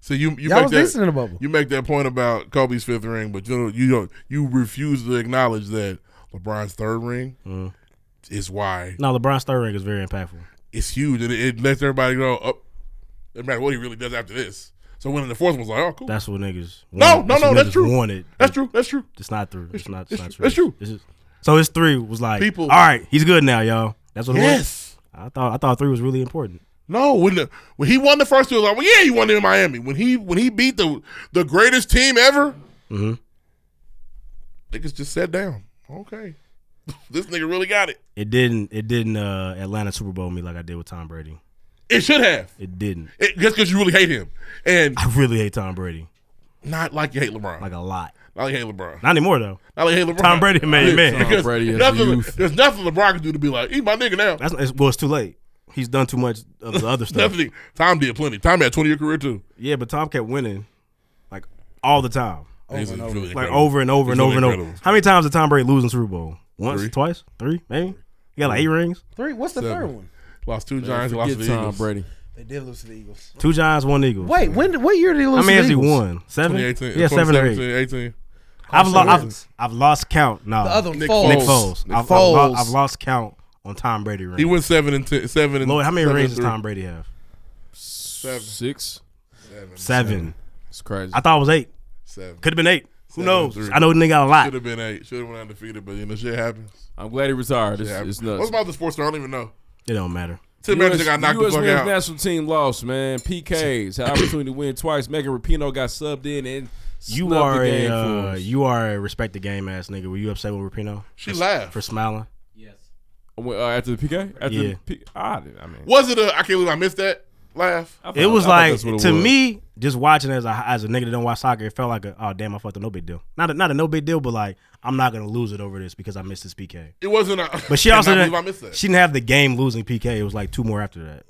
[SPEAKER 2] so you you
[SPEAKER 12] Y'all
[SPEAKER 2] make
[SPEAKER 12] was
[SPEAKER 2] that,
[SPEAKER 12] listening to bubble.
[SPEAKER 2] You make that point about Kobe's fifth ring, but you know you don't you refuse to acknowledge that LeBron's third ring
[SPEAKER 4] Mm.
[SPEAKER 2] is why
[SPEAKER 4] No, LeBron's third ring is very impactful.
[SPEAKER 2] it's huge, and it, it lets everybody know up. No matter what he really does after this. So winning the fourth one was like, oh cool.
[SPEAKER 4] That's what niggas.
[SPEAKER 2] No,
[SPEAKER 4] wanted.
[SPEAKER 2] no, no,
[SPEAKER 4] what
[SPEAKER 2] that's
[SPEAKER 4] niggas
[SPEAKER 2] true.
[SPEAKER 4] Wanted.
[SPEAKER 2] That's true. That's true.
[SPEAKER 4] It's not through. It's not. It's not
[SPEAKER 2] It's
[SPEAKER 4] true.
[SPEAKER 2] true.
[SPEAKER 4] This is- so his three was like
[SPEAKER 2] People-
[SPEAKER 4] people. All right, he's good now, y'all. That's what. it was?
[SPEAKER 2] Yes.
[SPEAKER 4] I thought I thought three was really important.
[SPEAKER 2] No, when the, when he won the first two, it was like, well, yeah, he won it in Miami. When he when he beat the the greatest team ever,
[SPEAKER 4] Mhm.
[SPEAKER 2] niggas just sat down. Okay, [laughs] this nigga really got it.
[SPEAKER 4] It didn't. It didn't. Uh, Atlanta Super Bowl me like I did with Tom Brady.
[SPEAKER 2] It should have.
[SPEAKER 4] It didn't.
[SPEAKER 2] It, just because you really hate him, and
[SPEAKER 4] I really hate Tom Brady.
[SPEAKER 2] not like you hate LeBron,
[SPEAKER 4] like a lot.
[SPEAKER 2] Not like you hate LeBron.
[SPEAKER 4] Not anymore though.
[SPEAKER 2] Not like you hate LeBron.
[SPEAKER 4] Tom Brady made
[SPEAKER 2] Yeah,
[SPEAKER 4] it man.
[SPEAKER 2] because nothing, There's nothing LeBron can do to be like, he's my nigga now.
[SPEAKER 4] That's it's, well, it's too late. He's done too much of the
[SPEAKER 2] [laughs]
[SPEAKER 4] other stuff.
[SPEAKER 2] Nothing. Tom did plenty. Tom had 20 year career too.
[SPEAKER 4] Yeah, but Tom kept winning, like all the time,
[SPEAKER 2] Over He's and really over.
[SPEAKER 4] like
[SPEAKER 2] incredible.
[SPEAKER 4] over and over
[SPEAKER 2] He's
[SPEAKER 4] and over
[SPEAKER 2] really
[SPEAKER 4] and over.
[SPEAKER 2] incredible.
[SPEAKER 4] How many times did Tom Brady lose in Super Bowl? Once,
[SPEAKER 2] Three.
[SPEAKER 4] twice, three, maybe. He got like eight rings.
[SPEAKER 12] Three. What's the
[SPEAKER 2] Seven.
[SPEAKER 12] third one?
[SPEAKER 2] Lost two
[SPEAKER 15] Man,
[SPEAKER 2] Giants. Lost to
[SPEAKER 15] forget
[SPEAKER 2] the
[SPEAKER 15] Tom
[SPEAKER 2] Eagles.
[SPEAKER 15] Brady.
[SPEAKER 12] They did lose to the Eagles.
[SPEAKER 4] Two Giants, one Eagles.
[SPEAKER 12] Wait, when? What year did he
[SPEAKER 4] How
[SPEAKER 12] lose?
[SPEAKER 4] many
[SPEAKER 12] to
[SPEAKER 4] has
[SPEAKER 12] the
[SPEAKER 4] he
[SPEAKER 12] Eagles?
[SPEAKER 4] won? Seven.
[SPEAKER 2] 2018,
[SPEAKER 4] Yeah, seven or eight.
[SPEAKER 2] 2017, 18.
[SPEAKER 4] I've, lo-
[SPEAKER 2] Carson
[SPEAKER 4] I've,
[SPEAKER 2] Wentz.
[SPEAKER 4] I've lost count. No,
[SPEAKER 12] The other one,
[SPEAKER 4] Nick
[SPEAKER 12] Foles.
[SPEAKER 4] Nick Foles.
[SPEAKER 12] Nick
[SPEAKER 4] I've, I've lo-
[SPEAKER 12] Foles.
[SPEAKER 4] I've lost count on Tom Brady rings.
[SPEAKER 2] He went seven and ten, seven and
[SPEAKER 4] Lloyd, how many
[SPEAKER 2] seven
[SPEAKER 4] rings
[SPEAKER 2] and
[SPEAKER 4] does
[SPEAKER 2] three.
[SPEAKER 4] Tom Brady have?
[SPEAKER 2] Seven.
[SPEAKER 15] Six.
[SPEAKER 2] Seven.
[SPEAKER 4] Seven.
[SPEAKER 15] It's crazy.
[SPEAKER 4] I thought it was eight.
[SPEAKER 2] Seven.
[SPEAKER 4] Could have been eight. Who
[SPEAKER 2] Seven
[SPEAKER 4] knows?
[SPEAKER 2] and three.
[SPEAKER 4] I know the nigga got a lot.
[SPEAKER 2] Should have been eight. Should have went undefeated, but you know, shit happens.
[SPEAKER 15] I'm glad he retired.
[SPEAKER 2] Shit
[SPEAKER 15] It's,
[SPEAKER 2] happens.
[SPEAKER 15] it's nuts.
[SPEAKER 2] What's about the sports? Star? I don't even know.
[SPEAKER 4] It don't matter.
[SPEAKER 2] Tim
[SPEAKER 15] US,
[SPEAKER 2] Anderson got knocked the
[SPEAKER 15] US
[SPEAKER 2] fuck
[SPEAKER 15] men's
[SPEAKER 2] out.
[SPEAKER 15] national team lost, man. PKs had opportunity to win twice. Megan Rapinoe got subbed in and
[SPEAKER 4] You
[SPEAKER 15] snubbed
[SPEAKER 4] are
[SPEAKER 15] the
[SPEAKER 4] a
[SPEAKER 15] game
[SPEAKER 4] uh,
[SPEAKER 15] for us.
[SPEAKER 4] you are a respect the game ass nigga. Were you upset with Rapino?
[SPEAKER 2] She laughed.
[SPEAKER 4] for smiling.
[SPEAKER 15] Well, uh, after the PK, after
[SPEAKER 4] Yeah.
[SPEAKER 15] the P- I, didn't- I mean,
[SPEAKER 2] Was it a? I can't believe I missed that laugh.
[SPEAKER 4] It was
[SPEAKER 15] I thought
[SPEAKER 4] like
[SPEAKER 15] that's what it
[SPEAKER 4] to
[SPEAKER 15] was.
[SPEAKER 4] me, just watching as a as a nigga that don't watch soccer, it felt like a oh damn, I fucked a no big deal. Not a, not a no big deal, but like I'm not gonna lose it over this because I missed this PK.
[SPEAKER 2] It wasn't a.
[SPEAKER 4] But she
[SPEAKER 2] [laughs] I
[SPEAKER 4] also
[SPEAKER 2] cannot
[SPEAKER 4] didn't,
[SPEAKER 2] believe I missed that.
[SPEAKER 4] she didn't have the game losing PK. It was like two more after that.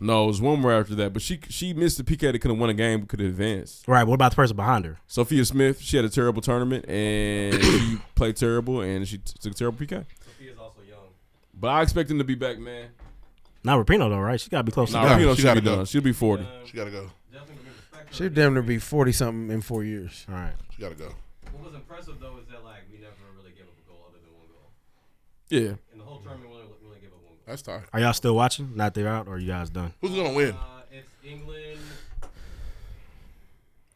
[SPEAKER 15] no, it was one more after that. But she she missed the PK that could have won a game, but could have advanced.
[SPEAKER 4] Right. What about the person behind her?
[SPEAKER 15] Sophia Smith, she had a terrible tournament and [coughs] she played terrible and she t- took a terrible PK. Sophia's also young, but I expect him to be back, man.
[SPEAKER 4] Not Rapino though, right? She gotta be close.
[SPEAKER 15] Nah,
[SPEAKER 4] to
[SPEAKER 15] Rapinoe
[SPEAKER 4] that.
[SPEAKER 15] should be done. She'll be forty.
[SPEAKER 2] She gotta go.
[SPEAKER 12] She damn near be forty something in four years.
[SPEAKER 2] [laughs]
[SPEAKER 4] All right.
[SPEAKER 2] She gotta go.
[SPEAKER 13] What was impressive though is that like we never really gave up a goal other than one goal.
[SPEAKER 15] Yeah.
[SPEAKER 13] In the whole tournament, we only, we only gave up one goal.
[SPEAKER 2] That's tight.
[SPEAKER 4] Are y'all still watching? Not they out, or you guys done?
[SPEAKER 2] Who's gonna win?
[SPEAKER 13] Uh, it's England,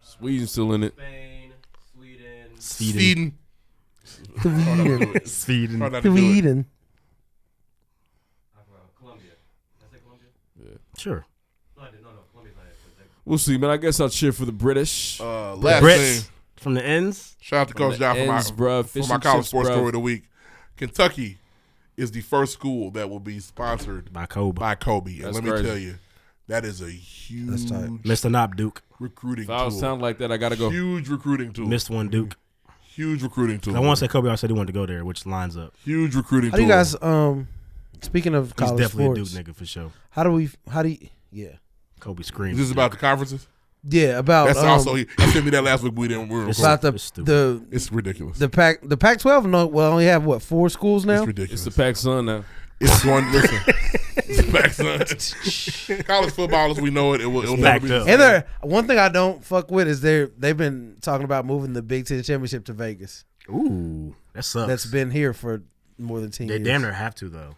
[SPEAKER 15] Sweden's still in it.
[SPEAKER 13] Spain,
[SPEAKER 2] Sweden.
[SPEAKER 13] Sweden.
[SPEAKER 4] [laughs]
[SPEAKER 12] Sweden.
[SPEAKER 4] Sweden.
[SPEAKER 2] Try not to do it.
[SPEAKER 12] Sweden.
[SPEAKER 13] I forgot, Colombia. Did I say Colombia?
[SPEAKER 4] Sure.
[SPEAKER 13] No, I didn't. No, no, Colombia's not it. 'cause they-
[SPEAKER 15] We'll see, man. I guess I'll cheer for the British.
[SPEAKER 2] Uh,
[SPEAKER 15] The
[SPEAKER 2] last
[SPEAKER 15] Brits.
[SPEAKER 2] thing.
[SPEAKER 4] From the ends.
[SPEAKER 2] Shout out to
[SPEAKER 15] From
[SPEAKER 2] Coach
[SPEAKER 15] the
[SPEAKER 2] John for my,
[SPEAKER 15] ends, bruh.
[SPEAKER 2] for
[SPEAKER 15] Fish
[SPEAKER 2] my
[SPEAKER 15] and
[SPEAKER 2] college
[SPEAKER 15] chips,
[SPEAKER 2] sports
[SPEAKER 15] bruh.
[SPEAKER 2] story of the week. Kentucky is the first school that will be sponsored
[SPEAKER 4] by Kobe.
[SPEAKER 2] By Kobe. And
[SPEAKER 15] That's
[SPEAKER 2] let me
[SPEAKER 15] crazy.
[SPEAKER 2] tell you, that is a huge
[SPEAKER 4] Mr. Knob Duke.
[SPEAKER 2] recruiting
[SPEAKER 15] If I
[SPEAKER 2] tool.
[SPEAKER 15] was sound like that, I gotta go.
[SPEAKER 2] Huge recruiting tool.
[SPEAKER 4] Missed one Duke.
[SPEAKER 2] Huge recruiting tool.
[SPEAKER 4] I want to say Kobe. I said he wanted to go there, which lines up.
[SPEAKER 2] Huge recruiting
[SPEAKER 12] How do you guys? Um, speaking of college
[SPEAKER 4] definitely a
[SPEAKER 12] sports,
[SPEAKER 4] Duke nigga for sure.
[SPEAKER 12] How do we? How do you? Yeah.
[SPEAKER 4] Kobe screams.
[SPEAKER 2] Is this about the conferences?
[SPEAKER 12] Yeah, about,
[SPEAKER 2] That's
[SPEAKER 12] um,
[SPEAKER 2] also he, he sent me that last week. We didn't. We were
[SPEAKER 12] It's
[SPEAKER 2] recording.
[SPEAKER 12] about the the
[SPEAKER 2] It's ridiculous.
[SPEAKER 12] the pack the Pac twelve. No, well, only have what four schools now.
[SPEAKER 2] ridiculous.
[SPEAKER 15] It's the Pac Sun now.
[SPEAKER 2] It's going. Listen, [laughs] it's
[SPEAKER 12] [laughs]
[SPEAKER 2] back, son. [laughs] College football, as we know it, it will, it'll never be. the same.
[SPEAKER 12] And there, one thing I don't fuck with is they they've been talking about moving the Big Ten championship to Vegas.
[SPEAKER 4] Ooh, that sucks.
[SPEAKER 12] That's been here for more than ten
[SPEAKER 4] They
[SPEAKER 12] years.
[SPEAKER 4] damn near have to though.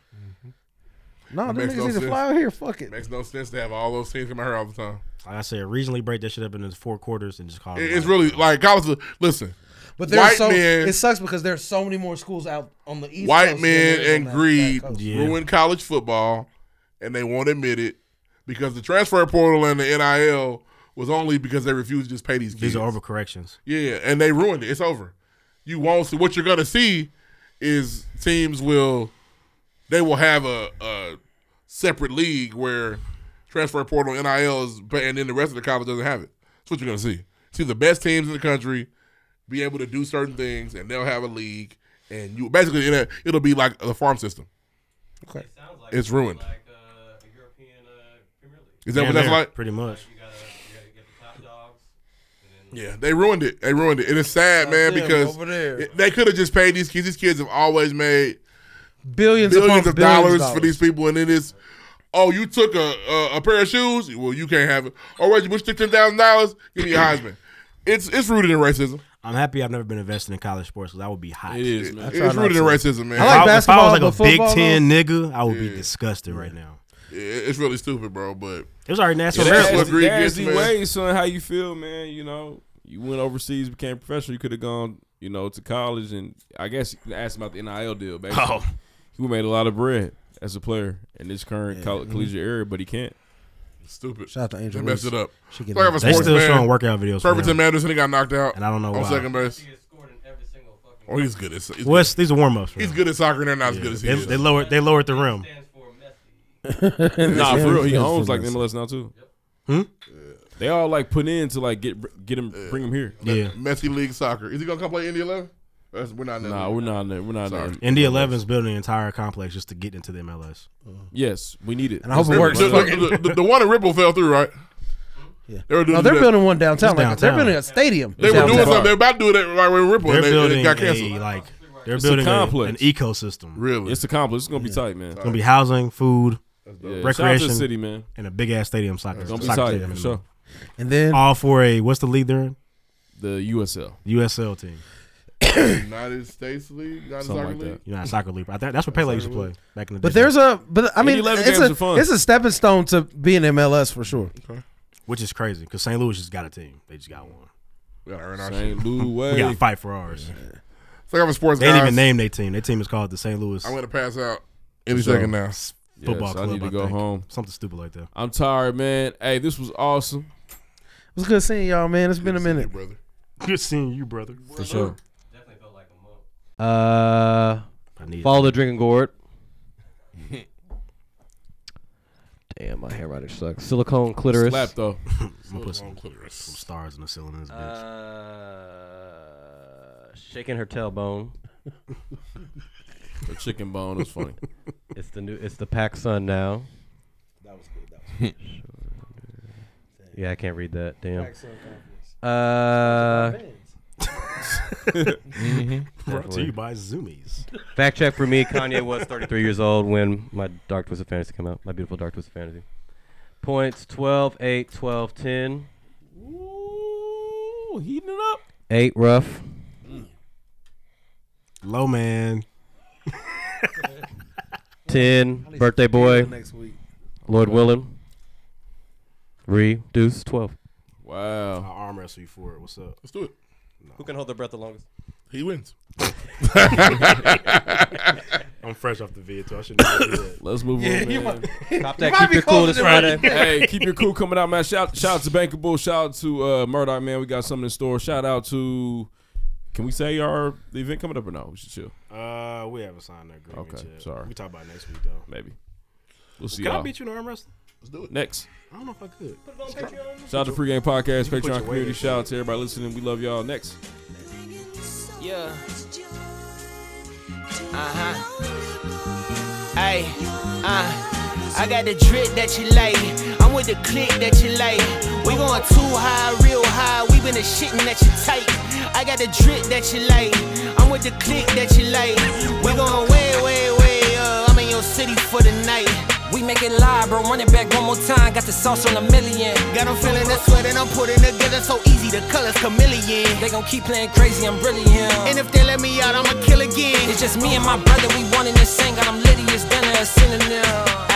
[SPEAKER 12] No,
[SPEAKER 2] It
[SPEAKER 12] Oh, them
[SPEAKER 2] makes
[SPEAKER 12] niggas
[SPEAKER 2] no
[SPEAKER 12] need to
[SPEAKER 2] sense.
[SPEAKER 12] fly out here. Fuck it.
[SPEAKER 2] Makes no sense to have all those teams come out here all the time.
[SPEAKER 4] Like I said, regionally break that shit up into four quarters and just call it.
[SPEAKER 2] It-
[SPEAKER 4] a
[SPEAKER 2] It's
[SPEAKER 4] night.
[SPEAKER 2] really like college. Listen,
[SPEAKER 12] But
[SPEAKER 2] white
[SPEAKER 12] there's so
[SPEAKER 2] men,
[SPEAKER 12] it sucks because there's so many more schools out on the east.
[SPEAKER 2] white
[SPEAKER 12] coast than there
[SPEAKER 2] men
[SPEAKER 12] is on
[SPEAKER 2] and
[SPEAKER 12] that- that
[SPEAKER 2] greed
[SPEAKER 12] coast.
[SPEAKER 2] ruin college football, and they won't admit it because the transfer portal and the NIL was only because they refused to just pay these kids.
[SPEAKER 4] These are overcorrections.
[SPEAKER 2] Yeah, and they ruined it. It's over. You won't see what you're gonna see is teams will they will have a, a separate league where transfer portal, NIL is, ba- and then the rest of the college doesn't have it. That's what you're gonna see. See the best teams in the country be able to do certain things, and they'll have a league, and you basically you know, it'll be like the farm system. Okay, it's ruined. Is that what that's like?
[SPEAKER 4] Pretty much.
[SPEAKER 2] Yeah, they ruined it. They ruined it, and it's sad,
[SPEAKER 4] That's
[SPEAKER 2] man,
[SPEAKER 4] them
[SPEAKER 2] because
[SPEAKER 4] over there.
[SPEAKER 2] it- they could have just paid these kids. These kids have always made
[SPEAKER 12] billions,
[SPEAKER 2] billions
[SPEAKER 12] upon
[SPEAKER 2] of
[SPEAKER 12] billions of
[SPEAKER 2] dollars, for
[SPEAKER 12] dollars.
[SPEAKER 2] these people, and it is, oh, you took a a, a pair of shoes. Well, you can't have it. Oh, Reggie Bush took ten thousand dollars. Give me your Heisman. It's it's rooted in racism.
[SPEAKER 4] I'm happy I've never been invested in college sports because I would be hot.
[SPEAKER 2] It is, man. It is rooted in racism, man. I
[SPEAKER 4] If
[SPEAKER 2] like
[SPEAKER 4] was- If I was
[SPEAKER 2] basketball,
[SPEAKER 4] like a
[SPEAKER 2] but
[SPEAKER 4] Big
[SPEAKER 2] football,
[SPEAKER 4] Ten
[SPEAKER 2] though?
[SPEAKER 4] nigga, I would be disgusted right now.
[SPEAKER 2] Yeah, It's really stupid, bro. But
[SPEAKER 4] It was already national
[SPEAKER 1] Yeah,
[SPEAKER 4] anthem.
[SPEAKER 1] that's
[SPEAKER 4] What Greek
[SPEAKER 1] that's
[SPEAKER 4] gets,
[SPEAKER 1] the
[SPEAKER 4] man.
[SPEAKER 1] way, son. How you feel, man? You know, you went overseas, became professional. You could have gone, you know, to college, and I guess you can ask him about the NIL [laughs] deal. Basically.
[SPEAKER 13] Oh.
[SPEAKER 1] he made a lot of bread as a player in this current coll-
[SPEAKER 2] Mhm.
[SPEAKER 1] collegiate era, but he can't.
[SPEAKER 2] Stupid.
[SPEAKER 12] Shout out to Angel
[SPEAKER 2] They messed
[SPEAKER 12] Reese.
[SPEAKER 2] it up.
[SPEAKER 12] She can-
[SPEAKER 2] Like if a
[SPEAKER 4] They
[SPEAKER 2] sports
[SPEAKER 4] still
[SPEAKER 2] man,
[SPEAKER 4] showing workout videos for
[SPEAKER 2] Pemberton
[SPEAKER 4] him.
[SPEAKER 2] Madison, he got knocked out.
[SPEAKER 4] And I don't know
[SPEAKER 2] on
[SPEAKER 4] why.
[SPEAKER 2] second base. Oh, he's good. At, he's
[SPEAKER 4] Well, it's- these are warm ups.
[SPEAKER 2] He's good at soccer, and they're not as good as he
[SPEAKER 4] They,
[SPEAKER 2] is.
[SPEAKER 4] they lowered. They lowered the rim. [laughs]
[SPEAKER 1] nah, for real, he
[SPEAKER 4] Yeah,
[SPEAKER 1] owns
[SPEAKER 4] for
[SPEAKER 1] like the
[SPEAKER 4] real.
[SPEAKER 1] MLS now too.
[SPEAKER 4] Hmm?
[SPEAKER 1] They all like put in to like get get him, bring him here.
[SPEAKER 4] Yeah.
[SPEAKER 2] Messy league soccer. Is he gonna come play Indy Eleven? That's- We're not. in that
[SPEAKER 1] Nah,
[SPEAKER 2] league.
[SPEAKER 1] we're not. in there. We're not. in
[SPEAKER 2] Sorry.
[SPEAKER 1] there.
[SPEAKER 4] Indy 11's building an entire complex just to get into the MLS.
[SPEAKER 1] Uh-huh. Yes, we need it.
[SPEAKER 12] And I hope it
[SPEAKER 2] Ripple-
[SPEAKER 12] works.
[SPEAKER 2] The, [laughs] the- the one in Ripple fell through, right? Yeah. They were doing
[SPEAKER 12] No, they're
[SPEAKER 2] that-
[SPEAKER 12] building one downtown.
[SPEAKER 2] It's
[SPEAKER 12] Like
[SPEAKER 2] downtown.
[SPEAKER 12] they're building a stadium.
[SPEAKER 2] They were
[SPEAKER 12] downtown.
[SPEAKER 2] doing something. They were about to do that right when Ripple,
[SPEAKER 4] They're
[SPEAKER 2] and, they, and it
[SPEAKER 4] building
[SPEAKER 2] got
[SPEAKER 4] a
[SPEAKER 2] canceled.
[SPEAKER 4] like. They're
[SPEAKER 1] It's a
[SPEAKER 4] building a- an
[SPEAKER 1] complex.
[SPEAKER 4] ecosystem.
[SPEAKER 2] Really,
[SPEAKER 1] it's a complex. It's gonna be tight, man.
[SPEAKER 4] It's gonna be housing, food,
[SPEAKER 1] Yeah, shout out to the
[SPEAKER 4] recreation,
[SPEAKER 1] city, man.
[SPEAKER 4] and a big ass stadium soccer.
[SPEAKER 1] It's gonna be
[SPEAKER 4] soccer
[SPEAKER 1] tight,
[SPEAKER 4] stadium in
[SPEAKER 1] for
[SPEAKER 4] the middle.
[SPEAKER 1] sure.
[SPEAKER 12] And then
[SPEAKER 4] all for a what's the league they're in?
[SPEAKER 1] The USL,
[SPEAKER 4] USL team,
[SPEAKER 2] United States League, United
[SPEAKER 4] something like
[SPEAKER 2] Soccer League.
[SPEAKER 4] that. You know, soccer league. I think that's what Pele used to play back in the day.
[SPEAKER 12] But there's a, but I mean,
[SPEAKER 4] 11
[SPEAKER 12] it's
[SPEAKER 4] games
[SPEAKER 12] a,
[SPEAKER 4] are fun.
[SPEAKER 12] it's a stepping stone to being MLS for sure.
[SPEAKER 4] which is crazy because St. Louis just got a team. They just got one.
[SPEAKER 2] We gotta earn our
[SPEAKER 1] St.
[SPEAKER 2] shit.
[SPEAKER 1] Louis.
[SPEAKER 2] [laughs]
[SPEAKER 4] We got to fight for ours.
[SPEAKER 2] So I have a sports
[SPEAKER 4] They didn't even
[SPEAKER 2] guys.
[SPEAKER 4] name their team. Their team is called the St. Louis.
[SPEAKER 2] I'm gonna pass out any second now.
[SPEAKER 4] S- Football
[SPEAKER 1] Yes, I
[SPEAKER 4] club.
[SPEAKER 1] need to go
[SPEAKER 4] think.
[SPEAKER 1] home.
[SPEAKER 4] Something stupid like that.
[SPEAKER 1] I'm tired, man. Hey, this was awesome.
[SPEAKER 12] It was good seeing y'all, man. It's been a minute.
[SPEAKER 2] brother.
[SPEAKER 4] Good seeing you, brother.
[SPEAKER 1] For sure.
[SPEAKER 13] Uh, follow the
[SPEAKER 1] [laughs]
[SPEAKER 13] drinking gourd. Damn, my handwriting sucks. Silicone clitoris.
[SPEAKER 1] Slap
[SPEAKER 4] [laughs]
[SPEAKER 1] though.
[SPEAKER 4] I'm gonna put some, some stars in the ceiling of this bitch. [laughs]
[SPEAKER 1] [laughs]
[SPEAKER 13] Uh, shaking her tailbone.
[SPEAKER 1] The chicken bone was funny.
[SPEAKER 13] [laughs] It's the new. It's the pack
[SPEAKER 1] [laughs]
[SPEAKER 13] sun now.
[SPEAKER 16] That was good. That was
[SPEAKER 13] Yeah, I can't read that. Damn.
[SPEAKER 16] Pack Sun
[SPEAKER 13] Uh.
[SPEAKER 1] [laughs]
[SPEAKER 13] [laughs]
[SPEAKER 4] Mhm.
[SPEAKER 1] Mm-hmm.
[SPEAKER 4] Brought to
[SPEAKER 13] definitely.
[SPEAKER 4] you by Zoomies.
[SPEAKER 13] Fact check for me: Kanye was 33 years old when my Dark Twisted Fantasy came out. My beautiful Dark Twisted Fantasy. Points 12, 8, 12, 10.
[SPEAKER 1] Ooh, heating it up.
[SPEAKER 13] Eight rough.
[SPEAKER 4] Low
[SPEAKER 13] [laughs]
[SPEAKER 4] man.
[SPEAKER 13] 10,
[SPEAKER 4] At least
[SPEAKER 13] birthday boy.
[SPEAKER 4] next week.
[SPEAKER 13] Lord willing. Reduce 12.
[SPEAKER 1] Wow.
[SPEAKER 4] I'll arm wrestle you for it. What's up?
[SPEAKER 2] Let's do it.
[SPEAKER 13] Who can hold their breath the longest?
[SPEAKER 4] [laughs]
[SPEAKER 2] He wins.
[SPEAKER 4] I'm fresh off the vid, so I shouldn't really do that.
[SPEAKER 1] Let's move
[SPEAKER 4] Yeah,
[SPEAKER 1] on.
[SPEAKER 4] you
[SPEAKER 1] man.
[SPEAKER 4] might- Cop that, [laughs] you might keep be your cool closer this than what Friday. you think.
[SPEAKER 1] hey, keep your cool coming out, man. Shout, shout out to Bankable. Shout out to uh, Murdoch, man. We got something in store. Shout out to. Can we say our the event coming up or no? We should chill.
[SPEAKER 4] Uh, we haven't signed that agreement
[SPEAKER 1] Okay,
[SPEAKER 4] yet.
[SPEAKER 1] sorry.
[SPEAKER 4] We talk about it next week though.
[SPEAKER 1] Maybe. We'll see.
[SPEAKER 4] Can I
[SPEAKER 1] y'all.
[SPEAKER 4] beat you in arm wrestling?
[SPEAKER 2] Let's do it.
[SPEAKER 1] Next.
[SPEAKER 4] I don't know if I could. Put it on Patreon.
[SPEAKER 1] Shout out to Pregame Podcast,
[SPEAKER 4] You can put your
[SPEAKER 1] Patreon
[SPEAKER 4] weight
[SPEAKER 1] community.
[SPEAKER 4] in.
[SPEAKER 1] Shout out to everybody listening. We love y'all. Next.
[SPEAKER 17] Yeah. Uh huh. Hey, uh, I got the drip that you like. I'm with the click that you like. We going too high, real high. We been a shitting that you tight. I got the drip that you like. I'm with the click that you like. We going way, way, way
[SPEAKER 18] uh,
[SPEAKER 17] up. I'm in your city for the night.
[SPEAKER 18] We make it live, bro. Run it back one more time. Got the sauce on a million.
[SPEAKER 17] Got them feeling the sweat and I'm putting together so easy. The colors chameleon.
[SPEAKER 18] They gon' keep playing crazy. I'm brilliant.
[SPEAKER 17] And if they let me out, I'ma kill again.
[SPEAKER 18] It's just me and my brother. We one in the same. Got them litty as dinner, a synonym.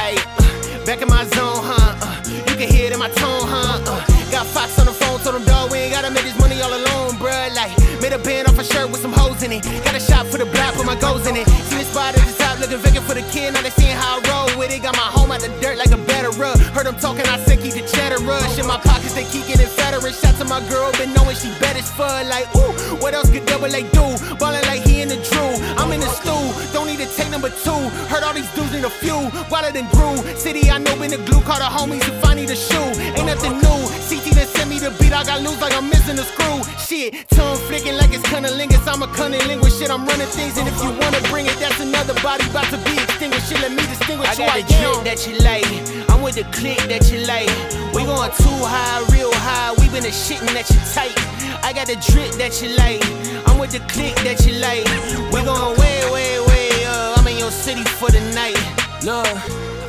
[SPEAKER 17] Ayy, uh, back in my zone, huh? Uh, you can hear it in my tone, huh? Uh, got Fox on the phone, told him, dog, we ain't gotta make this money all alone, bruh. Like, made a band off a shirt with some hoes in it. Got a shot for the block, put my goals in it. See the spot at the top, looking vacant for the kid. Now they seeing how I roll with it. Got my home out the dirt like a better rug. Heard them talking, I said, keep the cheddar rush. Rich in my pockets, they keep getting fatter. And shout to my girl, been knowing she bad as fuck. Like, ooh, what else could double A do? Ballin' like he in the Drew. I'm in the stew, don't need to take number two. Heard all these dudes in a few, wilder than grew. City, I know, been the glue. Call the homies if I need a shoe. Ain't nothing new. CT done sent me the beat, I got loose like I'm missing a screw. Shit, tongue flicking like it's cunnilingus. I'm a cunnilingus, shit, I'm running things. And if you wanna bring it, that's another body about to be extinguished. Shit, let me distinguish
[SPEAKER 18] I
[SPEAKER 17] who
[SPEAKER 18] got
[SPEAKER 17] I
[SPEAKER 18] a
[SPEAKER 17] am. that you like. I'm with the click that you like. We going too high, real high. We been a shitting that you tight. I got a drip that you like. I'm with the click that you like. We going way, way, way up. I'm in your city for the night.
[SPEAKER 18] Look.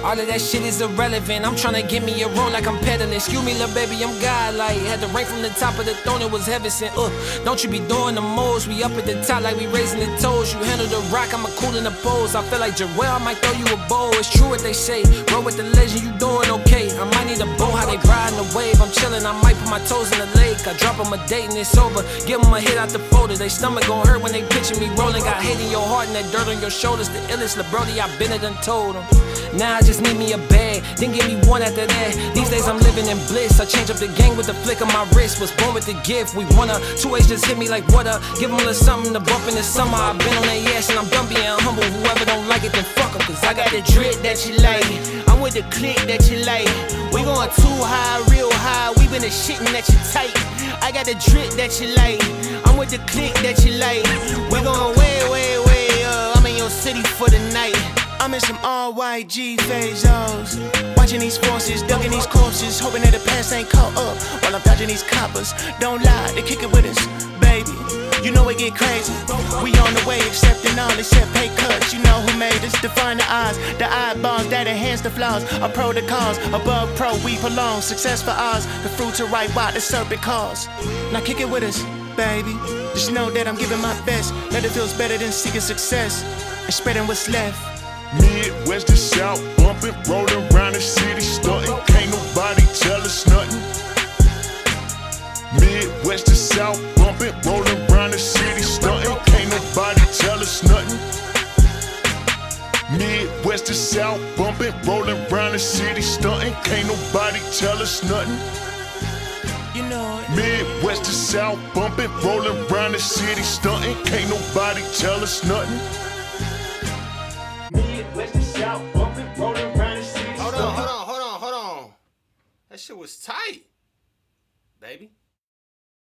[SPEAKER 18] All of that shit is irrelevant. I'm tryna get me a room like I'm peddling. Excuse me, little baby, I'm godlike. Had to rank from the top of the throne, it was heaven sent. Uh, don't you be doing the most. We up at the top like we raising the toes. You handle the rock, I'ma cool in the pose. I feel like Jarrell, I might throw you a bowl. It's true what they say. Roll with the legend, you doing okay. I might need a bow, how they riding the wave. I'm chilling, I might put my toes in the lake. I drop 'em a date and it's over. Give 'em a hit out the folder. They stomach gon' hurt when they picture me rolling. Got hate in your heart and that dirt on your shoulders. The illest LeBrody, I've been it and told 'em. Now I just need me a bag, then give me one after that. These days I'm living in bliss. I change up the game with the flick of my wrist. Was born with the gift. We wanna two A's just hit me like water. Give 'em a little something to bump in the summer. I've been on their ass and I'm done being humble. Whoever don't like it, then fuck 'em, 'cause
[SPEAKER 17] I got the drip that you like. I'm with the click that you like. We going too high, real high. We been a shitting that you tight. I got the drip that you like. I'm with the click that you like. We going way, way, way up. I'm in your city for the night. I'm in some all white G phasos. Watching these forces, ducking these corpses. Hoping that the past ain't caught up while I'm dodging these coppers. Don't lie, they kick it with us, baby. You know it get crazy. We on the way, accepting all except pay cuts. You know who made us define the eyes, the eyeballs that enhance the flaws. A pro to cause, above pro, we prolong. Success for ours, the fruits are ripe while the serpent calls. Now kick it with us, baby. Just know that I'm giving my best. Nothing feels better than seeking success and spreading what's left.
[SPEAKER 7] Midwest to South, bumping, rolling around the city, stunting. Can't nobody tell us nothing. Midwest to South, bumping, rolling around the city, stunting. Can't nobody tell us nothing. Midwest to South, bumping, rolling around the city, stunting. Can't nobody tell us nothing.
[SPEAKER 17] You know it.
[SPEAKER 7] Midwest to South, bumping, rolling around the city, stunting. Can't nobody tell us nothing.
[SPEAKER 9] Hold on, hold on, hold on, hold on. That shit was tight, baby.